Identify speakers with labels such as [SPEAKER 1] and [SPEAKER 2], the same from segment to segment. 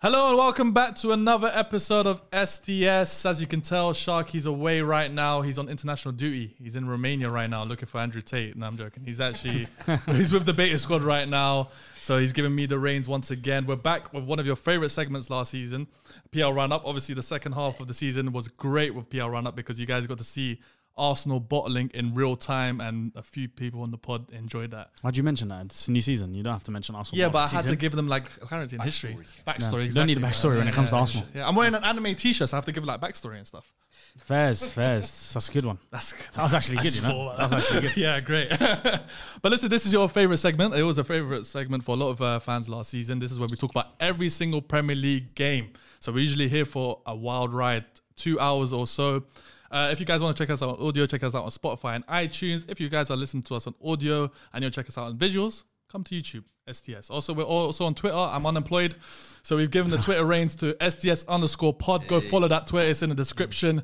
[SPEAKER 1] Hello and welcome back to another episode of STS. As you can tell, Sharky's away right now. He's on international duty. He's in Romania right now looking for Andrew Tate. No, I'm joking. He's actually he's with the beta squad right now. So he's giving me the reins once again. We're back with one of your favorite segments last season, PL Run Up. Obviously, the second half of the season was great with PL Run Up because you guys got to see Arsenal bottling in real time and a few people on the pod enjoyed that.
[SPEAKER 2] Why'd you mention that? It's a new season. You don't have to mention Arsenal.
[SPEAKER 1] Yeah,
[SPEAKER 2] Ball
[SPEAKER 1] but I
[SPEAKER 2] this
[SPEAKER 1] had to
[SPEAKER 2] season.
[SPEAKER 1] give them like clarity and history, backstory.
[SPEAKER 2] No, you
[SPEAKER 1] exactly,
[SPEAKER 2] don't need a
[SPEAKER 1] man.
[SPEAKER 2] backstory when it comes to Arsenal.
[SPEAKER 1] Yeah, I'm wearing an anime T-shirt, so I have to give like backstory and stuff.
[SPEAKER 2] Fairs, fairs. That's a good one.
[SPEAKER 1] That's good.
[SPEAKER 2] That was actually good, you know? That was actually good.
[SPEAKER 1] yeah, great. but listen, this is your favorite segment. It was a favorite segment for a lot of uh, fans last season. This is where we talk about every single Premier League game. So we're usually here for a wild ride, two hours or so. Uh, if you guys want to check us out on audio, check us out on Spotify and iTunes. If you guys are listening to us on audio and you'll check us out on visuals, come to YouTube, STS. Also, we're also on Twitter. I'm unemployed. So we've given the Twitter reins to STS underscore pod. Go follow that Twitter. It's in the description.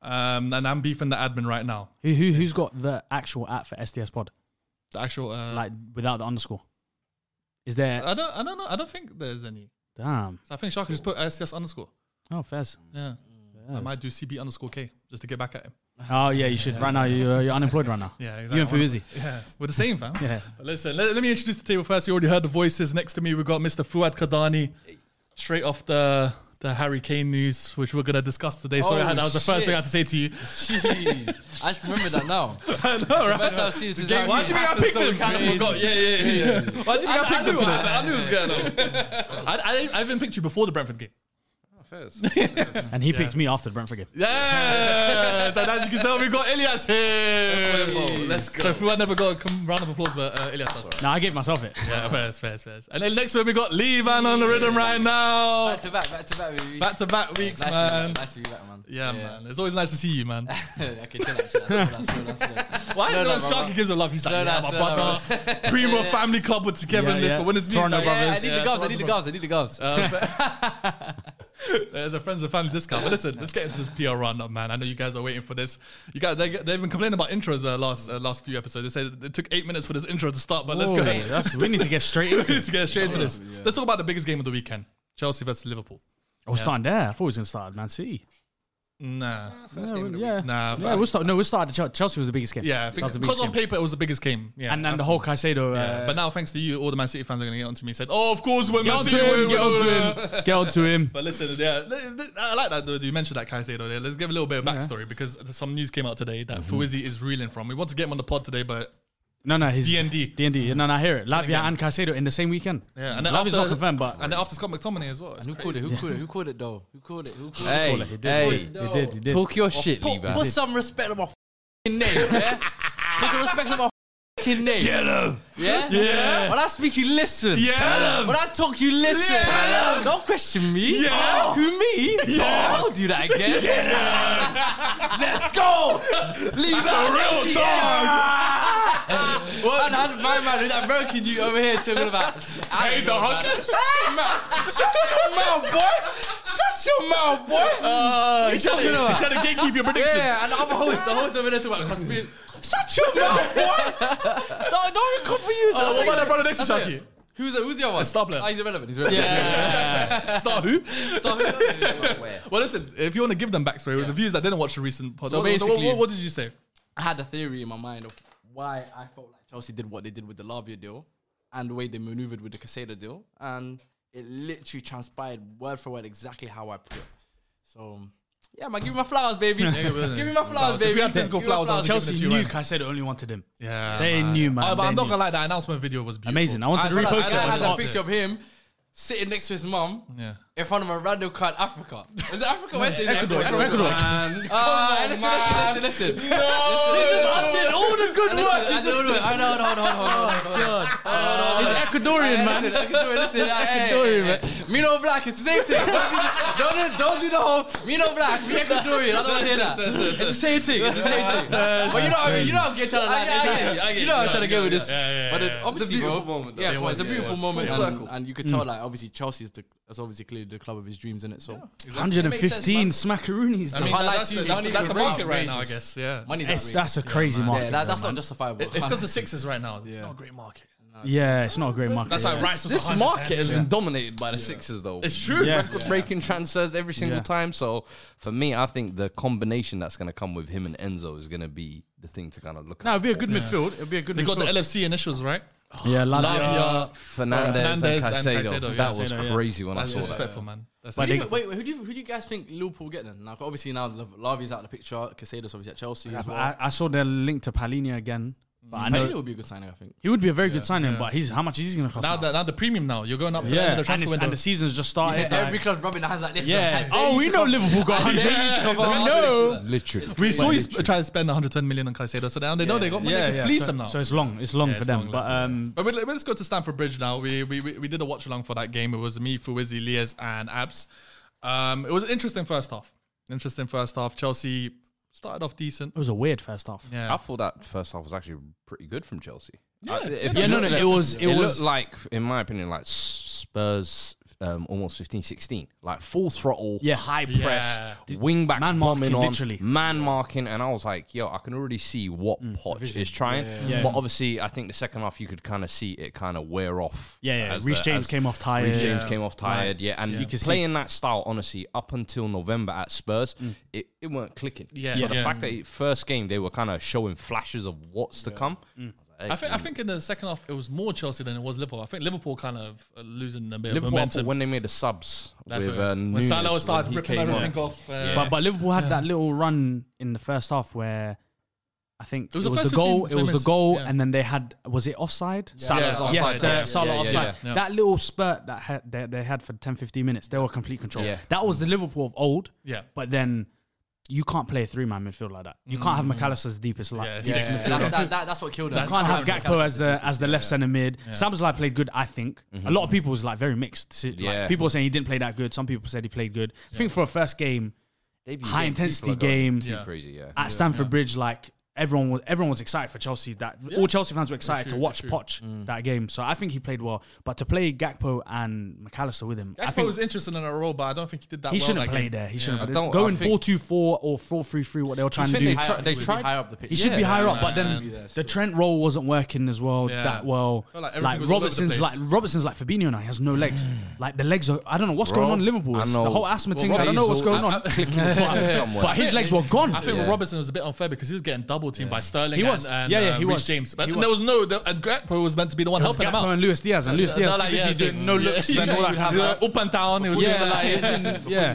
[SPEAKER 1] Um, and I'm beefing the admin right now.
[SPEAKER 2] Who, who, who's got the actual at for STS pod?
[SPEAKER 1] The actual uh,
[SPEAKER 2] Like, without the underscore? Is there.
[SPEAKER 1] I don't I don't know I don't think there's any.
[SPEAKER 2] Damn.
[SPEAKER 1] So I think Shark just put SCS underscore.
[SPEAKER 2] Oh, fairs.
[SPEAKER 1] Yeah. I might do CB underscore K just to get back at him.
[SPEAKER 2] Oh, yeah, you should. Right now, you're, you're unemployed right now.
[SPEAKER 1] Yeah,
[SPEAKER 2] You and Fuizzi.
[SPEAKER 1] Yeah, we're the same, fam.
[SPEAKER 2] Yeah.
[SPEAKER 1] But listen, let, let me introduce the table first. You already heard the voices. Next to me, we got Mr. Fuad Kadani, straight off the the Harry Kane news, which we're gonna discuss today. Sorry,
[SPEAKER 3] Oh,
[SPEAKER 1] that was the first
[SPEAKER 3] shit.
[SPEAKER 1] thing I had to say to you.
[SPEAKER 3] Jeez. I just remember that now.
[SPEAKER 1] I know,
[SPEAKER 3] the
[SPEAKER 1] right?
[SPEAKER 3] best I've seen since Harry
[SPEAKER 1] Why do you think I
[SPEAKER 3] Kane.
[SPEAKER 1] picked
[SPEAKER 3] So
[SPEAKER 1] him?
[SPEAKER 3] crazy.
[SPEAKER 1] Yeah, yeah, yeah. Why do you think I, picked him today? I,
[SPEAKER 3] knew it was going on.
[SPEAKER 1] I, I even picked you before the Brentford game.
[SPEAKER 2] And he picked me after the Brentford game.
[SPEAKER 1] Yes, and as you can tell, we got Ilias here.
[SPEAKER 3] Well, let's go.
[SPEAKER 1] So if we had never got a com- round of applause, but uh, Ilias does.
[SPEAKER 2] No, I gave myself it.
[SPEAKER 1] Yeah, fair, fair, fair. And then next week we got Levan on the rhythm right now.
[SPEAKER 3] Back to back, back to back, baby.
[SPEAKER 1] Back to back weeks,
[SPEAKER 3] nice
[SPEAKER 1] man.
[SPEAKER 3] To be, back, nice to be back, man.
[SPEAKER 1] Yeah, man. It's always nice to see you, man.
[SPEAKER 3] okay, chill out, chill out, chill out, chill out, chill out.
[SPEAKER 1] Why is it
[SPEAKER 3] Slow
[SPEAKER 1] like
[SPEAKER 3] down, brother.
[SPEAKER 1] Sharky gives a love? He's like,
[SPEAKER 3] Slow
[SPEAKER 1] yeah,
[SPEAKER 3] down,
[SPEAKER 1] my
[SPEAKER 3] slow down,
[SPEAKER 1] brother. Primo family club, we're together
[SPEAKER 2] Yeah,
[SPEAKER 1] in this,
[SPEAKER 2] yeah.
[SPEAKER 1] but when it's me,
[SPEAKER 2] Toronto
[SPEAKER 1] it's like,
[SPEAKER 3] Yeah,
[SPEAKER 2] brothers.
[SPEAKER 3] I need the gloves, I need the gloves, I need the gloves.
[SPEAKER 1] Uh, There's a friends and family discount. But listen, let's get into this PR roundup, man. I know you guys are waiting for this. You guys, they, they've been complaining about intros uh, last uh, last few episodes. They said it took eight minutes for this intro to start, but let's go.
[SPEAKER 2] Whoa, that's- we need to get straight into
[SPEAKER 1] Let's
[SPEAKER 2] it.
[SPEAKER 1] get straight into this. Let's talk about the biggest game of the weekend: Chelsea versus Liverpool.
[SPEAKER 2] Oh, we're starting there. I thought we was going to start at Man City.
[SPEAKER 1] Nah,
[SPEAKER 2] Yeah, we- yeah.
[SPEAKER 1] Nah,
[SPEAKER 2] yeah, we'll start. No, we'll start. at Chel- Chelsea was the biggest game.
[SPEAKER 1] yeah, I
[SPEAKER 2] That was
[SPEAKER 1] think
[SPEAKER 2] the
[SPEAKER 1] because
[SPEAKER 2] biggest
[SPEAKER 1] on
[SPEAKER 2] game.
[SPEAKER 1] paper it was the biggest game. Yeah,
[SPEAKER 2] And uh, then the whole Caicedo.
[SPEAKER 1] Yeah,
[SPEAKER 2] uh,
[SPEAKER 1] but now, thanks to you, all the Man City fans are going to get onto me. Said, "Oh, of course, we're
[SPEAKER 2] Get
[SPEAKER 1] Man
[SPEAKER 2] on
[SPEAKER 1] City."
[SPEAKER 2] to him.
[SPEAKER 1] we're-
[SPEAKER 2] Get on
[SPEAKER 1] we're-
[SPEAKER 2] to him. Get on to him.
[SPEAKER 1] But listen, yeah, li- li- I like that though. You mentioned that Caicedo there. Let's give a little bit of backstory because there's some news came out today that
[SPEAKER 2] Mm-hmm.
[SPEAKER 1] Fuizzi is reeling from. We want to get him on the pod today, but
[SPEAKER 2] No, no, he's
[SPEAKER 1] DND.
[SPEAKER 2] DND. No, no, I hear it. Lavia and Caicedo in the same weekend.
[SPEAKER 1] yeah,
[SPEAKER 2] and Lavia's not confirmed, but
[SPEAKER 1] and then after Scott McTominay as well. It's
[SPEAKER 3] Who called it?
[SPEAKER 1] crazy.
[SPEAKER 3] Who called it? Who called it though? Who called it? Who called it?
[SPEAKER 4] Hey,
[SPEAKER 2] he did.
[SPEAKER 4] hey,
[SPEAKER 2] he did, he did.
[SPEAKER 4] talk your shit,
[SPEAKER 3] Put,
[SPEAKER 4] Levi.
[SPEAKER 3] put some respect on my f***ing name, yeah? Put some respect on my f***ing name. Get him. Yeah?
[SPEAKER 1] Yeah.
[SPEAKER 3] When I speak, you listen.
[SPEAKER 1] Yeah. Tell 'em.
[SPEAKER 3] When I talk, you listen.
[SPEAKER 1] Yeah. Tell 'em.
[SPEAKER 3] Don't question me.
[SPEAKER 1] Yeah.
[SPEAKER 3] Who, me?
[SPEAKER 1] Yeah.
[SPEAKER 3] I'll do that again.
[SPEAKER 1] Let's go. Leave that real dog. What?
[SPEAKER 3] And I had my man with that broken you over here talking about.
[SPEAKER 1] Hey,
[SPEAKER 3] I don't know,
[SPEAKER 1] dog.
[SPEAKER 3] man. Shut your mouth. Shut your mouth, boy. Shut your mouth, boy.
[SPEAKER 1] Uh, you
[SPEAKER 3] you
[SPEAKER 1] trying
[SPEAKER 3] talking
[SPEAKER 1] to
[SPEAKER 3] about?
[SPEAKER 1] gatekeep your predictions?
[SPEAKER 3] yeah, and I'm a host. The host over there talking about
[SPEAKER 1] Mm.
[SPEAKER 3] conspiracy. Shut your mouth, boy. don't, don't come for you.
[SPEAKER 1] Uh, what about that brother next to
[SPEAKER 3] That's
[SPEAKER 1] Shaki?
[SPEAKER 3] it. Who's the, who's the other one?
[SPEAKER 1] Stop that.
[SPEAKER 3] Oh, he's irrelevant. He's irrelevant.
[SPEAKER 2] Yeah.
[SPEAKER 1] Star who?
[SPEAKER 3] Stop it.
[SPEAKER 1] Well, listen, if you want to give them backstory, with the viewers that didn't watch the recent pod,
[SPEAKER 3] So
[SPEAKER 1] what, what,
[SPEAKER 3] basically-
[SPEAKER 1] what, what did you say?
[SPEAKER 3] I had a theory in my mind of why I felt like Chelsea did what they did with the Lavia deal and the way they maneuvered with the Casado deal, and it literally transpired word for word exactly how I put it. So yeah, man, give me my flowers, baby. give me my flowers,
[SPEAKER 1] If
[SPEAKER 3] baby.
[SPEAKER 1] we had physical
[SPEAKER 3] Give me my
[SPEAKER 1] flowers, I would
[SPEAKER 2] Chelsea
[SPEAKER 1] Give it to you,
[SPEAKER 2] knew
[SPEAKER 1] right?
[SPEAKER 2] Caicedo only wanted him.
[SPEAKER 1] Yeah,
[SPEAKER 2] They knew, man.
[SPEAKER 1] Oh, but
[SPEAKER 2] They
[SPEAKER 1] I'm not
[SPEAKER 2] knew.
[SPEAKER 1] gonna lie, that announcement video was beautiful.
[SPEAKER 2] Amazing. I wanted to
[SPEAKER 1] feel
[SPEAKER 2] repost
[SPEAKER 1] like-
[SPEAKER 2] it.
[SPEAKER 3] And I
[SPEAKER 2] It's
[SPEAKER 3] had a
[SPEAKER 2] up there.
[SPEAKER 3] picture of him sitting next to his mum.
[SPEAKER 1] Yeah.
[SPEAKER 3] in front of a random car in Africa. Is it Africa? Where's it?
[SPEAKER 1] Ecuador, Ecuador.
[SPEAKER 3] Man.
[SPEAKER 1] Uh,
[SPEAKER 3] Ah, listen, listen, listen, listen.
[SPEAKER 1] This is all the good
[SPEAKER 3] Listen,
[SPEAKER 1] work.
[SPEAKER 3] I
[SPEAKER 1] Oh,
[SPEAKER 3] don't know. I know, no, no, no, no, no.
[SPEAKER 1] He's Ecuadorian, man.
[SPEAKER 3] Listen, Ecuadorian, listen. Hey, hey, hey. Me no black, it's the same thing. Don't do, don't do, don't do the whole me no black, me Ecuadorian. I don't want to hear that. It's the same thing. It's the same thing. But you know what I mean? You know I'm getting trying to like, it's like- you know I'm trying to get with this. But it- obviously, bro, Yeah, Hmm. come on, it's a beautiful moment, and, and you could tell like obviously Chelsea is the is obviously clearly the club of his dreams in it. So
[SPEAKER 2] 115 smackaroonies.
[SPEAKER 1] I
[SPEAKER 2] dog.
[SPEAKER 1] mean,
[SPEAKER 3] Highlight
[SPEAKER 1] that's,
[SPEAKER 3] to you,
[SPEAKER 1] that's,
[SPEAKER 3] money
[SPEAKER 1] that's
[SPEAKER 3] is
[SPEAKER 1] the market right
[SPEAKER 3] outrageous.
[SPEAKER 1] now, I guess. Yeah.
[SPEAKER 3] money's
[SPEAKER 2] It's,
[SPEAKER 3] outrageous.
[SPEAKER 2] that's a crazy market.
[SPEAKER 3] yeah, that, that's
[SPEAKER 2] bro,
[SPEAKER 3] not justifiable.
[SPEAKER 1] It's because the Sixers right now. Yeah.
[SPEAKER 3] Yeah.
[SPEAKER 1] Not a great market.
[SPEAKER 2] man. yeah, it's not a great market.
[SPEAKER 1] That's
[SPEAKER 2] yeah.
[SPEAKER 1] like Rice was
[SPEAKER 4] This
[SPEAKER 1] 110.
[SPEAKER 4] market has been dominated by the Sixers, though.
[SPEAKER 1] It's true.
[SPEAKER 2] Yeah.
[SPEAKER 4] Breaking transfers every single
[SPEAKER 2] Yeah.
[SPEAKER 4] time. So for me, I think the combination that's going to come with him and Enzo is going to be the thing to kind of look
[SPEAKER 2] No,
[SPEAKER 4] at.
[SPEAKER 2] it'd be a good midfield. It'd be a good.
[SPEAKER 1] They got the
[SPEAKER 2] midfield.
[SPEAKER 1] LFC initials, right?
[SPEAKER 2] yeah, Lavia.
[SPEAKER 1] Lavia,
[SPEAKER 4] Fernandez,
[SPEAKER 1] Fernandes and
[SPEAKER 4] and Caicedo.
[SPEAKER 1] Caicedo,
[SPEAKER 4] that
[SPEAKER 1] yeah.
[SPEAKER 4] was
[SPEAKER 2] Caicedo, yeah.
[SPEAKER 4] crazy when
[SPEAKER 1] That's
[SPEAKER 4] I saw that.
[SPEAKER 1] disrespectful, man. That's
[SPEAKER 2] But
[SPEAKER 3] Do
[SPEAKER 2] they-
[SPEAKER 1] disrespectful.
[SPEAKER 3] you, think- wait, wait, who do you who do you guys think Liverpool get then? Like obviously now Lav- Lavi's out of the picture, Casados obviously at Chelsea as well.
[SPEAKER 2] I, I saw their link to Palina again. But I
[SPEAKER 3] Palhinha
[SPEAKER 2] know
[SPEAKER 3] would be a good signing, I think.
[SPEAKER 2] he would be a very good signing, but he's how much is he going to cost?
[SPEAKER 1] now
[SPEAKER 2] Now
[SPEAKER 1] the now the premium now you're going up to the
[SPEAKER 2] yeah,
[SPEAKER 1] end of the
[SPEAKER 2] and,
[SPEAKER 1] transfer
[SPEAKER 2] it's-
[SPEAKER 1] window.
[SPEAKER 2] and the season's just started.
[SPEAKER 3] Yeah,
[SPEAKER 2] like-
[SPEAKER 3] every club rubbing their hands like this.
[SPEAKER 2] yeah.
[SPEAKER 3] like, I dare
[SPEAKER 2] Oh,
[SPEAKER 3] you
[SPEAKER 2] we
[SPEAKER 3] to
[SPEAKER 2] know
[SPEAKER 3] come-
[SPEAKER 2] Liverpool got.
[SPEAKER 3] I dare
[SPEAKER 2] hundred.
[SPEAKER 3] you to come
[SPEAKER 2] We
[SPEAKER 3] on.
[SPEAKER 2] know.
[SPEAKER 4] Literally.
[SPEAKER 1] we saw he's trying to spend 110 million on Caicedo, so now they know they got money. they can fleece
[SPEAKER 2] so,
[SPEAKER 1] them now.
[SPEAKER 2] so it's long. It's long
[SPEAKER 1] Yeah,
[SPEAKER 2] for
[SPEAKER 1] it's
[SPEAKER 2] them.
[SPEAKER 1] long,
[SPEAKER 2] but
[SPEAKER 1] long,
[SPEAKER 2] um,
[SPEAKER 1] But we, let's go to Stamford Bridge now. We we, we, we did a watch along for that game. It was me, Fuizzi, Lias, and Abs. Um, it was an interesting first half. Interesting first half. Chelsea started off decent.
[SPEAKER 2] it was a weird first half.
[SPEAKER 1] Yeah.
[SPEAKER 4] I thought that first half was actually pretty good from Chelsea. Yeah,
[SPEAKER 2] Yeah, no, no, it was- it
[SPEAKER 4] It,
[SPEAKER 2] was-
[SPEAKER 4] looked like, in my opinion, like S- Spurs um, almost 15, 16. like full throttle,
[SPEAKER 2] Yeah.
[SPEAKER 4] high
[SPEAKER 1] Yeah.
[SPEAKER 4] press, wing backs
[SPEAKER 2] Man marking,
[SPEAKER 4] bombing on,
[SPEAKER 2] literally.
[SPEAKER 4] man marking, and I was like, yo, I can already see what Poch is trying.
[SPEAKER 2] Mm. Yeah.
[SPEAKER 4] But obviously, I think the second half you could kind of see it kind of wear off.
[SPEAKER 2] Yeah, yeah.
[SPEAKER 4] as
[SPEAKER 2] Reece
[SPEAKER 4] the-
[SPEAKER 2] James
[SPEAKER 4] as-
[SPEAKER 2] came off tired.
[SPEAKER 4] Reece James
[SPEAKER 2] Yeah.
[SPEAKER 4] came off tired. Yeah, and
[SPEAKER 2] You could see-
[SPEAKER 4] playing that style, honestly, up until November at Spurs,
[SPEAKER 2] Mm.
[SPEAKER 4] it, it weren't clicking.
[SPEAKER 1] Yeah.
[SPEAKER 4] so
[SPEAKER 1] Yeah.
[SPEAKER 4] the
[SPEAKER 1] Yeah.
[SPEAKER 4] fact that it- first game they were kind of showing flashes of what's to come.
[SPEAKER 2] Mm.
[SPEAKER 1] I think I think in the second half it was more Chelsea than it was Liverpool. I think Liverpool kind of uh, losing a bit of
[SPEAKER 4] Liverpool
[SPEAKER 1] momentum.
[SPEAKER 4] when they made the subs
[SPEAKER 1] That's
[SPEAKER 4] with
[SPEAKER 1] what it
[SPEAKER 4] uh,
[SPEAKER 1] was. when
[SPEAKER 4] Nunes,
[SPEAKER 1] Salah started
[SPEAKER 4] he
[SPEAKER 1] ripping
[SPEAKER 4] came on.
[SPEAKER 1] everything off. uh,
[SPEAKER 2] But but Liverpool had that little run in the first half where I think it
[SPEAKER 1] was
[SPEAKER 2] was,
[SPEAKER 1] the
[SPEAKER 2] the,
[SPEAKER 1] first 15,
[SPEAKER 2] goal. It
[SPEAKER 1] 20
[SPEAKER 2] was the
[SPEAKER 1] minutes,
[SPEAKER 2] goal,
[SPEAKER 1] yeah.
[SPEAKER 2] and then they had was it offside?
[SPEAKER 1] Salah's Yeah,
[SPEAKER 2] Yes,
[SPEAKER 1] offside,
[SPEAKER 2] the-
[SPEAKER 1] yeah.
[SPEAKER 2] Salah
[SPEAKER 4] Yeah, yeah,
[SPEAKER 2] offside.
[SPEAKER 4] yeah,
[SPEAKER 1] yeah.
[SPEAKER 2] That little spurt that had, they, they had for 10, 15 minutes, they were complete control.
[SPEAKER 4] Yeah.
[SPEAKER 2] That was the Liverpool of old.
[SPEAKER 1] Yeah.
[SPEAKER 2] but then. You can't play a three-man midfield like that. You can't have McAllister's deepest line.
[SPEAKER 1] Mm. Yeah,
[SPEAKER 2] six
[SPEAKER 1] yeah,
[SPEAKER 2] midfield.
[SPEAKER 1] yeah.
[SPEAKER 3] That's, that, that, that's what killed them.
[SPEAKER 2] You can't have Gakpo as the as the left centre mid. Sabozlai played good, I think. A lot of people was like very mixed. So, like,
[SPEAKER 4] Yeah.
[SPEAKER 2] people were saying he didn't play that good. Some people said he played good. I think for a first game,
[SPEAKER 4] They beat
[SPEAKER 2] high
[SPEAKER 4] them.
[SPEAKER 2] intensity
[SPEAKER 4] People are going
[SPEAKER 2] game
[SPEAKER 4] too crazy. Yeah,
[SPEAKER 2] at Stamford Bridge, like everyone was everyone was excited for Chelsea. That all Chelsea fans were excited to watch Poch that game. So I think he played well. But to play Gakpo and McAllister with him, I
[SPEAKER 1] Gakpo
[SPEAKER 2] think
[SPEAKER 1] was interesting in a role, but I don't think he did that.
[SPEAKER 2] he
[SPEAKER 1] well
[SPEAKER 2] shouldn't
[SPEAKER 1] that
[SPEAKER 2] have played
[SPEAKER 1] game.
[SPEAKER 2] there. He
[SPEAKER 1] Yeah.
[SPEAKER 2] shouldn't have
[SPEAKER 4] I
[SPEAKER 2] played
[SPEAKER 4] don't-
[SPEAKER 2] going
[SPEAKER 4] I think-
[SPEAKER 2] 4-2-4 or 4-3-3, what they were trying to
[SPEAKER 4] think
[SPEAKER 2] do.
[SPEAKER 4] they hi-
[SPEAKER 3] They
[SPEAKER 4] they
[SPEAKER 3] tried
[SPEAKER 4] tried-
[SPEAKER 3] higher up the pitch.
[SPEAKER 2] He should be
[SPEAKER 4] Yeah,
[SPEAKER 2] higher up,
[SPEAKER 1] yeah,
[SPEAKER 2] but then
[SPEAKER 1] yeah.
[SPEAKER 2] the Trent role wasn't working as well
[SPEAKER 1] Yeah.
[SPEAKER 2] that well.
[SPEAKER 1] Felt like
[SPEAKER 2] like
[SPEAKER 1] everything was all over the
[SPEAKER 2] Robertson's, like
[SPEAKER 1] place.
[SPEAKER 2] Robertson's, like Fabinho now. He has no legs. like the legs are. I don't know what's going
[SPEAKER 4] Bro,
[SPEAKER 2] on in Liverpool.
[SPEAKER 4] I
[SPEAKER 2] It's
[SPEAKER 4] know.
[SPEAKER 2] The whole asthma
[SPEAKER 4] Well,
[SPEAKER 2] thing. I don't know what's
[SPEAKER 4] Robinson-
[SPEAKER 2] going on.
[SPEAKER 4] I- I-
[SPEAKER 2] but,
[SPEAKER 4] somewhere.
[SPEAKER 2] but his legs were gone.
[SPEAKER 1] I think Robertson was a bit unfair because he was getting double teamed by Sterling.
[SPEAKER 2] He was.
[SPEAKER 1] And, and,
[SPEAKER 2] Yeah, yeah,
[SPEAKER 1] uh,
[SPEAKER 2] he
[SPEAKER 1] Reece
[SPEAKER 2] was.
[SPEAKER 1] James. But
[SPEAKER 2] He
[SPEAKER 1] then
[SPEAKER 2] was.
[SPEAKER 1] there was no. There, and Gakpo was meant to be the one helping him
[SPEAKER 2] Gakpo
[SPEAKER 1] out.
[SPEAKER 2] and Luis Diaz and Luis
[SPEAKER 1] They're
[SPEAKER 2] Diaz.
[SPEAKER 1] like, yeah,
[SPEAKER 2] busy
[SPEAKER 1] they-
[SPEAKER 2] doing no looks and all that.
[SPEAKER 1] Yeah, Up and down. It was
[SPEAKER 2] Yeah,
[SPEAKER 1] yeah,
[SPEAKER 2] like,
[SPEAKER 1] yeah.
[SPEAKER 2] it's-
[SPEAKER 3] yeah.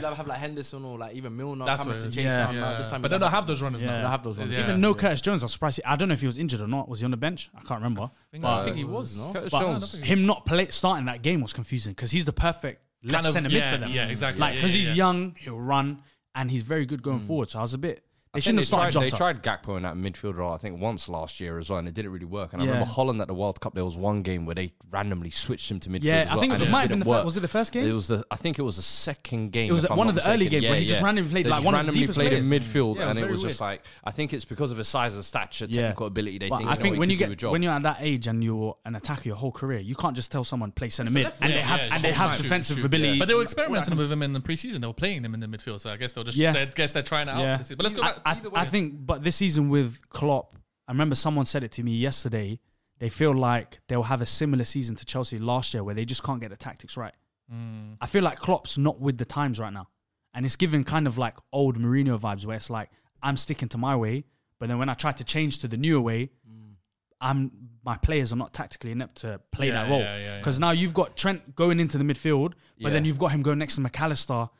[SPEAKER 2] yeah.
[SPEAKER 3] Have like Henderson or like even Milner
[SPEAKER 1] That's
[SPEAKER 3] coming
[SPEAKER 1] what
[SPEAKER 3] to
[SPEAKER 1] it
[SPEAKER 3] chase
[SPEAKER 1] is.
[SPEAKER 2] Yeah.
[SPEAKER 3] down. Now, this time
[SPEAKER 1] But they don't have those runners
[SPEAKER 3] They
[SPEAKER 1] now.
[SPEAKER 3] don't have those ones.
[SPEAKER 1] Yeah.
[SPEAKER 2] Even no Curtis Jones. I was surprised. He, I don't know if he was injured or not. Was he on the bench? I can't remember. but
[SPEAKER 3] I think he was no.
[SPEAKER 4] Curtis
[SPEAKER 2] but
[SPEAKER 4] Jones.
[SPEAKER 2] him not play, starting that game was confusing because he's the perfect left
[SPEAKER 1] of-
[SPEAKER 2] centre
[SPEAKER 1] yeah,
[SPEAKER 2] mid for them.
[SPEAKER 1] yeah, exactly.
[SPEAKER 2] Like
[SPEAKER 1] Yeah,
[SPEAKER 2] because
[SPEAKER 1] yeah,
[SPEAKER 2] he's
[SPEAKER 1] yeah.
[SPEAKER 2] young, he'll run, and he's very good going forward. So I was a bit. They
[SPEAKER 4] Hmm. I
[SPEAKER 2] shouldn't
[SPEAKER 4] think
[SPEAKER 2] have started
[SPEAKER 4] They
[SPEAKER 2] Jota.
[SPEAKER 4] tried, they tried Gakpo in that midfield role, I think, once last year as well, and it didn't really work. And I
[SPEAKER 2] Yeah.
[SPEAKER 4] remember Holland at the World Cup, there was one game where they randomly switched him to midfield.
[SPEAKER 2] Yeah,
[SPEAKER 4] as
[SPEAKER 2] I
[SPEAKER 4] well,
[SPEAKER 2] think it
[SPEAKER 4] and
[SPEAKER 2] might have been
[SPEAKER 4] didn't
[SPEAKER 2] the fir-
[SPEAKER 4] work.
[SPEAKER 2] was it the first game?
[SPEAKER 4] It was the. I think it was the second game.
[SPEAKER 2] It was
[SPEAKER 4] if I'm
[SPEAKER 2] one of
[SPEAKER 4] not
[SPEAKER 2] the early
[SPEAKER 4] mistaken.
[SPEAKER 2] games where
[SPEAKER 4] Yeah,
[SPEAKER 2] he just
[SPEAKER 4] yeah.
[SPEAKER 2] randomly played,
[SPEAKER 4] They
[SPEAKER 2] like,
[SPEAKER 4] just
[SPEAKER 2] one of the
[SPEAKER 4] randomly
[SPEAKER 2] deepest
[SPEAKER 4] played in
[SPEAKER 2] players.
[SPEAKER 4] midfield,
[SPEAKER 2] Yeah, it was
[SPEAKER 4] and it
[SPEAKER 2] very
[SPEAKER 4] was just like I think it's because of his size and stature, technical ability. They
[SPEAKER 2] But
[SPEAKER 4] think.
[SPEAKER 2] I
[SPEAKER 4] you know,
[SPEAKER 2] think
[SPEAKER 4] he
[SPEAKER 2] when
[SPEAKER 4] could
[SPEAKER 2] you
[SPEAKER 4] do
[SPEAKER 2] get
[SPEAKER 4] a job.
[SPEAKER 2] when you're at that age and you're an attacker your whole career, you can't just tell someone play centre mid and they
[SPEAKER 1] Yeah,
[SPEAKER 2] have
[SPEAKER 1] yeah,
[SPEAKER 2] and they
[SPEAKER 1] shoot,
[SPEAKER 2] have
[SPEAKER 1] shoot,
[SPEAKER 2] defensive
[SPEAKER 1] shoot.
[SPEAKER 2] ability.
[SPEAKER 1] But they were experimenting with him in the preseason. They were playing him in the midfield, so I guess they'll just.
[SPEAKER 2] Yeah.
[SPEAKER 1] Yeah. They, I guess they're trying it out. For the season. But let's go
[SPEAKER 2] I-
[SPEAKER 1] back.
[SPEAKER 2] I, th- I think, but this season with Klopp, I remember someone said it to me yesterday. They feel like they'll have a similar season to Chelsea last year, where they just can't get the tactics right.
[SPEAKER 1] Hmm.
[SPEAKER 2] I feel like Klopp's not with the times right now, and it's giving kind of like old Mourinho vibes, where it's like I'm sticking to my way, but then when I try to change to the newer way,
[SPEAKER 1] Hmm.
[SPEAKER 2] I'm my players are not tactically inept to play
[SPEAKER 1] Yeah,
[SPEAKER 2] that role.
[SPEAKER 1] yeah, yeah, yeah.
[SPEAKER 2] Because now you've got Trent going into the midfield, but then
[SPEAKER 4] Yeah.
[SPEAKER 2] you've got him going next to McAllister.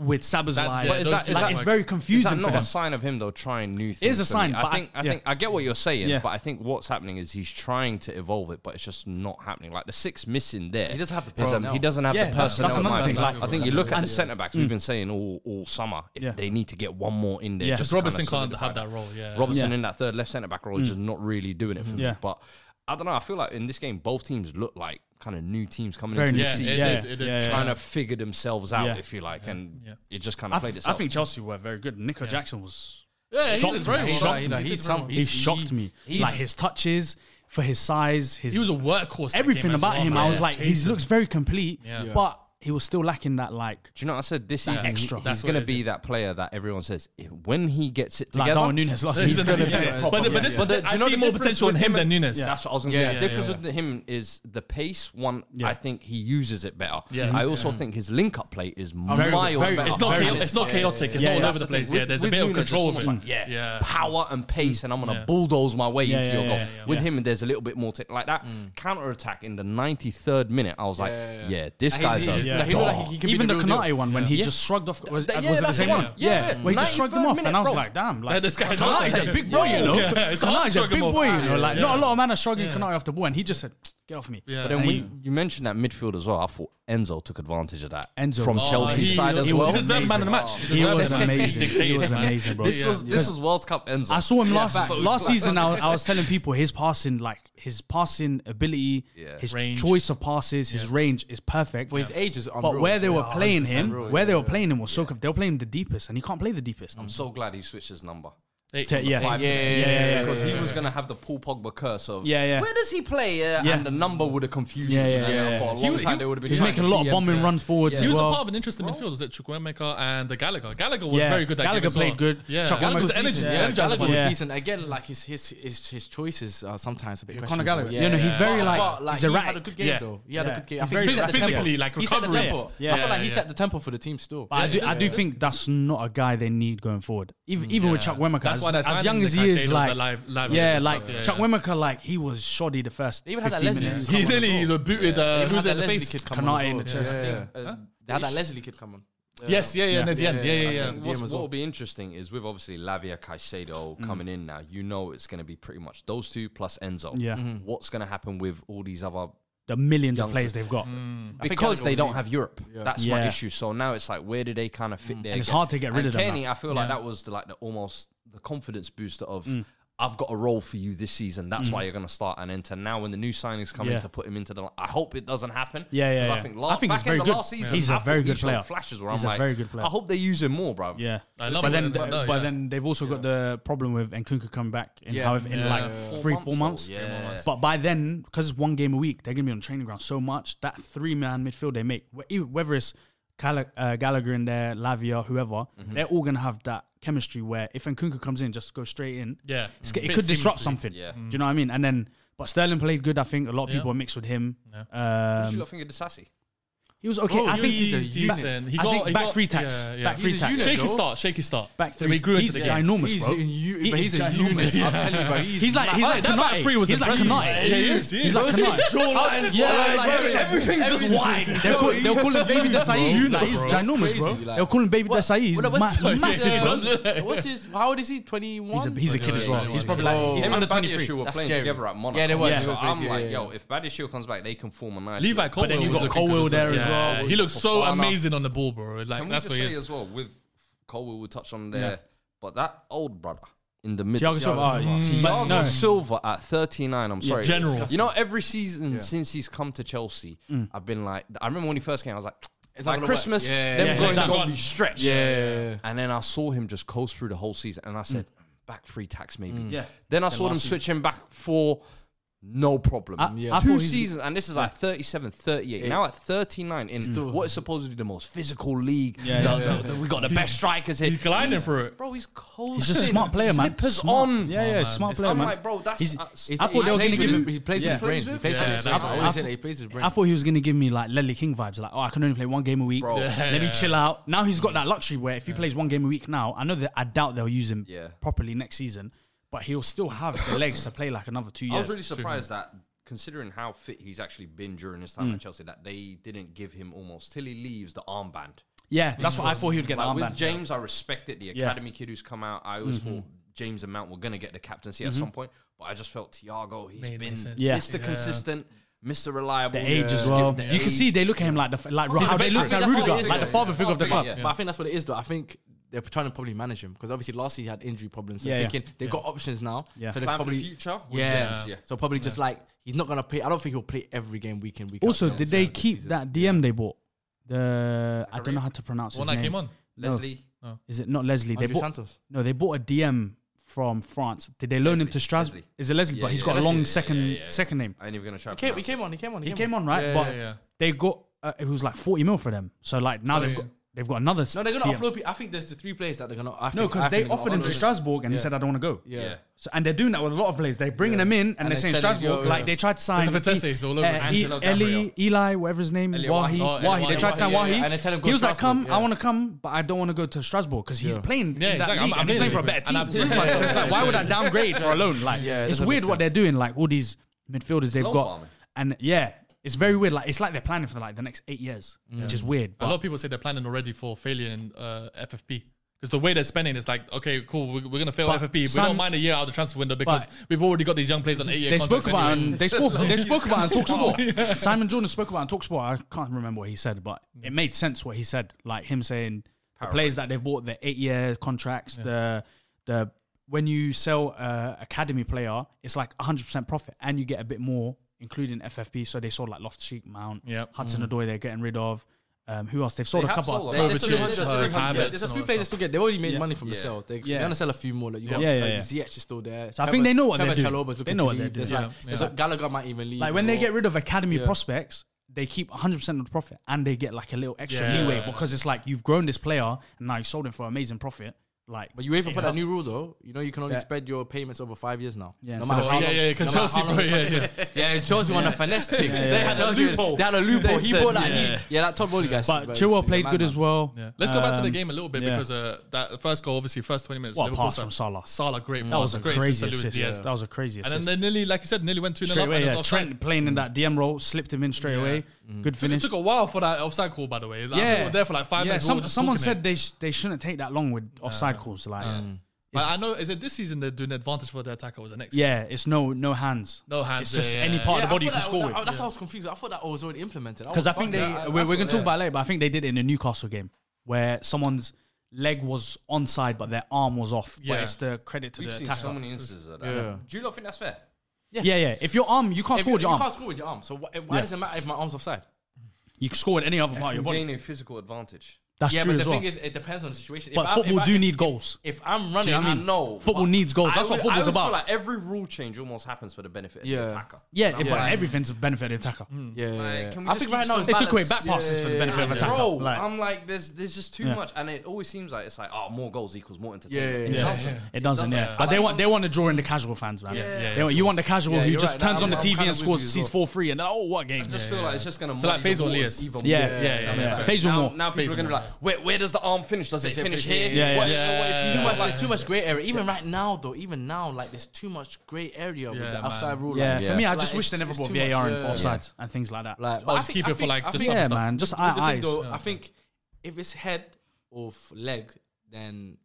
[SPEAKER 2] with Sabah's
[SPEAKER 1] That-
[SPEAKER 2] line.
[SPEAKER 1] yeah,
[SPEAKER 4] But is
[SPEAKER 1] those
[SPEAKER 4] that-
[SPEAKER 1] two
[SPEAKER 4] is
[SPEAKER 2] like,
[SPEAKER 4] that-
[SPEAKER 2] it's
[SPEAKER 1] like-
[SPEAKER 2] very
[SPEAKER 4] Is
[SPEAKER 2] confusing
[SPEAKER 4] that
[SPEAKER 2] for
[SPEAKER 4] not
[SPEAKER 2] them.
[SPEAKER 4] a sign of him though trying new things?
[SPEAKER 2] a
[SPEAKER 4] for
[SPEAKER 2] sign,
[SPEAKER 4] me?
[SPEAKER 2] but I-
[SPEAKER 4] I think I
[SPEAKER 2] yeah.
[SPEAKER 4] think I get what you're saying,
[SPEAKER 2] Yeah.
[SPEAKER 4] but I think what's happening is he's trying to evolve it, but it's just not happening. Like the six missing there.
[SPEAKER 3] He doesn't have the
[SPEAKER 4] is, um,
[SPEAKER 3] personnel.
[SPEAKER 4] He doesn't have
[SPEAKER 2] Yeah,
[SPEAKER 4] the
[SPEAKER 2] that's-
[SPEAKER 4] personnel.
[SPEAKER 2] that's
[SPEAKER 4] in
[SPEAKER 2] another
[SPEAKER 4] mind.
[SPEAKER 2] thing.
[SPEAKER 4] Like,
[SPEAKER 2] That's
[SPEAKER 4] I think
[SPEAKER 1] what-
[SPEAKER 4] you look at the
[SPEAKER 1] that's
[SPEAKER 4] centre backs. We've been saying all all summer if
[SPEAKER 2] Yeah.
[SPEAKER 4] they need to get one more in there.
[SPEAKER 2] Yeah. Because
[SPEAKER 4] just to kinda
[SPEAKER 1] Robertson can't
[SPEAKER 4] solidify
[SPEAKER 1] have
[SPEAKER 4] that.
[SPEAKER 1] that role. Yeah.
[SPEAKER 4] Robertson in that third left centre back role is just not really doing it for
[SPEAKER 2] Mm. Yeah.
[SPEAKER 4] me. But I don't know. I feel like in this game, both teams look like kind of new teams coming
[SPEAKER 2] Very
[SPEAKER 4] into
[SPEAKER 2] new
[SPEAKER 4] the
[SPEAKER 1] yeah,
[SPEAKER 2] teams.
[SPEAKER 4] season,
[SPEAKER 2] Yeah,
[SPEAKER 1] it, it, it,
[SPEAKER 2] yeah, yeah.
[SPEAKER 4] trying to figure themselves out,
[SPEAKER 2] Yeah.
[SPEAKER 4] if you like, and
[SPEAKER 1] Yeah.
[SPEAKER 4] it just kind
[SPEAKER 2] I,
[SPEAKER 4] of played
[SPEAKER 2] th-
[SPEAKER 4] itself.
[SPEAKER 2] I think Chelsea were very good. Nico Jackson was.
[SPEAKER 1] Yeah, he
[SPEAKER 2] shocked
[SPEAKER 1] did
[SPEAKER 2] me.
[SPEAKER 1] very well.
[SPEAKER 2] Shocked
[SPEAKER 3] Nah, you
[SPEAKER 2] me.
[SPEAKER 3] know,
[SPEAKER 1] He
[SPEAKER 3] he's
[SPEAKER 1] did very
[SPEAKER 3] some.
[SPEAKER 1] well.
[SPEAKER 2] He shocked me. Like his touches, for his size, his
[SPEAKER 1] He was a workhorse. that
[SPEAKER 2] everything
[SPEAKER 1] game as
[SPEAKER 2] about
[SPEAKER 1] well,
[SPEAKER 2] him.
[SPEAKER 1] man.
[SPEAKER 2] I was like, he
[SPEAKER 1] Jesus.
[SPEAKER 2] looks very complete,
[SPEAKER 1] Yeah. Yeah.
[SPEAKER 2] but he was still lacking that like
[SPEAKER 4] Do you know what I said? This season,
[SPEAKER 2] extra.
[SPEAKER 4] he-
[SPEAKER 2] That's
[SPEAKER 4] he's
[SPEAKER 1] what
[SPEAKER 4] going
[SPEAKER 1] it
[SPEAKER 4] to
[SPEAKER 1] is,
[SPEAKER 4] be
[SPEAKER 1] yeah.
[SPEAKER 4] that player that everyone says, "If- when he gets it
[SPEAKER 2] like
[SPEAKER 4] together,
[SPEAKER 2] Darwin Nunes last
[SPEAKER 1] He's
[SPEAKER 2] season.
[SPEAKER 1] gonna be
[SPEAKER 2] Yeah.
[SPEAKER 1] it.
[SPEAKER 3] proper.
[SPEAKER 1] But, but this,
[SPEAKER 3] Yeah,
[SPEAKER 1] but
[SPEAKER 3] yeah.
[SPEAKER 1] I
[SPEAKER 4] do you know
[SPEAKER 1] see
[SPEAKER 4] the
[SPEAKER 1] more
[SPEAKER 4] difference
[SPEAKER 1] potential in
[SPEAKER 4] with
[SPEAKER 1] him than
[SPEAKER 4] and-
[SPEAKER 1] Nunes.
[SPEAKER 4] That's what I was going to
[SPEAKER 3] Yeah,
[SPEAKER 4] say.
[SPEAKER 3] yeah,
[SPEAKER 4] the difference
[SPEAKER 1] yeah,
[SPEAKER 4] with him is the pace. One,
[SPEAKER 2] Yeah.
[SPEAKER 4] I think he uses it better.
[SPEAKER 1] Yeah.
[SPEAKER 4] I also think his link-up play is
[SPEAKER 3] Very good,
[SPEAKER 4] miles
[SPEAKER 3] very
[SPEAKER 4] better.
[SPEAKER 3] good.
[SPEAKER 1] It's not,
[SPEAKER 3] Very
[SPEAKER 1] chao-
[SPEAKER 3] good.
[SPEAKER 1] it's not
[SPEAKER 3] Yeah,
[SPEAKER 1] chaotic. It's
[SPEAKER 2] yeah,
[SPEAKER 1] not all
[SPEAKER 2] yeah.
[SPEAKER 1] over the place.
[SPEAKER 4] With-
[SPEAKER 1] yeah, there's a
[SPEAKER 4] with
[SPEAKER 1] bit of
[SPEAKER 4] Nunes, it's
[SPEAKER 1] control of
[SPEAKER 4] almost
[SPEAKER 1] it.
[SPEAKER 4] Like, yeah,
[SPEAKER 1] yeah.
[SPEAKER 4] power and pace, and I'm gonna
[SPEAKER 1] Yeah.
[SPEAKER 4] bulldoze my way
[SPEAKER 2] Yeah,
[SPEAKER 4] into
[SPEAKER 2] yeah,
[SPEAKER 4] your
[SPEAKER 2] yeah,
[SPEAKER 4] goal.
[SPEAKER 2] yeah, yeah.
[SPEAKER 4] With
[SPEAKER 2] Yeah.
[SPEAKER 4] him, there's a little bit more t- like that counter attack in the 93rd minute. I was like,
[SPEAKER 3] yeah,
[SPEAKER 4] yeah,
[SPEAKER 3] yeah.
[SPEAKER 4] this
[SPEAKER 3] He's-
[SPEAKER 4] guy's
[SPEAKER 3] he's-
[SPEAKER 4] a
[SPEAKER 3] yeah. He looked
[SPEAKER 4] dog.
[SPEAKER 3] like he could be
[SPEAKER 2] Even the
[SPEAKER 3] the real
[SPEAKER 2] Kanate
[SPEAKER 3] deal.
[SPEAKER 2] one when he
[SPEAKER 4] Yeah.
[SPEAKER 2] just shrugged off. Was,
[SPEAKER 4] Th- yeah,
[SPEAKER 2] was it the
[SPEAKER 4] that's
[SPEAKER 2] same
[SPEAKER 4] the
[SPEAKER 2] one?
[SPEAKER 4] one. Yeah,
[SPEAKER 2] where he just shrugged him
[SPEAKER 4] 93rd
[SPEAKER 2] off, and I was
[SPEAKER 4] minute,
[SPEAKER 2] like, "Damn, like
[SPEAKER 1] Yeah, this guy-
[SPEAKER 2] Kanate's a big boy, you know.
[SPEAKER 1] Yeah, it's hard
[SPEAKER 2] Kanate's a
[SPEAKER 1] shrugging
[SPEAKER 2] big
[SPEAKER 1] him off.
[SPEAKER 2] boy, you know. Like
[SPEAKER 1] Yeah.
[SPEAKER 2] not a lot of men are shrugging
[SPEAKER 1] Yeah.
[SPEAKER 2] Kanate off the ball, and he just said, "Get off me."
[SPEAKER 1] Yeah.
[SPEAKER 4] But then
[SPEAKER 2] And
[SPEAKER 4] we,
[SPEAKER 2] he-
[SPEAKER 4] you mentioned that midfield as well. I thought Enzo took advantage of that
[SPEAKER 2] Enzo.
[SPEAKER 4] from
[SPEAKER 2] Oh,
[SPEAKER 4] Chelsea's
[SPEAKER 1] he-
[SPEAKER 4] side as
[SPEAKER 2] he was
[SPEAKER 4] well.
[SPEAKER 1] He deserved man of the match.
[SPEAKER 2] He
[SPEAKER 1] deserved
[SPEAKER 2] was
[SPEAKER 1] it.
[SPEAKER 2] amazing. He
[SPEAKER 1] dictated,
[SPEAKER 2] was
[SPEAKER 1] man.
[SPEAKER 2] amazing, bro.
[SPEAKER 4] This
[SPEAKER 2] Yeah.
[SPEAKER 4] was this was World Cup Enzo.
[SPEAKER 2] I saw him last
[SPEAKER 3] facts.
[SPEAKER 2] last
[SPEAKER 3] So-
[SPEAKER 2] season. I, was- I was telling people his passing, like his passing ability,
[SPEAKER 4] Yeah.
[SPEAKER 2] his
[SPEAKER 1] Range.
[SPEAKER 2] choice of passes, his range is perfect.
[SPEAKER 3] For his age is
[SPEAKER 2] but
[SPEAKER 3] unreal.
[SPEAKER 2] where they
[SPEAKER 3] Yeah,
[SPEAKER 2] were playing
[SPEAKER 3] 100%
[SPEAKER 2] him,
[SPEAKER 3] real,
[SPEAKER 2] where
[SPEAKER 3] yeah,
[SPEAKER 2] they were
[SPEAKER 3] yeah.
[SPEAKER 2] playing him was so conf- they were playing him the deepest, and he can't play the deepest.
[SPEAKER 4] I'm
[SPEAKER 2] I'm
[SPEAKER 4] so glad he switched his number.
[SPEAKER 1] Eight
[SPEAKER 2] yeah,
[SPEAKER 1] on the
[SPEAKER 2] yeah,
[SPEAKER 1] five.
[SPEAKER 2] yeah,
[SPEAKER 3] Yeah, yeah,
[SPEAKER 2] yeah, yeah, yeah.
[SPEAKER 4] Because he was going to have the Paul Pogba curse of
[SPEAKER 2] Yeah, yeah.
[SPEAKER 4] where does he play? Uh,
[SPEAKER 2] Yeah.
[SPEAKER 4] And the number would have confused
[SPEAKER 2] Yeah,
[SPEAKER 4] us, you
[SPEAKER 2] yeah, yeah,
[SPEAKER 4] know, for a
[SPEAKER 2] yeah.
[SPEAKER 4] long
[SPEAKER 1] He-
[SPEAKER 4] time.
[SPEAKER 1] he-
[SPEAKER 4] they would have been
[SPEAKER 2] He's
[SPEAKER 4] trying
[SPEAKER 2] making a
[SPEAKER 4] to
[SPEAKER 2] lot of
[SPEAKER 4] DM
[SPEAKER 2] bombing
[SPEAKER 4] to-
[SPEAKER 2] runs forwards
[SPEAKER 4] Yeah.
[SPEAKER 2] as
[SPEAKER 1] He was
[SPEAKER 2] well.
[SPEAKER 1] a part of an interesting midfield. Was it Chukwemeka and the Gallagher? Gallagher was
[SPEAKER 2] Yeah,
[SPEAKER 1] very good. That
[SPEAKER 2] Gallagher
[SPEAKER 1] game as
[SPEAKER 2] played
[SPEAKER 1] well.
[SPEAKER 2] good.
[SPEAKER 1] Yeah,
[SPEAKER 2] Chukwemeka
[SPEAKER 3] Gallagher was
[SPEAKER 2] Gallagher's
[SPEAKER 1] energy.
[SPEAKER 3] decent.
[SPEAKER 2] energy.
[SPEAKER 3] Yeah, Gallagher was
[SPEAKER 2] Yeah.
[SPEAKER 3] decent. Again, like his his his, his choices are sometimes a bit.
[SPEAKER 2] Conor
[SPEAKER 3] questionable.
[SPEAKER 2] Gallagher. Yeah, no, he's very, like, he's
[SPEAKER 3] he had a
[SPEAKER 2] erratic.
[SPEAKER 3] good game
[SPEAKER 1] Yeah.
[SPEAKER 3] though. He had
[SPEAKER 2] Yeah.
[SPEAKER 3] a good game. I
[SPEAKER 2] He's
[SPEAKER 3] think
[SPEAKER 2] very
[SPEAKER 3] he set the
[SPEAKER 2] erratic.
[SPEAKER 3] tempo.
[SPEAKER 1] Physically, like,
[SPEAKER 3] he set the
[SPEAKER 1] recoveries.
[SPEAKER 3] tempo.
[SPEAKER 2] Yeah.
[SPEAKER 3] I feel like he
[SPEAKER 1] Yeah.
[SPEAKER 3] set the tempo for the team still.
[SPEAKER 2] But I do, I do
[SPEAKER 3] yeah.
[SPEAKER 2] think that's not a guy they need going forward. Even even with
[SPEAKER 1] yeah.
[SPEAKER 2] Chuck Wemeka,
[SPEAKER 1] That's
[SPEAKER 2] as,
[SPEAKER 1] why that
[SPEAKER 2] as
[SPEAKER 1] signing
[SPEAKER 2] young
[SPEAKER 1] with
[SPEAKER 2] as he
[SPEAKER 1] Caicedo
[SPEAKER 2] is,
[SPEAKER 1] was
[SPEAKER 2] like
[SPEAKER 1] a live- live
[SPEAKER 2] yeah,
[SPEAKER 1] and
[SPEAKER 2] like
[SPEAKER 1] stuff, yeah,
[SPEAKER 2] Chuck
[SPEAKER 1] yeah.
[SPEAKER 2] Wemeka, like he was shoddy the first.
[SPEAKER 3] They even had that
[SPEAKER 2] 15
[SPEAKER 3] Leslie
[SPEAKER 2] minutes.
[SPEAKER 3] kid
[SPEAKER 1] He
[SPEAKER 3] come on as
[SPEAKER 1] literally
[SPEAKER 3] well.
[SPEAKER 1] booted uh,
[SPEAKER 3] They even
[SPEAKER 1] who
[SPEAKER 3] had
[SPEAKER 1] was it
[SPEAKER 3] that
[SPEAKER 1] in the
[SPEAKER 3] Leslie
[SPEAKER 1] face?
[SPEAKER 3] kid come on as
[SPEAKER 2] Konate in
[SPEAKER 3] well.
[SPEAKER 2] the chest.
[SPEAKER 3] Yeah, yeah.
[SPEAKER 4] Uh,
[SPEAKER 3] They had that Leslie kid come on.
[SPEAKER 1] Yes, yeah, yeah,
[SPEAKER 2] Yeah.
[SPEAKER 1] in the end, yeah, yeah, yeah.
[SPEAKER 3] think
[SPEAKER 4] What's,
[SPEAKER 3] DM as
[SPEAKER 4] what
[SPEAKER 3] well.
[SPEAKER 4] will be interesting is with obviously Lavia Caicedo coming in now, you know it's going to be pretty much those two plus Enzo.
[SPEAKER 2] Yeah.
[SPEAKER 4] What's going to happen with all these other
[SPEAKER 2] The millions of
[SPEAKER 4] Youngster.
[SPEAKER 2] players they've got,
[SPEAKER 1] Mm.
[SPEAKER 3] think
[SPEAKER 4] because
[SPEAKER 3] Gallagher
[SPEAKER 4] they
[SPEAKER 3] will
[SPEAKER 4] don't
[SPEAKER 3] leave.
[SPEAKER 4] have Europe. That's
[SPEAKER 2] Yeah. Mm.
[SPEAKER 4] my issue. So now it's like, where do they kind of fit there?
[SPEAKER 2] it's
[SPEAKER 4] again?
[SPEAKER 2] hard to get rid
[SPEAKER 4] And
[SPEAKER 2] of them
[SPEAKER 4] Kenny,
[SPEAKER 2] now.
[SPEAKER 4] I feel like that was the, like the almost the confidence booster of.
[SPEAKER 2] Mm.
[SPEAKER 4] I've got a role for you this season. That's why you're going to start and enter. Now, when the new signings come
[SPEAKER 2] Yeah.
[SPEAKER 4] in to put him into the, I hope it doesn't happen.
[SPEAKER 2] Yeah, yeah,
[SPEAKER 4] 'Cause
[SPEAKER 2] yeah.
[SPEAKER 4] I think,
[SPEAKER 2] I
[SPEAKER 4] la-
[SPEAKER 2] think
[SPEAKER 4] back
[SPEAKER 2] he's very
[SPEAKER 4] in the
[SPEAKER 2] good.
[SPEAKER 4] last season,
[SPEAKER 2] He's a
[SPEAKER 4] I thought
[SPEAKER 2] very
[SPEAKER 4] he
[SPEAKER 2] good
[SPEAKER 4] showed
[SPEAKER 2] player.
[SPEAKER 4] Flashes where
[SPEAKER 2] He's a
[SPEAKER 4] I'm like,
[SPEAKER 2] very good player.
[SPEAKER 4] I hope they use him more, bro.
[SPEAKER 2] yeah.
[SPEAKER 1] I love
[SPEAKER 2] but
[SPEAKER 1] it
[SPEAKER 2] then,
[SPEAKER 1] when they- no,
[SPEAKER 2] but
[SPEAKER 1] yeah.
[SPEAKER 2] then they've also got the problem with Nkunku coming back in
[SPEAKER 3] Yeah.
[SPEAKER 2] however in
[SPEAKER 3] Yeah.
[SPEAKER 2] like
[SPEAKER 3] Four
[SPEAKER 2] three
[SPEAKER 4] months
[SPEAKER 2] four
[SPEAKER 4] though,
[SPEAKER 2] months.
[SPEAKER 4] yeah. Three more months.
[SPEAKER 2] But by then, because it's one game a week, they're gonna be on training ground so much that three man midfield they make, wh- even- whether it's Gall- uh, Gallagher in there, Lavia, whoever,
[SPEAKER 3] Mm-hmm.
[SPEAKER 2] they're all gonna have that chemistry where if Nkunku comes in, just go straight in.
[SPEAKER 1] Yeah.
[SPEAKER 2] It's g-
[SPEAKER 1] Bit
[SPEAKER 2] it could disrupt
[SPEAKER 1] seamlessly.
[SPEAKER 2] something.
[SPEAKER 4] Yeah.
[SPEAKER 2] Do you know what I mean? And then, but Sterling played good. I think a lot of people are mixed with him.
[SPEAKER 4] What do you
[SPEAKER 2] Um,
[SPEAKER 4] lot think of Disasi?
[SPEAKER 2] he was okay.
[SPEAKER 3] Oh,
[SPEAKER 2] I
[SPEAKER 3] he
[SPEAKER 2] think
[SPEAKER 3] is a
[SPEAKER 2] back-
[SPEAKER 1] decent. He
[SPEAKER 2] I
[SPEAKER 1] got-
[SPEAKER 2] think
[SPEAKER 1] he
[SPEAKER 2] back
[SPEAKER 1] got-
[SPEAKER 2] three tacks.
[SPEAKER 1] yeah, yeah.
[SPEAKER 2] Back
[SPEAKER 1] He's
[SPEAKER 2] three
[SPEAKER 3] a
[SPEAKER 2] tacks.
[SPEAKER 3] unit,
[SPEAKER 1] Shaky
[SPEAKER 3] though.
[SPEAKER 1] start, shaky start.
[SPEAKER 2] Back
[SPEAKER 1] So
[SPEAKER 2] three.
[SPEAKER 1] He grew
[SPEAKER 2] he's
[SPEAKER 1] into the game.
[SPEAKER 2] ginormous,
[SPEAKER 3] He's
[SPEAKER 2] bro.
[SPEAKER 3] in you-
[SPEAKER 2] He
[SPEAKER 3] but
[SPEAKER 2] is
[SPEAKER 3] he's a
[SPEAKER 2] ginormous.
[SPEAKER 3] unit. I'm telling you, bro, he's
[SPEAKER 2] he's like he's
[SPEAKER 1] mad.
[SPEAKER 2] like
[SPEAKER 1] That back
[SPEAKER 2] Kanate.
[SPEAKER 1] three was
[SPEAKER 2] he's like
[SPEAKER 1] impressive.
[SPEAKER 2] Kanate.
[SPEAKER 1] Yeah, he is, he
[SPEAKER 2] He's
[SPEAKER 1] is.
[SPEAKER 2] like
[SPEAKER 1] That was it.
[SPEAKER 2] Kanate.
[SPEAKER 3] Yeah,
[SPEAKER 2] like, everything's just wide. They'll call, they'll call him Baby Desai. Like, he's
[SPEAKER 3] bro.
[SPEAKER 2] ginormous, bro.
[SPEAKER 3] Crazy, like-
[SPEAKER 2] they'll call him Baby
[SPEAKER 3] What-
[SPEAKER 2] Desai. He's
[SPEAKER 3] what-
[SPEAKER 2] ma-
[SPEAKER 3] what's his-
[SPEAKER 2] massive.
[SPEAKER 1] Yeah, he does
[SPEAKER 2] bro.
[SPEAKER 1] look-
[SPEAKER 3] What's his? How old is he? Twenty
[SPEAKER 2] He's
[SPEAKER 3] one.
[SPEAKER 2] a, he's a kid as well.
[SPEAKER 4] Yeah,
[SPEAKER 2] He's
[SPEAKER 4] yeah,
[SPEAKER 2] probably
[SPEAKER 3] yeah.
[SPEAKER 2] like he's
[SPEAKER 4] Him
[SPEAKER 3] Bro.
[SPEAKER 2] under
[SPEAKER 4] and
[SPEAKER 2] twenty
[SPEAKER 4] Badiashile
[SPEAKER 2] three.
[SPEAKER 4] were
[SPEAKER 3] That's
[SPEAKER 4] playing
[SPEAKER 3] scary.
[SPEAKER 4] together at Monaco.
[SPEAKER 3] Yeah, they were.
[SPEAKER 2] Yeah.
[SPEAKER 3] They
[SPEAKER 4] So
[SPEAKER 3] were
[SPEAKER 4] I'm
[SPEAKER 3] crazy, yeah,
[SPEAKER 4] like,
[SPEAKER 3] yeah.
[SPEAKER 4] yo, if Badiashile comes back, they can form a nice.
[SPEAKER 1] Levi Colwell.
[SPEAKER 2] But then you
[SPEAKER 1] was
[SPEAKER 2] got
[SPEAKER 1] a-
[SPEAKER 2] Colwell there as
[SPEAKER 1] Yeah,
[SPEAKER 2] well.
[SPEAKER 1] He looks so
[SPEAKER 4] Fofana.
[SPEAKER 1] amazing on the ball, bro. Like
[SPEAKER 4] Can we
[SPEAKER 1] that's
[SPEAKER 4] just
[SPEAKER 1] what he
[SPEAKER 4] say
[SPEAKER 1] is.
[SPEAKER 4] as well with Colwell? We'll touch on there, but that old brother in the middle.
[SPEAKER 2] Thiago Silva. Ah,
[SPEAKER 4] Thiago
[SPEAKER 2] but no.
[SPEAKER 4] Silva at 39. I'm sorry,
[SPEAKER 1] general.
[SPEAKER 4] You know, every season since he's come to Chelsea,
[SPEAKER 2] Mm.
[SPEAKER 4] I've been like, I remember when he first came, I was like,
[SPEAKER 3] It's
[SPEAKER 4] it's
[SPEAKER 3] not
[SPEAKER 4] like
[SPEAKER 3] gonna
[SPEAKER 4] Christmas,
[SPEAKER 3] work. Yeah,
[SPEAKER 4] them
[SPEAKER 3] yeah,
[SPEAKER 2] yeah. He's
[SPEAKER 4] going to
[SPEAKER 2] done
[SPEAKER 4] go
[SPEAKER 1] gone.
[SPEAKER 4] be stretched.
[SPEAKER 3] Yeah.
[SPEAKER 4] And then I saw him just coast through the whole season, and I said,
[SPEAKER 3] Mm.
[SPEAKER 4] back three tax maybe.
[SPEAKER 2] Yeah.
[SPEAKER 4] Then I saw them
[SPEAKER 2] last season.
[SPEAKER 4] switch him back for no problem.
[SPEAKER 2] I- Yeah. I
[SPEAKER 4] Two
[SPEAKER 2] thought he's-
[SPEAKER 4] seasons, and this is like 37, 38. Now at 39, in what is supposedly the most physical league,
[SPEAKER 2] Yeah,
[SPEAKER 4] the-
[SPEAKER 2] yeah, yeah.
[SPEAKER 4] the- the- we got the best strikers here.
[SPEAKER 1] He's gliding through it.
[SPEAKER 4] Bro, he's cold.
[SPEAKER 2] He's just a smart player, man.
[SPEAKER 4] Slippers
[SPEAKER 2] Smart.
[SPEAKER 4] on.
[SPEAKER 2] Yeah, yeah, smart player,
[SPEAKER 4] I'm
[SPEAKER 2] man.
[SPEAKER 4] like, bro, that's.
[SPEAKER 2] He's-
[SPEAKER 4] uh,
[SPEAKER 2] I thought they were gonna
[SPEAKER 3] plays
[SPEAKER 2] give
[SPEAKER 3] with-
[SPEAKER 2] him-
[SPEAKER 3] He plays
[SPEAKER 2] Yeah.
[SPEAKER 3] with his brain.
[SPEAKER 4] Yeah,
[SPEAKER 3] He plays with
[SPEAKER 1] that's
[SPEAKER 3] his
[SPEAKER 1] what
[SPEAKER 3] brain.
[SPEAKER 1] I
[SPEAKER 3] I
[SPEAKER 2] thought-
[SPEAKER 3] always say that he plays with his brain.
[SPEAKER 2] I thought he was gonna give me like Lelly King vibes, like oh I can only play one game a week.
[SPEAKER 4] Bro. Mm. Yeah.
[SPEAKER 2] Let me chill out. Now he's got that luxury where if he plays one game a week now, I know that I doubt they'll use him
[SPEAKER 4] Yeah.
[SPEAKER 2] properly next season, but he'll still have the legs to play like another two
[SPEAKER 4] I
[SPEAKER 2] years.
[SPEAKER 4] was really surprised that, considering how
[SPEAKER 3] Mm.
[SPEAKER 4] fit he's actually been during his time at Chelsea, that they didn't give him almost till he leaves the armband.
[SPEAKER 2] Yeah, that's what I thought he would get
[SPEAKER 4] Like,
[SPEAKER 2] the
[SPEAKER 4] with
[SPEAKER 2] armband. Mm-hmm.
[SPEAKER 4] James, I respect it. The academy kid who's come out, I always thought James and Mount were going to get the captaincy at some point. But I just felt Tiago, he's
[SPEAKER 1] Made no
[SPEAKER 4] been
[SPEAKER 1] sense.
[SPEAKER 2] Yeah.
[SPEAKER 4] Mr. Consistent, Mr. Reliable.
[SPEAKER 2] the age as
[SPEAKER 4] Just
[SPEAKER 2] well.
[SPEAKER 4] give the
[SPEAKER 2] You can
[SPEAKER 4] age.
[SPEAKER 2] see they look at him like the f- like
[SPEAKER 4] He's
[SPEAKER 2] how
[SPEAKER 4] a
[SPEAKER 2] they look
[SPEAKER 4] veteran.
[SPEAKER 2] at
[SPEAKER 4] That's what it
[SPEAKER 2] Rudiger,
[SPEAKER 4] is,
[SPEAKER 2] like the
[SPEAKER 4] yeah.
[SPEAKER 2] father figure of the club.
[SPEAKER 4] Yeah.
[SPEAKER 3] But I think that's what it is, though. I think they're trying to probably manage him because obviously last year he had injury problems. So
[SPEAKER 2] Yeah, yeah.
[SPEAKER 3] thinking they've got options now.
[SPEAKER 2] Yeah.
[SPEAKER 3] So they
[SPEAKER 4] Plan for
[SPEAKER 3] probably
[SPEAKER 4] the future. with
[SPEAKER 3] Yeah.
[SPEAKER 4] James, yeah.
[SPEAKER 3] So probably just like he's not gonna play. I don't think he'll play every game week in week. out.
[SPEAKER 2] Also,
[SPEAKER 3] So-
[SPEAKER 2] did
[SPEAKER 3] so
[SPEAKER 2] they
[SPEAKER 3] this
[SPEAKER 2] keep
[SPEAKER 3] season-
[SPEAKER 2] that DM they bought? The I don't know how to pronounce his
[SPEAKER 1] One that
[SPEAKER 2] name.
[SPEAKER 1] came on.
[SPEAKER 2] No.
[SPEAKER 4] Leslie.
[SPEAKER 2] Is it not Leslie? They
[SPEAKER 3] Andrew
[SPEAKER 2] bought,
[SPEAKER 3] Santos.
[SPEAKER 2] no, they bought a DM from France. Did they loan him
[SPEAKER 4] Leslie,
[SPEAKER 2] to Strasbourg?
[SPEAKER 4] Leslie.
[SPEAKER 2] Is it Leslie?
[SPEAKER 4] Yeah,
[SPEAKER 2] but he's
[SPEAKER 4] yeah,
[SPEAKER 2] got a
[SPEAKER 4] Leslie,
[SPEAKER 2] long
[SPEAKER 4] yeah, yeah,
[SPEAKER 2] second
[SPEAKER 4] yeah, yeah.
[SPEAKER 2] second name.
[SPEAKER 4] I ain't even going to try.
[SPEAKER 3] He
[SPEAKER 4] to
[SPEAKER 3] came, he
[SPEAKER 4] pronounce
[SPEAKER 3] came on. He came on.
[SPEAKER 2] He came on right,
[SPEAKER 1] Yeah,
[SPEAKER 2] but
[SPEAKER 1] yeah, yeah.
[SPEAKER 2] they got uh, it was like forty mil for them. So like now they've
[SPEAKER 1] yeah.
[SPEAKER 2] got, they've got another.
[SPEAKER 3] No, they're gonna
[SPEAKER 2] DM.
[SPEAKER 3] offload. pe- I think there's the three players that they're gonna. I
[SPEAKER 2] No,
[SPEAKER 3] think-
[SPEAKER 2] because
[SPEAKER 3] I
[SPEAKER 2] they
[SPEAKER 3] think they're
[SPEAKER 2] offered him to
[SPEAKER 3] offload.
[SPEAKER 2] Strasbourg and he said I don't want to go.
[SPEAKER 3] Yeah.
[SPEAKER 4] Yeah.
[SPEAKER 2] So, and they're doing that with a lot of players. They're bringing them in and, they're
[SPEAKER 3] they're
[SPEAKER 2] saying
[SPEAKER 3] selling,
[SPEAKER 2] Strasbourg.
[SPEAKER 3] yeah,
[SPEAKER 2] Like
[SPEAKER 3] yeah.
[SPEAKER 2] they tried to sign
[SPEAKER 1] the Vitesse is all over it.
[SPEAKER 2] E-
[SPEAKER 4] Angelo
[SPEAKER 2] Eli,
[SPEAKER 4] Gabriel.
[SPEAKER 2] Eli, whatever his name,
[SPEAKER 4] Eli
[SPEAKER 2] Wahi.
[SPEAKER 4] Wahi.
[SPEAKER 2] Wahi.
[SPEAKER 1] Oh, Eli
[SPEAKER 2] They tried to sign
[SPEAKER 3] Wahi,
[SPEAKER 2] Wahi.
[SPEAKER 3] yeah, yeah. And they tell him
[SPEAKER 2] he
[SPEAKER 3] go
[SPEAKER 2] was like, "Come,
[SPEAKER 3] Strasbourg,
[SPEAKER 2] I
[SPEAKER 3] yeah.
[SPEAKER 2] want to come, but I don't want to go to Strasbourg because he's playing
[SPEAKER 1] Yeah,
[SPEAKER 2] in that
[SPEAKER 1] exactly. I'm-
[SPEAKER 2] league
[SPEAKER 1] I'm
[SPEAKER 2] and he's
[SPEAKER 1] in
[SPEAKER 2] playing for a
[SPEAKER 1] it.
[SPEAKER 2] better team."
[SPEAKER 1] And I'm doing my-
[SPEAKER 2] So it's like, why would I downgrade for a loan? Like,
[SPEAKER 3] Yeah,
[SPEAKER 2] it's
[SPEAKER 3] it doesn't
[SPEAKER 2] weird
[SPEAKER 3] make
[SPEAKER 2] what they're
[SPEAKER 3] sense.
[SPEAKER 2] doing. Like all these midfielders they've
[SPEAKER 4] Slow
[SPEAKER 2] got,
[SPEAKER 4] farming.
[SPEAKER 2] and yeah, it's very weird. Like it's like they're planning for like the next eight years, which is weird.
[SPEAKER 1] A lot of
[SPEAKER 2] But
[SPEAKER 1] people say they're planning already for failure in uh, FFP. Because the way they're spending is like, okay, cool, we're, we're going to fail
[SPEAKER 2] But
[SPEAKER 1] FFP. we
[SPEAKER 2] Sun-
[SPEAKER 1] don't mind a year out of the transfer window because
[SPEAKER 2] But-
[SPEAKER 1] we've already got these young players on eight year
[SPEAKER 2] they spoke
[SPEAKER 1] contracts.
[SPEAKER 2] about
[SPEAKER 1] anyway.
[SPEAKER 2] and they spoke they spoke about it on Talksport. Simon Jordan spoke about it on Talksport. I can't remember what he said, but it made sense what he said. Like him saying the players that they've bought, the eight year contracts, the the when you sell a academy player, it's like 100 percent profit, and you get a bit more, including FFP. So they sold like Loftus Cheek, Mount,
[SPEAKER 1] Yep.
[SPEAKER 2] Hudson Odoi. They're getting rid of. Um, who else? They've sold
[SPEAKER 4] Mm. They
[SPEAKER 2] a
[SPEAKER 4] have
[SPEAKER 2] couple.
[SPEAKER 4] sold
[SPEAKER 2] of
[SPEAKER 4] a lot.
[SPEAKER 3] There's still-
[SPEAKER 1] Kovacic,
[SPEAKER 3] there's-
[SPEAKER 1] uh, Havertz
[SPEAKER 3] there's- there's- There's a
[SPEAKER 1] and all
[SPEAKER 3] few
[SPEAKER 1] that
[SPEAKER 3] players they still get. They already made money from
[SPEAKER 4] Yeah.
[SPEAKER 3] the sale. They-
[SPEAKER 2] Yeah.
[SPEAKER 3] They're gonna sell a few more. Like you got
[SPEAKER 2] Yeah,
[SPEAKER 3] yeah,
[SPEAKER 2] yeah, yeah.
[SPEAKER 3] Ziyech is still there.
[SPEAKER 2] So I think they know what they're
[SPEAKER 3] Trevor
[SPEAKER 2] doing.
[SPEAKER 3] Chalobah's
[SPEAKER 2] They
[SPEAKER 3] looking
[SPEAKER 2] know
[SPEAKER 3] to
[SPEAKER 2] what they're
[SPEAKER 3] leave. There's
[SPEAKER 2] doing.
[SPEAKER 3] like
[SPEAKER 1] Yeah.
[SPEAKER 3] there's
[SPEAKER 1] Yeah.
[SPEAKER 3] a- Gallagher might even leave.
[SPEAKER 2] Like
[SPEAKER 3] as
[SPEAKER 2] when they
[SPEAKER 3] well.
[SPEAKER 2] get rid of academy prospects, they keep 100% of the profit and they get like a little extra
[SPEAKER 1] Yeah.
[SPEAKER 2] leeway because it's like you've grown this player and now you sold him for amazing profit. Like,
[SPEAKER 3] But you even put a new rule though. You know you can only
[SPEAKER 2] Yeah.
[SPEAKER 3] spread your payments over five years now.
[SPEAKER 2] Yeah,
[SPEAKER 3] no
[SPEAKER 2] so-
[SPEAKER 3] matter
[SPEAKER 1] Oh,
[SPEAKER 3] how
[SPEAKER 1] yeah,
[SPEAKER 3] long-
[SPEAKER 1] yeah, yeah, 'cause
[SPEAKER 3] no matter
[SPEAKER 1] Chelsea,
[SPEAKER 3] how long
[SPEAKER 1] bro,
[SPEAKER 3] the
[SPEAKER 1] yeah,
[SPEAKER 3] contract is. yeah, and Chelsea on a finesse thing.
[SPEAKER 2] They had
[SPEAKER 4] a loophole.
[SPEAKER 3] They had a loophole. He
[SPEAKER 4] said-
[SPEAKER 3] bought that.
[SPEAKER 1] Yeah.
[SPEAKER 3] Yeah, that Todd Bowley guy.
[SPEAKER 2] but Chilwell played good as well.
[SPEAKER 1] Yeah. Let's go back to the
[SPEAKER 2] Um,
[SPEAKER 1] game a little bit
[SPEAKER 2] yeah.
[SPEAKER 1] because uh, that first goal, obviously, first 20 minutes.
[SPEAKER 2] What a
[SPEAKER 1] Liverpool
[SPEAKER 2] pass
[SPEAKER 1] side-
[SPEAKER 2] from Salah.
[SPEAKER 1] Salah, great
[SPEAKER 2] That
[SPEAKER 1] pass,
[SPEAKER 2] was a
[SPEAKER 1] great
[SPEAKER 2] crazy
[SPEAKER 1] to Luis
[SPEAKER 2] assist.
[SPEAKER 1] Diaz.
[SPEAKER 2] That was a crazy
[SPEAKER 1] and
[SPEAKER 2] assist.
[SPEAKER 1] then they nearly, like you said, nearly went 2 0
[SPEAKER 2] straight
[SPEAKER 1] up.
[SPEAKER 2] away,
[SPEAKER 1] and it
[SPEAKER 2] yeah.
[SPEAKER 1] was offside.
[SPEAKER 2] Trent playing in that DM role, slipped him in straight away. Good
[SPEAKER 1] It
[SPEAKER 2] finish.
[SPEAKER 1] Mm. took a while for that offside call, by the way. Like, we were there for like five
[SPEAKER 2] Yeah,
[SPEAKER 1] minutes. we
[SPEAKER 2] some-
[SPEAKER 1] were just
[SPEAKER 2] someone
[SPEAKER 1] talking it. Mm.
[SPEAKER 2] said they sh- they shouldn't take that long with offside calls. Like,
[SPEAKER 1] But I know, is it this season they're doing advantage for the attacker? Was the next?
[SPEAKER 2] yeah, it's no no hands.
[SPEAKER 1] No hands,
[SPEAKER 2] It's just
[SPEAKER 1] yeah,
[SPEAKER 2] any
[SPEAKER 1] yeah,
[SPEAKER 2] part
[SPEAKER 3] Yeah,
[SPEAKER 2] of the body
[SPEAKER 3] I
[SPEAKER 2] you
[SPEAKER 3] thought
[SPEAKER 2] can
[SPEAKER 3] that-
[SPEAKER 2] score
[SPEAKER 3] that-
[SPEAKER 2] with.
[SPEAKER 3] That's how I was confused. I thought that was already implemented.
[SPEAKER 2] Because I think they,
[SPEAKER 3] was fucked.
[SPEAKER 2] we're, we're
[SPEAKER 3] Yeah,
[SPEAKER 2] going to
[SPEAKER 3] that's
[SPEAKER 2] talk
[SPEAKER 3] what-
[SPEAKER 2] about it later, but I think they did it in the Newcastle game where someone's leg was onside, but their arm was off.
[SPEAKER 1] Yeah.
[SPEAKER 2] But it's the credit to
[SPEAKER 4] We've
[SPEAKER 2] the
[SPEAKER 4] seen
[SPEAKER 2] attacker.
[SPEAKER 4] so many instances of that.
[SPEAKER 3] Yeah.
[SPEAKER 4] Do you not think that's fair?
[SPEAKER 2] yeah. yeah, If your arm, you can't
[SPEAKER 3] If
[SPEAKER 2] score
[SPEAKER 3] you,
[SPEAKER 2] with your
[SPEAKER 3] you
[SPEAKER 2] arm.
[SPEAKER 3] can't score with your arm, so why, why
[SPEAKER 2] Yeah.
[SPEAKER 3] does it matter if my arm's offside?
[SPEAKER 2] You can score with any other part of your
[SPEAKER 4] You're
[SPEAKER 2] body.
[SPEAKER 4] gaining physical advantage.
[SPEAKER 2] That's
[SPEAKER 3] yeah,
[SPEAKER 2] true
[SPEAKER 3] but
[SPEAKER 2] as
[SPEAKER 3] the
[SPEAKER 2] well.
[SPEAKER 3] thing is, it depends on the situation.
[SPEAKER 2] but
[SPEAKER 3] I'm-
[SPEAKER 2] football
[SPEAKER 3] I-
[SPEAKER 2] do need goals.
[SPEAKER 3] If I'm running,
[SPEAKER 2] I
[SPEAKER 3] I
[SPEAKER 2] mean?
[SPEAKER 3] know
[SPEAKER 2] Football
[SPEAKER 3] but
[SPEAKER 2] needs goals.
[SPEAKER 4] I
[SPEAKER 2] That's what
[SPEAKER 4] always- I
[SPEAKER 2] football's
[SPEAKER 4] always
[SPEAKER 2] about.
[SPEAKER 4] Feel like every rule change almost happens for the benefit
[SPEAKER 3] Yeah.
[SPEAKER 4] of the attacker.
[SPEAKER 2] yeah, it-
[SPEAKER 3] Yeah.
[SPEAKER 2] but everything's benefit attacker.
[SPEAKER 3] Yeah, yeah, yeah.
[SPEAKER 4] can
[SPEAKER 3] I
[SPEAKER 4] we
[SPEAKER 3] think
[SPEAKER 4] just keep
[SPEAKER 3] right now
[SPEAKER 4] some
[SPEAKER 3] it's
[SPEAKER 2] They took away
[SPEAKER 3] balanced.
[SPEAKER 2] back passes for the benefit of
[SPEAKER 4] Yeah.
[SPEAKER 2] attacker.
[SPEAKER 4] Bro,
[SPEAKER 2] Like,
[SPEAKER 4] I'm like, there's there's just too
[SPEAKER 2] Yeah.
[SPEAKER 4] much, and it always seems like it's like, oh, more goals equals more
[SPEAKER 3] Yeah, yeah, yeah.
[SPEAKER 4] entertainment. It
[SPEAKER 3] yeah.
[SPEAKER 4] doesn't.
[SPEAKER 2] it doesn't, yeah. But they want they want to draw in the casual fans, man.
[SPEAKER 1] yeah,
[SPEAKER 2] They want- you want the casual
[SPEAKER 3] Yeah,
[SPEAKER 2] who
[SPEAKER 3] you're
[SPEAKER 2] just
[SPEAKER 3] right.
[SPEAKER 2] turns
[SPEAKER 3] I'm-
[SPEAKER 2] on the
[SPEAKER 3] I'm
[SPEAKER 2] TV
[SPEAKER 3] kinda
[SPEAKER 2] and
[SPEAKER 3] with
[SPEAKER 2] scores,
[SPEAKER 3] you as
[SPEAKER 2] sees
[SPEAKER 3] well.
[SPEAKER 2] four three, and oh, what game?
[SPEAKER 4] I just feel like it's just gonna.
[SPEAKER 1] So like
[SPEAKER 4] muddy the
[SPEAKER 1] Faisal
[SPEAKER 4] waters
[SPEAKER 1] Lias.
[SPEAKER 4] even
[SPEAKER 2] Yeah,
[SPEAKER 4] more.
[SPEAKER 2] yeah, yeah,
[SPEAKER 4] That
[SPEAKER 2] yeah.
[SPEAKER 4] makes sense.
[SPEAKER 2] Faisal
[SPEAKER 4] now,
[SPEAKER 2] Moore.
[SPEAKER 4] Now people are gonna be like, where, where does the arm finish? Does it
[SPEAKER 3] it
[SPEAKER 4] finish
[SPEAKER 3] finish
[SPEAKER 4] here?
[SPEAKER 3] here?
[SPEAKER 2] Yeah,
[SPEAKER 4] What-
[SPEAKER 1] yeah.
[SPEAKER 4] what if you
[SPEAKER 3] Too
[SPEAKER 4] do
[SPEAKER 3] much,
[SPEAKER 4] like-
[SPEAKER 3] there's too much grey area. Even right now, though, even now, like there's too much grey area with
[SPEAKER 1] Yeah,
[SPEAKER 3] the
[SPEAKER 1] man.
[SPEAKER 3] offside rule.
[SPEAKER 2] Yeah,
[SPEAKER 3] like,
[SPEAKER 2] for me, I
[SPEAKER 3] Like,
[SPEAKER 2] just wish they
[SPEAKER 3] it's-
[SPEAKER 2] never
[SPEAKER 3] it's
[SPEAKER 2] bought
[SPEAKER 3] too much,
[SPEAKER 2] VAR and
[SPEAKER 3] yeah.
[SPEAKER 2] for
[SPEAKER 3] Yeah.
[SPEAKER 2] offsides and things like that.
[SPEAKER 3] Like,
[SPEAKER 1] Oh,
[SPEAKER 3] I
[SPEAKER 1] just
[SPEAKER 3] think-
[SPEAKER 1] keep
[SPEAKER 3] I
[SPEAKER 1] it for
[SPEAKER 3] think-
[SPEAKER 1] like
[SPEAKER 3] I
[SPEAKER 1] just
[SPEAKER 3] think-
[SPEAKER 1] some
[SPEAKER 2] yeah,
[SPEAKER 1] stuff.
[SPEAKER 2] man, just
[SPEAKER 3] But the
[SPEAKER 2] eye
[SPEAKER 3] thing though,
[SPEAKER 2] eyes.
[SPEAKER 3] I think if it's head or f- leg, then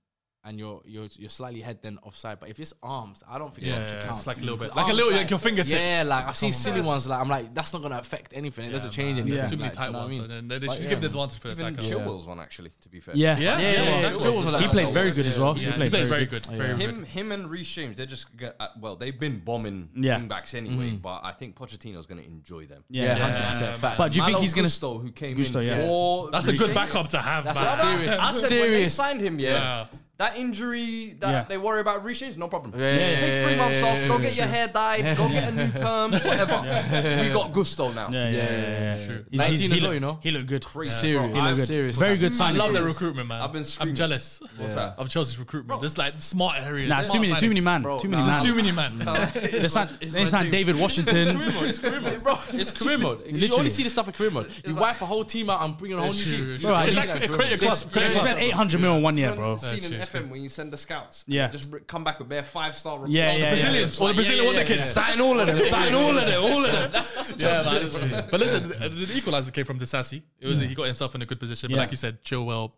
[SPEAKER 3] and you're you're you're slightly head then offside. But if it's arms, I don't think it
[SPEAKER 1] Yeah,
[SPEAKER 3] helps to
[SPEAKER 1] yeah,
[SPEAKER 3] count.
[SPEAKER 1] just like a little bit.
[SPEAKER 3] Because
[SPEAKER 1] Like a
[SPEAKER 3] arms,
[SPEAKER 1] little- like your fingertip.
[SPEAKER 3] Yeah, like I've seen silly
[SPEAKER 4] on.
[SPEAKER 3] ones. Like I'm like that's not gonna affect anything. It doesn't change
[SPEAKER 1] Man,
[SPEAKER 3] anything.
[SPEAKER 1] Too many
[SPEAKER 3] like,
[SPEAKER 1] tight
[SPEAKER 3] you know what I
[SPEAKER 1] ones.
[SPEAKER 3] mean?
[SPEAKER 1] And then they
[SPEAKER 3] But
[SPEAKER 1] should
[SPEAKER 3] yeah,
[SPEAKER 1] give the
[SPEAKER 3] man.
[SPEAKER 1] advantage for the
[SPEAKER 4] Even
[SPEAKER 1] attacker.
[SPEAKER 4] Chilwell's one actually, to be fair.
[SPEAKER 2] Yeah,
[SPEAKER 1] Yeah, yeah,
[SPEAKER 3] yeah, yeah,
[SPEAKER 1] exactly.
[SPEAKER 3] Chilwell's
[SPEAKER 1] Yeah,
[SPEAKER 2] He
[SPEAKER 3] like-
[SPEAKER 2] played very good as well.
[SPEAKER 1] He played very good. Very good.
[SPEAKER 4] Him, him, and Reece James, they're just go- uh, well, they've been bombing
[SPEAKER 2] Yeah. Mm-hmm.
[SPEAKER 4] wing backs anyway. But I think Pochettino's going to enjoy them.
[SPEAKER 3] Yeah,
[SPEAKER 2] Yeah,
[SPEAKER 3] hundred percent
[SPEAKER 1] man.
[SPEAKER 3] facts.
[SPEAKER 2] But do you think
[SPEAKER 4] Malo
[SPEAKER 2] he's gonna-
[SPEAKER 4] Gusto, who came
[SPEAKER 2] Gusto,
[SPEAKER 4] in
[SPEAKER 2] yeah.
[SPEAKER 4] for
[SPEAKER 1] That's a
[SPEAKER 4] Reece
[SPEAKER 1] good
[SPEAKER 4] James.
[SPEAKER 1] backup to have.
[SPEAKER 3] That's
[SPEAKER 1] man.
[SPEAKER 3] a serious-
[SPEAKER 4] I said when they
[SPEAKER 3] Serious.
[SPEAKER 4] signed him, yeah.
[SPEAKER 1] Yeah.
[SPEAKER 4] That injury that
[SPEAKER 2] Yeah.
[SPEAKER 4] they worry about reshames, no problem.
[SPEAKER 3] Yeah, yeah,
[SPEAKER 4] Take
[SPEAKER 3] yeah,
[SPEAKER 4] three
[SPEAKER 3] yeah,
[SPEAKER 4] months
[SPEAKER 3] yeah,
[SPEAKER 4] off,
[SPEAKER 3] yeah,
[SPEAKER 4] go
[SPEAKER 3] yeah,
[SPEAKER 4] get your hair dyed, go get a new perm, whatever. We got gusto now.
[SPEAKER 2] yeah, yeah, yeah, yeah. yeah. He's- he's-
[SPEAKER 3] 19
[SPEAKER 2] he
[SPEAKER 3] as well,
[SPEAKER 2] look-
[SPEAKER 3] you know?
[SPEAKER 2] he looked good.
[SPEAKER 4] Crazy.
[SPEAKER 2] Yeah.
[SPEAKER 3] Serious,
[SPEAKER 2] He looked good.
[SPEAKER 3] serious.
[SPEAKER 2] Very good
[SPEAKER 1] I
[SPEAKER 2] sign.
[SPEAKER 1] love their recruitment, man.
[SPEAKER 4] I've been
[SPEAKER 1] I'm
[SPEAKER 4] screaming.
[SPEAKER 1] jealous
[SPEAKER 4] What's that?
[SPEAKER 1] of Chelsea's recruitment. There's like smart areas.
[SPEAKER 2] Nah, it's too many, too many man,
[SPEAKER 4] Bro,
[SPEAKER 2] too many
[SPEAKER 4] nah.
[SPEAKER 2] man.
[SPEAKER 1] Too many man.
[SPEAKER 2] They signed, they signed David Washington.
[SPEAKER 3] It's career mode. Bro, it's career mode. You
[SPEAKER 2] Literally.
[SPEAKER 3] only see this stuff in career mode. You wipe a whole team out and bring in a whole new
[SPEAKER 1] It's true,
[SPEAKER 3] team.
[SPEAKER 1] it's
[SPEAKER 3] You
[SPEAKER 2] true.
[SPEAKER 3] only see
[SPEAKER 2] Bro,
[SPEAKER 3] that in career
[SPEAKER 1] Create your
[SPEAKER 3] mode.
[SPEAKER 1] club.
[SPEAKER 2] They
[SPEAKER 1] Create your
[SPEAKER 2] spent
[SPEAKER 1] club.
[SPEAKER 2] 800 mil in one year, bro.
[SPEAKER 4] Seen an
[SPEAKER 1] That's
[SPEAKER 4] FM when you send the scouts.
[SPEAKER 2] Yeah.
[SPEAKER 4] Just br- come back with their five star replies.
[SPEAKER 2] Yeah, yeah,
[SPEAKER 4] Like,
[SPEAKER 2] yeah.
[SPEAKER 1] Brazilians or the Brazilian wonder
[SPEAKER 4] yeah.
[SPEAKER 1] kids.
[SPEAKER 4] Sign all of them. Sign all of them. All of them. That's that's what
[SPEAKER 1] Yeah,
[SPEAKER 4] Chelsea
[SPEAKER 1] like,
[SPEAKER 4] is.
[SPEAKER 1] but listen, the, the equalizer came from Disassi. It was he got himself in a good position, but
[SPEAKER 2] Yeah.
[SPEAKER 1] like you said, Chilwell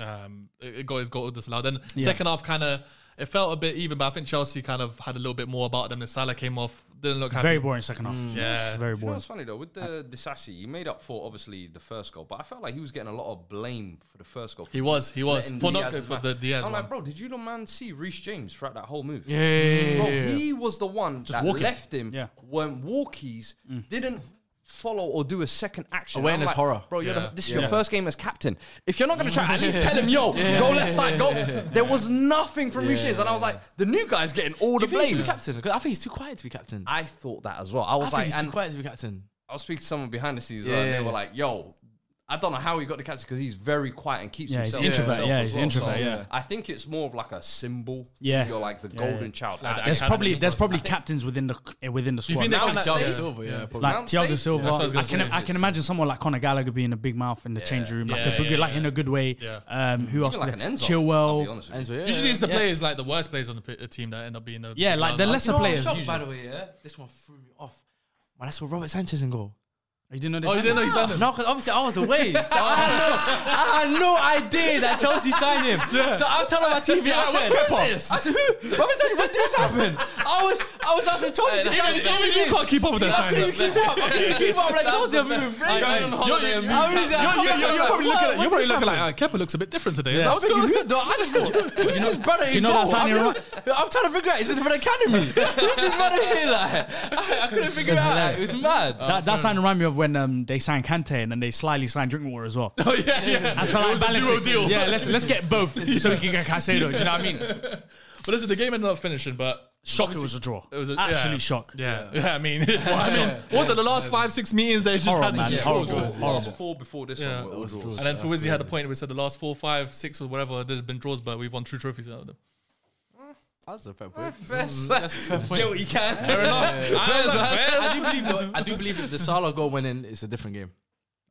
[SPEAKER 1] um, it it got his goal disallowed. Then
[SPEAKER 2] Yeah.
[SPEAKER 1] second half kind of it felt a bit even, but I think Chelsea kind of had a little bit more about them. The Salah came off, didn't look happy.
[SPEAKER 2] Very boring second half.
[SPEAKER 1] Yeah.
[SPEAKER 2] very
[SPEAKER 4] You know
[SPEAKER 2] boring.
[SPEAKER 4] what's funny though? With the Disassi, he made up for obviously the first goal, but I felt like he was getting a lot of blame for the first goal.
[SPEAKER 1] He was, he was
[SPEAKER 4] Letting
[SPEAKER 1] for not
[SPEAKER 4] Diaz's
[SPEAKER 1] for
[SPEAKER 4] man-
[SPEAKER 1] the Diaz one.
[SPEAKER 4] I'm like, bro, did you not man see Reece James throughout that whole move?
[SPEAKER 3] yeah,
[SPEAKER 4] Bro, he was the one that
[SPEAKER 2] walking.
[SPEAKER 4] left him
[SPEAKER 2] Yeah.
[SPEAKER 4] when walkies
[SPEAKER 1] Mm.
[SPEAKER 4] didn't follow or do a second action.
[SPEAKER 3] Awareness
[SPEAKER 4] I'm like,
[SPEAKER 3] horror.
[SPEAKER 4] Bro, you're
[SPEAKER 1] Yeah.
[SPEAKER 4] the, this is your first game as captain. If you're not going to try, at least tell him, yo, go left side, go. There was nothing from Reece James. And I was like, the new guy's getting all
[SPEAKER 3] Do
[SPEAKER 4] the
[SPEAKER 3] you think he should be
[SPEAKER 4] blame.
[SPEAKER 3] captain? 'Cause I think he's too quiet to be captain. I,
[SPEAKER 4] uh, I thought that as well. I was
[SPEAKER 3] think
[SPEAKER 4] like,
[SPEAKER 3] he's too
[SPEAKER 4] and
[SPEAKER 3] quiet to be captain.
[SPEAKER 4] I was speaking to someone behind the scenes, and they
[SPEAKER 3] Yeah.
[SPEAKER 4] were like, "Yo, I don't know how he got the captain because he's very quiet and keeps
[SPEAKER 2] Yeah, he's
[SPEAKER 4] himself."
[SPEAKER 2] introvert,
[SPEAKER 4] himself
[SPEAKER 2] yeah,
[SPEAKER 4] as
[SPEAKER 2] he's
[SPEAKER 4] well.
[SPEAKER 2] introvert,
[SPEAKER 4] So
[SPEAKER 2] yeah.
[SPEAKER 4] I think it's more of like a symbol.
[SPEAKER 2] Yeah.
[SPEAKER 4] you're like the
[SPEAKER 2] Yeah,
[SPEAKER 4] golden
[SPEAKER 2] yeah.
[SPEAKER 4] child.
[SPEAKER 1] Like the
[SPEAKER 4] I-
[SPEAKER 2] There's
[SPEAKER 1] Academy.
[SPEAKER 2] probably there's probably captains within the eh, within the squad.
[SPEAKER 1] think they
[SPEAKER 2] Now
[SPEAKER 1] kinda
[SPEAKER 2] it's
[SPEAKER 4] Now
[SPEAKER 3] Thiago
[SPEAKER 4] it's-
[SPEAKER 3] Silva, yeah, probably.
[SPEAKER 2] like
[SPEAKER 4] Mount
[SPEAKER 2] Thiago
[SPEAKER 4] State?
[SPEAKER 2] Silva,
[SPEAKER 1] Yeah, that's what I was
[SPEAKER 2] I,
[SPEAKER 1] gonna
[SPEAKER 2] can
[SPEAKER 1] say.
[SPEAKER 2] I can imagine someone like Conor Gallagher being a big mouth in the change room, like
[SPEAKER 1] Yeah,
[SPEAKER 2] a big,
[SPEAKER 1] yeah,
[SPEAKER 2] like in a good way.
[SPEAKER 1] Yeah.
[SPEAKER 2] Um, who else?
[SPEAKER 4] like an
[SPEAKER 2] did-
[SPEAKER 4] Enzo. I'll be
[SPEAKER 2] Chilwell.
[SPEAKER 4] honest with you.
[SPEAKER 3] Enzo, yeah.
[SPEAKER 1] Usually, it's the
[SPEAKER 2] Yeah.
[SPEAKER 1] players like the worst players on the p- team that end up being the
[SPEAKER 2] Yeah,
[SPEAKER 1] big
[SPEAKER 2] like the
[SPEAKER 1] roundhouse.
[SPEAKER 2] lesser
[SPEAKER 3] You know what I'm
[SPEAKER 2] players.
[SPEAKER 3] shocked,
[SPEAKER 2] usually.
[SPEAKER 3] by the way, yeah? This one threw me off. Man, I saw Robert Sanchez in goal.
[SPEAKER 2] You didn't know this.
[SPEAKER 1] Oh, you didn't know he signed him.
[SPEAKER 3] No, because obviously I was away. So I had no, I had no
[SPEAKER 2] oh,
[SPEAKER 3] idea that Chelsea signed him. So I'm telling my TV, I said,
[SPEAKER 1] what's Peppa?
[SPEAKER 3] "Who's this?" I said, who? Robert Sanchez, when did this happen? I was, I was asking Chelsea to sign
[SPEAKER 1] Even- even you
[SPEAKER 3] him.
[SPEAKER 1] can't keep up with their
[SPEAKER 3] I couldn't
[SPEAKER 1] signings.
[SPEAKER 3] even keep up. I couldn't keep up. I'm Like Chelsea are moving very
[SPEAKER 1] Hey,
[SPEAKER 3] fast.
[SPEAKER 1] you're- you're-
[SPEAKER 3] I really said, I
[SPEAKER 1] you're- you're-
[SPEAKER 3] can't believe
[SPEAKER 1] You're
[SPEAKER 3] it.
[SPEAKER 1] probably
[SPEAKER 3] What-
[SPEAKER 1] looking at-
[SPEAKER 3] what
[SPEAKER 1] you're probably
[SPEAKER 3] did this
[SPEAKER 1] looking like
[SPEAKER 3] happen?
[SPEAKER 1] uh, Kepa looks a bit different today.
[SPEAKER 3] I
[SPEAKER 1] That
[SPEAKER 3] was
[SPEAKER 1] was
[SPEAKER 3] thinking, who's the I just thought, who's this brother in
[SPEAKER 2] you know
[SPEAKER 3] goal?
[SPEAKER 2] that signing
[SPEAKER 3] I'm,
[SPEAKER 2] right-
[SPEAKER 3] never- I'm trying to figure out, is this for the academy? who's this brother here? Like, I, I couldn't figure it out. Like, it was mad.
[SPEAKER 1] Oh,
[SPEAKER 2] That, that sign reminded me of when um, they signed Kante and then they slyly signed Drinkwater as well.
[SPEAKER 1] Oh yeah, yeah.
[SPEAKER 2] That's to
[SPEAKER 1] It
[SPEAKER 2] like
[SPEAKER 1] was a
[SPEAKER 2] balance
[SPEAKER 1] duo
[SPEAKER 2] it.
[SPEAKER 1] deal.
[SPEAKER 2] Yeah, let's let's get both so we can get Caicedo. Do you know what I mean?
[SPEAKER 1] But listen, the game ended up finishing, but
[SPEAKER 2] Shock. It was a draw.
[SPEAKER 1] It was an
[SPEAKER 2] absolute shock.
[SPEAKER 1] Yeah. yeah, I mean, I mean, what's it? The last five, six meetings they just
[SPEAKER 2] Horrible,
[SPEAKER 1] had
[SPEAKER 2] man.
[SPEAKER 1] these
[SPEAKER 2] Horrible.
[SPEAKER 1] draws.
[SPEAKER 4] The last four before this
[SPEAKER 1] Yeah.
[SPEAKER 4] one. were all draws.
[SPEAKER 1] And then Fawzi had a point. We said the last four, five, six, or whatever, there's been draws, but we've won two trophies out of them.
[SPEAKER 3] That's a fair point.
[SPEAKER 4] That's
[SPEAKER 3] fair point.
[SPEAKER 4] Guilty can.
[SPEAKER 1] Fair enough. I was like, fair.
[SPEAKER 3] I do believe though, I do believe if the Salah goal went in, it's a different game.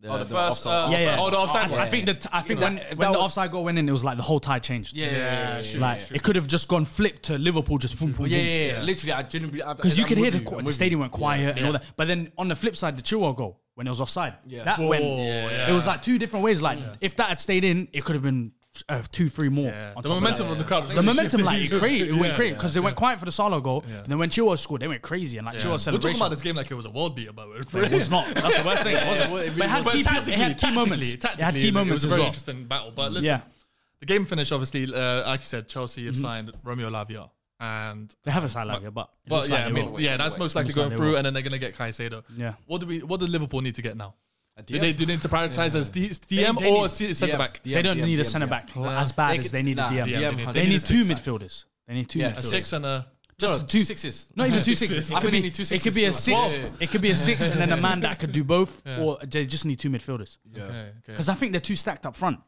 [SPEAKER 4] Oh, the first,
[SPEAKER 3] offside-
[SPEAKER 4] uh,
[SPEAKER 2] Yeah, yeah.
[SPEAKER 1] Oh, the offside
[SPEAKER 2] I,
[SPEAKER 1] one.
[SPEAKER 2] I think that I think when, when the offside goal went in, it was like the whole tie changed.
[SPEAKER 3] yeah, yeah, yeah, yeah,
[SPEAKER 2] like
[SPEAKER 3] yeah.
[SPEAKER 2] it could have just gone flipped to Liverpool, just boom, boom,
[SPEAKER 3] yeah,
[SPEAKER 2] boom.
[SPEAKER 3] yeah, yeah. Literally, I genuinely
[SPEAKER 2] Because you could hear the, qu- the stadium went quiet and all that. But then on the flip side, the Chilwell goal when it was offside,
[SPEAKER 3] Yeah.
[SPEAKER 2] that
[SPEAKER 1] Whoa,
[SPEAKER 2] went.
[SPEAKER 1] yeah.
[SPEAKER 2] It was like two different ways. Like if that had stayed in, it could have been uh, two, three more.
[SPEAKER 1] Yeah.
[SPEAKER 2] on
[SPEAKER 1] The
[SPEAKER 2] top of
[SPEAKER 1] momentum
[SPEAKER 2] that.
[SPEAKER 1] of the crowd. was
[SPEAKER 2] The
[SPEAKER 1] really
[SPEAKER 2] momentum,
[SPEAKER 1] shifting.
[SPEAKER 2] like it, cra- it went
[SPEAKER 1] Yeah.
[SPEAKER 2] crazy because they went quiet for the Salah goal, and then when Chilwell scored, they went crazy and like
[SPEAKER 1] Yeah. We're
[SPEAKER 2] Chilwell
[SPEAKER 1] talking
[SPEAKER 2] celebration.
[SPEAKER 1] about this game like it was a world beater, but
[SPEAKER 2] it was not. That's the worst thing. It wasn't.
[SPEAKER 3] yeah, it really
[SPEAKER 2] but it had
[SPEAKER 1] But
[SPEAKER 2] key,
[SPEAKER 1] tactically,
[SPEAKER 2] it had key
[SPEAKER 1] tactically,
[SPEAKER 2] moments.
[SPEAKER 1] Tactically,
[SPEAKER 2] it had key
[SPEAKER 1] it,
[SPEAKER 2] moments
[SPEAKER 1] was a
[SPEAKER 2] as
[SPEAKER 1] very
[SPEAKER 2] well.
[SPEAKER 1] interesting battle. But listen,
[SPEAKER 2] Yeah, Mm-hmm.
[SPEAKER 1] the game finished obviously, uh, like you said, Chelsea have signed Romeo Lavia, and
[SPEAKER 2] they have a side like it, but it
[SPEAKER 1] But
[SPEAKER 2] looks
[SPEAKER 1] yeah,
[SPEAKER 2] like
[SPEAKER 1] I
[SPEAKER 2] they
[SPEAKER 1] mean,
[SPEAKER 2] will.
[SPEAKER 1] yeah, that's most likely
[SPEAKER 2] Looks like
[SPEAKER 1] going
[SPEAKER 2] they
[SPEAKER 1] through,
[SPEAKER 2] will.
[SPEAKER 1] and then they're gonna get Caicedo.
[SPEAKER 2] Yeah.
[SPEAKER 1] What do we? What do Liverpool need to get now? Do
[SPEAKER 3] DM?
[SPEAKER 1] they do they need to prioritize as D, DM
[SPEAKER 2] they
[SPEAKER 1] or
[SPEAKER 2] need-
[SPEAKER 1] C centre back?
[SPEAKER 3] DM,
[SPEAKER 2] They don't
[SPEAKER 3] DM,
[SPEAKER 2] need a
[SPEAKER 3] DM.
[SPEAKER 2] centre back l- as bad
[SPEAKER 3] They
[SPEAKER 2] as
[SPEAKER 3] could-
[SPEAKER 2] they need
[SPEAKER 3] nah,
[SPEAKER 2] a DM.
[SPEAKER 3] DM,
[SPEAKER 1] they
[SPEAKER 2] They
[SPEAKER 1] need-
[SPEAKER 2] need,
[SPEAKER 1] they need a
[SPEAKER 2] two
[SPEAKER 3] six.
[SPEAKER 2] midfielders. They need two
[SPEAKER 3] Yeah, a
[SPEAKER 2] midfielders.
[SPEAKER 1] A six and a
[SPEAKER 3] Just two sixes.
[SPEAKER 2] Not even two
[SPEAKER 1] Sixes.
[SPEAKER 2] sixes.
[SPEAKER 3] I
[SPEAKER 2] It could,
[SPEAKER 3] think they
[SPEAKER 2] be,
[SPEAKER 3] need two
[SPEAKER 2] it could be a
[SPEAKER 3] sixes to
[SPEAKER 2] six.
[SPEAKER 3] match.
[SPEAKER 2] It could be a six, and then a man that could do both, or they just need two midfielders.
[SPEAKER 1] Okay, okay.
[SPEAKER 2] Because I think they're too stacked up front.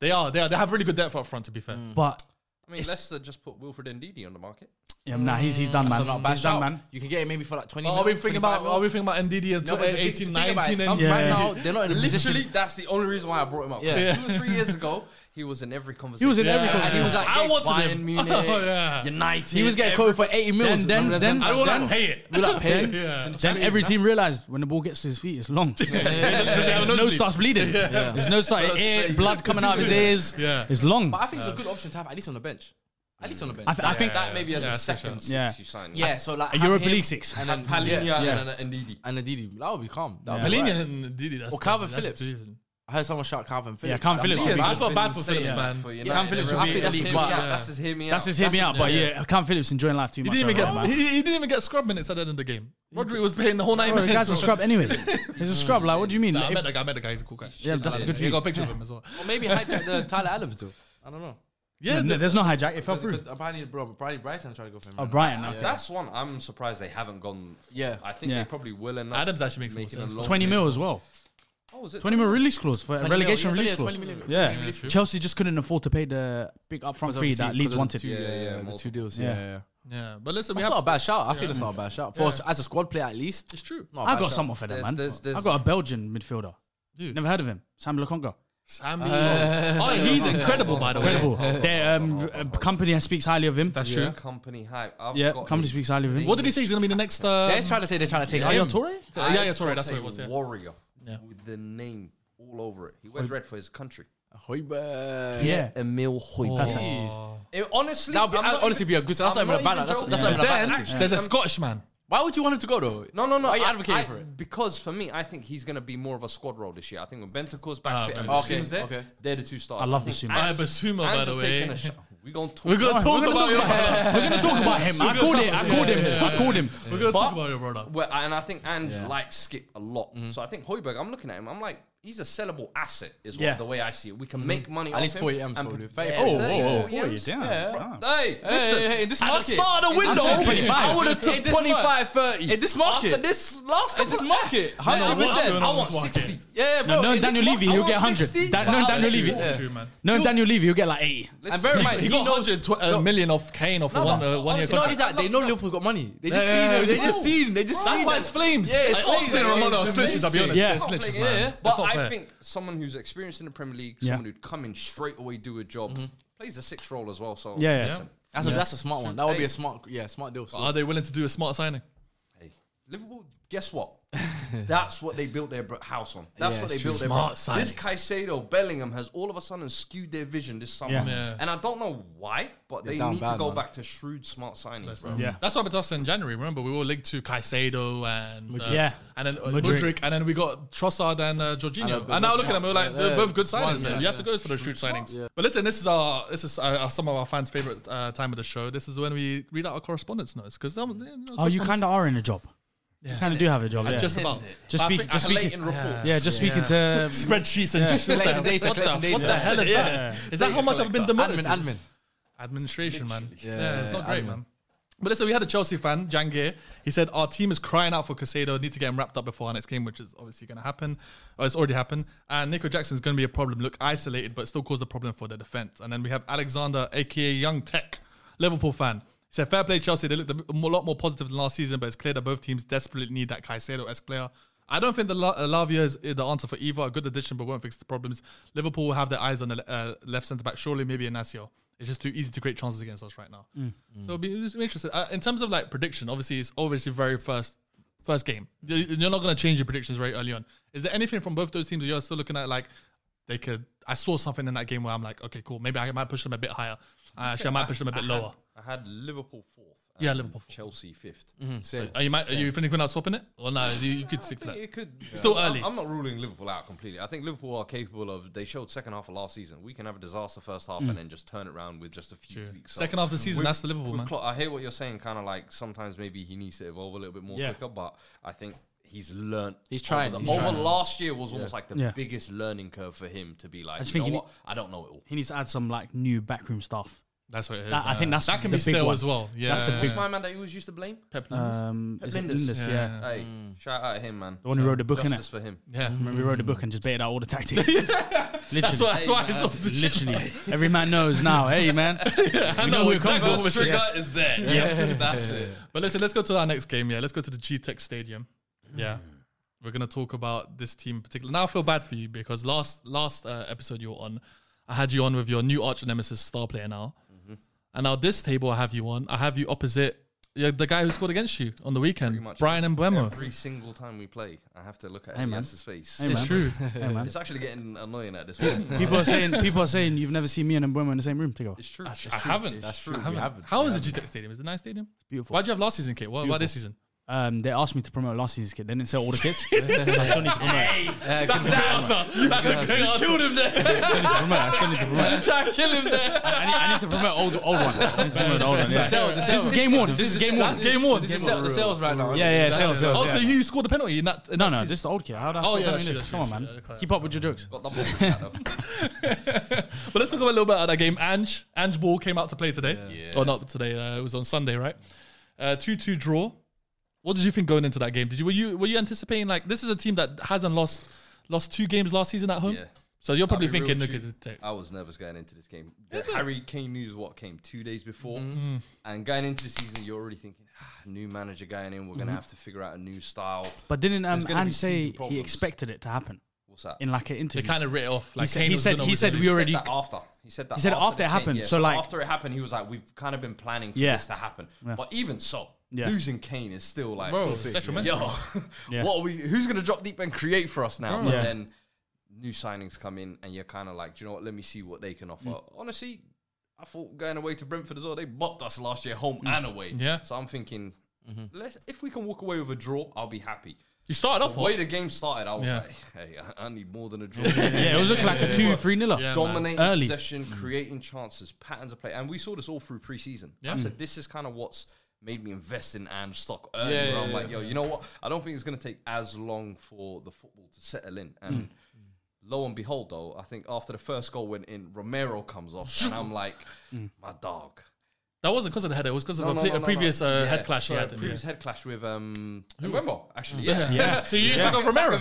[SPEAKER 1] They are. They are. They have really good depth up front. To be fair,
[SPEAKER 2] But
[SPEAKER 4] I mean, Leicester just put Wilfred Ndidi on the market.
[SPEAKER 2] yeah, nah, he's he's done, man.
[SPEAKER 3] So not a bad
[SPEAKER 2] he's done,
[SPEAKER 3] shout.
[SPEAKER 2] man.
[SPEAKER 3] You can get it maybe for like 20
[SPEAKER 1] But are we thinking about? Are we thinking about NDD and
[SPEAKER 3] No, but
[SPEAKER 1] 18,
[SPEAKER 3] think about it.
[SPEAKER 1] 19?
[SPEAKER 3] Some-
[SPEAKER 1] And,
[SPEAKER 3] Right now, they're not in a
[SPEAKER 4] Literally,
[SPEAKER 3] position.
[SPEAKER 4] that's the only reason why I brought him up.
[SPEAKER 3] Yeah.
[SPEAKER 4] Yeah.
[SPEAKER 3] Yeah.
[SPEAKER 4] Two or three years ago, he was in every conversation.
[SPEAKER 2] He was in every
[SPEAKER 3] Yeah, and he
[SPEAKER 2] conversation.
[SPEAKER 3] was like,
[SPEAKER 1] I
[SPEAKER 3] I
[SPEAKER 1] wanted
[SPEAKER 3] Bayern
[SPEAKER 1] him.
[SPEAKER 3] Munich,
[SPEAKER 1] Oh, yeah.
[SPEAKER 3] United. He was getting quoted for 80 mils.
[SPEAKER 2] Then-
[SPEAKER 3] Remember
[SPEAKER 2] then- then-
[SPEAKER 3] that time?
[SPEAKER 1] I will not pay it.
[SPEAKER 3] We're not paying.
[SPEAKER 1] Yeah.
[SPEAKER 2] Then every team realized when the ball gets to his feet, it's long. His nose starts bleeding. His nose starts ear, blood coming out of his ears.
[SPEAKER 1] Yeah.
[SPEAKER 2] It's long.
[SPEAKER 3] But I think it's a good option to have at least on the bench. At least on the bench.
[SPEAKER 2] I, th- I think
[SPEAKER 4] That maybe as
[SPEAKER 1] Yeah,
[SPEAKER 4] a
[SPEAKER 1] that's for
[SPEAKER 4] second
[SPEAKER 1] sure.
[SPEAKER 4] six
[SPEAKER 2] Yeah.
[SPEAKER 4] you sign.
[SPEAKER 3] yeah, so like
[SPEAKER 2] A
[SPEAKER 3] have
[SPEAKER 2] Europa
[SPEAKER 3] him
[SPEAKER 2] League six.
[SPEAKER 3] and then
[SPEAKER 4] And Palinia
[SPEAKER 3] yeah,
[SPEAKER 2] Yeah.
[SPEAKER 4] and then Ndidi.
[SPEAKER 3] and Adidi. That would be calm. That would be
[SPEAKER 1] Alina
[SPEAKER 3] right.
[SPEAKER 1] and Ndidi. That's
[SPEAKER 3] Or Calvin
[SPEAKER 1] that's- that's
[SPEAKER 3] Phillips.
[SPEAKER 1] the-
[SPEAKER 3] I heard someone shout Calvin Phillips.
[SPEAKER 2] Calvin
[SPEAKER 3] That's
[SPEAKER 2] Phillips
[SPEAKER 3] not
[SPEAKER 2] would be
[SPEAKER 3] bad.
[SPEAKER 1] I felt bad for
[SPEAKER 4] Been
[SPEAKER 1] Phillips,
[SPEAKER 4] saying
[SPEAKER 1] man.
[SPEAKER 4] that for
[SPEAKER 1] He
[SPEAKER 4] United.
[SPEAKER 2] Cam Phillips
[SPEAKER 4] I
[SPEAKER 2] will
[SPEAKER 4] think
[SPEAKER 2] be
[SPEAKER 4] that's
[SPEAKER 3] elite
[SPEAKER 4] his
[SPEAKER 3] player.
[SPEAKER 4] shout.
[SPEAKER 3] Yeah.
[SPEAKER 4] That's his hear me
[SPEAKER 2] that's
[SPEAKER 4] out.
[SPEAKER 2] his hit me out. But yeah, Cam Phillips enjoying life too much.
[SPEAKER 1] didn't even
[SPEAKER 2] right now,
[SPEAKER 1] get.
[SPEAKER 2] man.
[SPEAKER 1] He he didn't even get scrub minutes at the end of the game. Rodri was playing the whole nine
[SPEAKER 2] Bro, the
[SPEAKER 1] minutes.
[SPEAKER 2] guy's a scrub anyway. He's a scrub. Like, what do you mean?
[SPEAKER 1] Nah, I
[SPEAKER 2] If-
[SPEAKER 1] met that guy. I met the guy. He's a cool guy.
[SPEAKER 2] Yeah, that's a good
[SPEAKER 1] You
[SPEAKER 2] view.
[SPEAKER 1] got a picture of him as well.
[SPEAKER 3] Or maybe hijack the Tyler Adams though. I don't know.
[SPEAKER 1] Yeah,
[SPEAKER 2] no,
[SPEAKER 1] the-
[SPEAKER 2] there's no hijack. It fell
[SPEAKER 3] Because
[SPEAKER 2] through.
[SPEAKER 3] it could- Apparently, bro, apparently Brighton tried to go for him.
[SPEAKER 2] Oh,
[SPEAKER 3] man.
[SPEAKER 2] Brighton. okay.
[SPEAKER 4] That's one I'm surprised they haven't gone. f-
[SPEAKER 3] Yeah.
[SPEAKER 4] I think
[SPEAKER 2] Yeah.
[SPEAKER 4] they probably will. And
[SPEAKER 1] Adams actually makes more
[SPEAKER 4] making a
[SPEAKER 1] sense.
[SPEAKER 4] long
[SPEAKER 2] 20
[SPEAKER 4] move.
[SPEAKER 2] mil as well.
[SPEAKER 4] Oh, is it
[SPEAKER 2] 20 mil release clause for a
[SPEAKER 3] 20 mil,
[SPEAKER 2] relegation
[SPEAKER 3] yeah,
[SPEAKER 2] release
[SPEAKER 3] yeah,
[SPEAKER 2] clause.
[SPEAKER 3] 20 mil,
[SPEAKER 2] Yeah.
[SPEAKER 3] 20 mil.
[SPEAKER 2] Chelsea just couldn't afford to pay the big upfront fee
[SPEAKER 3] Obviously,
[SPEAKER 2] that
[SPEAKER 3] because of
[SPEAKER 2] Leeds
[SPEAKER 3] the
[SPEAKER 2] wanted.
[SPEAKER 3] two- Yeah, yeah,
[SPEAKER 4] yeah,
[SPEAKER 3] the
[SPEAKER 4] multiple.
[SPEAKER 3] two deals. Yeah, yeah.
[SPEAKER 1] Yeah, but listen, we
[SPEAKER 3] That's
[SPEAKER 1] have
[SPEAKER 3] not a bad shout. I feel that's not a bad shout. For us, as a squad player, at least.
[SPEAKER 1] It's true.
[SPEAKER 3] not a
[SPEAKER 2] I
[SPEAKER 3] bad
[SPEAKER 2] got
[SPEAKER 3] shout.
[SPEAKER 2] someone for that,
[SPEAKER 4] There's-
[SPEAKER 2] man.
[SPEAKER 4] there's- there's-
[SPEAKER 2] I got a Belgian midfielder.
[SPEAKER 1] Dude.
[SPEAKER 2] Never heard of him. Sam Lukonga.
[SPEAKER 1] Sammy. oh, he's incredible, by the
[SPEAKER 2] Incredible.
[SPEAKER 1] way.
[SPEAKER 2] Their um, uh, company speaks highly of him.
[SPEAKER 1] That's true.
[SPEAKER 4] Company hype. I've
[SPEAKER 2] Yeah,
[SPEAKER 4] got
[SPEAKER 2] company
[SPEAKER 4] him.
[SPEAKER 2] speaks highly of him.
[SPEAKER 1] What did he say? He's gonna be the next. Uh,
[SPEAKER 3] They're trying to say they're trying to take
[SPEAKER 1] Yaya
[SPEAKER 3] him.
[SPEAKER 1] Torre?
[SPEAKER 4] I
[SPEAKER 1] Yaya
[SPEAKER 4] just
[SPEAKER 1] Torre.
[SPEAKER 4] got
[SPEAKER 1] That's what
[SPEAKER 4] a
[SPEAKER 1] it was. Yeah.
[SPEAKER 4] Warrior with the name all over it. He wears red for his country.
[SPEAKER 3] Hoiberg.
[SPEAKER 2] Yeah. Oh,
[SPEAKER 4] Emil Hoyberg. It- honestly,
[SPEAKER 3] That would be,
[SPEAKER 4] I'm not
[SPEAKER 3] honestly
[SPEAKER 4] even-
[SPEAKER 3] be a good. So that's
[SPEAKER 4] I'm
[SPEAKER 3] not even a
[SPEAKER 4] not
[SPEAKER 3] bad.
[SPEAKER 4] even
[SPEAKER 3] That's,
[SPEAKER 4] joking.
[SPEAKER 3] that's not even a bad.
[SPEAKER 1] Then
[SPEAKER 3] answer.
[SPEAKER 1] there's a Scottish man.
[SPEAKER 3] Why would you want him to go though?
[SPEAKER 4] No, no, no.
[SPEAKER 3] Why are you
[SPEAKER 4] I-
[SPEAKER 3] advocating
[SPEAKER 4] I-
[SPEAKER 3] for it?
[SPEAKER 4] Because for me, I think he's going to be more of a squad role this year. I think when Bentancur's
[SPEAKER 1] Ah,
[SPEAKER 4] back fit and
[SPEAKER 1] Bentancur.
[SPEAKER 4] Basum's there,
[SPEAKER 3] Okay, okay.
[SPEAKER 4] they're the two stars.
[SPEAKER 2] I love
[SPEAKER 4] think
[SPEAKER 2] Basuma.
[SPEAKER 1] Ah,
[SPEAKER 4] I'm just-
[SPEAKER 1] Basuma,
[SPEAKER 4] I'm
[SPEAKER 1] by
[SPEAKER 4] just
[SPEAKER 1] the way.
[SPEAKER 4] taking a shot. We're going to talk
[SPEAKER 1] We're gonna
[SPEAKER 4] about
[SPEAKER 1] talk
[SPEAKER 4] it.
[SPEAKER 1] about your brother.
[SPEAKER 2] We're gonna talk about him. I called it. I called him. I called him.
[SPEAKER 1] We're gonna
[SPEAKER 4] But-
[SPEAKER 1] talk about your brother.
[SPEAKER 4] Well, and I think Ange likes Skip a lot.
[SPEAKER 3] Mm-hmm.
[SPEAKER 4] So I think Hoiberg, I'm looking at him, I'm like, he's a sellable asset, is what
[SPEAKER 2] Yeah.
[SPEAKER 4] the way I see it. We can make money
[SPEAKER 3] Mm-hmm. At
[SPEAKER 4] off
[SPEAKER 3] least
[SPEAKER 4] him
[SPEAKER 3] 40 M's
[SPEAKER 4] and
[SPEAKER 3] probably.
[SPEAKER 4] pro-
[SPEAKER 3] 30,
[SPEAKER 4] Yeah,
[SPEAKER 3] Oh,
[SPEAKER 4] 30,
[SPEAKER 3] oh,
[SPEAKER 4] 40
[SPEAKER 2] 40,
[SPEAKER 4] M's.
[SPEAKER 2] damn, damn.
[SPEAKER 4] Hey, listen.
[SPEAKER 3] hey, in this
[SPEAKER 4] at
[SPEAKER 3] market.
[SPEAKER 4] the start of the
[SPEAKER 3] In this
[SPEAKER 4] window,
[SPEAKER 3] market.
[SPEAKER 4] I would have
[SPEAKER 3] In
[SPEAKER 4] took
[SPEAKER 3] this market.
[SPEAKER 4] 25, 30.
[SPEAKER 3] In this market.
[SPEAKER 4] After this last
[SPEAKER 3] In
[SPEAKER 4] couple
[SPEAKER 3] this
[SPEAKER 4] of-
[SPEAKER 3] market.
[SPEAKER 4] I
[SPEAKER 3] Hundred
[SPEAKER 4] want-
[SPEAKER 3] percent.
[SPEAKER 4] I want
[SPEAKER 1] Market.
[SPEAKER 4] 60.
[SPEAKER 3] Yeah, bro.
[SPEAKER 2] No, no,
[SPEAKER 3] in this
[SPEAKER 2] Daniel Levy,
[SPEAKER 3] market-
[SPEAKER 2] he'll get
[SPEAKER 4] I want
[SPEAKER 2] 100.
[SPEAKER 4] 60,
[SPEAKER 2] Da-
[SPEAKER 4] but
[SPEAKER 2] No,
[SPEAKER 4] I'll
[SPEAKER 2] Daniel
[SPEAKER 4] let you
[SPEAKER 2] Levy.
[SPEAKER 4] walk.
[SPEAKER 1] True, man.
[SPEAKER 2] No, Daniel Levy, he'll get like 80.
[SPEAKER 3] And bear in mind,
[SPEAKER 1] He got 100 tw- uh, million off Kane off a one, uh, one year
[SPEAKER 3] It's not only
[SPEAKER 1] contract.
[SPEAKER 3] that they know Liverpool got money. They just
[SPEAKER 1] Yeah, yeah,
[SPEAKER 3] seen
[SPEAKER 1] yeah,
[SPEAKER 3] it. They
[SPEAKER 1] yeah.
[SPEAKER 3] just seen. They just
[SPEAKER 1] That's
[SPEAKER 3] seen
[SPEAKER 1] why
[SPEAKER 3] it.
[SPEAKER 1] it's flames.
[SPEAKER 3] Yeah, it's
[SPEAKER 1] Like, Oxley
[SPEAKER 3] flames.
[SPEAKER 1] and Romano are
[SPEAKER 3] It's
[SPEAKER 1] snitches, I'll be honest.
[SPEAKER 3] amazing.
[SPEAKER 1] They're
[SPEAKER 2] Yeah.
[SPEAKER 1] snitches,
[SPEAKER 4] Yeah,
[SPEAKER 1] man. That's
[SPEAKER 4] But
[SPEAKER 1] not
[SPEAKER 4] I
[SPEAKER 1] fair.
[SPEAKER 4] think someone who's experienced in the Premier League,
[SPEAKER 2] Yeah.
[SPEAKER 4] someone who'd come in straight away, do a job, plays a six role as well. So
[SPEAKER 2] Yeah, yeah.
[SPEAKER 4] listen,
[SPEAKER 3] That's a that's a smart one. That would be
[SPEAKER 4] Hey.
[SPEAKER 3] a smart yeah smart deal. So.
[SPEAKER 1] Are they willing to do a smart signing?
[SPEAKER 4] hey, Liverpool. Guess what? That's what they built their br- house on. That's
[SPEAKER 3] Yeah,
[SPEAKER 4] what they
[SPEAKER 3] it's
[SPEAKER 4] built
[SPEAKER 1] true.
[SPEAKER 4] their br-
[SPEAKER 1] Smart
[SPEAKER 4] This
[SPEAKER 1] signings.
[SPEAKER 4] Caicedo, Bellingham has all of a sudden skewed their vision this summer,
[SPEAKER 2] Yeah.
[SPEAKER 1] Yeah.
[SPEAKER 4] and I don't know why, but
[SPEAKER 3] They're
[SPEAKER 4] they
[SPEAKER 3] down
[SPEAKER 4] need
[SPEAKER 3] bad,
[SPEAKER 4] to go
[SPEAKER 3] man.
[SPEAKER 4] back to shrewd, smart signings, bro.
[SPEAKER 2] Yeah.
[SPEAKER 1] That's what happened to us in January. Remember, we were linked to Caicedo and uh,
[SPEAKER 2] Yeah.
[SPEAKER 1] and then uh,
[SPEAKER 2] Mudryk.
[SPEAKER 1] Mudryk. and then we got Trossard and uh, Jorginho.
[SPEAKER 3] but
[SPEAKER 1] And now
[SPEAKER 3] that's
[SPEAKER 1] look at them, we were like,
[SPEAKER 3] yeah,
[SPEAKER 1] they're
[SPEAKER 3] yeah.
[SPEAKER 1] both good
[SPEAKER 3] Smart,
[SPEAKER 1] signings.
[SPEAKER 3] yeah,
[SPEAKER 1] man. You have to
[SPEAKER 3] yeah.
[SPEAKER 1] go for the shoot signings. But listen, this is our this is uh, uh, some of our fans' favorite uh, time of the show. This is when we read out our correspondence notes because
[SPEAKER 2] Oh, you kind of are in a job. You kind of do have a job. Yeah.
[SPEAKER 1] just about
[SPEAKER 2] Just
[SPEAKER 1] I
[SPEAKER 2] speak-
[SPEAKER 1] think-
[SPEAKER 2] just
[SPEAKER 1] I
[SPEAKER 2] speak-
[SPEAKER 1] think-
[SPEAKER 4] Blatant reports.
[SPEAKER 2] yeah, just speaking to.
[SPEAKER 1] spreadsheets and shit. What
[SPEAKER 3] Collecting
[SPEAKER 1] the-
[SPEAKER 3] data,
[SPEAKER 1] what the-
[SPEAKER 3] collecting
[SPEAKER 1] What
[SPEAKER 3] data.
[SPEAKER 1] the hell is
[SPEAKER 3] Yeah.
[SPEAKER 1] that? Is that how much I've been demoted?
[SPEAKER 3] admin
[SPEAKER 1] to?
[SPEAKER 3] admin.
[SPEAKER 1] administration, man. Yeah, it's not great, man. But listen, we had a Chelsea fan, Jangir. He said, Our team is crying out for Casado. Need to get him wrapped up before our next game, which is obviously going to happen. Or it's already happened. And Nico Jackson's going to be a problem. Look isolated, but still cause a problem for the defense. And then we have Alexander, aka Young Tech, Liverpool fan. He said, Fair play, Chelsea. They looked a bit- a lot more positive than last season, but it's clear that both teams desperately need that Caicedo esque player. I don't think the La- uh, Lavia is the answer for either. A good addition, but won't fix the problems. Liverpool will have their eyes on the le- uh, left centre back. Surely, maybe Inacio. It's just too easy to create chances against us right now. So it'll be, it's interesting uh, in terms of like prediction. Obviously, it's obviously very first first game. You- You're not going to change your predictions very early on. Is there anything from both those teams that you're still looking at? Like they could. I saw something in that game where I'm like, okay, cool. Maybe I might push them a bit higher. Uh, actually, I might push them a bit lower.
[SPEAKER 4] I had Liverpool fourth.
[SPEAKER 1] Yeah,
[SPEAKER 4] and
[SPEAKER 1] Liverpool fourth.
[SPEAKER 4] Chelsea fifth.
[SPEAKER 3] Same.
[SPEAKER 1] Are you might, are you thinking about swapping it or no? You, you could stick to
[SPEAKER 4] I think
[SPEAKER 1] that.
[SPEAKER 4] it could
[SPEAKER 1] Still
[SPEAKER 4] I'm-
[SPEAKER 1] early.
[SPEAKER 4] I'm not ruling Liverpool out completely. I think Liverpool are capable of. They showed second half of last season. We can have a disaster first half and then just turn it around with just a few tweaks. So
[SPEAKER 1] Mm. Second half of the season,
[SPEAKER 4] with-
[SPEAKER 1] that's the Liverpool
[SPEAKER 4] with
[SPEAKER 1] man.
[SPEAKER 4] Klopp, I hear what you're saying. Kind of like sometimes maybe he needs to evolve a little bit more
[SPEAKER 2] Yeah.
[SPEAKER 4] quicker, but I think. He's learned.
[SPEAKER 3] He's trying,
[SPEAKER 4] Over,
[SPEAKER 3] he's
[SPEAKER 4] the- over
[SPEAKER 3] trying.
[SPEAKER 4] last year was almost like the
[SPEAKER 2] Yeah.
[SPEAKER 4] biggest learning curve for him to be like,
[SPEAKER 2] just
[SPEAKER 4] you
[SPEAKER 2] think
[SPEAKER 4] know
[SPEAKER 2] he
[SPEAKER 4] what? I don't know it all.
[SPEAKER 2] He needs to add some like new backroom stuff.
[SPEAKER 1] That's what it is.
[SPEAKER 2] That- I
[SPEAKER 1] yeah.
[SPEAKER 2] think that's
[SPEAKER 1] that can
[SPEAKER 2] the
[SPEAKER 1] be
[SPEAKER 2] big
[SPEAKER 1] still
[SPEAKER 2] one.
[SPEAKER 1] as well. Yeah,
[SPEAKER 2] That's the
[SPEAKER 1] yeah,
[SPEAKER 2] big
[SPEAKER 1] yeah.
[SPEAKER 4] My man that he was used to blame.
[SPEAKER 1] Pep Linders.
[SPEAKER 2] Um, is it
[SPEAKER 4] Mendes.
[SPEAKER 2] Lindus? Yeah.
[SPEAKER 1] Yeah.
[SPEAKER 4] Hey, shout out him, man.
[SPEAKER 2] The one who wrote the book,
[SPEAKER 4] Justice
[SPEAKER 2] innit?
[SPEAKER 4] for him.
[SPEAKER 1] yeah.
[SPEAKER 2] Remember, we wrote a book and just baited out all the tactics. Literally.
[SPEAKER 1] That's why. That's why. I saw the shit.
[SPEAKER 2] Literally. Every man knows now. Hey, man.
[SPEAKER 1] I
[SPEAKER 2] You know
[SPEAKER 1] know
[SPEAKER 2] where it comes
[SPEAKER 1] exactly
[SPEAKER 2] from.
[SPEAKER 1] what we're
[SPEAKER 2] Yeah.
[SPEAKER 1] is there.
[SPEAKER 2] Yeah.
[SPEAKER 1] that's it. But listen, let's go to our next game. Yeah, let's go to the G Tech Stadium. Yeah,
[SPEAKER 2] Mm.
[SPEAKER 1] we're gonna talk about this team in particular. Now I feel bad for you because last last uh, episode you were on, I had you on with your new arch nemesis star player now,
[SPEAKER 2] Mm-hmm.
[SPEAKER 1] and now this table I have you on. I have you opposite. Yeah, the guy who scored against you on the weekend,
[SPEAKER 4] much
[SPEAKER 1] Brian and Buemo.
[SPEAKER 4] Every single time we play, I have to look at
[SPEAKER 2] Hey,
[SPEAKER 4] him
[SPEAKER 2] man.
[SPEAKER 4] against his face.
[SPEAKER 2] Hey, man.
[SPEAKER 1] True.
[SPEAKER 2] Hey, man.
[SPEAKER 4] It's actually getting annoying at this point.
[SPEAKER 2] People are saying people are saying you've never seen me and Mbwema in the same room together.
[SPEAKER 4] it's true.
[SPEAKER 1] I, I haven't.
[SPEAKER 3] That's true.
[SPEAKER 1] I
[SPEAKER 3] We
[SPEAKER 1] haven't.
[SPEAKER 3] haven't.
[SPEAKER 1] How
[SPEAKER 3] We
[SPEAKER 1] is the
[SPEAKER 3] haven't.
[SPEAKER 1] G Tech Stadium? Is it a nice stadium?
[SPEAKER 2] Beautiful.
[SPEAKER 1] Why'd you have last season, Kit? What about this season?
[SPEAKER 2] Um, they asked me to promote last season's kid. They didn't sell all the kids. so I still need to promote.
[SPEAKER 1] That's the answer. That's a great answer. Killed him there.
[SPEAKER 2] I still need to promote. I still need to promote.
[SPEAKER 3] Try to kill him there.
[SPEAKER 2] I, I need, I need to promote old old one. I need to promote the old one. yeah.
[SPEAKER 3] Sell, the
[SPEAKER 2] This is
[SPEAKER 3] sell.
[SPEAKER 2] game one. This is game one.
[SPEAKER 1] That's game one.
[SPEAKER 3] This is the sales right now.
[SPEAKER 2] Yeah, yeah, sell, sell,
[SPEAKER 1] Oh, so
[SPEAKER 2] yeah.
[SPEAKER 1] you scored the penalty in that? in
[SPEAKER 2] No,
[SPEAKER 1] that
[SPEAKER 2] no,
[SPEAKER 1] season?
[SPEAKER 2] this is the old kid. How
[SPEAKER 1] Oh, yeah,
[SPEAKER 2] yeah,
[SPEAKER 1] that's true, that's
[SPEAKER 2] Come on,
[SPEAKER 1] true,
[SPEAKER 2] man.
[SPEAKER 1] yeah, okay.
[SPEAKER 2] Keep up with your jokes.
[SPEAKER 4] Got double that, though.
[SPEAKER 1] But let's talk a little bit about that game. Ange, Ange Ball came out to play today. Or not today. Uh, it was on Sunday, right? Uh, Two-two draw. What did you think going into that game? Did you were you were you anticipating like this is a team that hasn't lost lost two games last season at home?
[SPEAKER 4] Yeah.
[SPEAKER 1] So you're probably
[SPEAKER 4] I'll be real
[SPEAKER 1] thinking, look
[SPEAKER 4] with
[SPEAKER 1] at
[SPEAKER 4] you,
[SPEAKER 1] the
[SPEAKER 4] I was nervous going into this game. The Harry Kane news what came two days before,
[SPEAKER 1] Mm-hmm.
[SPEAKER 4] and going into the season, you're already thinking, ah, new manager
[SPEAKER 1] Mm-hmm.
[SPEAKER 4] going in. We're gonna have to figure out a new style.
[SPEAKER 2] But didn't um,
[SPEAKER 4] There's gonna be
[SPEAKER 2] Ange say
[SPEAKER 4] teething
[SPEAKER 2] he
[SPEAKER 4] problems.
[SPEAKER 2] expected it to happen?
[SPEAKER 4] Well, What's that?
[SPEAKER 2] in like an
[SPEAKER 1] They
[SPEAKER 2] interview.
[SPEAKER 1] kind of writ it off. Like
[SPEAKER 2] said-
[SPEAKER 1] Kane
[SPEAKER 2] he
[SPEAKER 1] was
[SPEAKER 2] said-
[SPEAKER 1] gonna
[SPEAKER 2] he
[SPEAKER 1] with
[SPEAKER 2] said
[SPEAKER 1] the
[SPEAKER 2] we
[SPEAKER 1] Leeds.
[SPEAKER 2] already-
[SPEAKER 4] He said that after. He said that.
[SPEAKER 2] He said after
[SPEAKER 4] the
[SPEAKER 2] it
[SPEAKER 4] game,
[SPEAKER 2] happened,
[SPEAKER 4] yeah.
[SPEAKER 2] so, like-
[SPEAKER 4] after it happened, he was like, "We've kind of been planning for
[SPEAKER 2] Yeah.
[SPEAKER 4] this to happen."
[SPEAKER 2] Yeah.
[SPEAKER 4] But even so,
[SPEAKER 2] Yeah.
[SPEAKER 4] losing Kane is still like,
[SPEAKER 1] Bro,
[SPEAKER 4] still
[SPEAKER 1] it's
[SPEAKER 4] big.
[SPEAKER 1] detrimental.
[SPEAKER 4] Yo,
[SPEAKER 2] Yeah.
[SPEAKER 4] what are we? Who's gonna drop deep and create for us now? But
[SPEAKER 2] Yeah.
[SPEAKER 4] then new signings come in, and you're kind of like, "Do you know what? Let me see what they can offer."
[SPEAKER 2] Mm.
[SPEAKER 4] Honestly, I thought going away to Brentford as well. They bopped us last year, home
[SPEAKER 2] Mm.
[SPEAKER 4] and away.
[SPEAKER 1] Yeah.
[SPEAKER 4] So I'm thinking,
[SPEAKER 2] Mm-hmm.
[SPEAKER 4] let's if we can walk away with a draw, I'll be happy.
[SPEAKER 1] You started off
[SPEAKER 4] The way
[SPEAKER 1] hot.
[SPEAKER 4] the game started, I was
[SPEAKER 1] Yeah.
[SPEAKER 4] like, "Hey, I- I need more than a draw."
[SPEAKER 2] yeah, it was looking like a two, three nil up.
[SPEAKER 1] Yeah. man.
[SPEAKER 4] dominating
[SPEAKER 2] Early.
[SPEAKER 4] possession, creating chances, patterns of play, and we saw this all through preseason.
[SPEAKER 1] Yeah.
[SPEAKER 4] I've said this is kind of what's made me invest in and stock early. where I'm like, yo, you know what? I don't think it's going to take as long for the football to settle in. And lo and behold, though, I think after the first goal went in, Romero comes off, and I'm like, my dog.
[SPEAKER 1] That wasn't because of the header. It was because of
[SPEAKER 4] No,
[SPEAKER 1] a,
[SPEAKER 4] no,
[SPEAKER 1] ple-
[SPEAKER 4] no,
[SPEAKER 1] a
[SPEAKER 4] no,
[SPEAKER 1] previous
[SPEAKER 4] no.
[SPEAKER 1] Uh,
[SPEAKER 4] Yeah,
[SPEAKER 1] head clash he
[SPEAKER 4] sorry,
[SPEAKER 1] had.
[SPEAKER 4] Previous
[SPEAKER 1] Yeah.
[SPEAKER 4] head clash with um, Mbembo, actually. Yeah.
[SPEAKER 1] Yeah. So you took off Romero.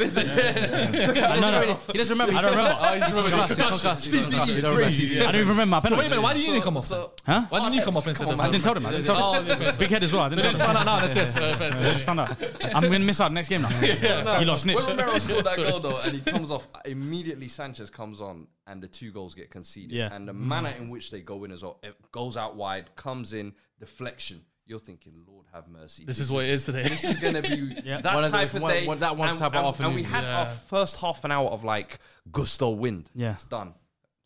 [SPEAKER 2] No, no, no.
[SPEAKER 3] He doesn't remember.
[SPEAKER 2] I don't remember.
[SPEAKER 1] I just remember.
[SPEAKER 2] I don't remember. I don't even remember my
[SPEAKER 1] So
[SPEAKER 2] penalty.
[SPEAKER 1] wait a minute, why didn't you come off?
[SPEAKER 4] So-
[SPEAKER 2] Huh?
[SPEAKER 1] Why didn't you come off instead of
[SPEAKER 2] I didn't tell them. I didn't tell them. Big head as well. I didn't
[SPEAKER 1] They
[SPEAKER 2] tell
[SPEAKER 1] just
[SPEAKER 2] them.
[SPEAKER 1] found out now. That's yes. uh, fair,
[SPEAKER 2] I
[SPEAKER 1] fair.
[SPEAKER 2] just found out. I'm gonna miss out next game now. You lost Nish.
[SPEAKER 4] When Romero scored that goal though, and he comes off immediately, Sanchez comes on, and the two goals get conceded.
[SPEAKER 2] Yeah.
[SPEAKER 4] And the manner in which they go in as well, it goes out wide, comes in, deflection. You're thinking, Lord have mercy.
[SPEAKER 1] This is what it is today.
[SPEAKER 4] This is gonna be that
[SPEAKER 3] One of
[SPEAKER 4] type
[SPEAKER 3] those-
[SPEAKER 4] of
[SPEAKER 3] one-
[SPEAKER 4] day.
[SPEAKER 3] one- that one
[SPEAKER 4] and,
[SPEAKER 3] type of
[SPEAKER 4] and-
[SPEAKER 3] afternoon.
[SPEAKER 4] And we had our
[SPEAKER 1] Yeah.
[SPEAKER 4] first half an hour of like gusto wind.
[SPEAKER 2] Yeah.
[SPEAKER 4] It's done.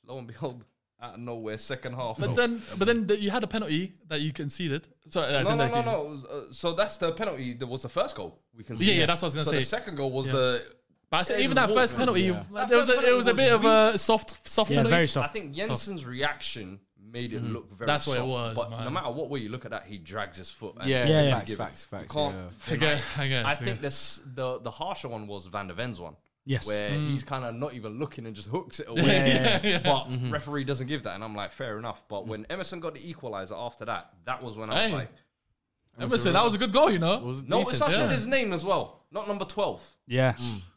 [SPEAKER 4] Lo and behold, out of nowhere, second half.
[SPEAKER 1] But then, but then the, you had a penalty that you conceded. Sorry, as
[SPEAKER 4] No,
[SPEAKER 1] in
[SPEAKER 4] no,
[SPEAKER 1] that
[SPEAKER 4] no,
[SPEAKER 1] you-
[SPEAKER 4] no. It was, uh, so that's the penalty. That was the first goal. We can.
[SPEAKER 1] Yeah, yeah, that's what I was gonna
[SPEAKER 4] so
[SPEAKER 1] say.
[SPEAKER 4] The second goal was the.
[SPEAKER 1] But I said,
[SPEAKER 4] Yeah,
[SPEAKER 1] even
[SPEAKER 4] it
[SPEAKER 1] that
[SPEAKER 4] was
[SPEAKER 1] first
[SPEAKER 4] walked,
[SPEAKER 1] penalty,
[SPEAKER 3] wasn't
[SPEAKER 4] it? Yeah.
[SPEAKER 1] there was a,
[SPEAKER 4] That first
[SPEAKER 1] it was a bit
[SPEAKER 4] penalty
[SPEAKER 1] of
[SPEAKER 4] was
[SPEAKER 1] a soft, soft
[SPEAKER 2] Yeah,
[SPEAKER 1] penalty.
[SPEAKER 2] very
[SPEAKER 4] I
[SPEAKER 2] soft.
[SPEAKER 4] think Jensen's reaction made it look very.
[SPEAKER 1] That's what it
[SPEAKER 4] soft,
[SPEAKER 1] was,
[SPEAKER 4] But no
[SPEAKER 1] man.
[SPEAKER 4] matter what way you look at that, he drags his foot. and
[SPEAKER 3] Yeah,
[SPEAKER 4] he's
[SPEAKER 2] Yeah,
[SPEAKER 4] been
[SPEAKER 2] yeah.
[SPEAKER 3] Facts,
[SPEAKER 4] given.
[SPEAKER 3] facts, facts.
[SPEAKER 4] You can't-
[SPEAKER 3] yeah.
[SPEAKER 1] I guess. I guess.
[SPEAKER 4] I think this the the harsher one was Van der Ven's one.
[SPEAKER 2] Yes. Mm.
[SPEAKER 4] Where
[SPEAKER 1] Mm.
[SPEAKER 4] he's kind of not even looking and just hooks it away.
[SPEAKER 2] yeah,
[SPEAKER 4] But
[SPEAKER 1] Mm-hmm.
[SPEAKER 4] referee doesn't give that, and I'm like, fair enough. But when Emerson got the equalizer after that, that was when I was
[SPEAKER 1] Mm. Hey.
[SPEAKER 4] like,
[SPEAKER 1] Emerson, that was a good goal, you know.
[SPEAKER 3] Was
[SPEAKER 4] no,
[SPEAKER 3] decent.
[SPEAKER 4] I said
[SPEAKER 1] yeah.
[SPEAKER 4] his name as well, not number twelve.
[SPEAKER 2] Yeah.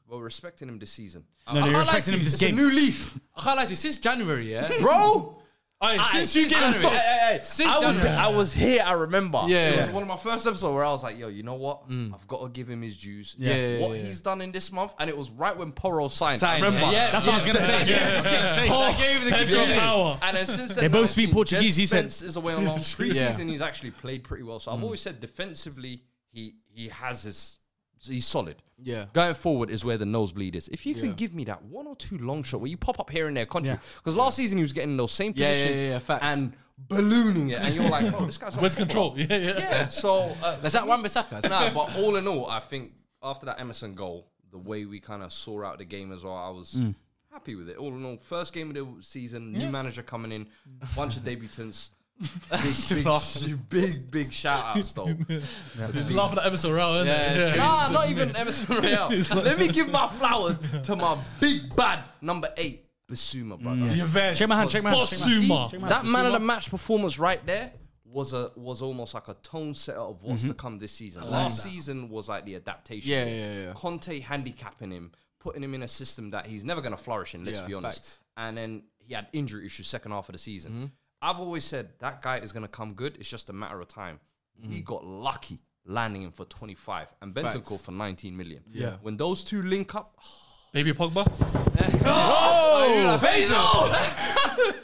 [SPEAKER 4] We're respecting him this season.
[SPEAKER 2] No, no, you're
[SPEAKER 3] can't lie
[SPEAKER 2] respecting
[SPEAKER 3] to
[SPEAKER 2] him
[SPEAKER 3] you,
[SPEAKER 2] this
[SPEAKER 3] it's a
[SPEAKER 2] game.
[SPEAKER 3] new leaf. I can't lie to you. Since January, yeah.
[SPEAKER 4] Bro,
[SPEAKER 1] Aye,
[SPEAKER 3] Aye,
[SPEAKER 1] since you
[SPEAKER 3] since
[SPEAKER 1] gave him
[SPEAKER 3] January.
[SPEAKER 1] stocks,
[SPEAKER 3] Hey, hey, hey, since
[SPEAKER 4] I was
[SPEAKER 3] January.
[SPEAKER 4] I was here. I remember.
[SPEAKER 3] Yeah,
[SPEAKER 4] it was
[SPEAKER 3] yeah.
[SPEAKER 4] one of my first episodes where I was like, "Yo, you know what? I've got to give him his dues.
[SPEAKER 3] Yeah, yeah,
[SPEAKER 4] what
[SPEAKER 3] yeah,
[SPEAKER 4] he's done in this month, and it was right when Poro signed.
[SPEAKER 3] Signed,
[SPEAKER 4] I remember.
[SPEAKER 3] yeah,
[SPEAKER 2] That's what I was gonna say. Yeah.
[SPEAKER 1] Paul,
[SPEAKER 3] That gave the
[SPEAKER 1] Oh, Pedro
[SPEAKER 3] kid the-
[SPEAKER 1] Power.
[SPEAKER 4] And then since then,
[SPEAKER 2] They both
[SPEAKER 4] now,
[SPEAKER 2] speak
[SPEAKER 4] Jed
[SPEAKER 2] Portuguese, he said.
[SPEAKER 4] Spence is away on long preseason. He's actually played pretty well.
[SPEAKER 3] Mm.
[SPEAKER 4] So I've always said defensively, he he has his he's solid.
[SPEAKER 3] Yeah.
[SPEAKER 4] Going forward is where the nosebleed is. If you can give me that one or two long shot where you pop up here and there, country. Because last season he was getting those same
[SPEAKER 3] Yeah, yeah,
[SPEAKER 4] positions
[SPEAKER 3] yeah, yeah, facts.
[SPEAKER 4] and ballooning it, and you're like, oh, this guy's not
[SPEAKER 1] with
[SPEAKER 4] a footballer."
[SPEAKER 1] control. Yeah, yeah.
[SPEAKER 4] Yeah. So uh,
[SPEAKER 3] Is that one Bissaka?
[SPEAKER 4] nah, but all in all, I think after that Emerson goal, the way we kind of saw out the game as well, I was
[SPEAKER 3] Mm.
[SPEAKER 4] happy with it. All in all, first game of the season, new manager coming in, bunch of debutants. big, big, big, big shout outs though.
[SPEAKER 1] He's laughing at Emerson Rowe, isn't
[SPEAKER 3] Yeah,
[SPEAKER 1] he?
[SPEAKER 3] it's
[SPEAKER 4] Nah, not even Emerson Real. Let me give my flowers to my big bad number eight, Basuma, brother.
[SPEAKER 3] Mm.
[SPEAKER 1] Yves.
[SPEAKER 2] Check my hand, check my hand, check my hand.
[SPEAKER 1] Basuma.
[SPEAKER 2] See? Check my
[SPEAKER 4] That man of the match performance right there was a was almost like a tone setter of what's to come this season. Last season was like the adaptation.
[SPEAKER 3] Yeah,
[SPEAKER 4] bit.
[SPEAKER 3] yeah, yeah.
[SPEAKER 4] Conte handicapping him, putting him in a system that he's never going to flourish in. Let's
[SPEAKER 3] Yeah,
[SPEAKER 4] be honest.
[SPEAKER 3] facts. Mm-hmm.
[SPEAKER 4] And then he had injury issues second half of the season. I've always said that guy is going to come good. It's just a matter of time.
[SPEAKER 3] Mm-hmm.
[SPEAKER 4] We got lucky landing him for 25 and Bentancur for 19 million.
[SPEAKER 3] Yeah.
[SPEAKER 4] When those two link up,
[SPEAKER 1] Baby Pogba.
[SPEAKER 4] Oh, Basil!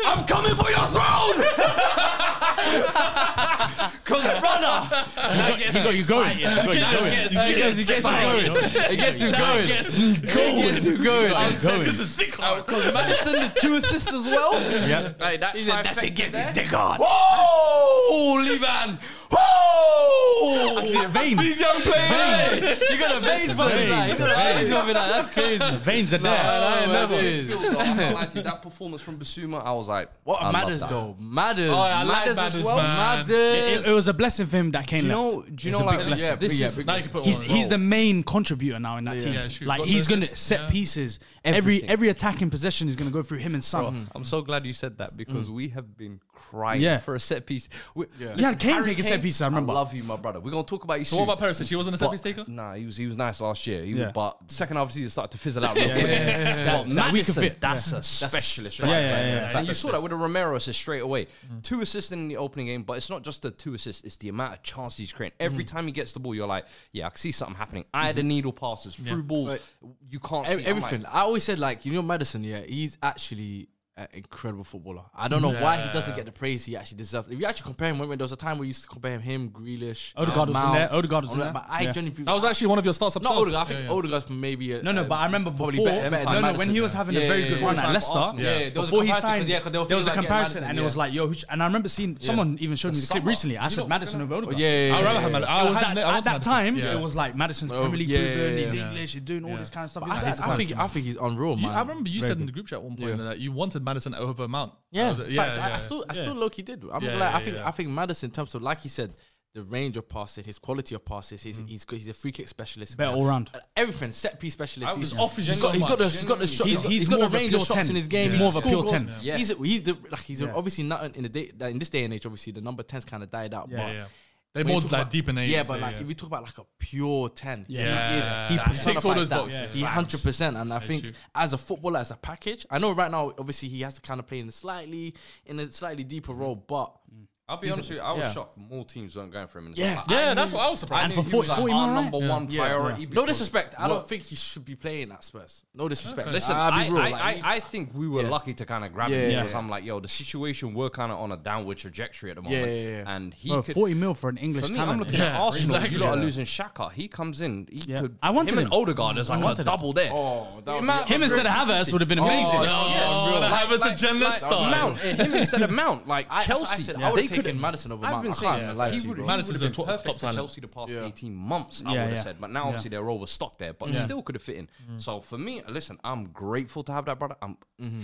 [SPEAKER 4] I'm coming for your throne! Cause brother,
[SPEAKER 2] He got you going. He got you going.
[SPEAKER 3] He gets you going. It gets you going. It gets you going.
[SPEAKER 1] This is dick hard.
[SPEAKER 4] cause Madison the two assists as well.
[SPEAKER 2] Yeah.
[SPEAKER 4] Like, that
[SPEAKER 3] He said, that's it, gets it, dig on.
[SPEAKER 4] Whoa, Levan! Whoa!
[SPEAKER 2] I see the veins.
[SPEAKER 4] These young players.
[SPEAKER 3] You got a vase for
[SPEAKER 2] Veins.
[SPEAKER 3] that. You got a vase for that. That's
[SPEAKER 2] The
[SPEAKER 3] crazy.
[SPEAKER 2] veins are there.
[SPEAKER 3] Oh,
[SPEAKER 4] That,
[SPEAKER 3] man,
[SPEAKER 4] was- I can't lie to you, that performance from Basuma, I was like,
[SPEAKER 3] What
[SPEAKER 4] I love
[SPEAKER 3] matters
[SPEAKER 4] that.
[SPEAKER 3] though? Matters.
[SPEAKER 1] I like
[SPEAKER 3] Matters
[SPEAKER 1] Madders,
[SPEAKER 3] as well.
[SPEAKER 1] man.
[SPEAKER 2] It,
[SPEAKER 3] Matters.
[SPEAKER 2] it was a blessing for him that Kane
[SPEAKER 4] Do you know?
[SPEAKER 2] left.
[SPEAKER 4] Do you
[SPEAKER 2] It's
[SPEAKER 4] know?
[SPEAKER 2] a big
[SPEAKER 4] Like,
[SPEAKER 2] blessing.
[SPEAKER 4] yeah, this
[SPEAKER 3] yeah,
[SPEAKER 4] is
[SPEAKER 3] big
[SPEAKER 1] Now you can put
[SPEAKER 2] he's
[SPEAKER 1] on.
[SPEAKER 2] he's the main contributor now in that team.
[SPEAKER 1] Yeah, shoot,
[SPEAKER 2] like
[SPEAKER 1] got
[SPEAKER 2] he's
[SPEAKER 1] the
[SPEAKER 2] gonna
[SPEAKER 1] assist,
[SPEAKER 2] set
[SPEAKER 1] yeah.
[SPEAKER 2] pieces. Every
[SPEAKER 4] Everything.
[SPEAKER 2] every attacking possession is gonna go through him and Son.
[SPEAKER 4] Oh, Mm. I'm so glad you said that because we have been crying
[SPEAKER 2] Yeah.
[SPEAKER 4] for a set piece. We,
[SPEAKER 3] Yeah.
[SPEAKER 2] Yeah, Kane take a set set pieces, I remember.
[SPEAKER 4] love you, my brother. We're gonna talk about you
[SPEAKER 1] So
[SPEAKER 4] soon.
[SPEAKER 1] what about Perisic? He wasn't a set piece taker?
[SPEAKER 4] Nah, he was he was nice last year. He was-
[SPEAKER 2] Yeah.
[SPEAKER 4] but second half of the season started to fizzle out. a little bit. But
[SPEAKER 2] That weaker
[SPEAKER 4] Maddison,
[SPEAKER 2] fit.
[SPEAKER 4] that's a specialist.
[SPEAKER 3] Yeah, Mm.
[SPEAKER 2] yeah,
[SPEAKER 4] right there.
[SPEAKER 2] yeah, yeah.
[SPEAKER 4] And you saw that with a Romero assist straight away. Two assists in the opening game, but it's not just the two assists; it's the amount of chances he's creating.
[SPEAKER 3] Mm.
[SPEAKER 4] Every time he gets the ball, you're like, "Yeah, I can see something happening." I had a needle passes, through balls.
[SPEAKER 3] Right.
[SPEAKER 4] You
[SPEAKER 3] Mm-hmm.
[SPEAKER 4] can't
[SPEAKER 3] Ev-
[SPEAKER 4] see I'm like,
[SPEAKER 3] everything. I always said like you know Madison. Yeah, he's actually an incredible footballer. I don't know why he doesn't get the praise he actually deserves. If you actually compare him, when there was a time where you used to compare him, him Grealish,
[SPEAKER 2] Odegaard was in
[SPEAKER 3] Mount,
[SPEAKER 2] there, Odegaard was in
[SPEAKER 3] all that,
[SPEAKER 2] there.
[SPEAKER 3] But I
[SPEAKER 2] Yeah.
[SPEAKER 3] genuinely
[SPEAKER 1] That was actually one of your starts up
[SPEAKER 3] not
[SPEAKER 1] stars.
[SPEAKER 3] Odegaard. I think
[SPEAKER 1] Yeah, yeah.
[SPEAKER 3] Odegaard's maybe a,
[SPEAKER 2] No, no,
[SPEAKER 3] a-
[SPEAKER 2] but I remember before.
[SPEAKER 3] probably better, better
[SPEAKER 2] no,
[SPEAKER 3] than
[SPEAKER 2] no, when
[SPEAKER 3] Maddison.
[SPEAKER 2] he was having a
[SPEAKER 3] Yeah,
[SPEAKER 2] very
[SPEAKER 3] yeah,
[SPEAKER 2] good
[SPEAKER 3] yeah.
[SPEAKER 2] run at
[SPEAKER 4] Arsenal.
[SPEAKER 2] Leicester,
[SPEAKER 4] Yeah,
[SPEAKER 3] there was a
[SPEAKER 2] before he
[SPEAKER 3] comparison, 'cause,
[SPEAKER 2] signed,
[SPEAKER 3] yeah, 'cause they were
[SPEAKER 2] there was a
[SPEAKER 3] feeling like, yeah,
[SPEAKER 2] comparison,
[SPEAKER 3] Maddison,
[SPEAKER 2] and it was
[SPEAKER 3] yeah.
[SPEAKER 2] like, yo, who sh- and I remember seeing someone even showed me the clip recently. I said Madison over Odegaard.
[SPEAKER 3] yeah, yeah, yeah,
[SPEAKER 1] I'd rather have
[SPEAKER 3] yeah.
[SPEAKER 1] Mad- I
[SPEAKER 2] It was
[SPEAKER 1] had
[SPEAKER 2] that,
[SPEAKER 1] no- I
[SPEAKER 2] at
[SPEAKER 1] want
[SPEAKER 2] that
[SPEAKER 1] Madison.
[SPEAKER 2] time,
[SPEAKER 1] Yeah.
[SPEAKER 2] it was like Madison's
[SPEAKER 3] Oh,
[SPEAKER 2] Premier League
[SPEAKER 3] yeah,
[SPEAKER 2] proven,
[SPEAKER 3] yeah,
[SPEAKER 2] he's
[SPEAKER 1] yeah.
[SPEAKER 2] English, he's doing all
[SPEAKER 1] Yeah.
[SPEAKER 2] this kind of stuff.
[SPEAKER 3] I,
[SPEAKER 2] It's
[SPEAKER 3] think- I think I think he's unreal,
[SPEAKER 1] You-
[SPEAKER 3] man.
[SPEAKER 1] I remember you
[SPEAKER 2] Very
[SPEAKER 1] said in
[SPEAKER 2] good.
[SPEAKER 1] the group chat at one point
[SPEAKER 3] Yeah.
[SPEAKER 1] that you wanted Madison over Mount.
[SPEAKER 3] Yeah,
[SPEAKER 1] Uh,
[SPEAKER 3] facts. I, I still, I still
[SPEAKER 1] Yeah.
[SPEAKER 3] low key did. I'm
[SPEAKER 1] Yeah,
[SPEAKER 3] like,
[SPEAKER 1] yeah,
[SPEAKER 3] I think,
[SPEAKER 1] yeah.
[SPEAKER 3] I think Madison, in terms of like he said, the range of passes, his quality of passes,
[SPEAKER 1] Mm.
[SPEAKER 3] he's he's good. He's a free kick specialist.
[SPEAKER 2] Better
[SPEAKER 3] man.
[SPEAKER 2] all round.
[SPEAKER 3] Uh, Everything, set piece specialist.
[SPEAKER 1] I
[SPEAKER 3] He's
[SPEAKER 1] was offering
[SPEAKER 3] he's
[SPEAKER 1] so
[SPEAKER 3] got, he's got the,
[SPEAKER 1] much.
[SPEAKER 3] he's got the shot.
[SPEAKER 2] He's-
[SPEAKER 3] He's got,
[SPEAKER 2] he's
[SPEAKER 3] he's got
[SPEAKER 2] more
[SPEAKER 3] the
[SPEAKER 2] of a
[SPEAKER 3] range
[SPEAKER 2] pure
[SPEAKER 3] of shots
[SPEAKER 2] 10.
[SPEAKER 3] in his game.
[SPEAKER 2] He's
[SPEAKER 3] He
[SPEAKER 2] more
[SPEAKER 3] can
[SPEAKER 2] of a
[SPEAKER 3] score
[SPEAKER 2] pure
[SPEAKER 3] goals.
[SPEAKER 2] 10.
[SPEAKER 4] Yeah.
[SPEAKER 3] He's a, he's the like he's a-
[SPEAKER 2] Yeah.
[SPEAKER 3] obviously not in the day that in this day and age. Obviously, the number 10's kind of died out.
[SPEAKER 2] Yeah,
[SPEAKER 3] but
[SPEAKER 1] yeah. They're
[SPEAKER 3] when you
[SPEAKER 1] more
[SPEAKER 3] talk
[SPEAKER 1] like
[SPEAKER 3] about-
[SPEAKER 1] deep in the
[SPEAKER 3] Yeah,
[SPEAKER 1] eights,
[SPEAKER 3] but
[SPEAKER 1] yeah,
[SPEAKER 3] like
[SPEAKER 1] yeah.
[SPEAKER 3] if you talk about like a pure ten, he is
[SPEAKER 1] Yeah.
[SPEAKER 3] he
[SPEAKER 1] That ticks all
[SPEAKER 3] personifies
[SPEAKER 1] those
[SPEAKER 3] that.
[SPEAKER 1] boxes.
[SPEAKER 3] He
[SPEAKER 1] Yeah.
[SPEAKER 3] hundred percent, and I think
[SPEAKER 1] true.
[SPEAKER 3] as a footballer, as a package, I know right now obviously he has to kind of play in a slightly in a slightly deeper role, but
[SPEAKER 4] I'll be honest with you. I was
[SPEAKER 3] yeah.
[SPEAKER 4] shocked. More teams weren't going for him. In this
[SPEAKER 3] Yeah.
[SPEAKER 4] one.
[SPEAKER 1] Yeah, that's what I was surprised.
[SPEAKER 4] knew
[SPEAKER 2] And for
[SPEAKER 4] he was
[SPEAKER 2] 40
[SPEAKER 4] like
[SPEAKER 2] 40
[SPEAKER 4] our
[SPEAKER 2] man, right?
[SPEAKER 4] number one
[SPEAKER 3] Yeah.
[SPEAKER 4] priority.
[SPEAKER 3] No
[SPEAKER 4] because-
[SPEAKER 3] disrespect. I
[SPEAKER 4] Well,
[SPEAKER 3] don't think he should be playing at Spurs. No disrespect.
[SPEAKER 4] Listen,
[SPEAKER 3] I'll be
[SPEAKER 4] I,
[SPEAKER 3] real.
[SPEAKER 4] I,
[SPEAKER 3] like,
[SPEAKER 4] I,
[SPEAKER 3] he-
[SPEAKER 4] I think we were
[SPEAKER 3] Yeah.
[SPEAKER 4] lucky to kind of grab
[SPEAKER 3] Yeah,
[SPEAKER 4] him
[SPEAKER 3] yeah,
[SPEAKER 4] because
[SPEAKER 3] yeah.
[SPEAKER 4] I'm like, yo, the situation we're kind of on a downward trajectory at the
[SPEAKER 3] Yeah,
[SPEAKER 4] moment,
[SPEAKER 3] yeah, yeah.
[SPEAKER 4] and he
[SPEAKER 2] Bro,
[SPEAKER 4] could.
[SPEAKER 2] 40 mil for an
[SPEAKER 4] for
[SPEAKER 2] English
[SPEAKER 4] me, I'm
[SPEAKER 2] talent.
[SPEAKER 4] looking at
[SPEAKER 1] Yeah,
[SPEAKER 4] Arsenal.
[SPEAKER 1] exactly.
[SPEAKER 4] You lot are
[SPEAKER 1] Yeah.
[SPEAKER 4] losing Shaka. He comes in. He
[SPEAKER 2] Yeah.
[SPEAKER 4] could.
[SPEAKER 2] I wanted
[SPEAKER 4] him and
[SPEAKER 2] him.
[SPEAKER 4] Odegaard. There's like a
[SPEAKER 2] wanted him.
[SPEAKER 4] double there.
[SPEAKER 3] Oh, that
[SPEAKER 4] The
[SPEAKER 3] would be
[SPEAKER 4] amount
[SPEAKER 3] awesome.
[SPEAKER 2] Him
[SPEAKER 4] of
[SPEAKER 2] instead of Havertz would have been amazing.
[SPEAKER 3] Oh, yeah.
[SPEAKER 1] Oh, that
[SPEAKER 4] Like-
[SPEAKER 1] happens
[SPEAKER 4] like-
[SPEAKER 1] at Jenner's
[SPEAKER 4] like
[SPEAKER 1] style.
[SPEAKER 4] Mount, him instead of Mount, like
[SPEAKER 3] I- that's what I
[SPEAKER 4] Chelsea.
[SPEAKER 3] said. I would've
[SPEAKER 4] they could-
[SPEAKER 3] taken Madison over
[SPEAKER 4] I've
[SPEAKER 3] Mount.
[SPEAKER 4] been
[SPEAKER 3] I
[SPEAKER 4] saying
[SPEAKER 3] can't lie to
[SPEAKER 4] he
[SPEAKER 3] you,
[SPEAKER 4] would
[SPEAKER 3] bro.
[SPEAKER 4] have
[SPEAKER 1] Madison's
[SPEAKER 4] been
[SPEAKER 1] a top-
[SPEAKER 4] perfect
[SPEAKER 1] top
[SPEAKER 4] for
[SPEAKER 1] talent.
[SPEAKER 4] Chelsea the past
[SPEAKER 3] Yeah.
[SPEAKER 4] 18 months. I
[SPEAKER 2] Yeah,
[SPEAKER 4] would have
[SPEAKER 2] yeah. Mm.
[SPEAKER 4] said, but now obviously they're overstocked there, but still could have fit in. So for me, listen, I'm grateful to have that brother. I'm mm-hmm.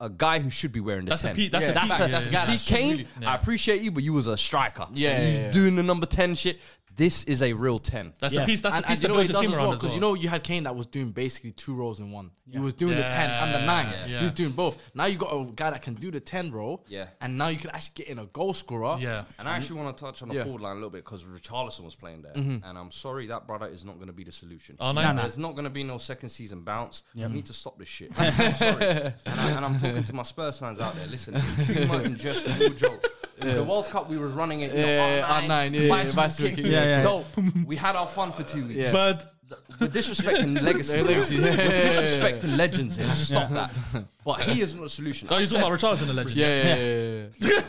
[SPEAKER 4] a guy who should be wearing the
[SPEAKER 1] That's a
[SPEAKER 4] 10.
[SPEAKER 1] Pete- that's
[SPEAKER 3] Yeah,
[SPEAKER 1] a
[SPEAKER 3] that's
[SPEAKER 1] Pete.
[SPEAKER 3] a- that's a guy
[SPEAKER 4] You
[SPEAKER 3] that
[SPEAKER 4] see,
[SPEAKER 3] should
[SPEAKER 4] Kane,
[SPEAKER 3] really-
[SPEAKER 4] I appreciate you, but you was a striker.
[SPEAKER 3] Yeah,
[SPEAKER 4] he's
[SPEAKER 3] yeah, yeah.
[SPEAKER 4] doing the number 10 shit. This is a real 10.
[SPEAKER 1] That's
[SPEAKER 2] Yeah.
[SPEAKER 1] a piece. That's
[SPEAKER 3] and,
[SPEAKER 1] a
[SPEAKER 3] and
[SPEAKER 1] piece that
[SPEAKER 3] you know what
[SPEAKER 1] builds
[SPEAKER 3] he
[SPEAKER 1] the
[SPEAKER 3] does
[SPEAKER 1] team
[SPEAKER 3] as
[SPEAKER 1] around
[SPEAKER 3] well
[SPEAKER 1] as
[SPEAKER 3] because
[SPEAKER 1] well.
[SPEAKER 3] you know you had Kane that was doing basically two roles in one. He was doing the ten and the
[SPEAKER 1] Yeah,
[SPEAKER 3] nine.
[SPEAKER 1] yeah.
[SPEAKER 3] He was doing both. Now you got a guy that can do the ten role.
[SPEAKER 4] Yeah.
[SPEAKER 3] and now you can actually get in a goal scorer.
[SPEAKER 1] yeah.
[SPEAKER 4] And I actually want to touch on the
[SPEAKER 3] Yeah. Mm-hmm.
[SPEAKER 4] forward line a little bit because Richarlison was playing there, and I'm sorry that brother is not going to be the solution.
[SPEAKER 1] Oh, no,
[SPEAKER 2] Nah, nah.
[SPEAKER 4] There's not going to be no second season bounce. We need to stop this shit. I'm sorry. And, I, and I'm talking to my Spurs fans out there. Listen, it's too much and just no joke. The World Cup, we were running it. You
[SPEAKER 3] Yeah,
[SPEAKER 4] know,
[SPEAKER 3] yeah, R9, yeah,
[SPEAKER 4] bicycle
[SPEAKER 3] bicycle
[SPEAKER 4] kick.
[SPEAKER 3] kick,
[SPEAKER 2] Yeah, yeah.
[SPEAKER 4] Dope. We had our fun for two weeks.
[SPEAKER 3] Yeah.
[SPEAKER 1] But
[SPEAKER 4] We're disrespecting legacy. We're
[SPEAKER 3] Legacy.
[SPEAKER 4] disrespecting legends here. Stop that. But he is not a solution.
[SPEAKER 1] oh, you're talking about Richarlison, the legend.
[SPEAKER 3] yeah, yeah, yeah,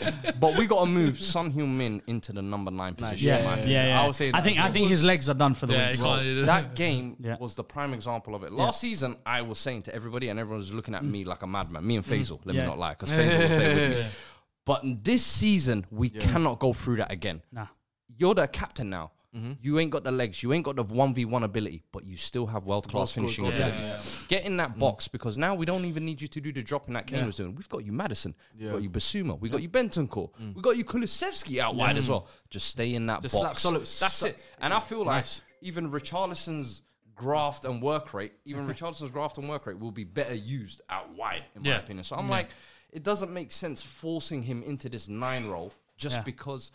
[SPEAKER 3] yeah, yeah.
[SPEAKER 4] But we got to move Sun Heung-min into the number nine position.
[SPEAKER 3] Yeah,
[SPEAKER 4] in my
[SPEAKER 3] yeah,
[SPEAKER 4] opinion.
[SPEAKER 2] Yeah, yeah.
[SPEAKER 3] I was saying
[SPEAKER 2] I
[SPEAKER 3] that
[SPEAKER 2] think
[SPEAKER 3] as
[SPEAKER 2] I
[SPEAKER 3] well.
[SPEAKER 2] think his legs are done for the
[SPEAKER 1] Yeah, he
[SPEAKER 2] week.
[SPEAKER 1] can't-
[SPEAKER 4] Bro, that game
[SPEAKER 2] Yeah.
[SPEAKER 4] was the prime example of it. Last season, I was saying to everybody, and everyone was looking at me like a madman. Me and Faisal, let
[SPEAKER 2] Yeah.
[SPEAKER 4] me not lie, because Faisal was there with me. But in this season, we cannot go through that again.
[SPEAKER 2] Nah.
[SPEAKER 4] You're the captain now. You ain't got the legs. You ain't got the one v one ability, but you still have world class finishing.
[SPEAKER 3] goals,
[SPEAKER 4] ability.
[SPEAKER 3] yeah.
[SPEAKER 4] Get in
[SPEAKER 3] Mm.
[SPEAKER 4] that box because now we don't even need you to do the dropping that Kane was doing. We've got you Madison. We've got you Basuma. We've got you Bentoncourt. We've got you Kulusevski out wide as well. Just stay in that
[SPEAKER 3] Mm. Just slap
[SPEAKER 4] box.
[SPEAKER 3] solid-
[SPEAKER 4] That's it. And I feel like even Richarlison's graft and work rate, even Richarlison's graft and work rate will be better used out wide, in my
[SPEAKER 1] Yeah.
[SPEAKER 4] opinion. So I'm like, it doesn't make sense forcing him into this nine role just because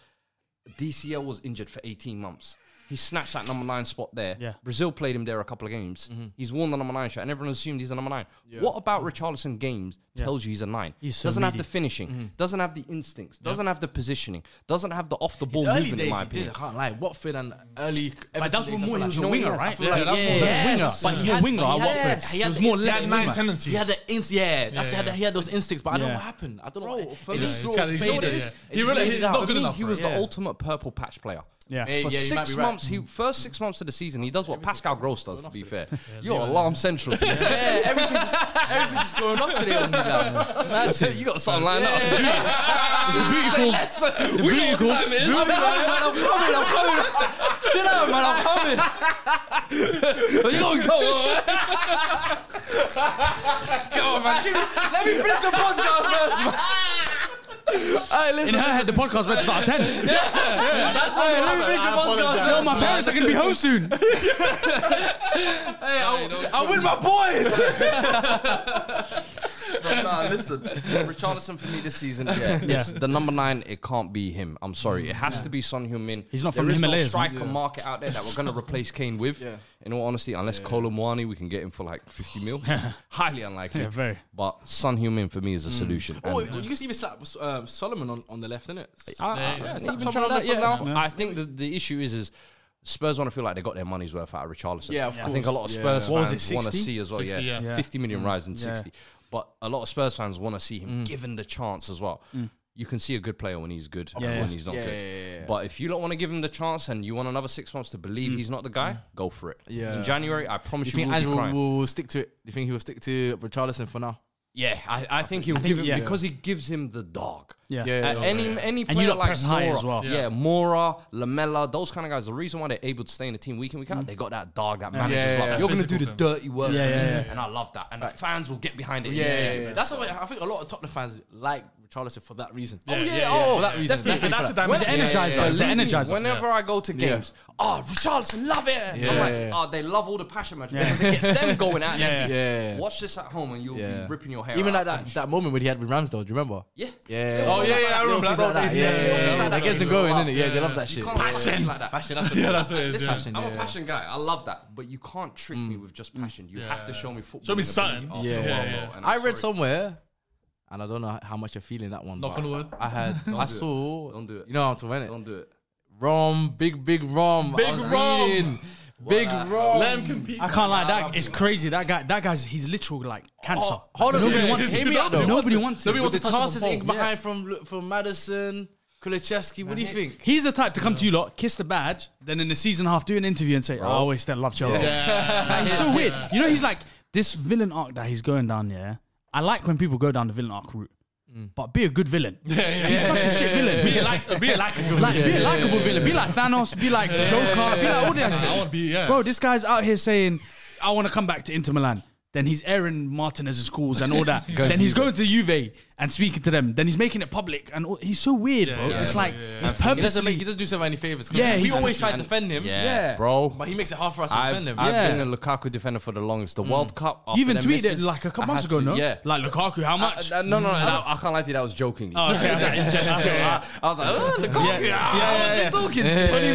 [SPEAKER 4] DCL was injured for 18 months. He snatched that number nine spot there.
[SPEAKER 2] Yeah.
[SPEAKER 4] Brazil played him there a couple of games. He's worn the number nine shirt, and everyone assumed he's a number nine. What about Richarlison games tells you he's a nine?
[SPEAKER 2] He's so
[SPEAKER 4] doesn't have
[SPEAKER 2] meaty.
[SPEAKER 4] the finishing, doesn't have the instincts, doesn't have the positioning, doesn't have the off the ball
[SPEAKER 3] Early
[SPEAKER 4] movement. In
[SPEAKER 3] days,
[SPEAKER 4] my
[SPEAKER 3] he
[SPEAKER 4] opinion,
[SPEAKER 3] did. I can't lie. Watford and early.
[SPEAKER 2] But that's when more he was a
[SPEAKER 3] You know
[SPEAKER 2] winger,
[SPEAKER 3] what he is? I
[SPEAKER 2] right?
[SPEAKER 3] feel like-
[SPEAKER 1] Yeah, that was a
[SPEAKER 3] yeah.
[SPEAKER 2] winger.
[SPEAKER 3] Yes.
[SPEAKER 2] But he was a
[SPEAKER 3] had-
[SPEAKER 2] winger at
[SPEAKER 3] he had-
[SPEAKER 2] Watford.
[SPEAKER 3] He
[SPEAKER 2] He
[SPEAKER 3] had
[SPEAKER 2] was
[SPEAKER 3] the
[SPEAKER 2] more left
[SPEAKER 3] instinct.
[SPEAKER 1] He had nine
[SPEAKER 2] winger.
[SPEAKER 1] tendencies.
[SPEAKER 3] He had the ins, yeah. That's
[SPEAKER 1] Yeah,
[SPEAKER 3] he, had, he had those instincts, but I don't know
[SPEAKER 2] Yeah.
[SPEAKER 3] what happened. I don't know. What,
[SPEAKER 4] for
[SPEAKER 3] it
[SPEAKER 4] me-
[SPEAKER 3] just
[SPEAKER 4] It's
[SPEAKER 3] sort of
[SPEAKER 1] kinda- he's
[SPEAKER 3] faded.
[SPEAKER 1] faded,
[SPEAKER 3] It
[SPEAKER 1] yeah.
[SPEAKER 3] just- it
[SPEAKER 1] He
[SPEAKER 3] just
[SPEAKER 1] really-
[SPEAKER 3] faded
[SPEAKER 1] he's
[SPEAKER 3] out.
[SPEAKER 1] not
[SPEAKER 4] For
[SPEAKER 1] good
[SPEAKER 4] me,
[SPEAKER 1] enough
[SPEAKER 4] He
[SPEAKER 1] for
[SPEAKER 4] was
[SPEAKER 1] it,
[SPEAKER 4] the
[SPEAKER 1] yeah.
[SPEAKER 4] ultimate purple patch player.
[SPEAKER 2] Yeah.
[SPEAKER 3] Hey,
[SPEAKER 4] For
[SPEAKER 3] yeah, you might
[SPEAKER 4] six
[SPEAKER 3] be right.
[SPEAKER 4] months, he first six months of the season, he does what Pascal Gross does. To be fair, you're alarm central. To me.
[SPEAKER 3] Yeah, everything's just, everything's just going off today on me now.
[SPEAKER 4] you got something lined up.
[SPEAKER 2] The booty call.
[SPEAKER 3] I'm coming, man. I'm coming. I'm coming. Chill out, man. I'm coming. Oh,
[SPEAKER 4] you don't go.
[SPEAKER 3] Come on, man. Give me, let me finish the podcast first, man.
[SPEAKER 2] In her head, the podcast went to start at 10.
[SPEAKER 3] That's why let me finish the podcast
[SPEAKER 2] Yo,
[SPEAKER 3] first.
[SPEAKER 2] my parents are going to be home soon.
[SPEAKER 3] Hey, I'm, I'm with my boys.
[SPEAKER 4] nah, listen, listen, Richarlison for me this season, yeah, it's the number nine. It can't be him. I'm sorry, it has to be Son Heung-min.
[SPEAKER 2] He's not
[SPEAKER 4] There
[SPEAKER 2] from
[SPEAKER 4] is
[SPEAKER 2] Himalayas,
[SPEAKER 4] No
[SPEAKER 2] man.
[SPEAKER 4] striker market out there that we're going to replace Kane with.
[SPEAKER 3] Yeah.
[SPEAKER 4] In all honesty, unless yeah. we can get him for like 50 mil, highly unlikely.
[SPEAKER 2] Yeah, very. Mm.
[SPEAKER 4] But Son Heung-min for me is a solution.
[SPEAKER 3] Oh,
[SPEAKER 4] And-
[SPEAKER 3] you can even slap um, Solomon on, on the left, innit?
[SPEAKER 4] I- I-
[SPEAKER 1] Yeah,
[SPEAKER 4] yeah,
[SPEAKER 3] it's
[SPEAKER 4] some-
[SPEAKER 3] even
[SPEAKER 4] some
[SPEAKER 3] trying
[SPEAKER 4] of that
[SPEAKER 3] that
[SPEAKER 4] for
[SPEAKER 3] for
[SPEAKER 4] now.
[SPEAKER 3] now.
[SPEAKER 4] I think the, the issue is is Spurs want to feel like they got their money's worth out of Richarlison.
[SPEAKER 3] Yeah, of
[SPEAKER 4] I think a lot of
[SPEAKER 3] course,
[SPEAKER 4] Spurs
[SPEAKER 2] yeah. What was
[SPEAKER 4] fans
[SPEAKER 2] it,
[SPEAKER 4] want to
[SPEAKER 2] 60?
[SPEAKER 4] see as well.
[SPEAKER 1] 60,
[SPEAKER 4] yeah.
[SPEAKER 1] yeah. Yeah.
[SPEAKER 4] 50 million rise in
[SPEAKER 2] Yeah.
[SPEAKER 4] 60. But a lot of Spurs fans want to see him given the chance as well. You can see a good player when he's good, and when
[SPEAKER 2] course.
[SPEAKER 4] he's not
[SPEAKER 3] Yeah,
[SPEAKER 4] good.
[SPEAKER 3] yeah, yeah, yeah.
[SPEAKER 4] But if you don't want to give him the chance and you want another six months to believe he's not the guy, go for it.
[SPEAKER 3] Yeah.
[SPEAKER 4] In January, I
[SPEAKER 3] Do
[SPEAKER 4] promise
[SPEAKER 3] you
[SPEAKER 4] you,
[SPEAKER 3] think
[SPEAKER 4] we'll be
[SPEAKER 3] Andrew
[SPEAKER 4] crying.
[SPEAKER 3] will, stick to it? Do you think he will stick to Richarlison for now?
[SPEAKER 4] Yeah, I, I think he'll
[SPEAKER 2] think-
[SPEAKER 4] give him
[SPEAKER 2] yeah.
[SPEAKER 4] because he gives him the dog.
[SPEAKER 2] Yeah.
[SPEAKER 3] Yeah,
[SPEAKER 4] Uh, any any
[SPEAKER 2] And
[SPEAKER 4] player
[SPEAKER 2] you lot
[SPEAKER 4] like
[SPEAKER 2] press
[SPEAKER 4] Mora,
[SPEAKER 2] high as well.
[SPEAKER 4] Yeah. Mora, Lamella, those kind of guys. The reason why they're able to stay in the team week in week out, they got that dog, that manager's
[SPEAKER 3] Yeah, yeah,
[SPEAKER 4] love.
[SPEAKER 3] yeah.
[SPEAKER 4] You're gonna do
[SPEAKER 1] Physical
[SPEAKER 4] the
[SPEAKER 1] thing.
[SPEAKER 4] dirty work,
[SPEAKER 2] Mm. Yeah,
[SPEAKER 4] for me,"
[SPEAKER 2] yeah, yeah.
[SPEAKER 4] and I love that. And the fans will get behind it.
[SPEAKER 3] Yeah,
[SPEAKER 4] easily.
[SPEAKER 3] yeah, yeah. That's
[SPEAKER 4] oh,
[SPEAKER 3] what I think. A lot of Tottenham fans like Richarlison for that reason.
[SPEAKER 1] Yeah, yeah, yeah.
[SPEAKER 4] oh,
[SPEAKER 3] for that reason.
[SPEAKER 1] definitely.
[SPEAKER 3] Definitely
[SPEAKER 1] That's
[SPEAKER 3] for
[SPEAKER 1] the
[SPEAKER 3] that.
[SPEAKER 1] dimension.
[SPEAKER 2] It's an
[SPEAKER 1] Yeah, yeah,
[SPEAKER 2] energizer.
[SPEAKER 1] yeah.
[SPEAKER 2] It's an energizer.
[SPEAKER 4] Whenever I go to games, oh, Richarlison, love it. I'm
[SPEAKER 3] Yeah.
[SPEAKER 4] like,
[SPEAKER 3] Yeah.
[SPEAKER 4] oh, they love all the passion match because it gets them going out.
[SPEAKER 2] Yeah,
[SPEAKER 4] yeah,
[SPEAKER 2] yeah.
[SPEAKER 3] Yeah.
[SPEAKER 4] Watch this at home and you'll
[SPEAKER 3] Yeah.
[SPEAKER 4] be ripping your hair
[SPEAKER 3] Even like
[SPEAKER 4] out.
[SPEAKER 3] that, that moment when he had with Ramsdale, do you remember?
[SPEAKER 4] Yeah.
[SPEAKER 3] Yeah.
[SPEAKER 1] Oh, yeah, yeah, I
[SPEAKER 3] Little
[SPEAKER 1] remember
[SPEAKER 3] things
[SPEAKER 1] that.
[SPEAKER 3] like that.
[SPEAKER 1] Yeah,
[SPEAKER 3] Yeah,
[SPEAKER 1] yeah,
[SPEAKER 3] yeah,
[SPEAKER 1] yeah.
[SPEAKER 3] yeah. That gets them going, innit? Yeah, they love that
[SPEAKER 4] You
[SPEAKER 3] shit.
[SPEAKER 4] can't passion like that.
[SPEAKER 3] Passion, that's what
[SPEAKER 1] Yeah, that's what it is.
[SPEAKER 4] Listen,
[SPEAKER 1] yeah.
[SPEAKER 3] passion,
[SPEAKER 4] I'm a
[SPEAKER 3] yeah.
[SPEAKER 4] passion Mm. guy. I love that, but you can't trick me with just passion. You have to show me football.
[SPEAKER 1] Show me
[SPEAKER 4] and ability
[SPEAKER 1] something.
[SPEAKER 4] after
[SPEAKER 3] Yeah.
[SPEAKER 4] a while,
[SPEAKER 1] Yeah.
[SPEAKER 4] bro, and
[SPEAKER 3] I
[SPEAKER 4] I'm
[SPEAKER 3] read
[SPEAKER 4] sorry.
[SPEAKER 3] somewhere, and I don't know how much you're feeling that one.
[SPEAKER 1] Knock
[SPEAKER 3] but
[SPEAKER 1] on wood.
[SPEAKER 3] I had, I
[SPEAKER 4] do it.
[SPEAKER 3] saw.
[SPEAKER 4] Don't do it.
[SPEAKER 3] You know what I'm talking about?
[SPEAKER 4] Don't
[SPEAKER 3] innit?
[SPEAKER 4] do it.
[SPEAKER 3] Rom, big, big Rom. I
[SPEAKER 1] Big
[SPEAKER 3] was
[SPEAKER 1] Rom.
[SPEAKER 3] reading. Big
[SPEAKER 4] the
[SPEAKER 3] Rom.
[SPEAKER 1] Let him compete.
[SPEAKER 2] I can't lie. That it's crazy. That guy. That guy's. He's literal like cancer.
[SPEAKER 3] Oh, hold on,
[SPEAKER 2] Nobody
[SPEAKER 3] yeah,
[SPEAKER 2] wants
[SPEAKER 3] hear
[SPEAKER 2] him.
[SPEAKER 3] me out though.
[SPEAKER 2] Nobody wants him.
[SPEAKER 1] Nobody wants
[SPEAKER 3] With the
[SPEAKER 1] to touch
[SPEAKER 3] chances
[SPEAKER 1] the
[SPEAKER 3] in
[SPEAKER 1] ball.
[SPEAKER 3] behind from from Madison, Kulichevsky. What do you think?
[SPEAKER 2] He's the type to come to you lot, kiss the badge, then in the season half do an interview and say, "Oh, "I always still love Chelsea." Like, he's so weird. You know, he's like this villain arc that he's going down. Yeah, I like when people go down the villain arc route, but be a good villain. He's such a shit villain. Be like, be like, like, be a likable villain. Be like Thanos. Be like Joker. Be like all these
[SPEAKER 1] I
[SPEAKER 2] guys.
[SPEAKER 1] want to be, yeah.
[SPEAKER 2] Bro, this guy's out here saying, I want to come back to Inter Milan. Then he's airing Martinez's calls and all that. then he's going to Juve and speaking to them. Then he's making it public. And all, he's so weird, bro.
[SPEAKER 1] yeah,
[SPEAKER 2] it's
[SPEAKER 1] yeah,
[SPEAKER 2] like,
[SPEAKER 1] yeah,
[SPEAKER 2] he's
[SPEAKER 3] He doesn't
[SPEAKER 2] purposely.
[SPEAKER 3] make. He doesn't do himself any favors.
[SPEAKER 2] Yeah,
[SPEAKER 3] we
[SPEAKER 2] he's-
[SPEAKER 3] always try to
[SPEAKER 4] And-
[SPEAKER 3] defend him.
[SPEAKER 4] Yeah,
[SPEAKER 2] Yeah.
[SPEAKER 4] bro.
[SPEAKER 3] but he makes it hard for us to
[SPEAKER 4] I've,
[SPEAKER 3] defend him.
[SPEAKER 4] I've
[SPEAKER 2] Yeah.
[SPEAKER 4] been a Lukaku defender for the longest. The World Cup. after
[SPEAKER 2] you even
[SPEAKER 4] them
[SPEAKER 2] tweeted
[SPEAKER 4] misses,
[SPEAKER 2] like a
[SPEAKER 4] I
[SPEAKER 2] couple months
[SPEAKER 4] had
[SPEAKER 2] ago,
[SPEAKER 4] to-
[SPEAKER 2] no?
[SPEAKER 4] Yeah.
[SPEAKER 2] Like Lukaku, how
[SPEAKER 4] I-
[SPEAKER 2] much? Mm.
[SPEAKER 4] I- no, no, no, I, I can't lie to you. That was jokingly.
[SPEAKER 2] Oh, okay, okay. Yeah, yeah,
[SPEAKER 4] I was like, oh, Lukaku,
[SPEAKER 2] Yeah.
[SPEAKER 4] ah,
[SPEAKER 2] Yeah,
[SPEAKER 4] what
[SPEAKER 2] yeah,
[SPEAKER 4] are
[SPEAKER 2] yeah.
[SPEAKER 4] you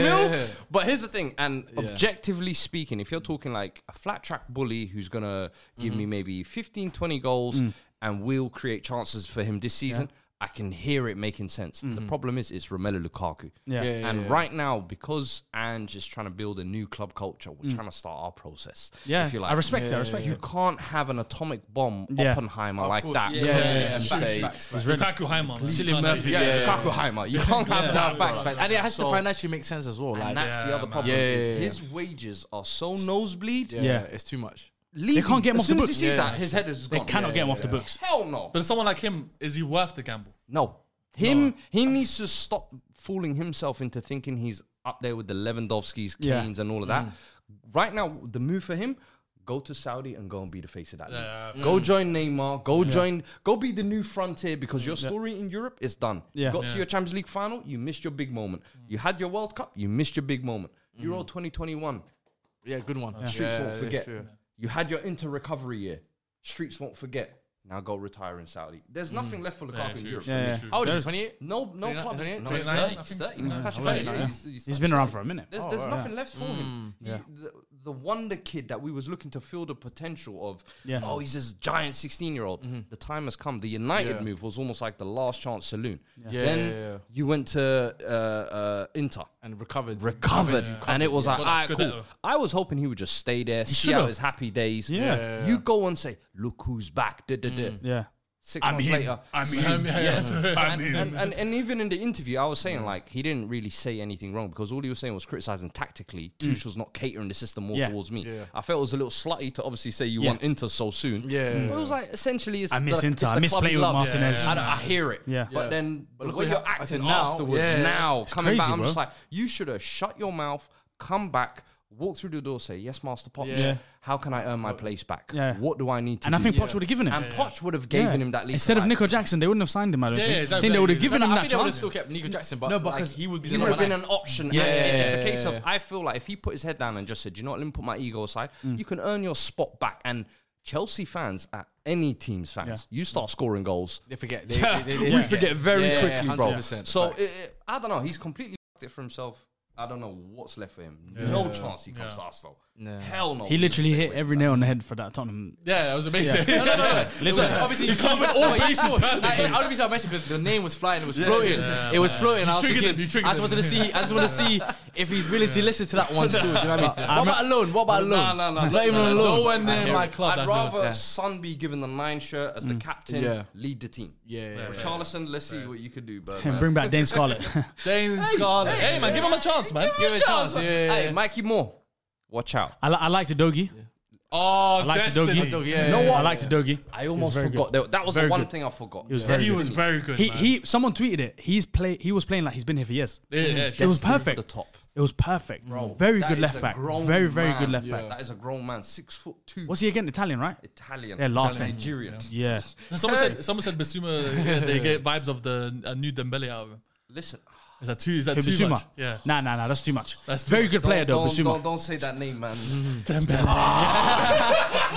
[SPEAKER 4] talking? 20 mil? But here's the thing, and objectively speaking, if you're talking like a flat track bully who's going to give
[SPEAKER 2] Mm-hmm.
[SPEAKER 4] me maybe 15, 20 goals
[SPEAKER 2] Mm.
[SPEAKER 4] and will create chances for him this season, I can hear it making sense. The problem is, it's Romelu Lukaku.
[SPEAKER 2] Mm-hmm. Yeah. Yeah,
[SPEAKER 4] and right now, because Ange is trying to build a new club culture, we're trying to start our process.
[SPEAKER 2] Mm. Yeah,
[SPEAKER 4] if you
[SPEAKER 2] I respect it, I respect
[SPEAKER 4] You
[SPEAKER 2] it.
[SPEAKER 4] can't have an atomic bomb
[SPEAKER 2] Yeah.
[SPEAKER 4] Oppenheimer like
[SPEAKER 3] course,
[SPEAKER 4] that.
[SPEAKER 3] yeah, yeah, yeah, yeah.
[SPEAKER 4] And
[SPEAKER 3] Facts,
[SPEAKER 4] say,
[SPEAKER 3] facts, facts.
[SPEAKER 1] Lukaku Heimann.
[SPEAKER 4] Silly
[SPEAKER 1] Can't
[SPEAKER 4] Murphy.
[SPEAKER 1] be.
[SPEAKER 4] Yeah, Lukaku Heimer. You can't have
[SPEAKER 3] Nah,
[SPEAKER 4] that.
[SPEAKER 3] facts, facts. And it has to
[SPEAKER 4] So-
[SPEAKER 3] financially make sense as well. Like,
[SPEAKER 4] And that's
[SPEAKER 1] Yeah,
[SPEAKER 4] the other
[SPEAKER 1] man.
[SPEAKER 4] problem.
[SPEAKER 3] Yeah,
[SPEAKER 4] is
[SPEAKER 3] yeah, yeah.
[SPEAKER 4] His wages are so nosebleed.
[SPEAKER 3] yeah,
[SPEAKER 2] Yeah.
[SPEAKER 3] it's too much.
[SPEAKER 4] Levy,
[SPEAKER 2] can't get him
[SPEAKER 4] as
[SPEAKER 2] off the
[SPEAKER 4] soon as
[SPEAKER 2] books.
[SPEAKER 4] He sees
[SPEAKER 3] Yeah.
[SPEAKER 4] that, his head is
[SPEAKER 2] They
[SPEAKER 4] gone.
[SPEAKER 2] cannot get him off the books.
[SPEAKER 4] Hell no.
[SPEAKER 1] But someone like him, is he worth the gamble?
[SPEAKER 4] No. Him, he needs to stop fooling himself into thinking he's up there with the Lewandowski's,
[SPEAKER 2] Yeah. Mm.
[SPEAKER 4] Keane's, and all of that. Right now, the move for him. Go to Saudi and go and be the face of that. league.
[SPEAKER 1] Yeah.
[SPEAKER 2] Mm.
[SPEAKER 4] Go join Neymar. Go join. Go be the new frontier because your story in Europe is done.
[SPEAKER 2] Yeah. Mm.
[SPEAKER 4] You got to your Champions League final. You missed your big moment. You had your World Cup. You missed your big moment. Euro 2021.
[SPEAKER 3] Yeah, good one. Yeah.
[SPEAKER 4] Streets
[SPEAKER 3] Yeah,
[SPEAKER 4] won't forget.
[SPEAKER 3] true.
[SPEAKER 4] You had your inter recovery year. Streets won't forget. Now go retire in Saudi. There's nothing left for Lukaku in Europe.
[SPEAKER 2] Mm. Yeah, yeah.
[SPEAKER 3] How old is he? 28?
[SPEAKER 4] No, no
[SPEAKER 3] Thirty-nine-
[SPEAKER 4] club. is-
[SPEAKER 3] thirty-eight?
[SPEAKER 4] No, he's
[SPEAKER 1] Thirty-nine?
[SPEAKER 4] 30,
[SPEAKER 1] I
[SPEAKER 4] he's
[SPEAKER 1] think
[SPEAKER 4] 30,
[SPEAKER 1] he's
[SPEAKER 4] man.
[SPEAKER 1] touched
[SPEAKER 4] Touch
[SPEAKER 1] thirty,
[SPEAKER 4] 30,
[SPEAKER 1] yeah.
[SPEAKER 4] he's- he's
[SPEAKER 2] He's
[SPEAKER 4] touched
[SPEAKER 2] been around
[SPEAKER 4] 30.
[SPEAKER 2] for a minute.
[SPEAKER 4] There's,
[SPEAKER 2] Oh,
[SPEAKER 4] there's
[SPEAKER 2] right.
[SPEAKER 4] nothing left for him. He- the, the wonder kid that we was looking to fill the potential of,
[SPEAKER 2] Yeah.
[SPEAKER 4] oh, he's this giant 16 year old. The time has come. The United
[SPEAKER 3] Yeah.
[SPEAKER 4] move was almost like the last chance saloon.
[SPEAKER 3] Yeah,
[SPEAKER 4] then
[SPEAKER 3] yeah, yeah.
[SPEAKER 4] you went to uh, uh, Inter
[SPEAKER 3] And recovered.
[SPEAKER 4] covered, and it was like,
[SPEAKER 1] Well,
[SPEAKER 4] all right,
[SPEAKER 1] that's good
[SPEAKER 4] cool. I was hoping he would just stay there, see
[SPEAKER 2] should've.
[SPEAKER 4] out his happy days.
[SPEAKER 2] Yeah. Yeah. Mm.
[SPEAKER 4] you go and say, look who's back. Da, da, da.
[SPEAKER 2] Yeah.
[SPEAKER 4] 6 months later,
[SPEAKER 2] I mean,
[SPEAKER 1] Yes.
[SPEAKER 4] and, and, and, and even in the interview, I was
[SPEAKER 2] Mm.
[SPEAKER 4] saying like he didn't really say anything wrong because all he was saying was criticizing tactically. Tuchel's not catering the system more
[SPEAKER 2] Mm. Yeah.
[SPEAKER 4] towards me. I felt it was a little slutty to obviously say you
[SPEAKER 2] Yeah.
[SPEAKER 4] want Inter so soon.
[SPEAKER 3] Yeah.
[SPEAKER 4] but it was like essentially it's
[SPEAKER 2] I miss
[SPEAKER 4] the,
[SPEAKER 2] Inter.
[SPEAKER 4] It's the
[SPEAKER 2] I miss
[SPEAKER 4] club
[SPEAKER 2] playing
[SPEAKER 4] he
[SPEAKER 2] with
[SPEAKER 4] loves.
[SPEAKER 2] Martinez.
[SPEAKER 4] I, I hear it.
[SPEAKER 2] Yeah.
[SPEAKER 4] but
[SPEAKER 3] Yeah.
[SPEAKER 4] then
[SPEAKER 3] But look
[SPEAKER 4] look what
[SPEAKER 3] what
[SPEAKER 4] you're
[SPEAKER 3] hap-
[SPEAKER 4] acting
[SPEAKER 3] acting now.
[SPEAKER 4] afterwards.
[SPEAKER 3] Yeah.
[SPEAKER 4] Now coming back,
[SPEAKER 2] crazy,
[SPEAKER 4] I'm
[SPEAKER 2] bro.
[SPEAKER 4] just like you should have shut your mouth, come back. Walk through the door, say yes, Master Potch.
[SPEAKER 2] Yeah.
[SPEAKER 4] How can I earn my place back?
[SPEAKER 2] Yeah.
[SPEAKER 4] What do I need to
[SPEAKER 2] And
[SPEAKER 4] do?
[SPEAKER 2] I think Poch would have given him.
[SPEAKER 4] and Potch would have
[SPEAKER 2] Yeah.
[SPEAKER 4] given him that lease
[SPEAKER 2] Instead
[SPEAKER 4] of
[SPEAKER 2] of
[SPEAKER 4] life.
[SPEAKER 2] Nico Jackson, they wouldn't have signed him. I don't
[SPEAKER 1] Yeah,
[SPEAKER 2] think.
[SPEAKER 1] yeah,
[SPEAKER 2] I
[SPEAKER 1] exactly.
[SPEAKER 2] think they would have
[SPEAKER 1] No,
[SPEAKER 2] given
[SPEAKER 3] No,
[SPEAKER 2] him
[SPEAKER 3] I
[SPEAKER 2] that
[SPEAKER 3] think they would have
[SPEAKER 2] chance.
[SPEAKER 3] still kept Nico Jackson, but,
[SPEAKER 2] No, because
[SPEAKER 3] like, he would be
[SPEAKER 4] He
[SPEAKER 3] the
[SPEAKER 4] would
[SPEAKER 3] number
[SPEAKER 4] have been
[SPEAKER 3] nine.
[SPEAKER 4] an option.
[SPEAKER 3] Yeah,
[SPEAKER 4] and
[SPEAKER 3] yeah,
[SPEAKER 4] it's
[SPEAKER 3] yeah,
[SPEAKER 4] a case
[SPEAKER 3] yeah. Mm.
[SPEAKER 4] of I feel like if he put his head down and just said, "You know what? Let me put my ego aside. You can earn your spot back." And Chelsea fans are any team's fans. You start scoring goals,
[SPEAKER 3] They forget. They, they, they, they
[SPEAKER 4] we forget very
[SPEAKER 3] Yeah, yeah,
[SPEAKER 4] quickly,
[SPEAKER 3] yeah,
[SPEAKER 4] bro.
[SPEAKER 3] 100%,
[SPEAKER 4] So
[SPEAKER 3] facts.
[SPEAKER 4] it, it- I don't know. He's completely fucked it for himself. I don't know what's left for him. No chance he comes to Arsenal. Hell no.
[SPEAKER 2] He
[SPEAKER 4] He'll
[SPEAKER 2] literally
[SPEAKER 4] stay
[SPEAKER 2] hit
[SPEAKER 4] away.
[SPEAKER 2] every nail on the head for that Tottenham.
[SPEAKER 1] Yeah, that was amazing.
[SPEAKER 3] No, no, no, no. It was
[SPEAKER 2] Listen.
[SPEAKER 3] obviously
[SPEAKER 1] You covered all bases perfectly.
[SPEAKER 3] I, I, I mentioned because the name was flying. It was floating. it was floating. I was
[SPEAKER 1] triggered
[SPEAKER 3] thinking,
[SPEAKER 1] him, you triggered
[SPEAKER 3] I just wanted to see. I just want to see if he's willing to listen to that one still. Do you know what I mean? what about alone? What about alone?
[SPEAKER 4] Nah, nah, nah.
[SPEAKER 3] Not even
[SPEAKER 4] nah, nah.
[SPEAKER 3] alone.
[SPEAKER 1] Nowhere near my club,
[SPEAKER 4] I'd
[SPEAKER 1] that's
[SPEAKER 4] rather
[SPEAKER 1] what it
[SPEAKER 4] Son be given the nine shirt as the captain,
[SPEAKER 3] Mm. Yeah.
[SPEAKER 4] lead the team.
[SPEAKER 3] Yeah, yeah,
[SPEAKER 4] Richarlison, let's see what you could do, but
[SPEAKER 2] And bring back Dane Scarlett.
[SPEAKER 1] Dane Scarlett. Hey, man, give him a chance, man.
[SPEAKER 3] Give him a chance. Yeah, yeah,
[SPEAKER 4] Hey,
[SPEAKER 3] yeah.
[SPEAKER 4] Mikey Moore, watch out.
[SPEAKER 2] I, li- I like the doggy.
[SPEAKER 1] Oh,
[SPEAKER 2] I like the
[SPEAKER 1] Destiny.
[SPEAKER 2] doggy.
[SPEAKER 3] Dog, yeah, yeah,
[SPEAKER 4] know
[SPEAKER 3] yeah.
[SPEAKER 4] what?
[SPEAKER 2] I like the doggy.
[SPEAKER 4] I almost
[SPEAKER 2] very
[SPEAKER 4] forgot.
[SPEAKER 2] good.
[SPEAKER 4] That, that was
[SPEAKER 2] Very
[SPEAKER 4] the one
[SPEAKER 2] good.
[SPEAKER 4] thing I forgot.
[SPEAKER 2] He was
[SPEAKER 4] Yeah.
[SPEAKER 2] very
[SPEAKER 1] He
[SPEAKER 2] good.
[SPEAKER 1] was very good.
[SPEAKER 2] He,
[SPEAKER 1] man.
[SPEAKER 2] he someone tweeted it. He's play. He was playing like he's been here for years.
[SPEAKER 1] Yeah, yeah,
[SPEAKER 2] It was
[SPEAKER 4] Destiny for
[SPEAKER 2] perfect.
[SPEAKER 4] the top.
[SPEAKER 2] It was perfect.
[SPEAKER 4] Bro,
[SPEAKER 2] very
[SPEAKER 4] that
[SPEAKER 2] good
[SPEAKER 4] is
[SPEAKER 2] left
[SPEAKER 4] a
[SPEAKER 2] back.
[SPEAKER 4] grown
[SPEAKER 2] Very very good
[SPEAKER 4] man.
[SPEAKER 2] left
[SPEAKER 3] Yeah.
[SPEAKER 2] back.
[SPEAKER 4] That is a grown man, six foot two.
[SPEAKER 2] Was he again Italian? Right.
[SPEAKER 4] Italian.
[SPEAKER 2] They're laughing.
[SPEAKER 4] Nigerian.
[SPEAKER 2] Yeah.
[SPEAKER 1] Someone said someone said Basuma. yeah, they get vibes of the uh, new Dembele album.
[SPEAKER 4] Listen,
[SPEAKER 1] Is that too? Is that
[SPEAKER 2] Hey,
[SPEAKER 1] too
[SPEAKER 2] Bissouma.
[SPEAKER 1] much? Yeah.
[SPEAKER 2] Nah, nah, nah. That's too much.
[SPEAKER 1] That's too
[SPEAKER 2] very
[SPEAKER 1] much.
[SPEAKER 2] good player though.
[SPEAKER 4] don't, don't,
[SPEAKER 2] Basuma. Mm-hmm.
[SPEAKER 4] don't say that name, man.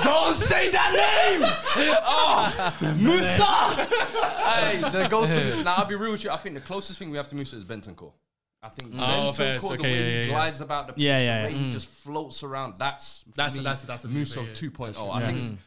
[SPEAKER 2] Don't say that name.
[SPEAKER 1] Oh,
[SPEAKER 4] Musa! hey, the ghost of this. Now, I'll be real with you. I think the closest thing we have to Musa is Bentancur. I think Bentancur,
[SPEAKER 1] Oh, fair.
[SPEAKER 4] the
[SPEAKER 1] Okay,
[SPEAKER 4] way
[SPEAKER 1] yeah, yeah,
[SPEAKER 4] he
[SPEAKER 1] yeah.
[SPEAKER 4] glides about the pitch,
[SPEAKER 2] Yeah, yeah,
[SPEAKER 4] the way
[SPEAKER 2] yeah.
[SPEAKER 4] he just floats around, that's for
[SPEAKER 1] That's-
[SPEAKER 4] me,
[SPEAKER 1] that's- that's a new
[SPEAKER 4] Musa
[SPEAKER 1] player, yeah.
[SPEAKER 4] 2.0. I think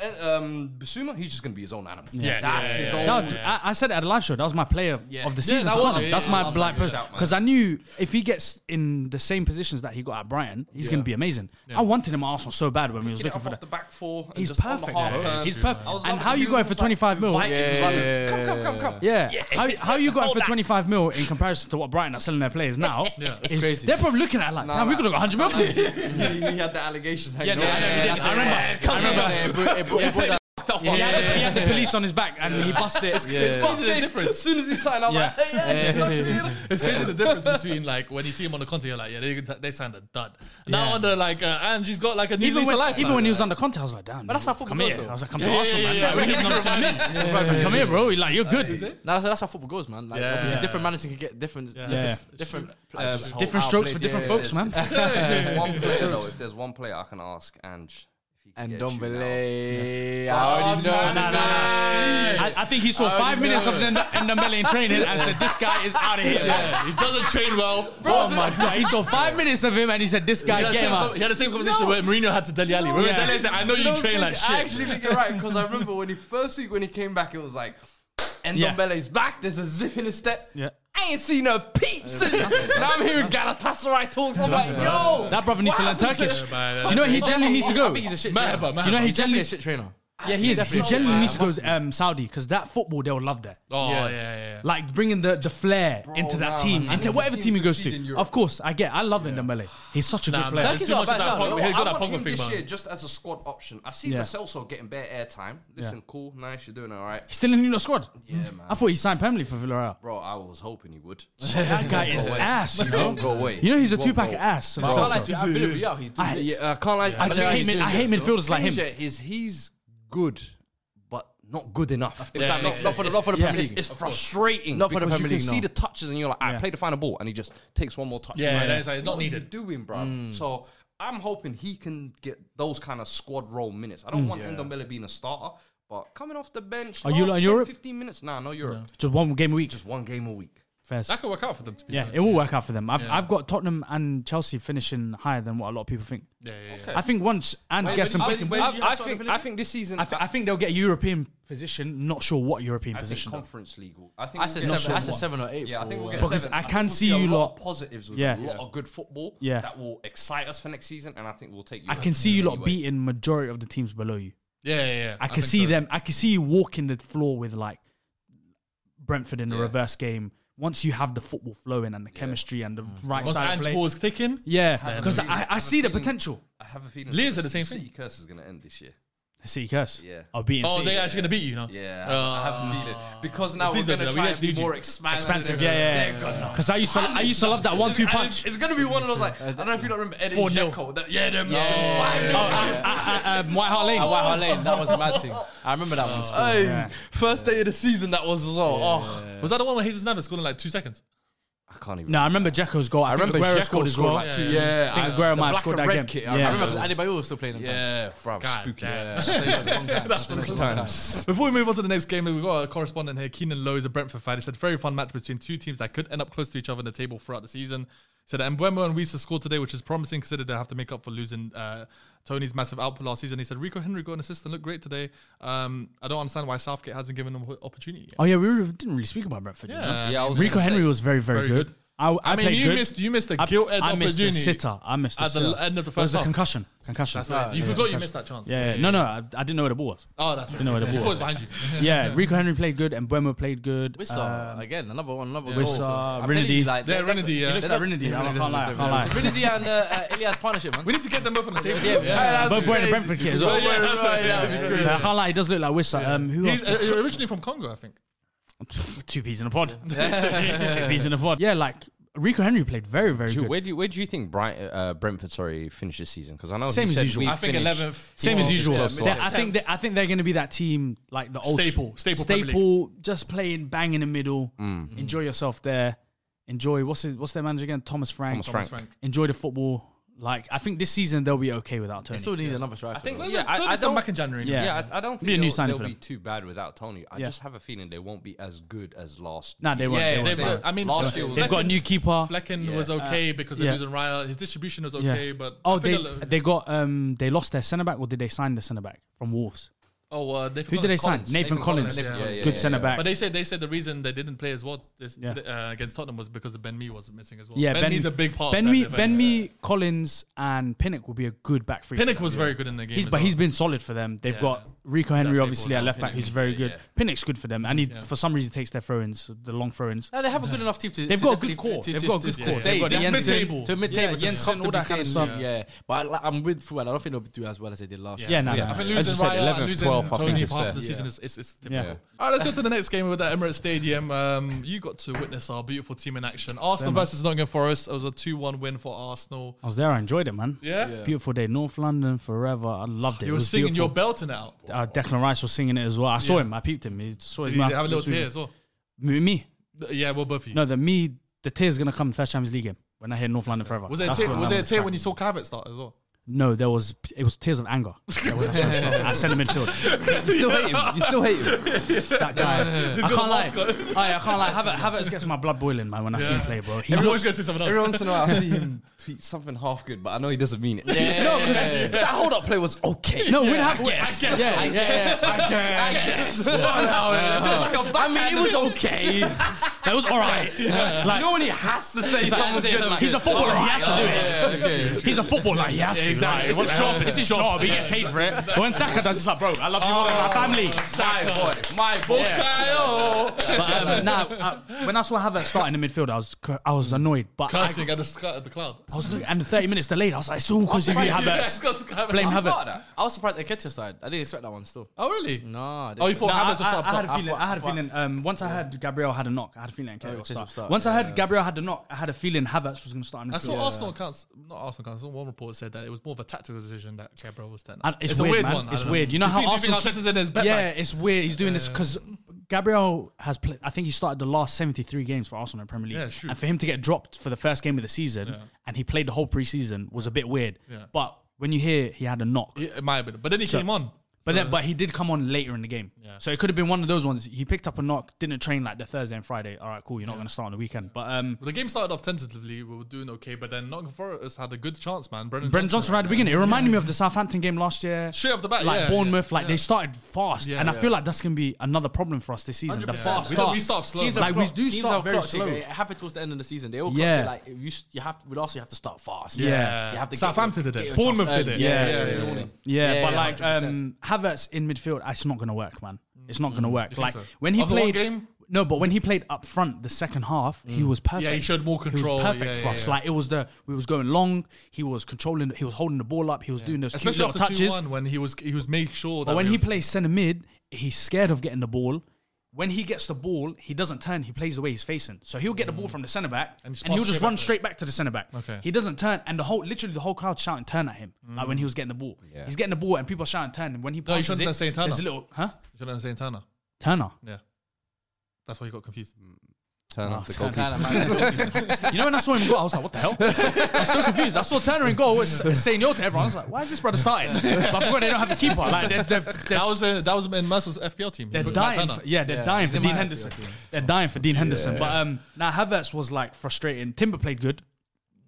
[SPEAKER 4] uh, um, Basuma, he's just going to be his own animal.
[SPEAKER 1] Yeah,
[SPEAKER 4] that's
[SPEAKER 1] yeah,
[SPEAKER 4] his
[SPEAKER 1] yeah,
[SPEAKER 4] own.
[SPEAKER 2] No, I, I said it at the live show. That was my player of- of the season.
[SPEAKER 1] that
[SPEAKER 2] for
[SPEAKER 1] was
[SPEAKER 2] Tottenham.
[SPEAKER 1] it,
[SPEAKER 2] That's
[SPEAKER 1] yeah,
[SPEAKER 2] my
[SPEAKER 1] yeah.
[SPEAKER 2] black
[SPEAKER 4] Good
[SPEAKER 2] player
[SPEAKER 4] shout, man.
[SPEAKER 2] because I knew if he gets in the same positions that he got at Brighton, he's going to be amazing. I wanted him at Arsenal so bad when we was
[SPEAKER 4] Get it
[SPEAKER 2] looking
[SPEAKER 4] off
[SPEAKER 2] for
[SPEAKER 4] off
[SPEAKER 2] that.
[SPEAKER 4] the back four. And
[SPEAKER 2] He's
[SPEAKER 4] just on the
[SPEAKER 2] perfect,
[SPEAKER 4] half
[SPEAKER 2] bro.
[SPEAKER 4] turn.
[SPEAKER 2] He's
[SPEAKER 4] I was
[SPEAKER 2] perfect.
[SPEAKER 4] loving
[SPEAKER 2] And how
[SPEAKER 4] it.
[SPEAKER 2] you
[SPEAKER 4] He
[SPEAKER 2] going
[SPEAKER 4] was
[SPEAKER 2] for
[SPEAKER 4] like
[SPEAKER 2] 25 mil?
[SPEAKER 4] inviting his
[SPEAKER 3] Yeah,
[SPEAKER 4] runners.
[SPEAKER 3] yeah,
[SPEAKER 4] Come, come, come, come.
[SPEAKER 2] Yeah. How, how you got it for 25 mil in comparison to what Brighton are selling their players now? yeah,
[SPEAKER 1] that's
[SPEAKER 3] crazy.
[SPEAKER 2] They're probably looking at it like, nah, we could have got 100 mil. for him."
[SPEAKER 4] he, he had the allegations
[SPEAKER 2] Yeah,
[SPEAKER 4] hanging
[SPEAKER 2] no, I know he did. I
[SPEAKER 4] over.
[SPEAKER 2] remember. I remember. Yeah, he, had the, he had the police on his back and he busted it.
[SPEAKER 4] It's crazy the difference. As soon as he signed, I was like,
[SPEAKER 2] Yeah.
[SPEAKER 4] hey, yeah, yeah.
[SPEAKER 1] It's crazy the difference between like when you see him on the content, you're like, yeah, they, they signed a dud. Now
[SPEAKER 2] Yeah.
[SPEAKER 1] on the like, uh, and she's got like a new
[SPEAKER 2] Even
[SPEAKER 1] lease
[SPEAKER 2] when,
[SPEAKER 1] of life.
[SPEAKER 2] even
[SPEAKER 1] now.
[SPEAKER 2] when he was under Conte, I was like, damn. But
[SPEAKER 3] that's how football
[SPEAKER 2] come
[SPEAKER 3] goes,
[SPEAKER 2] here.
[SPEAKER 3] though.
[SPEAKER 2] I was like, come to
[SPEAKER 1] Yeah,
[SPEAKER 2] Arsenal,
[SPEAKER 1] yeah,
[SPEAKER 2] man.
[SPEAKER 1] yeah,
[SPEAKER 2] Like,
[SPEAKER 1] yeah.
[SPEAKER 2] we need another centre mid. I was like, come here, bro. Like, you're good.
[SPEAKER 3] Now that's, that's how football goes, man. Like,
[SPEAKER 1] Yeah.
[SPEAKER 3] obviously,
[SPEAKER 1] Yeah.
[SPEAKER 3] different managers can get different, different,
[SPEAKER 2] Yeah.
[SPEAKER 3] different,
[SPEAKER 4] Uh,
[SPEAKER 3] players.
[SPEAKER 2] Different strokes for different folks, man.
[SPEAKER 4] There's one player, though, if there's one player I can ask, Ange. if he can
[SPEAKER 3] and
[SPEAKER 4] get Oh, a tune
[SPEAKER 3] Dombele. I already know.
[SPEAKER 2] Nah, nah, nah, nah. I, I think he saw five minutes of Nd- Ndombele in training and said, "This guy is out of here." man."
[SPEAKER 1] Yeah, he doesn't train well.
[SPEAKER 2] Oh my god! He saw five minutes of him and he said, "This
[SPEAKER 1] He had,
[SPEAKER 2] guy
[SPEAKER 1] the
[SPEAKER 2] came
[SPEAKER 1] same,
[SPEAKER 2] out."
[SPEAKER 1] he had the same conversation where Mourinho had to Deli Ali. Remember
[SPEAKER 2] Yeah.
[SPEAKER 1] Dele said, I know you,
[SPEAKER 4] know what's
[SPEAKER 1] train like
[SPEAKER 4] crazy?
[SPEAKER 1] shit.
[SPEAKER 4] I actually think you're right because I remember when he first week when he came back, it was like, and
[SPEAKER 2] Yeah.
[SPEAKER 4] Dombele's back. There's a zip in his step.
[SPEAKER 2] Yeah.
[SPEAKER 4] I ain't seen a peep since. now I'm hearing Galatasaray talks. I'm like, yo,
[SPEAKER 2] That brother needs to learn Turkish. Do
[SPEAKER 1] man,
[SPEAKER 2] you know he generally needs to go?
[SPEAKER 3] I think he's a shit
[SPEAKER 1] Merhaba,
[SPEAKER 3] trainer.
[SPEAKER 1] merhaba.
[SPEAKER 2] Do you know he
[SPEAKER 3] He's definitely
[SPEAKER 2] generally?
[SPEAKER 3] a shit trainer.
[SPEAKER 2] Yeah, he is. He
[SPEAKER 3] Definitely.
[SPEAKER 2] generally
[SPEAKER 3] Yeah,
[SPEAKER 2] needs to go
[SPEAKER 3] must
[SPEAKER 2] to um, Saudi because that football they'll love there.
[SPEAKER 1] Oh, yeah,
[SPEAKER 3] Yeah.
[SPEAKER 1] yeah, yeah.
[SPEAKER 2] Like bringing the, the flair into that
[SPEAKER 4] nah,
[SPEAKER 2] team,
[SPEAKER 4] man. I need
[SPEAKER 2] into
[SPEAKER 4] to
[SPEAKER 2] whatever
[SPEAKER 4] see
[SPEAKER 2] team
[SPEAKER 4] him
[SPEAKER 2] he goes
[SPEAKER 4] succeed in
[SPEAKER 2] to.
[SPEAKER 4] Europe.
[SPEAKER 2] Of course, I get. I love Ndombele. He's such a good
[SPEAKER 1] Nah,
[SPEAKER 2] player.
[SPEAKER 1] there's too
[SPEAKER 3] not
[SPEAKER 1] much
[SPEAKER 3] a
[SPEAKER 1] of
[SPEAKER 3] bad
[SPEAKER 1] that
[SPEAKER 3] shout,
[SPEAKER 1] Pogba.
[SPEAKER 3] no.
[SPEAKER 1] He got
[SPEAKER 4] I
[SPEAKER 1] that
[SPEAKER 4] want him
[SPEAKER 1] Pogba thing,
[SPEAKER 4] this year
[SPEAKER 1] man.
[SPEAKER 4] just as a squad option. I see
[SPEAKER 2] Yeah.
[SPEAKER 4] yeah. Lacelso getting better airtime. Listen, cool, nice, you're doing all right.
[SPEAKER 2] He's still in the Nuno squad. Yeah,
[SPEAKER 4] man.
[SPEAKER 2] I thought he signed permanently for Villarreal.
[SPEAKER 4] Bro, I was hoping he would.
[SPEAKER 2] That guy is
[SPEAKER 4] away.
[SPEAKER 2] ass, you
[SPEAKER 4] He
[SPEAKER 2] know.
[SPEAKER 4] won't go away.
[SPEAKER 2] You know he's
[SPEAKER 4] He
[SPEAKER 2] a
[SPEAKER 4] won't
[SPEAKER 2] two pack
[SPEAKER 4] go.
[SPEAKER 2] ass.
[SPEAKER 3] I
[SPEAKER 2] Himself.
[SPEAKER 3] can't lie to you. At Villarreal, he's doing
[SPEAKER 2] I-
[SPEAKER 3] it.
[SPEAKER 4] Yeah, I can't lie.
[SPEAKER 2] I just hate mid, I hate midfielders like him.
[SPEAKER 4] Kingsley is he's good, but not good enough. If
[SPEAKER 1] Yeah,
[SPEAKER 4] that makes
[SPEAKER 1] yeah,
[SPEAKER 4] not for the, not for the
[SPEAKER 2] yeah.
[SPEAKER 4] Premier League.
[SPEAKER 2] It's-
[SPEAKER 4] It's frustrating.
[SPEAKER 3] Not for the
[SPEAKER 4] because
[SPEAKER 3] Premier
[SPEAKER 4] you
[SPEAKER 3] League,
[SPEAKER 4] can see
[SPEAKER 3] no.
[SPEAKER 4] the touches and you're like, I
[SPEAKER 2] Yeah.
[SPEAKER 4] play the final ball, and he just takes one more touch.
[SPEAKER 1] Yeah,
[SPEAKER 4] Like,
[SPEAKER 1] yeah, it's like, it's not
[SPEAKER 4] what are you
[SPEAKER 1] needed.
[SPEAKER 4] doing, bro. So. I'm hoping he can get those kind of squad role minutes. I don't want Ndombele being a starter, but coming off the bench,
[SPEAKER 2] Are you
[SPEAKER 4] last
[SPEAKER 2] not in
[SPEAKER 4] 10,
[SPEAKER 2] Europe?
[SPEAKER 4] 15 minutes? Nah, no Europe.
[SPEAKER 2] Just one game a week. Just
[SPEAKER 4] Just one game a week.
[SPEAKER 2] fair.
[SPEAKER 1] That could work out for them, to be
[SPEAKER 2] Yeah,
[SPEAKER 1] fair.
[SPEAKER 2] it will work out for them. I've, I've got Tottenham and Chelsea finishing higher than what a lot of people think.
[SPEAKER 1] Yeah, yeah, yeah.
[SPEAKER 2] I think once and gets them,
[SPEAKER 4] I,
[SPEAKER 2] I,
[SPEAKER 4] I- I think, I think this season,
[SPEAKER 2] thi- I think they'll get a European position. Not sure what European
[SPEAKER 4] I think
[SPEAKER 2] position. though.
[SPEAKER 4] Conference League. will- I think
[SPEAKER 3] I
[SPEAKER 4] we'll
[SPEAKER 3] said
[SPEAKER 4] get
[SPEAKER 3] seven. I said
[SPEAKER 2] what?
[SPEAKER 3] seven or eight.
[SPEAKER 4] Yeah, I think
[SPEAKER 3] for,
[SPEAKER 4] we'll
[SPEAKER 3] uh,
[SPEAKER 4] get
[SPEAKER 2] Because
[SPEAKER 4] seven.
[SPEAKER 2] I
[SPEAKER 4] think
[SPEAKER 2] can
[SPEAKER 4] we'll
[SPEAKER 2] see you
[SPEAKER 4] a lot,
[SPEAKER 2] lot-
[SPEAKER 4] of positives with
[SPEAKER 2] Yeah.
[SPEAKER 4] a lot of good football.
[SPEAKER 2] Yeah.
[SPEAKER 4] that will excite us for next season, and I think we'll take you.
[SPEAKER 2] I can see you lot beating majority of the teams below you.
[SPEAKER 1] Yeah, yeah, yeah.
[SPEAKER 2] I can
[SPEAKER 1] think
[SPEAKER 2] see
[SPEAKER 1] so.
[SPEAKER 2] them. I can see you walking the floor with like Brentford in a
[SPEAKER 4] Yeah.
[SPEAKER 2] reverse game. Once you have the football flowing and the chemistry and the right
[SPEAKER 1] Once
[SPEAKER 2] side of
[SPEAKER 1] Ange
[SPEAKER 2] play,
[SPEAKER 1] Paul's ticking,
[SPEAKER 2] yeah, because
[SPEAKER 4] Have a
[SPEAKER 2] I, I
[SPEAKER 4] feeling-
[SPEAKER 2] see the
[SPEAKER 4] have a feeling-
[SPEAKER 2] potential.
[SPEAKER 4] I have a feeling.
[SPEAKER 1] Leeds
[SPEAKER 4] that
[SPEAKER 1] are the same
[SPEAKER 4] City
[SPEAKER 1] thing.
[SPEAKER 4] Curse is going to end this year.
[SPEAKER 2] City curse.
[SPEAKER 4] Yeah.
[SPEAKER 2] I'll be in.
[SPEAKER 1] oh,
[SPEAKER 2] City.
[SPEAKER 1] they're actually going to beat you, know?
[SPEAKER 4] Yeah,
[SPEAKER 1] Uh,
[SPEAKER 4] I have a feeling
[SPEAKER 2] Ah.
[SPEAKER 4] because now
[SPEAKER 1] please
[SPEAKER 4] we're
[SPEAKER 1] don't do that.
[SPEAKER 4] going to
[SPEAKER 1] We
[SPEAKER 4] try and
[SPEAKER 1] actually
[SPEAKER 4] be
[SPEAKER 1] need you.
[SPEAKER 4] more expansive.
[SPEAKER 2] expansive. Yeah, yeah, yeah. Because I used to, I used to love that one-two
[SPEAKER 4] And
[SPEAKER 2] punch.
[SPEAKER 4] It's, it's going to be one of those like I don't know if you don't remember Eddie
[SPEAKER 2] 4-0.
[SPEAKER 4] Dzeko. That- Yeah, them.
[SPEAKER 2] Oh, uh, uh, uh, um, White Hart Lane.
[SPEAKER 3] At White Hart Lane, that was a mad thing. I remember that one still.
[SPEAKER 4] First day of the season that was as well. Oh,
[SPEAKER 1] Was that the one where Jesus Navas scored in like two seconds?
[SPEAKER 4] I can't even.
[SPEAKER 2] No, I remember Jacko's goal. I,
[SPEAKER 5] I
[SPEAKER 2] think
[SPEAKER 5] remember
[SPEAKER 2] Aguero
[SPEAKER 5] Jacko
[SPEAKER 2] scored his goal.
[SPEAKER 5] scored,
[SPEAKER 2] like, two-
[SPEAKER 5] yeah,
[SPEAKER 2] I think Aguero might have scored that game.
[SPEAKER 5] Kick,
[SPEAKER 2] Yeah.
[SPEAKER 5] I
[SPEAKER 3] I remember
[SPEAKER 5] remember
[SPEAKER 3] Adebayo was still playing them.
[SPEAKER 5] yeah, bruv,
[SPEAKER 1] God
[SPEAKER 5] spooky.
[SPEAKER 1] damn.
[SPEAKER 5] Yeah.
[SPEAKER 3] times. Stayed a long time. Stayed a long time.
[SPEAKER 1] Before we move on to the next game, we've got a correspondent here, Keenan Lowe, is a Brentford fan. He said, very fun match between two teams that could end up close to each other in the table throughout the season. He said, Embuemo and Wiesa scored today, which is promising considering they have to make up for losing uh, Tony's massive output last season. He said, Rico Henry got an assist and looked great today. Um, I don't understand why Southgate hasn't given him opportunity yet. Um,
[SPEAKER 2] Oh yeah, we really- didn't really speak about Brentford. Yeah,
[SPEAKER 1] Yeah.
[SPEAKER 4] Yeah, I was
[SPEAKER 2] Rico
[SPEAKER 4] gonna
[SPEAKER 2] Henry
[SPEAKER 4] say-
[SPEAKER 2] was very,
[SPEAKER 1] Very
[SPEAKER 2] very, good.
[SPEAKER 1] good.
[SPEAKER 2] I,
[SPEAKER 1] I mean,
[SPEAKER 2] played
[SPEAKER 1] you
[SPEAKER 2] good.
[SPEAKER 1] missed- you missed a
[SPEAKER 2] I-
[SPEAKER 1] gilt-edged
[SPEAKER 2] I missed the
[SPEAKER 1] opportunity
[SPEAKER 2] sitter. I missed the
[SPEAKER 1] at the
[SPEAKER 2] sitter.
[SPEAKER 1] end of the
[SPEAKER 2] It was
[SPEAKER 1] first
[SPEAKER 2] a
[SPEAKER 1] half.
[SPEAKER 2] concussion. Concussion.
[SPEAKER 1] That's what it is. You forgot you missed that chance.
[SPEAKER 2] Yeah, yeah. no, no, I, I didn't know where the ball was.
[SPEAKER 1] Oh, that's right.
[SPEAKER 2] know where the
[SPEAKER 1] Before it
[SPEAKER 2] ball
[SPEAKER 1] was
[SPEAKER 2] was.
[SPEAKER 1] behind you.
[SPEAKER 2] Yeah, Rico Henry played good, and Buemo played good. Uh,
[SPEAKER 3] Wissa, again, another one, another goal.
[SPEAKER 2] Wissa,
[SPEAKER 3] So, I'm
[SPEAKER 2] Rinaldi.
[SPEAKER 3] telling you, like,
[SPEAKER 1] Yeah,
[SPEAKER 3] they're-
[SPEAKER 1] Rinaldi, yeah.
[SPEAKER 3] they're-
[SPEAKER 1] He looks
[SPEAKER 3] they're-
[SPEAKER 2] like Rinaldi,
[SPEAKER 3] yeah,
[SPEAKER 2] I can't
[SPEAKER 3] doesn't
[SPEAKER 2] lie, I
[SPEAKER 3] look
[SPEAKER 2] can't
[SPEAKER 3] very good. Rinaldi and uh, uh, Ilias partnership, man.
[SPEAKER 1] We need to get them both on the table.
[SPEAKER 3] Yeah,
[SPEAKER 1] that's
[SPEAKER 3] yeah.
[SPEAKER 2] Both wearing a
[SPEAKER 1] crazy.
[SPEAKER 2] Brentford kit as well.
[SPEAKER 1] Yeah, yeah, that's right, yeah, that'd be
[SPEAKER 2] Uh,
[SPEAKER 1] crazy.
[SPEAKER 2] I can't lie, he does look like Wissa. Um, who
[SPEAKER 1] He's
[SPEAKER 2] else?
[SPEAKER 1] uh, you're originally from Congo, I think.
[SPEAKER 2] Pff, Two peas in a pod. Two peas in a pod. Yeah, like Rico Henry played very, very
[SPEAKER 4] Dude,
[SPEAKER 2] good.
[SPEAKER 4] where do you where do you think Bright, uh, Brentford sorry finished this season? Because I know he
[SPEAKER 2] Same as
[SPEAKER 4] said
[SPEAKER 2] usual.
[SPEAKER 4] we
[SPEAKER 2] I
[SPEAKER 1] think
[SPEAKER 4] finished-
[SPEAKER 1] 11th.
[SPEAKER 4] he
[SPEAKER 2] Same as
[SPEAKER 4] finished
[SPEAKER 2] usual.
[SPEAKER 4] close to
[SPEAKER 2] They're-
[SPEAKER 4] us.
[SPEAKER 2] I think uh, they, I think they're going to be that team like the old
[SPEAKER 1] Staple, staple Premier League.
[SPEAKER 2] staple. Just play in bang in the middle. Enjoy yourself there. Enjoy what's his, what's their manager again? Thomas Frank.
[SPEAKER 4] Thomas Frank.
[SPEAKER 1] Frank.
[SPEAKER 2] Enjoy the football. Like I think this season they'll be okay without
[SPEAKER 3] They
[SPEAKER 2] Tony.
[SPEAKER 3] still need another striker.
[SPEAKER 4] I think
[SPEAKER 3] though.
[SPEAKER 1] yeah,
[SPEAKER 4] yeah, I,
[SPEAKER 1] Tony's
[SPEAKER 4] I
[SPEAKER 1] come
[SPEAKER 4] don't,
[SPEAKER 1] back in January.
[SPEAKER 2] Yeah.
[SPEAKER 4] Yeah, I, I don't
[SPEAKER 2] Be
[SPEAKER 4] think
[SPEAKER 2] a new
[SPEAKER 4] they'll,
[SPEAKER 2] signing
[SPEAKER 4] they'll
[SPEAKER 2] for
[SPEAKER 4] be
[SPEAKER 2] them.
[SPEAKER 4] too bad without Tony. I
[SPEAKER 2] Yeah.
[SPEAKER 4] just have a feeling they won't be as good as last.
[SPEAKER 2] Nah, they won't.
[SPEAKER 3] Yeah,
[SPEAKER 2] they
[SPEAKER 1] They've
[SPEAKER 2] won't.
[SPEAKER 3] Same.
[SPEAKER 1] got, uh, I mean,
[SPEAKER 4] Last
[SPEAKER 1] Flecken-
[SPEAKER 4] year was-
[SPEAKER 2] They've got a new keeper.
[SPEAKER 1] Flecken was okay because they're
[SPEAKER 2] yeah.
[SPEAKER 1] losing Raya. His distribution was
[SPEAKER 2] Yeah.
[SPEAKER 1] okay, but
[SPEAKER 2] oh,
[SPEAKER 1] I
[SPEAKER 2] they
[SPEAKER 1] think a lo-
[SPEAKER 2] they got um they lost their centre back or did they sign the centre back from Wolves?
[SPEAKER 1] oh, uh, they've
[SPEAKER 2] Who
[SPEAKER 1] got
[SPEAKER 2] did they
[SPEAKER 1] Collins.
[SPEAKER 2] sign? Nathan,
[SPEAKER 4] Nathan
[SPEAKER 2] Collins,
[SPEAKER 4] Collins, yeah. Yeah, yeah,
[SPEAKER 2] good
[SPEAKER 4] yeah,
[SPEAKER 2] centre
[SPEAKER 4] yeah.
[SPEAKER 2] back.
[SPEAKER 1] But they said they said the reason they didn't play as well this,
[SPEAKER 2] Yeah.
[SPEAKER 1] today, uh, against Tottenham was because of Ben Mee was missing as well.
[SPEAKER 2] yeah,
[SPEAKER 1] ben, Mee's a big part.
[SPEAKER 2] Ben
[SPEAKER 1] of
[SPEAKER 2] Mee,
[SPEAKER 1] that
[SPEAKER 2] Ben
[SPEAKER 1] defense.
[SPEAKER 2] Mee, Collins, and Pinnock will be a good back three. for
[SPEAKER 1] Pinnock
[SPEAKER 2] them.
[SPEAKER 1] was very good in the game.
[SPEAKER 2] He's,
[SPEAKER 1] as
[SPEAKER 2] but
[SPEAKER 1] well.
[SPEAKER 2] he's been solid for them. They've
[SPEAKER 1] Yeah.
[SPEAKER 2] got Rico Henry,
[SPEAKER 1] That's
[SPEAKER 2] obviously,
[SPEAKER 1] it,
[SPEAKER 2] at left back,
[SPEAKER 1] Pinnock.
[SPEAKER 2] who's very good.
[SPEAKER 4] yeah.
[SPEAKER 2] Pinnock's good for them, and he for some reason takes their throw-ins, the long throw-ins.
[SPEAKER 3] No, they have a good enough team to.
[SPEAKER 2] They've
[SPEAKER 3] to
[SPEAKER 2] got a good
[SPEAKER 3] definitely-
[SPEAKER 2] core.
[SPEAKER 3] To,
[SPEAKER 2] They've
[SPEAKER 3] to,
[SPEAKER 2] got a
[SPEAKER 3] to
[SPEAKER 2] good
[SPEAKER 3] stay.
[SPEAKER 2] core. They've
[SPEAKER 3] They've
[SPEAKER 2] got
[SPEAKER 3] got
[SPEAKER 1] Jensen.
[SPEAKER 3] mid-table. To mid-table.
[SPEAKER 2] Yeah,
[SPEAKER 3] to
[SPEAKER 2] Jensen, all
[SPEAKER 3] comfortably
[SPEAKER 2] that kind of
[SPEAKER 3] stay in-
[SPEAKER 2] stuff.
[SPEAKER 3] Yeah, but I, like, I'm with Fuad. I don't think they'll do as well as they did last year.
[SPEAKER 2] Yeah, no,
[SPEAKER 1] Yeah,
[SPEAKER 2] no,
[SPEAKER 1] I
[SPEAKER 2] no.
[SPEAKER 1] think
[SPEAKER 4] As you
[SPEAKER 1] losing
[SPEAKER 4] said,
[SPEAKER 1] Raya,
[SPEAKER 4] 11th,
[SPEAKER 1] losing
[SPEAKER 4] 12th, I
[SPEAKER 1] Tony
[SPEAKER 4] think is
[SPEAKER 1] for half
[SPEAKER 4] fair.
[SPEAKER 1] of the
[SPEAKER 4] Yeah.
[SPEAKER 1] season is, is, is
[SPEAKER 2] Yeah.
[SPEAKER 1] difficult. All right, let's go to the next game with the Emirates Stadium. Um, you got to witness our beautiful team in action. Arsenal versus Nottingham Forest. It was a 2-1 win for Arsenal.
[SPEAKER 2] I was there. I enjoyed it, man.
[SPEAKER 1] Yeah?
[SPEAKER 2] Beautiful day, North London forever. I loved it.
[SPEAKER 1] You
[SPEAKER 2] it
[SPEAKER 1] were
[SPEAKER 2] was
[SPEAKER 1] singing,
[SPEAKER 2] beautiful.
[SPEAKER 1] you're belting it out.
[SPEAKER 2] uh, Declan Rice was singing it as well. I saw him. I peeped him. He saw his
[SPEAKER 1] Did you
[SPEAKER 2] mouth.
[SPEAKER 1] have a little
[SPEAKER 2] It was
[SPEAKER 1] tear as well?
[SPEAKER 2] really- Me, me.
[SPEAKER 1] Yeah, well, both of you.
[SPEAKER 2] No, the me. The tear's gonna come first Champions League game when I hear North London forever.
[SPEAKER 1] Was there a
[SPEAKER 2] That's
[SPEAKER 1] tear,
[SPEAKER 2] when
[SPEAKER 1] was
[SPEAKER 2] I'm
[SPEAKER 1] there a
[SPEAKER 2] gonna
[SPEAKER 1] tear
[SPEAKER 2] cry.
[SPEAKER 1] when you saw Cavett start as well?
[SPEAKER 2] No, there was. It was tears of anger. That was- that's what it was. At centre midfield,
[SPEAKER 4] You still hate him. You still hate him.
[SPEAKER 2] that guy. I
[SPEAKER 1] got a
[SPEAKER 2] can't lie.
[SPEAKER 1] mascot.
[SPEAKER 2] Aye, I can't lie. Havertz, Havertz gets my blood boiling, man. When I see him play, bro. He
[SPEAKER 1] Everyone's
[SPEAKER 2] looks,
[SPEAKER 1] going to say something else.
[SPEAKER 4] Every once in a while, I see him tweet something half good, but I know he doesn't mean it.
[SPEAKER 3] Yeah.
[SPEAKER 4] no, because that hold up play was okay.
[SPEAKER 2] no, we'd have. Yes, yeah, Uh-huh. yeah, yeah.
[SPEAKER 3] I guess.
[SPEAKER 4] I mean, it was okay.
[SPEAKER 2] That was all right. Like,
[SPEAKER 4] when he has to say
[SPEAKER 3] someone's good, like,
[SPEAKER 2] he's a footballer. He has to do it.
[SPEAKER 3] Okay.
[SPEAKER 2] He's a footballer. He has to.
[SPEAKER 1] exactly.
[SPEAKER 2] Like, it's his job. It's his job. He gets paid for it. When Saka does, it's like, bro, I love you more than my family.
[SPEAKER 3] My boy.
[SPEAKER 2] But um, nah, I, when I saw Havertz start in the midfield, I was cu- I was annoyed. But I,
[SPEAKER 1] Cursing at the, sc- at the cloud.
[SPEAKER 2] I was looking, and 30 minutes delayed. I was like, it's all because of you, Havertz. Blame Havertz.
[SPEAKER 3] I was surprised Eketia started. I didn't expect that one still.
[SPEAKER 1] Oh, really?
[SPEAKER 3] No.
[SPEAKER 1] Oh, you thought
[SPEAKER 2] No, I,
[SPEAKER 1] Havertz was
[SPEAKER 2] I-
[SPEAKER 1] subbed
[SPEAKER 2] I had
[SPEAKER 1] up?
[SPEAKER 2] a feeling. I had a
[SPEAKER 3] thought-
[SPEAKER 2] feeling. Um, once I heard Gabriel had a knock, I had a feeling. Okay,
[SPEAKER 3] Oh,
[SPEAKER 2] will
[SPEAKER 3] Chase will
[SPEAKER 2] start.
[SPEAKER 3] start,
[SPEAKER 2] Once I heard
[SPEAKER 3] yeah.
[SPEAKER 2] Gabriel had a knock, I had a feeling Havertz was going to start. In the
[SPEAKER 1] I saw
[SPEAKER 2] field.
[SPEAKER 1] Arsenal accounts, not Arsenal accounts, I saw one report said that it was more of a tactical decision that Gabriel was taking.
[SPEAKER 2] And it's, weird, man.
[SPEAKER 1] I
[SPEAKER 2] It's
[SPEAKER 1] don't know.
[SPEAKER 2] weird. You know
[SPEAKER 1] Do
[SPEAKER 2] how
[SPEAKER 1] think- do you
[SPEAKER 2] Arsenal
[SPEAKER 1] think Arteta's
[SPEAKER 2] keep-
[SPEAKER 1] in his bed
[SPEAKER 2] Yeah,
[SPEAKER 1] back?
[SPEAKER 2] it's weird. He's doing this because Gabriel has. Play, I think he started the last seventy-three games for Arsenal in Premier League.
[SPEAKER 1] Yeah, shoot.
[SPEAKER 2] And for him to get dropped for the first game of the season and he played the whole preseason was a bit weird. But when you hear he had a knock,
[SPEAKER 1] Yeah, it might have been. But then he came on.
[SPEAKER 2] but then, but he did come on later in the game. So it could have been one of those ones. He picked up a knock, didn't train like the Thursday and Friday. All right, cool. You're not going to start on the weekend. But um,
[SPEAKER 1] Well, the game started off tentatively. We were doing okay, but then Nottingham Forest had a good chance, man. Brendan,
[SPEAKER 2] Brendan Johnson right at the beginning. It reminded me of the Southampton game last year.
[SPEAKER 1] Straight off the bat,
[SPEAKER 2] like
[SPEAKER 1] yeah,
[SPEAKER 2] Bournemouth,
[SPEAKER 1] yeah,
[SPEAKER 2] like
[SPEAKER 1] yeah.
[SPEAKER 2] they started fast,
[SPEAKER 1] Yeah,
[SPEAKER 2] and I
[SPEAKER 1] yeah.
[SPEAKER 2] feel like that's gonna be another problem for us this season. The
[SPEAKER 1] 100%.
[SPEAKER 2] fast
[SPEAKER 1] We
[SPEAKER 2] start.
[SPEAKER 1] don't- we start slow.
[SPEAKER 3] Teams
[SPEAKER 1] man.
[SPEAKER 3] have
[SPEAKER 2] Like, we
[SPEAKER 3] clocked-
[SPEAKER 2] do
[SPEAKER 3] teams
[SPEAKER 2] start
[SPEAKER 3] have
[SPEAKER 2] very
[SPEAKER 3] clocked it.
[SPEAKER 2] slow.
[SPEAKER 3] It happened towards the end of the season. They all clocked
[SPEAKER 2] Yeah.
[SPEAKER 3] it. Like you, s- you have. With us, you have to start fast.
[SPEAKER 2] Yeah. Yeah.
[SPEAKER 3] You have to. get
[SPEAKER 1] Southampton
[SPEAKER 3] your-
[SPEAKER 1] did it.
[SPEAKER 3] get your chance
[SPEAKER 1] Bournemouth did
[SPEAKER 3] early.
[SPEAKER 1] it.
[SPEAKER 2] Yeah, yeah,
[SPEAKER 3] yeah,
[SPEAKER 1] yeah.
[SPEAKER 3] yeah.
[SPEAKER 2] yeah,
[SPEAKER 3] Yeah,
[SPEAKER 2] but
[SPEAKER 3] yeah,
[SPEAKER 2] like
[SPEAKER 3] 100%.
[SPEAKER 2] um, Havertz in midfield, it's not gonna work, man. It's not gonna work. Like
[SPEAKER 1] Mm. so?
[SPEAKER 2] when he
[SPEAKER 1] Of the one
[SPEAKER 2] played,
[SPEAKER 1] game? Mm.
[SPEAKER 2] no, but when he played up front, the second half, he was perfect.
[SPEAKER 1] Yeah, he showed more control.
[SPEAKER 2] He was perfect
[SPEAKER 1] Yeah,
[SPEAKER 2] for
[SPEAKER 1] yeah,
[SPEAKER 2] us.
[SPEAKER 1] yeah.
[SPEAKER 2] Like it was the we was going long. He was controlling. He was holding the ball up. He was doing those cute
[SPEAKER 1] Especially
[SPEAKER 2] little
[SPEAKER 1] after
[SPEAKER 2] touches.
[SPEAKER 1] 2-1 when he was he was made sure that
[SPEAKER 2] But when
[SPEAKER 1] we
[SPEAKER 2] he
[SPEAKER 1] were-
[SPEAKER 2] plays centre mid, he's scared of getting the ball. When he gets the ball, he doesn't turn. He plays the way he's facing. So he'll get the ball from the centre
[SPEAKER 1] Mm.
[SPEAKER 2] back,
[SPEAKER 1] And
[SPEAKER 2] and,
[SPEAKER 1] just pass
[SPEAKER 2] he'll just
[SPEAKER 1] straight
[SPEAKER 2] run
[SPEAKER 1] back to
[SPEAKER 2] straight back to the centre back.
[SPEAKER 1] Okay.
[SPEAKER 2] He doesn't turn, and the whole literally the whole crowd shouting turn at him. Like when he was getting the ball, he's getting the ball, and people are shouting turn. And when he
[SPEAKER 1] Mm. No, you
[SPEAKER 2] passes
[SPEAKER 1] shouldn't have said
[SPEAKER 2] it,
[SPEAKER 1] Turner.
[SPEAKER 2] there's a little huh
[SPEAKER 1] Jonathan Santana.
[SPEAKER 2] Turner.
[SPEAKER 1] Yeah, that's why he got confused.
[SPEAKER 4] Turn up the
[SPEAKER 2] Oh, turn-
[SPEAKER 4] goalkeeper.
[SPEAKER 2] You know, when I saw him go, I was like, what the hell? I was so confused. I saw Turner in goal, it's saying yo to everyone. I was like, why is this brother starting? But I forgot they don't have a keeper. Like, they're, they're, they're,
[SPEAKER 1] That was uh, that was in Mercer's FPL team.
[SPEAKER 2] they're
[SPEAKER 1] Matt
[SPEAKER 2] dying.
[SPEAKER 1] Turner.
[SPEAKER 2] For, yeah, they're
[SPEAKER 3] Yeah,
[SPEAKER 2] dying for
[SPEAKER 3] he's in
[SPEAKER 2] Dean
[SPEAKER 3] my
[SPEAKER 2] Henderson.
[SPEAKER 3] FPL team.
[SPEAKER 2] They're dying for Dean Henderson. But um, now Havertz was like frustrating. Timber played good.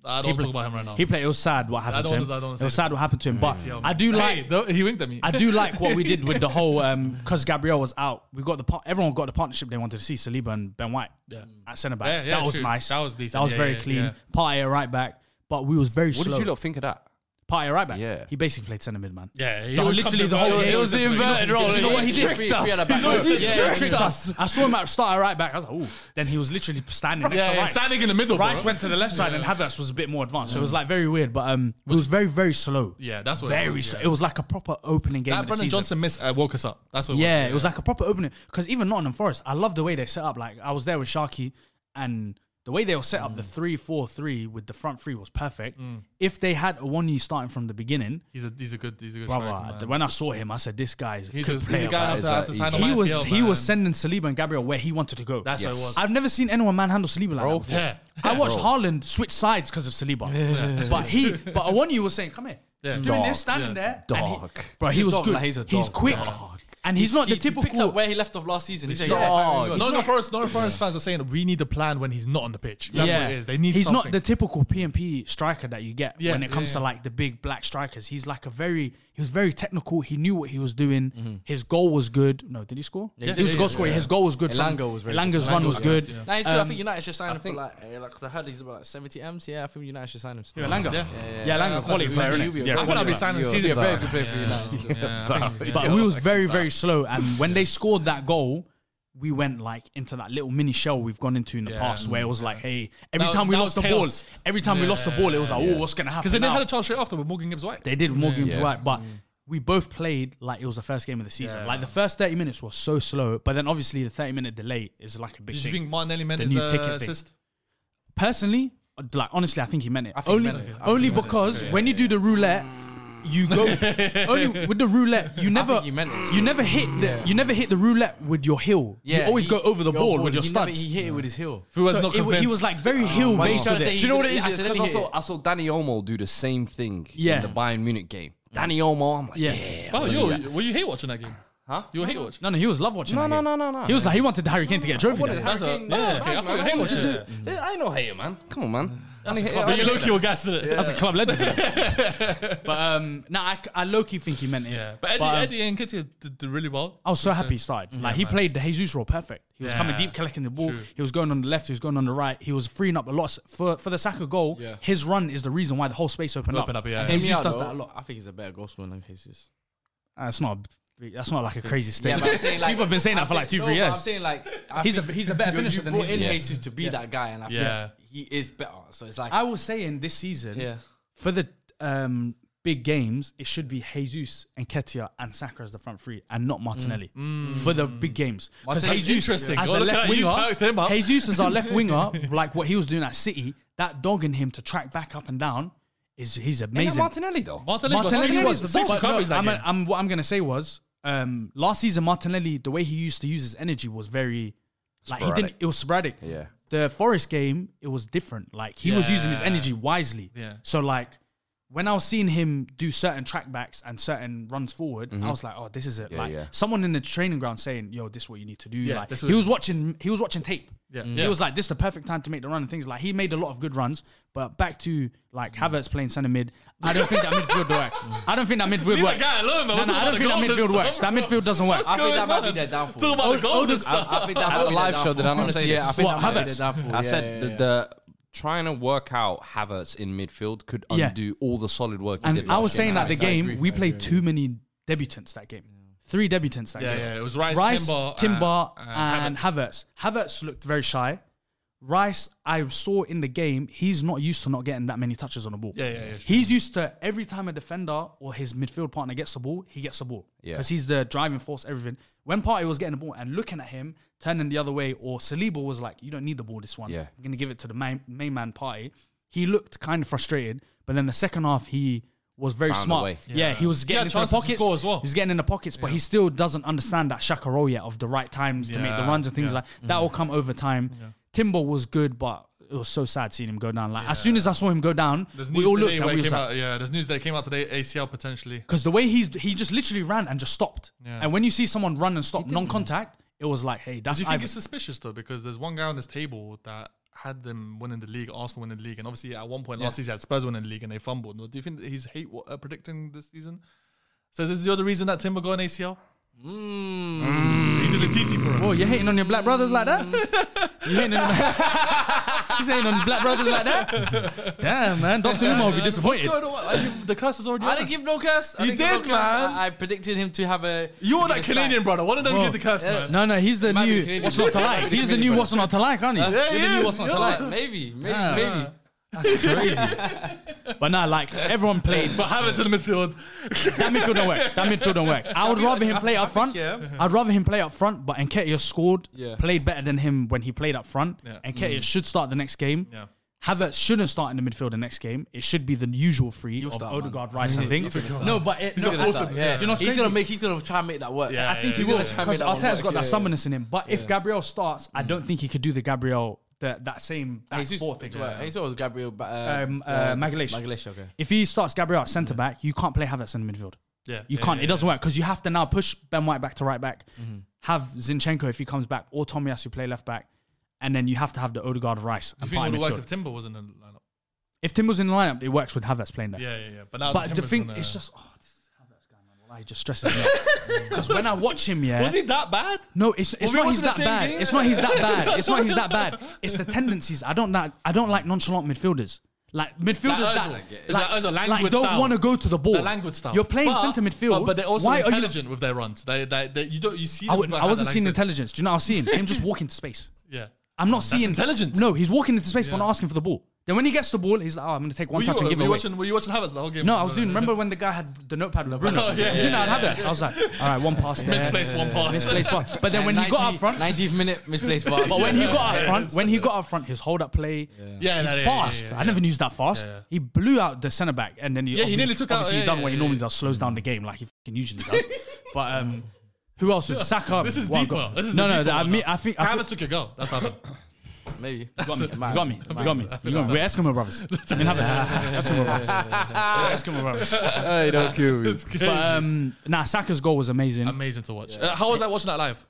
[SPEAKER 1] I don't talk about him right now.
[SPEAKER 2] He played. It was sad what happened to
[SPEAKER 1] don't-
[SPEAKER 2] him.
[SPEAKER 1] I don't wanna
[SPEAKER 2] It
[SPEAKER 1] say
[SPEAKER 2] was
[SPEAKER 1] that.
[SPEAKER 2] sad what happened to him. But I do like.
[SPEAKER 1] Hey, though, he winked at me.
[SPEAKER 2] I do like what we did with the whole because Gabriel was out. We got the par- everyone got the partnership they wanted to see Saliba and Ben White
[SPEAKER 1] Yeah.
[SPEAKER 2] at centre back.
[SPEAKER 1] Yeah, yeah,
[SPEAKER 2] that was
[SPEAKER 1] true.
[SPEAKER 2] nice.
[SPEAKER 1] That was decent.
[SPEAKER 2] That was
[SPEAKER 1] Yeah,
[SPEAKER 2] very
[SPEAKER 1] yeah,
[SPEAKER 2] clean.
[SPEAKER 1] yeah.
[SPEAKER 2] Partey right back, but we was very
[SPEAKER 4] What
[SPEAKER 2] slow.
[SPEAKER 4] did you lot think of that?
[SPEAKER 2] Partey right back.
[SPEAKER 4] Yeah.
[SPEAKER 2] He basically played centre mid man.
[SPEAKER 1] Yeah, he
[SPEAKER 2] The whole-
[SPEAKER 1] always
[SPEAKER 2] literally
[SPEAKER 1] comes
[SPEAKER 2] the
[SPEAKER 1] in-
[SPEAKER 2] whole
[SPEAKER 1] he
[SPEAKER 2] game.
[SPEAKER 1] always
[SPEAKER 2] Do you
[SPEAKER 1] comes in-
[SPEAKER 2] know what- do you know what he
[SPEAKER 3] Tricked
[SPEAKER 2] did?
[SPEAKER 3] us. He's
[SPEAKER 2] Yeah,
[SPEAKER 3] always
[SPEAKER 2] he
[SPEAKER 3] tricked
[SPEAKER 2] tricked
[SPEAKER 1] us.
[SPEAKER 2] us. I saw him at start right back. I was like, ooh. Then he was literally standing next
[SPEAKER 1] Yeah,
[SPEAKER 2] to
[SPEAKER 1] yeah,
[SPEAKER 2] Rice.
[SPEAKER 1] standing in the middle.
[SPEAKER 2] Rice
[SPEAKER 1] bro.
[SPEAKER 2] went to the left side and Havertz was a bit more advanced. So it was like very weird, but um, it was very very slow.
[SPEAKER 1] Yeah, that's what it
[SPEAKER 2] very.
[SPEAKER 1] was,
[SPEAKER 2] slow.
[SPEAKER 1] yeah.
[SPEAKER 2] It was like a proper opening game.
[SPEAKER 1] That
[SPEAKER 2] of the
[SPEAKER 1] Brendan
[SPEAKER 2] season.
[SPEAKER 1] Johnson miss uh, woke us up. That's what.
[SPEAKER 2] Yeah, it was like a proper opening because even Nottingham Forest, I love the way they set up. Like I was there with Sharky, and the way they were set up, the three-four-three with the front three was perfect. If they had a one starting from the beginning,
[SPEAKER 1] He's a he's a good he's a good
[SPEAKER 2] brother,
[SPEAKER 1] striker, man.
[SPEAKER 2] when I saw him, I said this guy is a
[SPEAKER 1] He's
[SPEAKER 2] good
[SPEAKER 1] a, he's
[SPEAKER 2] player,
[SPEAKER 1] a guy
[SPEAKER 2] man."
[SPEAKER 1] after
[SPEAKER 4] that
[SPEAKER 1] after
[SPEAKER 4] is
[SPEAKER 1] sign
[SPEAKER 4] a-
[SPEAKER 1] on
[SPEAKER 2] He
[SPEAKER 1] my
[SPEAKER 2] was
[SPEAKER 1] FPL,
[SPEAKER 2] he was
[SPEAKER 1] man.
[SPEAKER 2] sending Saliba and Gabriel where he wanted to go.
[SPEAKER 1] That's what it was.
[SPEAKER 2] I've never seen anyone manhandle Saliba like
[SPEAKER 4] Bro,
[SPEAKER 2] that. before.
[SPEAKER 1] yeah.
[SPEAKER 2] I watched Haaland switch sides because of Saliba, but he, but one you was saying, "Come here, he's doing
[SPEAKER 4] Dog.
[SPEAKER 2] this, standing
[SPEAKER 1] Yeah.
[SPEAKER 2] there, and he-
[SPEAKER 4] Dog.
[SPEAKER 2] bro, he
[SPEAKER 3] He's a
[SPEAKER 2] was
[SPEAKER 3] dog,
[SPEAKER 2] good.
[SPEAKER 3] like,
[SPEAKER 2] he's
[SPEAKER 3] he's a dog,
[SPEAKER 2] quick,
[SPEAKER 3] dog.
[SPEAKER 2] and he's not
[SPEAKER 3] He,
[SPEAKER 2] the typical.
[SPEAKER 3] picked up where he left off last season. He's a
[SPEAKER 2] dog.
[SPEAKER 3] dog.
[SPEAKER 2] He's
[SPEAKER 1] Nottingham
[SPEAKER 2] not-
[SPEAKER 1] Forest, Nottingham Forest fans are saying we need a plan when he's not on the pitch. That's what it is. They need.
[SPEAKER 2] He's
[SPEAKER 1] something.
[SPEAKER 2] not the typical PMP striker that you get
[SPEAKER 1] Yeah,
[SPEAKER 2] when it
[SPEAKER 1] yeah,
[SPEAKER 2] comes to
[SPEAKER 1] yeah.
[SPEAKER 2] like the big black strikers. He's like a very he was very technical. He knew what he was doing. His goal was good. No, did he score?
[SPEAKER 3] he
[SPEAKER 2] he was
[SPEAKER 3] did,
[SPEAKER 2] a goal
[SPEAKER 3] Mm-hmm. yeah,
[SPEAKER 2] scorer.
[SPEAKER 3] yeah.
[SPEAKER 2] His goal was good.
[SPEAKER 3] Elanga
[SPEAKER 2] from-
[SPEAKER 3] was very good.
[SPEAKER 2] Elanga's
[SPEAKER 3] Elanga
[SPEAKER 2] run
[SPEAKER 3] was
[SPEAKER 2] was
[SPEAKER 3] good,
[SPEAKER 2] good. Yeah.
[SPEAKER 3] Nah, he's good. I think United should sign him for like, eh, like 'cause I heard he's about like 70 m's. Yeah, I think United should sign him. still.
[SPEAKER 2] Elanga, yeah, Elanga, quality
[SPEAKER 3] He'll
[SPEAKER 2] player,
[SPEAKER 3] be-
[SPEAKER 2] innit?
[SPEAKER 3] he'll be a
[SPEAKER 2] Yeah,
[SPEAKER 3] good
[SPEAKER 1] I thought I'd be
[SPEAKER 2] quality player.
[SPEAKER 1] signing
[SPEAKER 4] You're
[SPEAKER 1] season.
[SPEAKER 3] He'd be a very
[SPEAKER 1] Yeah,
[SPEAKER 3] good player for United. still.
[SPEAKER 1] I think-
[SPEAKER 2] But we was very very slow, and when they scored that goal. We went like into that little mini shell we've gone into in the
[SPEAKER 1] Yeah.
[SPEAKER 2] past, where it was like, hey, every
[SPEAKER 1] That-
[SPEAKER 2] time we
[SPEAKER 1] that
[SPEAKER 2] lost the
[SPEAKER 1] was
[SPEAKER 2] ball,
[SPEAKER 1] chaos.
[SPEAKER 2] every time we lost the ball, it was like, oh, what's gonna happen?
[SPEAKER 1] Because then they
[SPEAKER 2] now?
[SPEAKER 1] had a chance straight after with Morgan Gibbs White.
[SPEAKER 2] They did more games right, but we both played like it was the first game of the season.
[SPEAKER 1] Yeah.
[SPEAKER 2] Like the first 30 minutes were so slow, but then obviously the 30 minute delay is like a big
[SPEAKER 1] Did you
[SPEAKER 2] thing.
[SPEAKER 1] think Martinelli meant
[SPEAKER 2] The
[SPEAKER 1] his
[SPEAKER 2] new
[SPEAKER 1] uh,
[SPEAKER 2] ticket thing.
[SPEAKER 1] assist?
[SPEAKER 2] Personally, like honestly, I think he meant it.
[SPEAKER 3] think he
[SPEAKER 2] only
[SPEAKER 3] meant it. I think
[SPEAKER 2] only
[SPEAKER 3] he meant it.
[SPEAKER 2] because
[SPEAKER 3] Yeah,
[SPEAKER 2] when you do the roulette, you go only with the roulette. You never
[SPEAKER 3] think he meant it.
[SPEAKER 2] you never hit the, you never hit the roulette with your heel. you always
[SPEAKER 3] he-
[SPEAKER 2] go over the
[SPEAKER 3] go
[SPEAKER 2] ball with your
[SPEAKER 3] He never-
[SPEAKER 2] studs.
[SPEAKER 3] He hit it with his heel.
[SPEAKER 1] Who was
[SPEAKER 2] So
[SPEAKER 1] not
[SPEAKER 2] it wa-
[SPEAKER 1] convinced?
[SPEAKER 2] he was Uh, like very heel
[SPEAKER 3] my
[SPEAKER 2] based
[SPEAKER 3] God.
[SPEAKER 2] with it.
[SPEAKER 3] Do
[SPEAKER 4] Do you know what it is?
[SPEAKER 3] I
[SPEAKER 4] Because
[SPEAKER 3] accidentally
[SPEAKER 4] I
[SPEAKER 3] hit
[SPEAKER 4] saw,
[SPEAKER 3] it.
[SPEAKER 4] I saw Danny Olmo do the same thing
[SPEAKER 2] Yeah. Mm.
[SPEAKER 4] in the Bayern Munich game. Danny Olmo, I'm like,
[SPEAKER 2] Yeah.
[SPEAKER 4] yeah.
[SPEAKER 1] Oh, you were you hate watching that game? Huh? You were hate watching?
[SPEAKER 2] No, no, he was love watching.
[SPEAKER 4] No,
[SPEAKER 2] that
[SPEAKER 4] no,
[SPEAKER 2] game.
[SPEAKER 4] no, no, no.
[SPEAKER 2] He was like he wanted Harry Kane to get a trophy. that
[SPEAKER 4] What
[SPEAKER 2] day.
[SPEAKER 4] is Hurricane?
[SPEAKER 1] Yeah, okay, I thought you hate
[SPEAKER 4] it. "Eh, I ain't no hater, man. Come on,
[SPEAKER 2] Mm.
[SPEAKER 4] man. That's
[SPEAKER 1] No, but you look, you were gassed at it.
[SPEAKER 2] That's a club legend. but um, no, I, I low key think he meant it.
[SPEAKER 1] Yeah, but Eddie,
[SPEAKER 2] um,
[SPEAKER 1] Eddie and Kitty did, did really well.
[SPEAKER 2] I was so happy he started. Like he played the Jesus role perfect. He was coming
[SPEAKER 1] Yeah.
[SPEAKER 2] deep, collecting the ball.
[SPEAKER 1] True.
[SPEAKER 2] He was going on the left. He was going on the right. He was freeing up a lot for for the Saka goal.
[SPEAKER 3] Yeah.
[SPEAKER 2] His run is the reason why the whole space opened
[SPEAKER 1] Opened
[SPEAKER 2] up.
[SPEAKER 1] up, yeah.
[SPEAKER 2] And
[SPEAKER 1] Hear
[SPEAKER 3] Hear me
[SPEAKER 2] Jesus
[SPEAKER 3] out,
[SPEAKER 2] does
[SPEAKER 3] though.
[SPEAKER 2] that a lot.
[SPEAKER 3] I think he's a better goalsman than Jesus.
[SPEAKER 2] Uh, That's not. a big- That's not like a crazy
[SPEAKER 3] Yeah,
[SPEAKER 2] statement.
[SPEAKER 3] but I'm saying like
[SPEAKER 2] people have been saying that
[SPEAKER 3] I'm
[SPEAKER 2] for like two,
[SPEAKER 3] no,
[SPEAKER 2] three
[SPEAKER 3] but
[SPEAKER 2] years.
[SPEAKER 3] I'm saying like I
[SPEAKER 2] He's a-
[SPEAKER 3] think
[SPEAKER 2] he's a better
[SPEAKER 3] you-
[SPEAKER 2] finisher
[SPEAKER 3] You
[SPEAKER 2] than
[SPEAKER 3] brought
[SPEAKER 2] Jesus.
[SPEAKER 3] in
[SPEAKER 2] Yeah.
[SPEAKER 3] Jesus to be that guy, and I
[SPEAKER 1] Yeah.
[SPEAKER 3] think he is better. So it's like
[SPEAKER 2] I was saying this season
[SPEAKER 3] Yeah.
[SPEAKER 2] for the um, big games, it should be Jesus and Ketia and Saka as the front three, and not Martinelli for the big games. Because
[SPEAKER 1] Mm. Martinelli's
[SPEAKER 2] Jesus,
[SPEAKER 1] interesting.
[SPEAKER 2] as
[SPEAKER 1] Oh, look
[SPEAKER 2] a
[SPEAKER 1] at
[SPEAKER 2] left
[SPEAKER 1] that, you
[SPEAKER 2] winger,
[SPEAKER 1] perked him up.
[SPEAKER 2] Jesus as our left winger, like what he was doing at City, that dog in him to track back up and down is he's
[SPEAKER 4] Amazing.
[SPEAKER 2] amazing.
[SPEAKER 4] Martinelli, though.
[SPEAKER 1] Martinelli, got six,
[SPEAKER 2] was
[SPEAKER 1] six
[SPEAKER 2] but
[SPEAKER 1] recoveries
[SPEAKER 2] no,
[SPEAKER 1] that
[SPEAKER 2] I'm,
[SPEAKER 1] game.
[SPEAKER 2] I'm- what I'm gonna say was um, last season Martinelli, the way he used to use his energy was very like he
[SPEAKER 4] Sporadic.
[SPEAKER 2] didn't. It was sporadic.
[SPEAKER 4] Yeah.
[SPEAKER 2] The Forest game, it was different. Like he was using his
[SPEAKER 1] Yeah.
[SPEAKER 2] energy wisely.
[SPEAKER 1] Yeah.
[SPEAKER 2] So like when I was seeing him do certain trackbacks and certain runs forward, I was like, oh, this is it. like
[SPEAKER 4] Mm-hmm. yeah.
[SPEAKER 2] someone in the training ground saying, yo, this is what you need to do.
[SPEAKER 1] Yeah,
[SPEAKER 2] like
[SPEAKER 1] that's
[SPEAKER 2] he
[SPEAKER 1] what-
[SPEAKER 2] was watching. He was watching tape.
[SPEAKER 1] Yeah.
[SPEAKER 2] He
[SPEAKER 1] Yeah.
[SPEAKER 2] was like, this is the perfect time to make the run and things like he made a lot of good runs. But back to like Havertz playing centre mid, I don't think that midfield works. I don't think that midfield
[SPEAKER 1] Leave
[SPEAKER 2] works.
[SPEAKER 1] that guy alone, man.
[SPEAKER 2] No,
[SPEAKER 1] We're
[SPEAKER 2] no,
[SPEAKER 1] talking
[SPEAKER 2] I don't
[SPEAKER 1] about
[SPEAKER 2] think
[SPEAKER 1] the
[SPEAKER 2] that
[SPEAKER 1] goals and
[SPEAKER 2] midfield
[SPEAKER 1] stuff,
[SPEAKER 2] works. That
[SPEAKER 1] bro.
[SPEAKER 2] midfield doesn't work.
[SPEAKER 3] I think
[SPEAKER 1] going
[SPEAKER 3] that might
[SPEAKER 1] on?
[SPEAKER 3] be their downfall.
[SPEAKER 1] Talk about the goals and
[SPEAKER 3] I,
[SPEAKER 1] stuff.
[SPEAKER 3] I think that
[SPEAKER 4] At
[SPEAKER 3] might
[SPEAKER 4] the
[SPEAKER 3] be
[SPEAKER 4] live
[SPEAKER 3] their
[SPEAKER 4] show, did I
[SPEAKER 3] downfall.
[SPEAKER 4] not say
[SPEAKER 3] Honestly, yeah,
[SPEAKER 4] this?
[SPEAKER 3] I think
[SPEAKER 2] What,
[SPEAKER 3] that might be
[SPEAKER 2] Havertz?
[SPEAKER 3] their downfall.
[SPEAKER 4] I
[SPEAKER 3] Yeah,
[SPEAKER 4] said
[SPEAKER 3] yeah,
[SPEAKER 4] the,
[SPEAKER 3] yeah.
[SPEAKER 4] the trying to work out Havertz in midfield could
[SPEAKER 2] Yeah.
[SPEAKER 4] undo all the solid work. he did
[SPEAKER 2] And I
[SPEAKER 4] last
[SPEAKER 2] was
[SPEAKER 4] year.
[SPEAKER 2] saying that the
[SPEAKER 3] Alex, I
[SPEAKER 2] game
[SPEAKER 3] agree,
[SPEAKER 2] we
[SPEAKER 3] I
[SPEAKER 2] played
[SPEAKER 3] agree.
[SPEAKER 2] too many debutants that game. Three debutants that
[SPEAKER 1] Yeah,
[SPEAKER 2] game.
[SPEAKER 1] yeah, it was Rice, Timber,
[SPEAKER 2] Timber,
[SPEAKER 1] and- and
[SPEAKER 2] and Havertz. Havertz looked very shy. Rice, I saw in the game, he's not used to not getting that many touches on the ball.
[SPEAKER 1] Yeah, yeah, yeah, true.
[SPEAKER 2] He's used to every time a defender or his midfield partner gets the ball, he gets the ball.
[SPEAKER 4] Yeah.
[SPEAKER 2] Because he's the driving force, everything. When Party was getting the ball and looking at him, turning the other way, or Saliba was like, You don't need the ball this one.
[SPEAKER 4] Yeah.
[SPEAKER 2] I'm going to give it to the main, main man Party. He looked kind of frustrated, but then the second half, he was very
[SPEAKER 4] Found a
[SPEAKER 2] smart.
[SPEAKER 4] way.
[SPEAKER 2] Yeah. he was getting
[SPEAKER 1] had
[SPEAKER 2] into the
[SPEAKER 1] chances to
[SPEAKER 2] pockets.
[SPEAKER 1] score as well.
[SPEAKER 2] He was getting in the pockets, but he still doesn't understand that Shaka role yet of the right times to make the
[SPEAKER 1] Yeah,
[SPEAKER 2] runs and things
[SPEAKER 1] yeah.
[SPEAKER 2] like that. Will come over time. Timber was good, but it was so sad seeing him go down. Like as soon as I saw him go down, we all looked
[SPEAKER 1] today
[SPEAKER 2] and
[SPEAKER 1] where
[SPEAKER 2] we
[SPEAKER 1] it
[SPEAKER 2] was
[SPEAKER 1] came
[SPEAKER 2] like,
[SPEAKER 1] out, yeah, there's news that came out today. ACL potentially.
[SPEAKER 2] because the way he's he just literally ran and just stopped. And when you see someone run and stop non-contact, it was like, hey, that's
[SPEAKER 1] Do you think
[SPEAKER 2] Ivan.
[SPEAKER 1] it's suspicious though? Because there's one guy on this table that had them winning the league, Arsenal winning the league, and obviously at one point last season he had Spurs winning the league and they fumbled. Do you think that he's hate uh, predicting this season? So this is the other reason that Timber got an ACL.
[SPEAKER 3] Hmm.
[SPEAKER 1] He did a TT for us.
[SPEAKER 2] Oh, you're hating on your black brothers like that? you hating on He's hating on his black brothers like that? Damn, man. Dr. Umar will be
[SPEAKER 1] What's
[SPEAKER 2] disappointed.
[SPEAKER 1] going on? Like, you- the curse is already.
[SPEAKER 3] I
[SPEAKER 1] on
[SPEAKER 3] didn't
[SPEAKER 1] us.
[SPEAKER 3] give no curse. I
[SPEAKER 1] You
[SPEAKER 3] didn't give no
[SPEAKER 1] did,
[SPEAKER 3] curse. I-
[SPEAKER 1] man.
[SPEAKER 3] I, predicted him to have a.
[SPEAKER 1] You are
[SPEAKER 3] to be
[SPEAKER 1] that
[SPEAKER 3] a sack.
[SPEAKER 1] Canadian brother. One of them
[SPEAKER 2] Bro,
[SPEAKER 1] get the curse,
[SPEAKER 3] yeah,
[SPEAKER 1] man.
[SPEAKER 2] Oh. No, no, he's the
[SPEAKER 3] Might be
[SPEAKER 2] new
[SPEAKER 3] Canadian.
[SPEAKER 2] what's not to like. He's the new what's not to like, aren't he?
[SPEAKER 3] Huh?
[SPEAKER 2] He's the
[SPEAKER 1] he
[SPEAKER 2] new
[SPEAKER 1] is,
[SPEAKER 2] what's not
[SPEAKER 1] yeah.
[SPEAKER 2] to like.
[SPEAKER 3] Like, maybe, maybe,
[SPEAKER 2] Ah.
[SPEAKER 3] maybe.
[SPEAKER 2] But nah, like everyone played,
[SPEAKER 1] But
[SPEAKER 2] but
[SPEAKER 1] have it to the midfield.
[SPEAKER 2] that midfield don't work. That midfield don't work. I would rather him play up front.
[SPEAKER 3] yeah.
[SPEAKER 2] I'd rather him play up front. But Nketiah scored,
[SPEAKER 3] Yeah. Mm.
[SPEAKER 2] played better than him when he played up front.
[SPEAKER 1] Yeah.
[SPEAKER 2] Nketiah should start the next game.
[SPEAKER 1] Yeah.
[SPEAKER 2] Havertz shouldn't start in the midfield the next game. It should be the usual three of
[SPEAKER 3] start, man.
[SPEAKER 2] Odegaard, Rice, and
[SPEAKER 3] He's
[SPEAKER 2] things.
[SPEAKER 3] gonna start.
[SPEAKER 2] No, but it,
[SPEAKER 3] He's
[SPEAKER 2] no,
[SPEAKER 3] gonna
[SPEAKER 2] also,
[SPEAKER 3] start, yeah.
[SPEAKER 2] do you know what's
[SPEAKER 3] he's
[SPEAKER 2] crazy?
[SPEAKER 3] gonna make. He's gonna try and make that work.
[SPEAKER 1] Yeah,
[SPEAKER 3] I think
[SPEAKER 1] yeah,
[SPEAKER 3] he's
[SPEAKER 1] yeah.
[SPEAKER 3] gonna try and
[SPEAKER 2] Because
[SPEAKER 3] make that one
[SPEAKER 2] Arteta's got
[SPEAKER 3] work, yeah. Mm.
[SPEAKER 2] that summoners in him. But if Gabriel starts, I don't think he could do the Gabriel that that same that
[SPEAKER 3] Jesus,
[SPEAKER 2] four thing.
[SPEAKER 3] yeah. He's always Gabriel. Ba- Uh,
[SPEAKER 2] Um, uh,
[SPEAKER 3] uh,
[SPEAKER 2] Magalhaes.
[SPEAKER 3] Magalhaes, okay.
[SPEAKER 2] If he starts Gabriel at centre back, you can't play Havertz in the midfield.
[SPEAKER 1] Yeah. yeah, yeah,
[SPEAKER 2] You can't.
[SPEAKER 1] Mm-hmm.
[SPEAKER 2] it doesn't work because you have to now push Ben White back to right back, have Zinchenko if he comes back, or Tomiyasu play left back, and then you have to have the Odegaard Rice.
[SPEAKER 1] You
[SPEAKER 2] And
[SPEAKER 1] think it
[SPEAKER 2] part
[SPEAKER 1] would
[SPEAKER 2] in
[SPEAKER 1] work
[SPEAKER 2] midfield.
[SPEAKER 1] if Timber was in the lineup?
[SPEAKER 2] if Tim was in the lineup, it works with Havertz playing there.
[SPEAKER 1] Yeah, yeah, yeah. But now
[SPEAKER 2] But the
[SPEAKER 1] Timber's
[SPEAKER 2] thing,
[SPEAKER 1] gonna-
[SPEAKER 2] it's just oh, this Havertz guy, man. Wallahi, it just stresses me. out. Because when I watch him, yeah,
[SPEAKER 1] was he that bad?
[SPEAKER 2] no, it's it's
[SPEAKER 1] we
[SPEAKER 2] not
[SPEAKER 1] watching
[SPEAKER 2] he's
[SPEAKER 1] the
[SPEAKER 2] that
[SPEAKER 1] same
[SPEAKER 2] bad.
[SPEAKER 1] game?
[SPEAKER 2] It's not he's that bad. It's not he's that bad. It's the tendencies. I don't like I don't like nonchalant midfielders. Like
[SPEAKER 1] That
[SPEAKER 2] midfielders that,
[SPEAKER 1] Ozil. It's like Ozil,
[SPEAKER 2] like
[SPEAKER 1] languid
[SPEAKER 2] don't
[SPEAKER 1] style.
[SPEAKER 2] want to go to the ball.
[SPEAKER 1] Their language style.
[SPEAKER 2] You're playing
[SPEAKER 1] But-
[SPEAKER 2] centre midfield,
[SPEAKER 1] but, but they're also
[SPEAKER 2] Why are you-
[SPEAKER 1] intelligent with their runs. They, they, they, you don't, you see.
[SPEAKER 2] I,
[SPEAKER 1] them
[SPEAKER 2] would,
[SPEAKER 1] like
[SPEAKER 2] I
[SPEAKER 1] how
[SPEAKER 2] wasn't
[SPEAKER 1] they're
[SPEAKER 2] seeing
[SPEAKER 1] langside.
[SPEAKER 2] intelligence. Do you know what I was seeing? Him just walk into space.
[SPEAKER 1] Yeah,
[SPEAKER 2] I'm not
[SPEAKER 1] That's
[SPEAKER 2] seeing
[SPEAKER 1] intelligence.
[SPEAKER 2] No, he's walking into space, but not asking for the ball. Then when he gets the ball, he's like, "Oh, I'm going to take
[SPEAKER 1] Were
[SPEAKER 2] one
[SPEAKER 1] you,
[SPEAKER 2] touch and give
[SPEAKER 1] were
[SPEAKER 2] it
[SPEAKER 1] you
[SPEAKER 2] away."
[SPEAKER 1] watching? Were you watching Havertz the whole game?
[SPEAKER 2] No, I was doing. Remember when the guy had the notepad with Bruno?
[SPEAKER 1] Oh, yeah,
[SPEAKER 2] I was
[SPEAKER 1] yeah,
[SPEAKER 2] doing that
[SPEAKER 1] yeah,
[SPEAKER 2] on Havertz. I was like, "All right, one pass there,
[SPEAKER 1] Misplaced one pass.
[SPEAKER 2] misplaced pass." But then when he got up front,
[SPEAKER 3] 90th minute misplaced pass.
[SPEAKER 2] But when he
[SPEAKER 3] Yeah.
[SPEAKER 2] got up front, when he got up front, his hold up play,
[SPEAKER 1] Yeah,
[SPEAKER 2] he's
[SPEAKER 1] no, yeah,
[SPEAKER 2] fast.
[SPEAKER 1] yeah, yeah,
[SPEAKER 2] I never knew he's that fast.
[SPEAKER 1] Yeah, yeah.
[SPEAKER 2] He blew out the centre back, and then he
[SPEAKER 1] Yeah, he
[SPEAKER 2] obviously-
[SPEAKER 1] nearly took out-
[SPEAKER 2] Obviously,
[SPEAKER 1] yeah,
[SPEAKER 2] he done
[SPEAKER 1] yeah,
[SPEAKER 2] what he
[SPEAKER 1] yeah,
[SPEAKER 2] normally
[SPEAKER 1] yeah.
[SPEAKER 2] does, slows down the game like he fucking usually does. but um, who else was Saka?
[SPEAKER 1] This is
[SPEAKER 2] Well, I
[SPEAKER 1] deeper.
[SPEAKER 2] got-
[SPEAKER 1] This is
[SPEAKER 2] no,
[SPEAKER 1] a
[SPEAKER 2] no.
[SPEAKER 1] deeper
[SPEAKER 2] I
[SPEAKER 1] one
[SPEAKER 2] mean,
[SPEAKER 1] now.
[SPEAKER 2] I think. I
[SPEAKER 1] Havertz
[SPEAKER 2] think
[SPEAKER 1] took a goal. That's what happened.
[SPEAKER 3] maybe
[SPEAKER 2] you got me. You got me. You got me. We're Eskimo brothers. I mean, Havertz. Eskimo brothers. We're Eskimo brothers.
[SPEAKER 5] Hey, don't kill me.
[SPEAKER 2] But um, nah, Saka's goal was amazing.
[SPEAKER 1] Amazing to watch. Uh, how was I watching that live?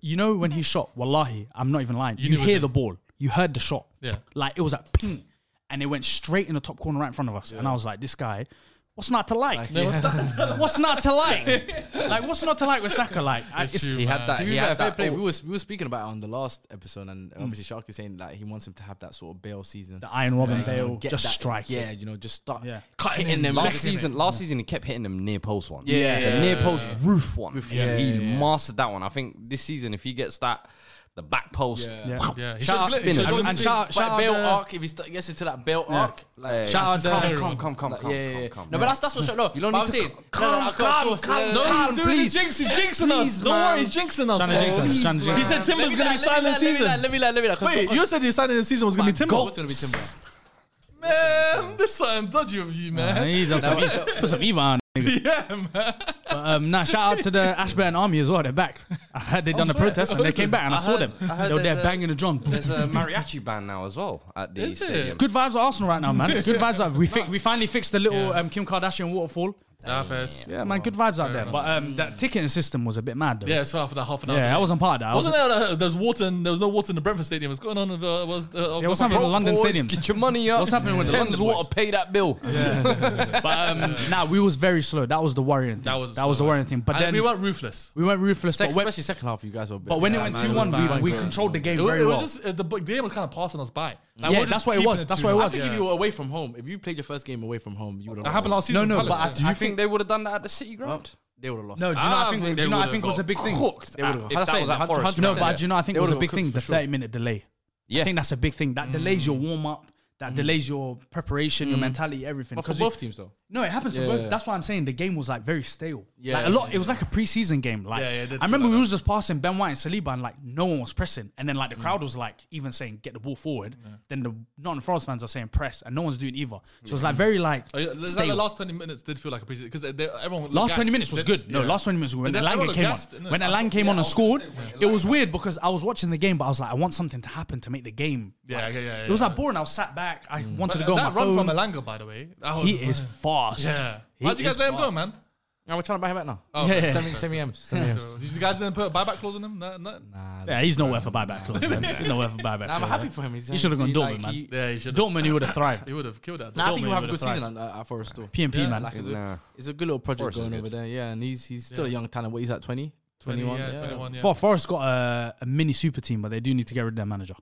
[SPEAKER 2] You know when he shot, wallahi, I'm not even lying. You,
[SPEAKER 1] knew it
[SPEAKER 2] hear
[SPEAKER 1] was
[SPEAKER 2] the
[SPEAKER 1] him.
[SPEAKER 2] ball. You heard the shot.
[SPEAKER 1] Yeah.
[SPEAKER 2] Like it was like ping. And it went straight in the top corner right in front of us. And I was like, this guy, what's not to like? what's, not, what's not to like? like, what's not to like with Saka? Like, I, it's,
[SPEAKER 1] Issue,
[SPEAKER 5] He
[SPEAKER 1] man.
[SPEAKER 5] had that.
[SPEAKER 3] To
[SPEAKER 5] He
[SPEAKER 3] be fair,
[SPEAKER 5] had
[SPEAKER 3] fair
[SPEAKER 5] that.
[SPEAKER 3] play. We were we were speaking about it on the last episode, and obviously Sharky saying that he wants him to have that sort of Bale season.
[SPEAKER 2] Mm. the Iron Robin
[SPEAKER 3] You know,
[SPEAKER 2] Bale,
[SPEAKER 3] get
[SPEAKER 2] just
[SPEAKER 3] that-
[SPEAKER 2] strike.
[SPEAKER 3] Yeah,
[SPEAKER 2] it.
[SPEAKER 3] you know, just start
[SPEAKER 2] Yeah.
[SPEAKER 3] cutting
[SPEAKER 2] Cutting
[SPEAKER 3] them.
[SPEAKER 5] Last
[SPEAKER 3] Last
[SPEAKER 5] season, last season he kept hitting them near post ones.
[SPEAKER 3] Yeah,
[SPEAKER 5] the
[SPEAKER 3] yeah,
[SPEAKER 5] near post roof one.
[SPEAKER 3] Yeah,
[SPEAKER 5] he
[SPEAKER 3] yeah, yeah.
[SPEAKER 5] mastered that one. I think this season, if he gets that, the back post.
[SPEAKER 3] Yeah.
[SPEAKER 2] Yeah.
[SPEAKER 1] Yeah,
[SPEAKER 5] Shout
[SPEAKER 1] he should've
[SPEAKER 5] out
[SPEAKER 1] split- he
[SPEAKER 5] Spinner.
[SPEAKER 1] should've
[SPEAKER 2] And, and
[SPEAKER 1] split.
[SPEAKER 2] shout, shout
[SPEAKER 3] Like
[SPEAKER 2] out
[SPEAKER 3] Bale
[SPEAKER 2] the-
[SPEAKER 3] arc, if he st- gets into that Bale arc, like
[SPEAKER 5] Shout
[SPEAKER 2] out to
[SPEAKER 5] come,
[SPEAKER 2] Tyron.
[SPEAKER 5] come, come, come,
[SPEAKER 3] like,
[SPEAKER 5] come,
[SPEAKER 3] yeah, yeah, yeah.
[SPEAKER 5] come, come.
[SPEAKER 3] No, but that's that's what. Sure, no,
[SPEAKER 5] You don't
[SPEAKER 3] but
[SPEAKER 5] need
[SPEAKER 3] I'm
[SPEAKER 5] to
[SPEAKER 3] saying,
[SPEAKER 5] c-
[SPEAKER 3] no, no,
[SPEAKER 5] come,
[SPEAKER 3] no, of course,
[SPEAKER 5] come,
[SPEAKER 3] of course,
[SPEAKER 5] come.
[SPEAKER 3] yeah,
[SPEAKER 1] No,
[SPEAKER 3] yeah, yeah.
[SPEAKER 5] Calm,
[SPEAKER 1] he's doing
[SPEAKER 5] please.
[SPEAKER 1] the jinx. He's jinxing us.
[SPEAKER 5] Please,
[SPEAKER 1] Don't worry, he's
[SPEAKER 5] man.
[SPEAKER 1] jinxing us.
[SPEAKER 2] Trying to
[SPEAKER 1] bro.
[SPEAKER 2] jinx us,
[SPEAKER 1] Please,
[SPEAKER 2] trying
[SPEAKER 1] man.
[SPEAKER 2] to
[SPEAKER 1] He
[SPEAKER 2] jinx
[SPEAKER 1] said
[SPEAKER 2] us.
[SPEAKER 1] Timber's
[SPEAKER 3] Let
[SPEAKER 1] gonna
[SPEAKER 3] me
[SPEAKER 1] be
[SPEAKER 3] let me
[SPEAKER 1] silent
[SPEAKER 3] let me let-
[SPEAKER 1] season.
[SPEAKER 3] Let me let let me let. 'cause
[SPEAKER 1] Wait,
[SPEAKER 3] God-
[SPEAKER 1] you said your silent season was gonna be Timber.
[SPEAKER 3] God's gonna be Timber.
[SPEAKER 1] Man, this something dodgy of you,
[SPEAKER 2] I
[SPEAKER 1] man.
[SPEAKER 2] need some, put some Eva on. nigga.
[SPEAKER 1] Yeah, man.
[SPEAKER 2] But, um, nah, shout out to the Ashburn Army as well. They're back. I heard they done the protest and they came back and I, saw
[SPEAKER 5] heard-
[SPEAKER 2] them.
[SPEAKER 5] I heard
[SPEAKER 2] They were there
[SPEAKER 5] there's a-
[SPEAKER 2] banging the drum.
[SPEAKER 5] There's a mariachi band now as well at the
[SPEAKER 1] Is it?
[SPEAKER 5] stadium.
[SPEAKER 2] Good vibes at Arsenal right now, man. Good vibes up. We fi- we finally fixed the little um, Kim Kardashian waterfall.
[SPEAKER 1] Nah, first.
[SPEAKER 2] Yeah, man. Good vibes out there. But um, that ticketing system was a bit mad though.
[SPEAKER 1] Yeah, it's for that half an hour.
[SPEAKER 2] yeah, I wasn't part of that. I
[SPEAKER 1] Wasn't
[SPEAKER 2] wasn't-
[SPEAKER 1] there? Uh, there's water. And, there was no water in the Brentford Stadium. What's going on? With, uh, was uh,
[SPEAKER 2] Yeah, what's happening with the London stadium?
[SPEAKER 5] Get your money up.
[SPEAKER 2] What's happening with the
[SPEAKER 5] Thames
[SPEAKER 2] London boys?
[SPEAKER 5] Water? Pay that bill.
[SPEAKER 2] But um, nah, we was very slow. That was the worrying thing.
[SPEAKER 1] That was
[SPEAKER 2] that was the
[SPEAKER 1] slow.
[SPEAKER 2] worrying thing. But
[SPEAKER 1] And
[SPEAKER 2] then
[SPEAKER 1] we weren't ruthless.
[SPEAKER 2] we went ruthless. But when,
[SPEAKER 3] Especially second half, you guys were. a bit-
[SPEAKER 2] but when
[SPEAKER 3] Yeah,
[SPEAKER 2] it
[SPEAKER 3] man,
[SPEAKER 2] went two one,
[SPEAKER 3] bad.
[SPEAKER 2] we, we
[SPEAKER 3] Bad.
[SPEAKER 2] controlled the game
[SPEAKER 1] It, wa-
[SPEAKER 2] very
[SPEAKER 1] it
[SPEAKER 2] well.
[SPEAKER 1] was just uh, the b- game was kind of passing us by. Like,
[SPEAKER 2] Yeah,
[SPEAKER 1] we're just
[SPEAKER 2] that's what it
[SPEAKER 1] keeping
[SPEAKER 2] was. That's
[SPEAKER 1] to
[SPEAKER 2] what it
[SPEAKER 1] them.
[SPEAKER 2] was.
[SPEAKER 3] I think
[SPEAKER 2] Yeah.
[SPEAKER 3] if you were away from home, if you played your first game away from home, you would have.
[SPEAKER 1] That happened last
[SPEAKER 2] no,
[SPEAKER 1] season.
[SPEAKER 2] no.
[SPEAKER 1] with
[SPEAKER 2] But I,
[SPEAKER 1] Palace.
[SPEAKER 5] Do you
[SPEAKER 2] I
[SPEAKER 5] think,
[SPEAKER 2] think
[SPEAKER 5] they would have done that at the City ground? Ah,
[SPEAKER 3] They would have lost.
[SPEAKER 2] no. Do you know?
[SPEAKER 1] I
[SPEAKER 4] Ah,
[SPEAKER 2] I think,
[SPEAKER 1] think
[SPEAKER 2] do you
[SPEAKER 1] they
[SPEAKER 2] know, I
[SPEAKER 1] would've
[SPEAKER 2] think was a
[SPEAKER 1] got
[SPEAKER 2] big thing.
[SPEAKER 5] Cooked.
[SPEAKER 3] They would've-
[SPEAKER 5] If
[SPEAKER 3] That's
[SPEAKER 5] that was
[SPEAKER 3] saying,
[SPEAKER 5] at Forest.
[SPEAKER 2] No,
[SPEAKER 3] Yeah.
[SPEAKER 2] but do you know? I think
[SPEAKER 3] They
[SPEAKER 2] it was a
[SPEAKER 3] would've
[SPEAKER 2] big
[SPEAKER 3] got
[SPEAKER 2] thing.
[SPEAKER 3] cooked
[SPEAKER 2] The
[SPEAKER 3] for sure.
[SPEAKER 2] thirty minute delay.
[SPEAKER 5] Yeah.
[SPEAKER 2] I think that's a big thing. That delays your warm up. that delays your preparation, your mentality, everything.
[SPEAKER 3] But for
[SPEAKER 2] 'Cause
[SPEAKER 3] both
[SPEAKER 2] it-
[SPEAKER 3] teams though.
[SPEAKER 2] No, it happens.
[SPEAKER 3] Yeah,
[SPEAKER 2] to both.
[SPEAKER 3] yeah.
[SPEAKER 2] That's why I'm saying the game was like very stale.
[SPEAKER 3] Yeah,
[SPEAKER 2] like a lot.
[SPEAKER 3] yeah,
[SPEAKER 2] It was like a preseason game. Like
[SPEAKER 1] Yeah, yeah, it did
[SPEAKER 2] I remember
[SPEAKER 1] feel like
[SPEAKER 2] we was just passing Ben White and Saliba, and like no one was pressing. And then like the
[SPEAKER 1] Mm.
[SPEAKER 2] crowd was like even saying get the ball forward. Then the non-France fans are saying press, and no one's doing either. So it's like very like
[SPEAKER 1] Oh, yeah, the-
[SPEAKER 2] stale.
[SPEAKER 1] the last 20 minutes did feel like a preseason because everyone looked
[SPEAKER 2] Last
[SPEAKER 1] gassed.
[SPEAKER 2] 20 minutes was
[SPEAKER 1] They-
[SPEAKER 2] good. No,
[SPEAKER 1] yeah.
[SPEAKER 2] last 20 minutes when
[SPEAKER 1] They- everyone
[SPEAKER 2] Alang
[SPEAKER 1] looked
[SPEAKER 2] came
[SPEAKER 1] gassed,
[SPEAKER 2] on.
[SPEAKER 1] innit?
[SPEAKER 2] When
[SPEAKER 1] I
[SPEAKER 2] Alang
[SPEAKER 1] thought-
[SPEAKER 2] came
[SPEAKER 1] yeah, I
[SPEAKER 2] on and
[SPEAKER 1] was
[SPEAKER 2] scored,
[SPEAKER 1] gonna say,
[SPEAKER 2] it was weird because I was watching the game, but I was like, I want something to happen to make the game.
[SPEAKER 1] Yeah,
[SPEAKER 2] like,
[SPEAKER 1] yeah, yeah,
[SPEAKER 2] It was
[SPEAKER 1] yeah. Mm.
[SPEAKER 2] like boring. I was sat back. I wanted
[SPEAKER 1] But
[SPEAKER 2] to go on my
[SPEAKER 1] that run
[SPEAKER 2] phone.
[SPEAKER 1] from Elanga, by the way. that was-
[SPEAKER 2] he is fast.
[SPEAKER 1] Yeah.
[SPEAKER 2] He
[SPEAKER 1] Why'd you guys
[SPEAKER 2] is
[SPEAKER 1] let him go,
[SPEAKER 2] fast.
[SPEAKER 1] man?
[SPEAKER 3] And we're trying to buy him back now.
[SPEAKER 1] Oh,
[SPEAKER 2] Yeah.
[SPEAKER 3] Send me, send me M's. Send me M's.
[SPEAKER 1] You guys didn't put a buyback clause on him? No, no.
[SPEAKER 2] Yeah, he's nowhere for buyback clause. man. He's nowhere for buyback.
[SPEAKER 3] Nah, I'm
[SPEAKER 2] clause,
[SPEAKER 3] happy
[SPEAKER 2] man.
[SPEAKER 3] for him. He's
[SPEAKER 2] He should have gone
[SPEAKER 3] he's
[SPEAKER 2] Dortmund,
[SPEAKER 3] like,
[SPEAKER 2] man.
[SPEAKER 3] he-
[SPEAKER 1] Yeah, he should have.
[SPEAKER 2] Dortmund, he would have thrived.
[SPEAKER 1] He would have killed that.
[SPEAKER 3] Nah, I
[SPEAKER 2] Dortmund
[SPEAKER 3] think he'll have a
[SPEAKER 2] would
[SPEAKER 3] good
[SPEAKER 2] have
[SPEAKER 3] season at, at Forest still.
[SPEAKER 2] PMP,
[SPEAKER 1] Yeah,
[SPEAKER 2] man.
[SPEAKER 3] Like it's,
[SPEAKER 5] Nah.
[SPEAKER 3] a, it's a good little project
[SPEAKER 5] Forest is
[SPEAKER 3] going
[SPEAKER 5] good.
[SPEAKER 3] over there, yeah. And he's he's still a
[SPEAKER 1] Yeah.
[SPEAKER 3] young talent. What is that? 20?
[SPEAKER 1] 20,
[SPEAKER 3] 21?
[SPEAKER 1] yeah,
[SPEAKER 3] yeah.
[SPEAKER 1] 21, yeah.
[SPEAKER 2] For- Forest got a, a mini super team, but they do need to get rid of their manager.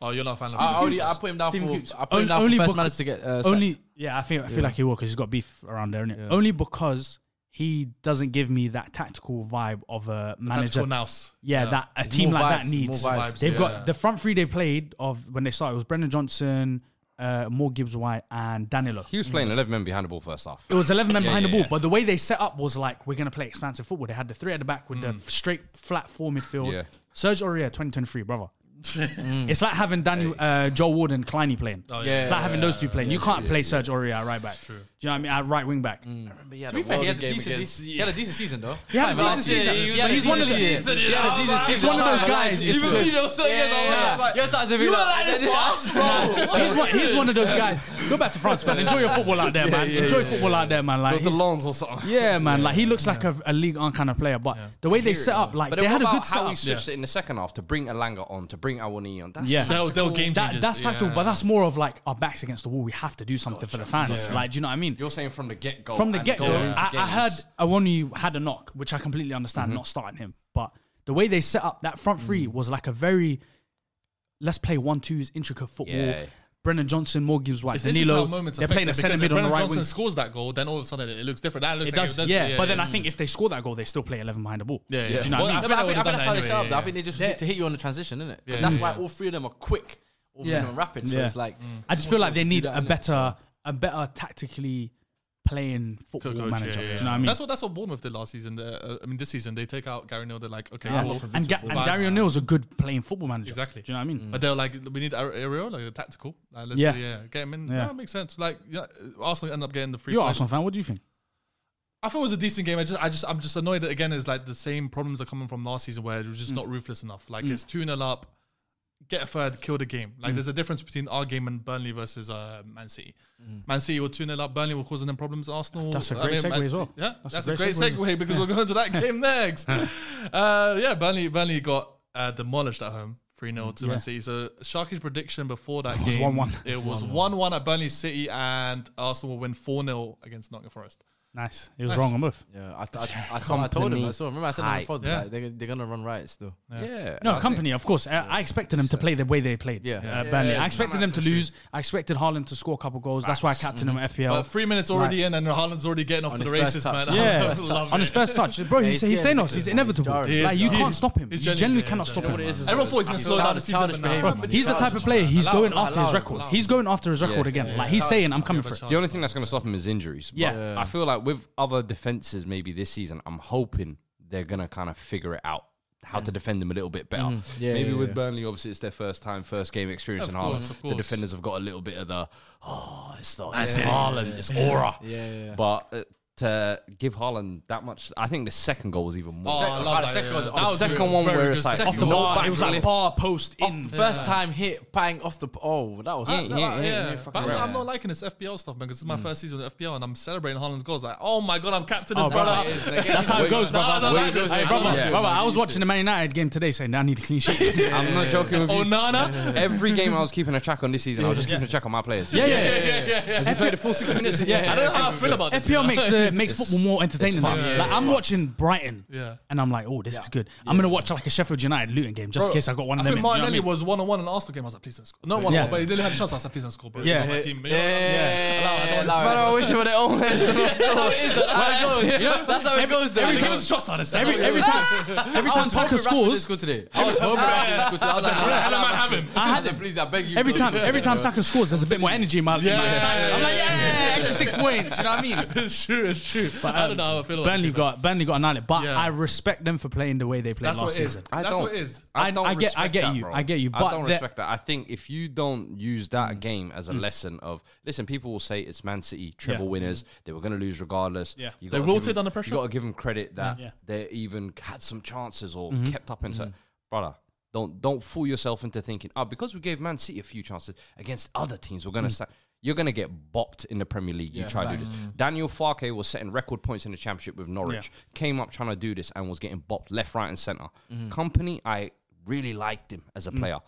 [SPEAKER 1] Oh, you're not a fan of
[SPEAKER 3] I, I
[SPEAKER 1] him.
[SPEAKER 3] already, I put him down
[SPEAKER 2] Stephen
[SPEAKER 3] for.
[SPEAKER 2] Coops.
[SPEAKER 3] I put him
[SPEAKER 2] On-
[SPEAKER 3] down for
[SPEAKER 2] only
[SPEAKER 3] first
[SPEAKER 2] book-
[SPEAKER 3] manager to get. Uh,
[SPEAKER 2] Only,
[SPEAKER 3] sacked.
[SPEAKER 2] yeah, I feel I feel
[SPEAKER 3] Yeah.
[SPEAKER 2] like he will because he's got beef around there, innit?
[SPEAKER 3] Yeah.
[SPEAKER 2] Only because he doesn't give me that tactical vibe of a manager.
[SPEAKER 1] Tactical Nous.
[SPEAKER 2] Yeah,
[SPEAKER 1] Yeah.
[SPEAKER 2] that uh, a team
[SPEAKER 3] more
[SPEAKER 2] like
[SPEAKER 3] vibes,
[SPEAKER 2] that needs.
[SPEAKER 3] more vibes,
[SPEAKER 2] They've
[SPEAKER 1] yeah.
[SPEAKER 2] got the front three they played of when they started was Brendan Johnson, uh, Moore Gibbs White, and Danilo.
[SPEAKER 5] He was playing 11 men behind the ball first half.
[SPEAKER 2] It was 11 men
[SPEAKER 5] Yeah,
[SPEAKER 2] behind
[SPEAKER 5] yeah,
[SPEAKER 2] the ball,
[SPEAKER 5] yeah.
[SPEAKER 2] but the way they set up was like, we're going to play expansive football. They had the three at the back with the straight, flat four midfield.
[SPEAKER 5] Mm. Yeah. Mm.
[SPEAKER 2] Serge Aurier, 2023, brother. It's like having Daniel, uh, Joel Ward and Kleiny playing.
[SPEAKER 1] Oh,
[SPEAKER 3] Yeah.
[SPEAKER 2] It's like having those two playing. you can't play Serge Aurier at right back. Do you know what I mean? At right wing back.
[SPEAKER 5] Mm.
[SPEAKER 3] To be fair, he
[SPEAKER 4] world
[SPEAKER 3] had a
[SPEAKER 4] game
[SPEAKER 3] decent,
[SPEAKER 4] against-
[SPEAKER 3] decent, he had a decent season though.
[SPEAKER 2] He had a decent season.
[SPEAKER 3] He
[SPEAKER 2] But
[SPEAKER 3] had a
[SPEAKER 2] he's one of the-
[SPEAKER 3] decent season. He had a decent season.
[SPEAKER 2] one of those
[SPEAKER 3] I lied to
[SPEAKER 2] guys.
[SPEAKER 3] you
[SPEAKER 2] Even
[SPEAKER 3] still.
[SPEAKER 2] me,
[SPEAKER 3] Yeah, yeah, yeah. Yes, I was a big like this
[SPEAKER 2] He's one, he's one of those guys. Go back to France, man. Enjoy your football out there, man. Enjoy football out there, man. Like,
[SPEAKER 4] It was the
[SPEAKER 2] he's-
[SPEAKER 4] Lons or something.
[SPEAKER 2] yeah, man. Like he looks like a, a league on kind of player, but the way they set up, like
[SPEAKER 5] But
[SPEAKER 2] they
[SPEAKER 5] then
[SPEAKER 2] had
[SPEAKER 5] what
[SPEAKER 2] a
[SPEAKER 5] about
[SPEAKER 2] good
[SPEAKER 5] how
[SPEAKER 2] setup.
[SPEAKER 5] he switched it in the second half to bring Alanga on, to bring Awani on. That's
[SPEAKER 2] Yeah.
[SPEAKER 1] They were- they were game
[SPEAKER 2] That,
[SPEAKER 1] changers.
[SPEAKER 2] that's tactical,
[SPEAKER 1] Yeah.
[SPEAKER 2] but that's more of like our backs against the wall. We have to do something for the fans. Like, do you know what I mean?
[SPEAKER 5] You're saying from the get go.
[SPEAKER 2] From the get go, I, I heard
[SPEAKER 5] heard.
[SPEAKER 2] Awonu had a knock, which I completely
[SPEAKER 1] Mm-hmm.
[SPEAKER 2] understand not starting him. But the way they set up that front
[SPEAKER 1] Mm.
[SPEAKER 2] three was like a very let's play one twos, intricate football.
[SPEAKER 5] Yeah.
[SPEAKER 2] Brendan Johnson, more Gibbs White,
[SPEAKER 1] It's interesting
[SPEAKER 2] Danilo.
[SPEAKER 1] how moments
[SPEAKER 2] They're
[SPEAKER 1] affect
[SPEAKER 2] playing
[SPEAKER 1] them
[SPEAKER 2] a centre
[SPEAKER 1] because if
[SPEAKER 2] mid on the
[SPEAKER 1] Brennan
[SPEAKER 2] right
[SPEAKER 1] Johnson
[SPEAKER 2] wing.
[SPEAKER 1] scores that goal, then all of a sudden it looks different. That looks
[SPEAKER 2] It
[SPEAKER 1] like
[SPEAKER 2] does,
[SPEAKER 1] does-
[SPEAKER 2] yeah. But then I think if they score that goal, they still play eleven behind the ball.
[SPEAKER 1] Yeah,
[SPEAKER 2] Do
[SPEAKER 1] yeah.
[SPEAKER 2] you know what
[SPEAKER 1] Well,
[SPEAKER 2] I
[SPEAKER 3] I,
[SPEAKER 2] mean?
[SPEAKER 1] I
[SPEAKER 3] mean,
[SPEAKER 1] think
[SPEAKER 3] I think, I
[SPEAKER 1] they
[SPEAKER 3] think
[SPEAKER 1] would've
[SPEAKER 3] that's how they
[SPEAKER 1] done that
[SPEAKER 3] set up. though. I
[SPEAKER 1] anyway,
[SPEAKER 3] think they just
[SPEAKER 2] yeah.
[SPEAKER 3] need to hit you on the transition, innit?
[SPEAKER 1] Yeah.
[SPEAKER 3] it? that's
[SPEAKER 1] Mm.
[SPEAKER 3] why all three of them are quick. All three
[SPEAKER 2] Yeah.
[SPEAKER 3] of them are rapid. So
[SPEAKER 2] Yeah.
[SPEAKER 3] it's like
[SPEAKER 2] I just feel like they
[SPEAKER 3] do
[SPEAKER 2] need
[SPEAKER 3] that,
[SPEAKER 2] a
[SPEAKER 3] innit?
[SPEAKER 2] better, a better tactically playing football
[SPEAKER 1] Coach, yeah,
[SPEAKER 2] manager.
[SPEAKER 1] yeah,
[SPEAKER 2] Do
[SPEAKER 1] yeah.
[SPEAKER 2] you know what I mean?
[SPEAKER 1] That's what that's what Bournemouth did last season. The, uh, I mean, this season they take out Gary Neal. They're like, okay,
[SPEAKER 2] Yeah,
[SPEAKER 1] we'll-
[SPEAKER 2] and, Ga- and
[SPEAKER 1] vibes.
[SPEAKER 2] Gary O'Neill's a good playing football manager.
[SPEAKER 1] Exactly.
[SPEAKER 2] Do you know what I mean?
[SPEAKER 1] But they're like, we need Ar- Areola, like, tactical. Like, let's
[SPEAKER 2] Mm. Yeah.
[SPEAKER 1] yeah. yeah, get him in.
[SPEAKER 2] Yeah.
[SPEAKER 1] That makes sense. Like, yeah, Arsenal end up getting the free.
[SPEAKER 2] You're an
[SPEAKER 1] place.
[SPEAKER 2] Arsenal fan. What do you think?
[SPEAKER 1] I thought it was a decent game. I just, I just, I'm just annoyed that again. It's like the same problems are coming from last season where it was
[SPEAKER 2] Mm.
[SPEAKER 1] just not ruthless enough. Like it's two 0 up, get a third, kill the game.
[SPEAKER 2] Mm.
[SPEAKER 1] Like there's a difference between our game and Burnley versus uh, Man City. Man City were two 0 up. Burnley were causing them problems. Arsenal.
[SPEAKER 2] Mm. That's a
[SPEAKER 1] I
[SPEAKER 2] great
[SPEAKER 1] mean, Man-
[SPEAKER 2] segue as well.
[SPEAKER 1] Yeah, that's, a great, segue, because we're going to that game next. uh, yeah, Burnley, Burnley got uh, demolished at home. 3 0 to
[SPEAKER 2] Yeah.
[SPEAKER 1] Man City. So, Sharky's prediction before that
[SPEAKER 2] was
[SPEAKER 1] game
[SPEAKER 2] 1-1.
[SPEAKER 1] It was 1 1 at Burnley City, and Arsenal will win 4 0 against Nottingham Forest.
[SPEAKER 2] Nice. It was wrong on both.
[SPEAKER 3] Yeah, I, I, I, told, I told him. I saw. Remember, I said on the
[SPEAKER 5] Hype.
[SPEAKER 3] pod,
[SPEAKER 1] Yeah.
[SPEAKER 3] like, they're, they're gonna run riots still.
[SPEAKER 5] Yeah.
[SPEAKER 2] No, company, of course. I, I expected them to play the way they played.
[SPEAKER 3] Yeah.
[SPEAKER 2] uh,
[SPEAKER 3] Yeah.
[SPEAKER 2] Burnley.
[SPEAKER 5] Yeah,
[SPEAKER 2] I expected
[SPEAKER 5] man,
[SPEAKER 2] them to
[SPEAKER 5] for sure.
[SPEAKER 2] lose. I expected Haaland to score a couple goals. That's why I captained him at FPL.
[SPEAKER 1] But three minutes already in, and Haaland's already getting off
[SPEAKER 3] On
[SPEAKER 1] to the
[SPEAKER 3] his first
[SPEAKER 1] races,
[SPEAKER 3] touch.
[SPEAKER 1] man.
[SPEAKER 2] yeah,
[SPEAKER 1] I love
[SPEAKER 2] on
[SPEAKER 1] it.
[SPEAKER 2] his first touch, bro.
[SPEAKER 3] Yeah,
[SPEAKER 2] he's,
[SPEAKER 3] he's
[SPEAKER 2] he's
[SPEAKER 3] getting
[SPEAKER 2] Thanos. He's
[SPEAKER 3] ridiculous, man.
[SPEAKER 2] inevitable.
[SPEAKER 3] He's
[SPEAKER 1] jarring.
[SPEAKER 2] like you
[SPEAKER 1] He is
[SPEAKER 2] can't stop him. You
[SPEAKER 1] He's
[SPEAKER 2] generally
[SPEAKER 1] genuinely-
[SPEAKER 2] cannot
[SPEAKER 1] yeah,
[SPEAKER 2] stop
[SPEAKER 1] yeah. You know what
[SPEAKER 2] him.
[SPEAKER 1] it
[SPEAKER 2] man.
[SPEAKER 1] is as Everyone well? thought he was gonna slow down the season,
[SPEAKER 3] Childish
[SPEAKER 1] but nah.
[SPEAKER 3] behaviour,
[SPEAKER 1] Bro,
[SPEAKER 3] man.
[SPEAKER 2] He's the type of player. He's
[SPEAKER 1] Allow
[SPEAKER 2] going
[SPEAKER 1] him,
[SPEAKER 2] after his
[SPEAKER 3] allow him,
[SPEAKER 2] record.
[SPEAKER 3] allow him.
[SPEAKER 2] He's going after his record
[SPEAKER 5] Yeah,
[SPEAKER 2] again.
[SPEAKER 5] yeah,
[SPEAKER 2] Like
[SPEAKER 5] yeah.
[SPEAKER 2] he's saying, "I'm coming for it."
[SPEAKER 1] Charles.
[SPEAKER 5] The only thing that's going to stop him is injuries. But
[SPEAKER 2] Yeah.
[SPEAKER 5] I feel like with other defenses, maybe this season, I'm hoping they're going to kind of figure it out how to defend them a little bit better.
[SPEAKER 3] Yeah,
[SPEAKER 5] maybe
[SPEAKER 3] yeah,
[SPEAKER 5] with
[SPEAKER 3] yeah.
[SPEAKER 5] Burnley, obviously, it's their first time, first game experience
[SPEAKER 1] Of
[SPEAKER 5] in Haaland.
[SPEAKER 1] course, of
[SPEAKER 5] The
[SPEAKER 1] course.
[SPEAKER 5] defenders have got a little bit of the, oh, it's, the, it's Haaland, it's aura.
[SPEAKER 3] Yeah, yeah, yeah.
[SPEAKER 5] But uh, to give Haaland that much, I think the second goal was even more.
[SPEAKER 1] Oh, I love
[SPEAKER 3] the
[SPEAKER 1] that,
[SPEAKER 3] second
[SPEAKER 1] yeah.
[SPEAKER 3] one's-
[SPEAKER 1] That
[SPEAKER 3] the
[SPEAKER 1] was
[SPEAKER 5] second
[SPEAKER 1] good.
[SPEAKER 5] one
[SPEAKER 1] Very
[SPEAKER 5] where
[SPEAKER 1] good
[SPEAKER 5] it's like,
[SPEAKER 1] second
[SPEAKER 2] Off the
[SPEAKER 1] one.
[SPEAKER 5] No
[SPEAKER 2] bar, it was like
[SPEAKER 5] backlift.
[SPEAKER 2] bar post
[SPEAKER 3] Off
[SPEAKER 2] in.
[SPEAKER 3] the first time hit, bang off the. Oh, that
[SPEAKER 2] Uh,
[SPEAKER 3] was.
[SPEAKER 1] No,
[SPEAKER 5] yeah,
[SPEAKER 1] yeah,
[SPEAKER 5] yeah,
[SPEAKER 1] But I'm,
[SPEAKER 5] right.
[SPEAKER 1] I'm not liking this FPL stuff, man, because this is my
[SPEAKER 2] Mm.
[SPEAKER 1] first season with FPL and I'm celebrating Haaland's goals. Like, oh my God, I'm captain this
[SPEAKER 2] Oh, bro,
[SPEAKER 1] brother.
[SPEAKER 2] it
[SPEAKER 3] is.
[SPEAKER 2] That's how it goes,
[SPEAKER 1] No, I
[SPEAKER 2] brother.
[SPEAKER 1] don't like this.
[SPEAKER 2] Hey,
[SPEAKER 1] I
[SPEAKER 2] brother,
[SPEAKER 1] don't like
[SPEAKER 2] brother, I was watching the Man United game today saying, I need a clean sheet. Yeah,
[SPEAKER 5] I'm not joking
[SPEAKER 1] Oh,
[SPEAKER 5] with you.
[SPEAKER 1] Onana?
[SPEAKER 5] Every game I was keeping a track on this season, I was just keeping a track on my players.
[SPEAKER 2] yeah, yeah.
[SPEAKER 1] yeah, yeah.
[SPEAKER 5] Has he played a full 60 minutes?
[SPEAKER 1] I don't know how I feel about this.
[SPEAKER 2] FPL makes the it makes
[SPEAKER 6] It's-
[SPEAKER 2] football more entertaining.
[SPEAKER 6] fun,
[SPEAKER 2] now.
[SPEAKER 6] yeah,
[SPEAKER 2] like
[SPEAKER 6] it's
[SPEAKER 2] I'm
[SPEAKER 6] fun.
[SPEAKER 2] watching Brighton,
[SPEAKER 1] Yeah.
[SPEAKER 2] and I'm like, oh, this is good. I'm gonna watch like a Sheffield United Luton game just in case I got one of
[SPEAKER 1] I
[SPEAKER 2] them.
[SPEAKER 1] think
[SPEAKER 2] in, you know what I
[SPEAKER 1] Martinelli
[SPEAKER 2] mean?
[SPEAKER 1] was one on one in the Arsenal game. I was like, please don't score. No one,
[SPEAKER 2] Yeah.
[SPEAKER 1] on one, but he didn't have a chance. I was like, please don't score. But yeah, my team.
[SPEAKER 3] yeah,
[SPEAKER 1] Allow it, allow it.
[SPEAKER 3] I wish you would have owned it. That's how it goes.
[SPEAKER 1] Every
[SPEAKER 3] That's
[SPEAKER 1] time
[SPEAKER 3] how it
[SPEAKER 1] was
[SPEAKER 3] goes.
[SPEAKER 1] shots on us.
[SPEAKER 2] every every time every
[SPEAKER 3] I
[SPEAKER 2] time
[SPEAKER 3] was hoping
[SPEAKER 2] Saka
[SPEAKER 3] Rashford didn't
[SPEAKER 2] scores,
[SPEAKER 3] score today. I was hoping Rashford didn't score today. I was like,
[SPEAKER 1] the hell am I
[SPEAKER 3] Rashford.
[SPEAKER 1] having?
[SPEAKER 3] I had it. Please, I beg you.
[SPEAKER 2] every
[SPEAKER 3] don't
[SPEAKER 2] time
[SPEAKER 3] do it,
[SPEAKER 2] every time
[SPEAKER 3] bro.
[SPEAKER 2] Saka scores, there's a bit more energy in my, in my
[SPEAKER 1] Yeah.
[SPEAKER 2] excitement. I'm like,
[SPEAKER 1] Yeah.
[SPEAKER 2] yeah, extra six points. You know what I mean?
[SPEAKER 1] it's true. It's true. But, I
[SPEAKER 2] um,
[SPEAKER 1] don't know how I feel about
[SPEAKER 2] Burnley
[SPEAKER 1] it,
[SPEAKER 2] got Burnley got annihilated, but
[SPEAKER 1] Yeah.
[SPEAKER 2] I respect them for playing the way they played
[SPEAKER 1] That's
[SPEAKER 2] last
[SPEAKER 1] what it is.
[SPEAKER 2] season.
[SPEAKER 4] I
[SPEAKER 1] That's
[SPEAKER 4] don't,
[SPEAKER 1] what it is.
[SPEAKER 2] I-
[SPEAKER 4] I don't.
[SPEAKER 2] I get- I
[SPEAKER 4] respect
[SPEAKER 2] get
[SPEAKER 4] that,
[SPEAKER 2] you,
[SPEAKER 4] bro.
[SPEAKER 2] I get you,
[SPEAKER 4] I
[SPEAKER 2] but
[SPEAKER 4] don't
[SPEAKER 2] the- Mm.
[SPEAKER 4] respect that. I think if you don't use that game as a lesson of listen, people will say it's Man City treble
[SPEAKER 1] Yeah.
[SPEAKER 4] winners. They were going to lose regardless.
[SPEAKER 1] Yeah.
[SPEAKER 4] You
[SPEAKER 1] They
[SPEAKER 4] gotta give
[SPEAKER 1] wilted
[SPEAKER 4] them-
[SPEAKER 1] under pressure.
[SPEAKER 4] You got to give them credit that
[SPEAKER 2] Yeah.
[SPEAKER 4] they even had some chances or
[SPEAKER 3] Mm-hmm.
[SPEAKER 4] kept up into. Brother, don't don't fool yourself into thinking oh because we gave Man City a few chances against other teams we're going
[SPEAKER 3] Mm.
[SPEAKER 4] to stand. You're going to get bopped in the Premier League. You try to do
[SPEAKER 3] Mm.
[SPEAKER 4] this. Daniel Farke was setting record points in the Championship with Norwich. Came up trying to do this and was getting bopped left, right, and centre.
[SPEAKER 3] Mm-hmm.
[SPEAKER 4] Company, I really liked him as a player.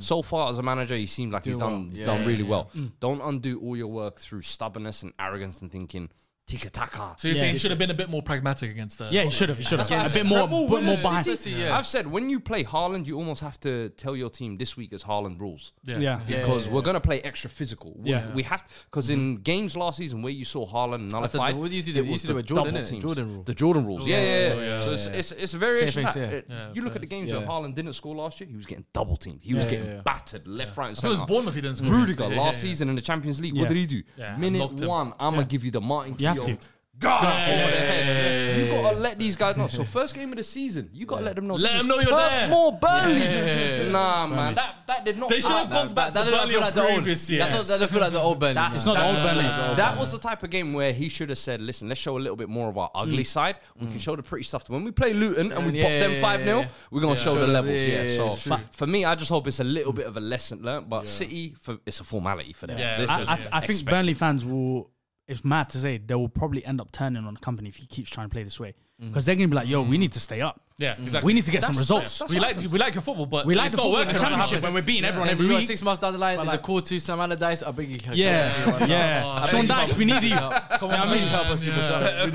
[SPEAKER 4] So far as a manager, he seemed like he's
[SPEAKER 3] doing
[SPEAKER 4] done
[SPEAKER 3] Mm. well.
[SPEAKER 4] he's
[SPEAKER 3] Yeah,
[SPEAKER 4] done
[SPEAKER 3] yeah,
[SPEAKER 4] really
[SPEAKER 3] yeah. Mm.
[SPEAKER 4] well. Don't undo all your work through stubbornness and arrogance and thinking tika taka.
[SPEAKER 1] So you're
[SPEAKER 2] Yeah.
[SPEAKER 1] saying he should have been a bit more pragmatic against the.
[SPEAKER 2] Yeah, he should have. He should have.
[SPEAKER 3] why I
[SPEAKER 2] A
[SPEAKER 3] said
[SPEAKER 2] bit more,
[SPEAKER 3] treble
[SPEAKER 2] bit more
[SPEAKER 3] winners.
[SPEAKER 2] behind.
[SPEAKER 3] City, yeah.
[SPEAKER 4] I've said when you play Haaland, you almost have to tell your team this week is Haaland rules.
[SPEAKER 2] Yeah.
[SPEAKER 4] because we're going to play extra physical. We,
[SPEAKER 2] Yeah.
[SPEAKER 4] we have because in
[SPEAKER 1] Mm-hmm.
[SPEAKER 4] games last season where you saw Haaland
[SPEAKER 3] That's the-
[SPEAKER 4] nullified,
[SPEAKER 3] what do you do? They
[SPEAKER 4] it
[SPEAKER 3] used
[SPEAKER 4] was
[SPEAKER 3] to
[SPEAKER 4] the
[SPEAKER 3] do it, Jordan,
[SPEAKER 4] double
[SPEAKER 3] innit?
[SPEAKER 4] teams.
[SPEAKER 3] Jordan rule.
[SPEAKER 4] The Jordan rules, yeah, yeah, yeah.
[SPEAKER 1] yeah,
[SPEAKER 4] so it's, it's it's a variation.
[SPEAKER 3] Same
[SPEAKER 4] of
[SPEAKER 3] thing,
[SPEAKER 4] that.
[SPEAKER 3] yeah.
[SPEAKER 4] It- you look at the games where Haaland didn't score last year; he was getting double teamed. He was
[SPEAKER 3] Yeah,
[SPEAKER 4] getting
[SPEAKER 3] yeah, yeah.
[SPEAKER 4] battered left, right, and
[SPEAKER 1] So it
[SPEAKER 4] centre.
[SPEAKER 1] was Bournemouth he didn't score.
[SPEAKER 4] Rudiger
[SPEAKER 1] Yeah,
[SPEAKER 4] last
[SPEAKER 1] yeah, yeah.
[SPEAKER 4] season in the Champions League.
[SPEAKER 2] Yeah.
[SPEAKER 4] What did he do?
[SPEAKER 1] Yeah,
[SPEAKER 4] Minute
[SPEAKER 1] knocked him.
[SPEAKER 4] one, I'm gonna give you the Martin.
[SPEAKER 2] You have to.
[SPEAKER 4] God, over the head. You gotta let these guys know. So first game of the season, you gotta let them know.
[SPEAKER 1] Let
[SPEAKER 4] this
[SPEAKER 1] them
[SPEAKER 4] is
[SPEAKER 1] know you're
[SPEAKER 4] Turf
[SPEAKER 1] there.
[SPEAKER 4] Moor Burnley. Nah, man, that, Ah, that did not.
[SPEAKER 1] They should
[SPEAKER 4] count.
[SPEAKER 1] have gone back
[SPEAKER 3] That
[SPEAKER 1] to
[SPEAKER 3] doesn't
[SPEAKER 1] Burnley
[SPEAKER 3] feel
[SPEAKER 1] of
[SPEAKER 3] like the old.
[SPEAKER 1] previous years.
[SPEAKER 3] That's not- that doesn't feel like the old Burnley.
[SPEAKER 2] It's not the old Burnley.
[SPEAKER 4] That was the type of game where he should have said, "Listen, let's show a little bit more of our ugly side. We can show the pretty stuff. When we play Luton and we
[SPEAKER 3] Yeah,
[SPEAKER 4] pop them
[SPEAKER 3] yeah,
[SPEAKER 4] five 0
[SPEAKER 3] yeah.
[SPEAKER 4] we're gonna show
[SPEAKER 3] Show
[SPEAKER 4] the
[SPEAKER 3] them-
[SPEAKER 4] levels."
[SPEAKER 3] yeah,
[SPEAKER 4] Yeah.
[SPEAKER 3] yeah, it's
[SPEAKER 4] so for me, I just hope it's a little bit of a lesson learnt. But City, for, it's a formality for them.
[SPEAKER 1] Yeah,
[SPEAKER 4] This
[SPEAKER 2] I,
[SPEAKER 4] is-
[SPEAKER 2] I, th- I think Burnley fans will. It's mad to say they will probably end up turning on the company if he keeps trying to play this way because they're gonna be like, "Yo, we need to stay up.
[SPEAKER 1] Yeah, Mm. exactly.
[SPEAKER 2] We need to get some results.
[SPEAKER 1] We like we like your football, but
[SPEAKER 2] we like
[SPEAKER 1] it's
[SPEAKER 2] the
[SPEAKER 1] not
[SPEAKER 2] football
[SPEAKER 1] working.
[SPEAKER 2] in the
[SPEAKER 1] That's what
[SPEAKER 2] championship
[SPEAKER 1] happens.
[SPEAKER 2] when we're beating everyone
[SPEAKER 3] And
[SPEAKER 2] every
[SPEAKER 3] you got
[SPEAKER 2] week."
[SPEAKER 3] six months down the line. There's a
[SPEAKER 2] like-
[SPEAKER 3] call to Sam Allardyce. I beg you. come
[SPEAKER 2] yeah,
[SPEAKER 3] on,
[SPEAKER 2] yeah.
[SPEAKER 1] Oh,
[SPEAKER 2] Sean
[SPEAKER 1] I
[SPEAKER 2] Dyche,
[SPEAKER 1] think
[SPEAKER 2] we need
[SPEAKER 1] Come
[SPEAKER 2] you. You know
[SPEAKER 1] on,
[SPEAKER 2] what I mean?
[SPEAKER 1] man,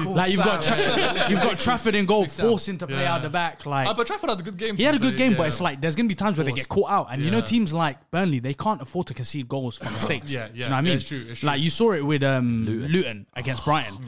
[SPEAKER 1] yeah.
[SPEAKER 2] Like you've got Tra- you've got Trafford in goal, forcing to play
[SPEAKER 1] Yeah.
[SPEAKER 2] out the back. Like
[SPEAKER 1] Ah, but Trafford had a good game.
[SPEAKER 2] He had a good
[SPEAKER 1] today,
[SPEAKER 2] game, but
[SPEAKER 1] yeah.
[SPEAKER 2] it's like there's gonna be times where they get caught out, and you know
[SPEAKER 1] Yeah.
[SPEAKER 2] teams like Burnley, they can't afford to concede goals from mistakes.
[SPEAKER 1] Yeah,
[SPEAKER 2] Do
[SPEAKER 1] yeah,
[SPEAKER 2] you know what I
[SPEAKER 1] yeah,
[SPEAKER 2] mean?
[SPEAKER 1] it's true, it's true. Oh.
[SPEAKER 2] Like you saw it with um, Luton. against Brighton.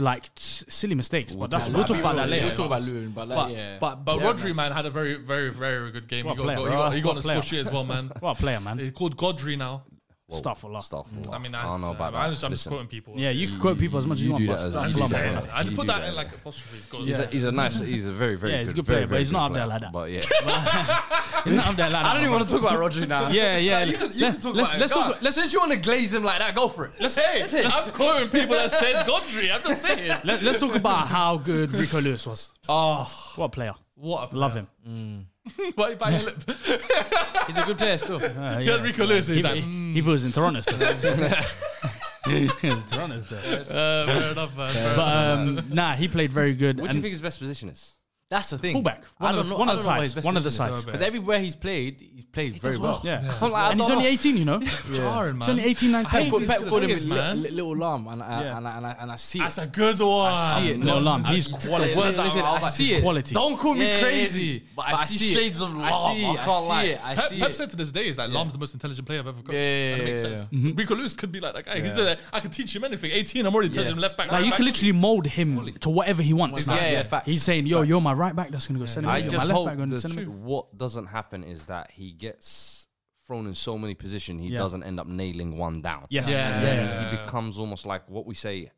[SPEAKER 2] Like s- silly mistakes, but that's, we'll talk about that later.
[SPEAKER 3] We'll talk about Luton, but like,
[SPEAKER 2] But,
[SPEAKER 3] yeah.
[SPEAKER 2] but,
[SPEAKER 1] But
[SPEAKER 2] but
[SPEAKER 1] Rodri, man, had a very, very, very good game.
[SPEAKER 2] What
[SPEAKER 1] he got,
[SPEAKER 2] a player,
[SPEAKER 1] got- he
[SPEAKER 2] bro.
[SPEAKER 1] got, he got
[SPEAKER 2] What
[SPEAKER 1] on
[SPEAKER 2] a
[SPEAKER 1] the
[SPEAKER 2] player.
[SPEAKER 1] score sheet as well, man.
[SPEAKER 2] what a player, man.
[SPEAKER 1] He called Godri now.
[SPEAKER 2] Stuff a lot.
[SPEAKER 4] Stuff a lot.
[SPEAKER 1] Mm. I mean,
[SPEAKER 4] I don't know about
[SPEAKER 1] I'm
[SPEAKER 4] that.
[SPEAKER 1] just, I'm just
[SPEAKER 4] Listen,
[SPEAKER 1] quoting people.
[SPEAKER 2] Yeah, you can quote people as much as you, want,
[SPEAKER 4] you do
[SPEAKER 2] but
[SPEAKER 4] that as
[SPEAKER 2] stuff
[SPEAKER 4] a-
[SPEAKER 2] a
[SPEAKER 1] I'm
[SPEAKER 2] lot,
[SPEAKER 4] you
[SPEAKER 1] just
[SPEAKER 4] do
[SPEAKER 2] man.
[SPEAKER 1] saying.
[SPEAKER 4] that.
[SPEAKER 1] I had to
[SPEAKER 4] You
[SPEAKER 1] put
[SPEAKER 4] do
[SPEAKER 1] that
[SPEAKER 4] that.
[SPEAKER 1] in like apostrophes. God.
[SPEAKER 4] He's, a, he's a nice, he's a very, very
[SPEAKER 2] Yeah,
[SPEAKER 4] good,
[SPEAKER 2] he's a good
[SPEAKER 4] very,
[SPEAKER 2] player, but
[SPEAKER 4] very
[SPEAKER 2] he's
[SPEAKER 4] good
[SPEAKER 2] not up there
[SPEAKER 4] player.
[SPEAKER 2] like that.
[SPEAKER 4] But yeah,
[SPEAKER 2] You're not up there like that,
[SPEAKER 4] I don't even
[SPEAKER 2] bro.
[SPEAKER 4] want to talk about Rodri now.
[SPEAKER 2] Yeah, yeah.
[SPEAKER 4] you can, you
[SPEAKER 2] Let's-
[SPEAKER 4] can talk
[SPEAKER 2] let's-
[SPEAKER 4] about
[SPEAKER 2] let's
[SPEAKER 4] it.
[SPEAKER 2] talk
[SPEAKER 4] God,
[SPEAKER 2] about- let's-
[SPEAKER 4] since you want to glaze him like that, go for it. Let's
[SPEAKER 1] Hey, I'm quoting people that said Godri. I'm just saying.
[SPEAKER 2] Let, let's talk about how good Rico Lewis was.
[SPEAKER 1] Oh,
[SPEAKER 2] What a player.
[SPEAKER 1] what a player.
[SPEAKER 2] Love him.
[SPEAKER 1] Why you bang your lip?
[SPEAKER 3] he's a good player still.
[SPEAKER 2] Uh,
[SPEAKER 1] Yeah, Rico Lewis. He's
[SPEAKER 2] If,
[SPEAKER 1] like, mm,
[SPEAKER 2] if he was in Toronto still. He was in Toronto still.
[SPEAKER 1] uh, fair enough, man. fair
[SPEAKER 2] But
[SPEAKER 1] enough.
[SPEAKER 2] um, nah, he played very good.
[SPEAKER 4] What do
[SPEAKER 2] and
[SPEAKER 4] you think his best position is?
[SPEAKER 3] That's the thing.
[SPEAKER 2] Fullback.
[SPEAKER 3] I
[SPEAKER 2] One of
[SPEAKER 3] don't
[SPEAKER 2] the-
[SPEAKER 3] know.
[SPEAKER 2] one
[SPEAKER 3] I
[SPEAKER 2] of the
[SPEAKER 3] don't know what his
[SPEAKER 2] sides.
[SPEAKER 3] best
[SPEAKER 2] One of the
[SPEAKER 3] position is.
[SPEAKER 2] sides.
[SPEAKER 3] Because everywhere he's played, he's played very well.
[SPEAKER 2] Yeah.
[SPEAKER 4] I'm like, I
[SPEAKER 2] And he's
[SPEAKER 4] don't
[SPEAKER 2] only
[SPEAKER 4] know.
[SPEAKER 2] 18, you know?
[SPEAKER 1] Jarring, man.
[SPEAKER 2] He's only 18,
[SPEAKER 3] I hate
[SPEAKER 2] 19.
[SPEAKER 3] when
[SPEAKER 1] this is
[SPEAKER 3] Pep
[SPEAKER 1] the
[SPEAKER 3] called him
[SPEAKER 1] thing is,
[SPEAKER 3] li-
[SPEAKER 1] man.
[SPEAKER 3] li- Little Lamb, and I-
[SPEAKER 2] Yeah.
[SPEAKER 3] and I- and I and I see
[SPEAKER 1] That's
[SPEAKER 3] it.
[SPEAKER 1] a good one.
[SPEAKER 3] I see it.
[SPEAKER 2] No, Lam, he's
[SPEAKER 3] I-
[SPEAKER 2] quality.
[SPEAKER 3] Listen, listen,
[SPEAKER 4] I was
[SPEAKER 3] I
[SPEAKER 4] like,
[SPEAKER 3] see
[SPEAKER 2] He's
[SPEAKER 3] it.
[SPEAKER 2] quality.
[SPEAKER 4] Don't call me
[SPEAKER 3] Yeah,
[SPEAKER 4] crazy, but I, see,
[SPEAKER 3] it.
[SPEAKER 4] shades of love.
[SPEAKER 3] I see it.
[SPEAKER 4] I can't
[SPEAKER 3] I
[SPEAKER 4] lie.
[SPEAKER 3] see it. I
[SPEAKER 1] Pep,
[SPEAKER 3] see
[SPEAKER 1] Pep
[SPEAKER 3] it.
[SPEAKER 1] said to this day, "Is like Lam's the most intelligent player I've ever coached."
[SPEAKER 3] Yeah, yeah,
[SPEAKER 1] and it makes
[SPEAKER 3] yeah,
[SPEAKER 1] sense. Rico Lewis could be like that guy. He's the, I can teach him anything. 18, I'm already telling him left back.
[SPEAKER 2] Like,
[SPEAKER 1] right
[SPEAKER 2] you
[SPEAKER 1] back.
[SPEAKER 2] can literally mold him to whatever he wants.
[SPEAKER 3] Yeah,
[SPEAKER 2] now.
[SPEAKER 3] yeah, facts.
[SPEAKER 2] He's saying, yo, you're my right back, that's going to go centre.
[SPEAKER 4] I
[SPEAKER 2] mid, You're my
[SPEAKER 4] just
[SPEAKER 2] left
[SPEAKER 4] hope
[SPEAKER 2] back, going to
[SPEAKER 4] the
[SPEAKER 2] centre.
[SPEAKER 4] tr-
[SPEAKER 2] mid.
[SPEAKER 4] what doesn't happen is that he gets thrown in so many positions, he
[SPEAKER 2] Yeah.
[SPEAKER 4] doesn't end up nailing one down.
[SPEAKER 2] Yes.
[SPEAKER 1] Yeah.
[SPEAKER 4] And then
[SPEAKER 1] Yeah.
[SPEAKER 4] he becomes almost like what we say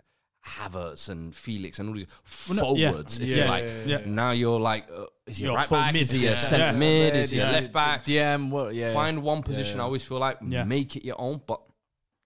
[SPEAKER 4] Havertz and Felix and all these
[SPEAKER 2] no, yeah.
[SPEAKER 4] forwards, if
[SPEAKER 2] Yeah.
[SPEAKER 4] you like.
[SPEAKER 2] Yeah. Yeah.
[SPEAKER 4] Now you're like, uh, is he
[SPEAKER 2] You're
[SPEAKER 4] right
[SPEAKER 2] full
[SPEAKER 4] back?
[SPEAKER 2] mid.
[SPEAKER 4] Is he a
[SPEAKER 2] Yeah.
[SPEAKER 4] centre
[SPEAKER 2] Yeah.
[SPEAKER 4] mid? Is he
[SPEAKER 3] Yeah.
[SPEAKER 4] a left back?
[SPEAKER 3] DM. What? Yeah.
[SPEAKER 4] Find one position. I always feel like
[SPEAKER 2] Yeah.
[SPEAKER 4] make it your own, but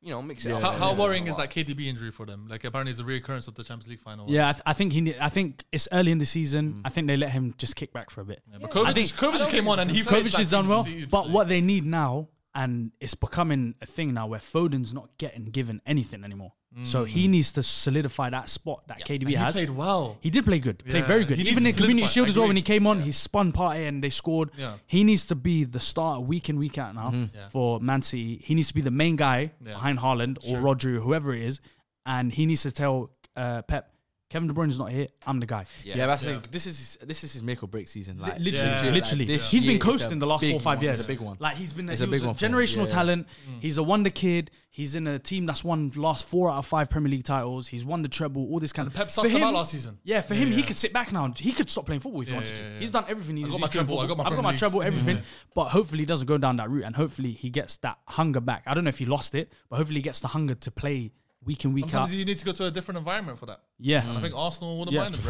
[SPEAKER 4] you know, mix it up.
[SPEAKER 1] How, how
[SPEAKER 4] Yeah.
[SPEAKER 1] worrying is that KDB injury for them? Like apparently it's a reoccurrence of the Champions League final.
[SPEAKER 2] Yeah, I, th- I think he. ne- I think it's early in the
[SPEAKER 4] Mm.
[SPEAKER 2] season. I think they let him just kick back for a bit.
[SPEAKER 1] but Kovacic,
[SPEAKER 2] I think-
[SPEAKER 1] Kovacic came on and he
[SPEAKER 2] Kovacic
[SPEAKER 1] fits that
[SPEAKER 2] has done
[SPEAKER 1] team
[SPEAKER 2] well,
[SPEAKER 1] seamlessly.
[SPEAKER 2] but what they need now, and it's becoming a thing now, where Foden's not getting given anything anymore. So he needs to solidify that spot that KDB
[SPEAKER 1] Mm. he
[SPEAKER 2] has.
[SPEAKER 1] played well.
[SPEAKER 2] He did play good, played
[SPEAKER 1] Yeah.
[SPEAKER 2] very good.
[SPEAKER 1] He needs
[SPEAKER 2] Even
[SPEAKER 1] to
[SPEAKER 2] in Community
[SPEAKER 1] solidify,
[SPEAKER 2] Shield
[SPEAKER 1] I
[SPEAKER 2] as well, when
[SPEAKER 1] agree.
[SPEAKER 2] he came on, he spun party and they scored.
[SPEAKER 1] Yeah. Mm-hmm.
[SPEAKER 2] He needs to be the starter week in week out now for Man City. He needs to be the main guy behind Haaland or Rodri or whoever it is, and he needs to tell uh, Pep, Kevin De Bruyne's not here. I'm the guy.
[SPEAKER 3] Yeah, that's the thing. This is his, this is his make or break season. Like
[SPEAKER 2] Literally,
[SPEAKER 1] Yeah.
[SPEAKER 3] like,
[SPEAKER 2] literally,
[SPEAKER 3] this
[SPEAKER 2] he's
[SPEAKER 3] year
[SPEAKER 2] been
[SPEAKER 3] is
[SPEAKER 2] coasting
[SPEAKER 3] a
[SPEAKER 2] the last
[SPEAKER 3] big
[SPEAKER 2] four or five
[SPEAKER 3] one.
[SPEAKER 2] years.
[SPEAKER 3] It's a big one.
[SPEAKER 2] Like he's been,
[SPEAKER 3] It's
[SPEAKER 2] he
[SPEAKER 3] a
[SPEAKER 2] was
[SPEAKER 3] big one for him.
[SPEAKER 2] generational
[SPEAKER 3] Yeah.
[SPEAKER 2] talent. He's a wonder kid. He's in a team that's won last four out of five Premier League titles. He's won the treble. All this kind
[SPEAKER 1] And
[SPEAKER 2] of
[SPEAKER 1] Pep
[SPEAKER 2] For
[SPEAKER 1] sussed him
[SPEAKER 2] him-
[SPEAKER 1] out last season.
[SPEAKER 2] Yeah, for him,
[SPEAKER 1] Yeah,
[SPEAKER 2] he
[SPEAKER 1] yeah.
[SPEAKER 2] could sit back now. and He could stop playing football if he
[SPEAKER 1] Yeah,
[SPEAKER 2] wanted
[SPEAKER 1] yeah, yeah,
[SPEAKER 2] to.
[SPEAKER 1] yeah.
[SPEAKER 2] He's done everything. He's
[SPEAKER 1] I got
[SPEAKER 2] used
[SPEAKER 1] my
[SPEAKER 2] to doing
[SPEAKER 1] treble, I
[SPEAKER 2] football.
[SPEAKER 1] got my
[SPEAKER 2] I've got
[SPEAKER 1] Premier
[SPEAKER 2] my
[SPEAKER 1] Leagues.
[SPEAKER 2] treble. Everything. But hopefully, he doesn't go down that route, and hopefully, he gets that hunger back. I don't know if he lost it, but hopefully, he gets the hunger to play week in week
[SPEAKER 1] Sometimes
[SPEAKER 2] out.
[SPEAKER 1] you need to go to a different environment for that.
[SPEAKER 2] Yeah,
[SPEAKER 1] And I think Arsenal wouldn't
[SPEAKER 2] Yeah,
[SPEAKER 1] mind him.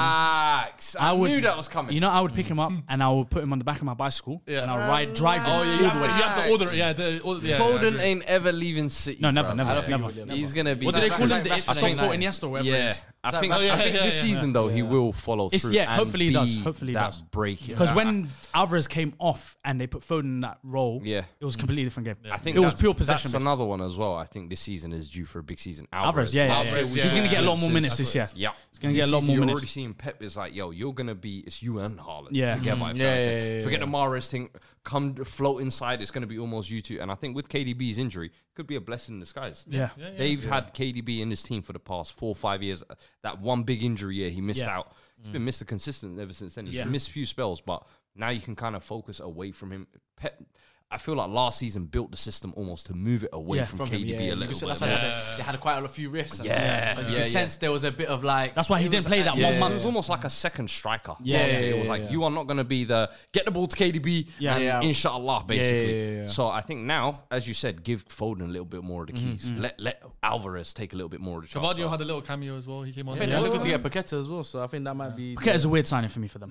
[SPEAKER 4] Relax. I, knew that was coming.
[SPEAKER 2] You know, I would pick him up and I would put him on the back of my bicycle
[SPEAKER 1] Yeah.
[SPEAKER 2] and I would ride, drive him
[SPEAKER 1] Oh yeah, you have,
[SPEAKER 2] all the
[SPEAKER 1] to,
[SPEAKER 2] way.
[SPEAKER 1] you have to order it. Yeah, the, order, yeah, yeah, I
[SPEAKER 4] Foden
[SPEAKER 1] agree.
[SPEAKER 4] ain't ever leaving City.
[SPEAKER 2] No, never,
[SPEAKER 4] fam.
[SPEAKER 2] never,
[SPEAKER 4] I don't think
[SPEAKER 2] never.
[SPEAKER 4] he will. He's gonna be.
[SPEAKER 2] What do they call him?
[SPEAKER 3] Zach
[SPEAKER 2] The
[SPEAKER 3] Braff-
[SPEAKER 2] Stockport
[SPEAKER 3] Zach-
[SPEAKER 2] Iniesta or whatever.
[SPEAKER 4] Oh, Yeah, I think,
[SPEAKER 3] Braff-
[SPEAKER 1] Yeah,
[SPEAKER 4] I think this
[SPEAKER 1] yeah, yeah.
[SPEAKER 4] season though he will follow
[SPEAKER 2] It's-
[SPEAKER 4] through.
[SPEAKER 2] yeah,
[SPEAKER 4] and
[SPEAKER 2] hopefully he does.
[SPEAKER 4] be
[SPEAKER 2] Hopefully he
[SPEAKER 4] that
[SPEAKER 2] does.
[SPEAKER 4] break. it.
[SPEAKER 2] Because when Alvarez came off and they put Foden in that role,
[SPEAKER 4] Yeah.
[SPEAKER 2] it was a completely different game.
[SPEAKER 4] I think
[SPEAKER 2] it was
[SPEAKER 4] that's-
[SPEAKER 2] pure possession.
[SPEAKER 4] That's
[SPEAKER 2] based.
[SPEAKER 4] another one as well. I think this season is due for a big season.
[SPEAKER 2] Alvarez, yeah, yeah, yeah.
[SPEAKER 1] Alvarez,
[SPEAKER 2] he's gonna get a lot more
[SPEAKER 4] Yeah.
[SPEAKER 2] minutes this year.
[SPEAKER 4] Yeah,
[SPEAKER 2] he's gonna get a
[SPEAKER 4] This
[SPEAKER 2] lot
[SPEAKER 4] season
[SPEAKER 2] more
[SPEAKER 4] you're
[SPEAKER 2] minutes.
[SPEAKER 4] Already seeing Pep is like, yo, you're gonna be it's you and Haaland
[SPEAKER 2] Yeah. Mm.
[SPEAKER 3] Mm-hmm.
[SPEAKER 4] together. if
[SPEAKER 3] Yeah,
[SPEAKER 4] that makes
[SPEAKER 3] yeah,
[SPEAKER 4] sense.
[SPEAKER 3] yeah,
[SPEAKER 4] Forget the Mares thing. Come to float inside. It's gonna be almost you two. And I think with KDB's injury, could be a blessing in disguise.
[SPEAKER 2] Yeah.
[SPEAKER 4] They've had KDB in his team for the past four or five years. That one big injury year he missed
[SPEAKER 2] Yeah.
[SPEAKER 4] out.
[SPEAKER 3] Mm.
[SPEAKER 4] He's been Mr. Consistent ever since then. He's
[SPEAKER 2] Yeah.
[SPEAKER 4] missed a few spells, but now you can kind of focus away from him. Pep, I feel like last season built the system almost to move it away
[SPEAKER 2] Yeah,
[SPEAKER 4] from,
[SPEAKER 3] from him,
[SPEAKER 4] KDB
[SPEAKER 3] yeah,
[SPEAKER 4] a
[SPEAKER 3] you
[SPEAKER 4] little
[SPEAKER 3] could-
[SPEAKER 4] bit.
[SPEAKER 3] That's why they had- they had quite a few risks. and-
[SPEAKER 4] Yeah,
[SPEAKER 3] 'cause
[SPEAKER 4] yeah,
[SPEAKER 3] You could
[SPEAKER 4] yeah.
[SPEAKER 3] sense there was a bit of like.
[SPEAKER 2] That's why he
[SPEAKER 3] it
[SPEAKER 2] didn't
[SPEAKER 3] was-
[SPEAKER 2] play that
[SPEAKER 3] yeah,
[SPEAKER 2] one
[SPEAKER 3] yeah,
[SPEAKER 2] month.
[SPEAKER 4] It was
[SPEAKER 3] yeah.
[SPEAKER 4] almost like a second striker.
[SPEAKER 3] Yeah,
[SPEAKER 4] last
[SPEAKER 3] yeah,
[SPEAKER 4] year. it was
[SPEAKER 3] yeah,
[SPEAKER 4] like
[SPEAKER 3] yeah.
[SPEAKER 4] you are not going to be the get the ball to KDB.
[SPEAKER 2] Yeah.
[SPEAKER 4] and
[SPEAKER 3] Yeah.
[SPEAKER 4] inshallah, basically.
[SPEAKER 3] yeah, yeah.
[SPEAKER 4] So I think now, as you said, give Foden a little bit more of the keys.
[SPEAKER 3] Mm-hmm,
[SPEAKER 4] Let let Alvarez take a little bit more of the shots.
[SPEAKER 1] Cavadio had a little cameo as well. He came on.
[SPEAKER 3] They're looking to get Paqueta as well, so I think that might be.
[SPEAKER 2] Okay, it's a weird signing for me for them.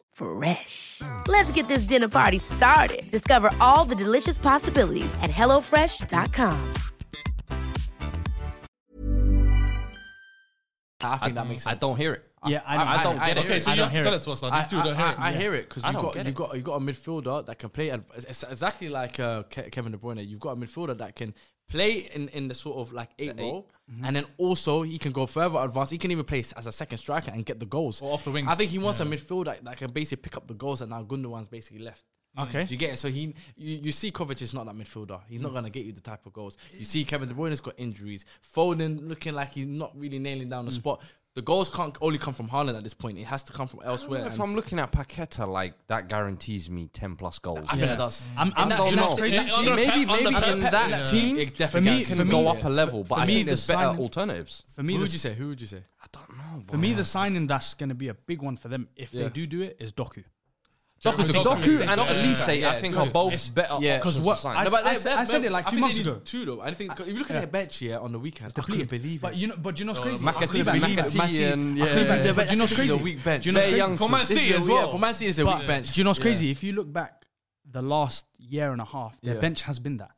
[SPEAKER 7] Fresh. Let's get this dinner party started. Discover all the delicious possibilities at hellofresh.com.
[SPEAKER 3] I think that makes sense.
[SPEAKER 4] I don't hear it.
[SPEAKER 2] Yeah, I,
[SPEAKER 4] I don't get it.
[SPEAKER 1] Okay, so
[SPEAKER 2] I
[SPEAKER 1] you
[SPEAKER 2] don't
[SPEAKER 1] have to
[SPEAKER 2] hear
[SPEAKER 1] sell
[SPEAKER 2] it.
[SPEAKER 1] it to us. Like
[SPEAKER 3] I,
[SPEAKER 1] these two don't
[SPEAKER 3] I-
[SPEAKER 1] hear it.
[SPEAKER 3] I, I hear it because you
[SPEAKER 4] don't
[SPEAKER 3] got
[SPEAKER 4] get
[SPEAKER 3] you
[SPEAKER 4] it.
[SPEAKER 3] got you got a midfielder that can play. and It's it's exactly like uh, Ke- Kevin De Bruyne. You've got a midfielder that can play in, in the sort of like eight role, and then also he can go further advanced. He can even play s- as a second striker and get the goals
[SPEAKER 1] Or off the
[SPEAKER 3] I
[SPEAKER 1] wings,
[SPEAKER 3] think he wants a midfielder that, that can basically pick up the goals, and now Gundogan's basically left.
[SPEAKER 2] Okay.
[SPEAKER 3] Do you get it? So he, you, you see, Kovacic is not that midfielder. He's not gonna get you the type of goals. You see, Kevin De Bruyne's got injuries. Foden looking like he's not really nailing down the spot. The goals can't only come from Haaland at this point. It has to come from
[SPEAKER 4] I don't know
[SPEAKER 3] elsewhere.
[SPEAKER 4] if
[SPEAKER 3] and
[SPEAKER 4] I'm looking at Paqueta, like that guarantees me ten plus goals.
[SPEAKER 3] I think it does.
[SPEAKER 2] I'm, I'm
[SPEAKER 3] that-
[SPEAKER 2] do you know
[SPEAKER 3] that-
[SPEAKER 2] what's
[SPEAKER 3] that-
[SPEAKER 2] crazy?
[SPEAKER 3] that-
[SPEAKER 1] on the
[SPEAKER 4] Maybe,
[SPEAKER 1] Pep- on
[SPEAKER 4] maybe
[SPEAKER 1] the
[SPEAKER 4] in
[SPEAKER 1] Pep-
[SPEAKER 4] that
[SPEAKER 1] yeah.
[SPEAKER 4] team,
[SPEAKER 3] It
[SPEAKER 4] it
[SPEAKER 3] definitely
[SPEAKER 4] me,
[SPEAKER 3] can
[SPEAKER 4] can
[SPEAKER 3] go
[SPEAKER 4] go
[SPEAKER 3] up.
[SPEAKER 4] up a level. But
[SPEAKER 2] For
[SPEAKER 4] I
[SPEAKER 2] me,
[SPEAKER 4] think
[SPEAKER 2] the
[SPEAKER 4] there's better
[SPEAKER 2] signing-
[SPEAKER 4] alternatives.
[SPEAKER 2] For me,
[SPEAKER 3] Who
[SPEAKER 2] the
[SPEAKER 3] would you say? Who would you say?
[SPEAKER 4] I don't know.
[SPEAKER 2] For me, the signing that's going to be a big one for them if
[SPEAKER 3] Yeah.
[SPEAKER 2] they do do it is Doku.
[SPEAKER 3] Doku,
[SPEAKER 4] Doku and
[SPEAKER 1] Yeah.
[SPEAKER 4] Elise, I
[SPEAKER 3] Yeah,
[SPEAKER 4] think,
[SPEAKER 3] Doku.
[SPEAKER 4] are both better.
[SPEAKER 3] yeah.
[SPEAKER 4] options
[SPEAKER 3] 'Cause
[SPEAKER 4] to
[SPEAKER 2] what
[SPEAKER 4] sign.
[SPEAKER 2] I-
[SPEAKER 3] No, but
[SPEAKER 2] I
[SPEAKER 3] they-
[SPEAKER 2] said-
[SPEAKER 3] they-
[SPEAKER 2] I said it like
[SPEAKER 3] I
[SPEAKER 2] two
[SPEAKER 3] think
[SPEAKER 2] months
[SPEAKER 3] they need
[SPEAKER 2] ago.
[SPEAKER 3] Two though. I think if you look at their bench here on the weekend, I couldn't
[SPEAKER 2] Depleted.
[SPEAKER 3] believe
[SPEAKER 2] But
[SPEAKER 3] it.
[SPEAKER 2] you know, but you know what's crazy? I
[SPEAKER 4] Mac-
[SPEAKER 2] couldn't
[SPEAKER 4] Mac-
[SPEAKER 2] believe it.
[SPEAKER 4] Mac- and-
[SPEAKER 3] I couldn't
[SPEAKER 4] yeah.
[SPEAKER 3] believe their
[SPEAKER 2] But you know
[SPEAKER 3] bench
[SPEAKER 2] what's
[SPEAKER 3] is a
[SPEAKER 2] crazy?
[SPEAKER 3] weak bench.
[SPEAKER 2] Do you know what's
[SPEAKER 4] They're
[SPEAKER 2] crazy?
[SPEAKER 4] young
[SPEAKER 1] For Man
[SPEAKER 4] This
[SPEAKER 1] City
[SPEAKER 3] Yeah,
[SPEAKER 1] as well.
[SPEAKER 3] For Man City is a
[SPEAKER 2] But
[SPEAKER 3] weak bench.
[SPEAKER 2] Do you know what's
[SPEAKER 3] Yeah.
[SPEAKER 2] crazy? If you look back the last year and a half, their
[SPEAKER 3] Yeah.
[SPEAKER 2] bench has been that.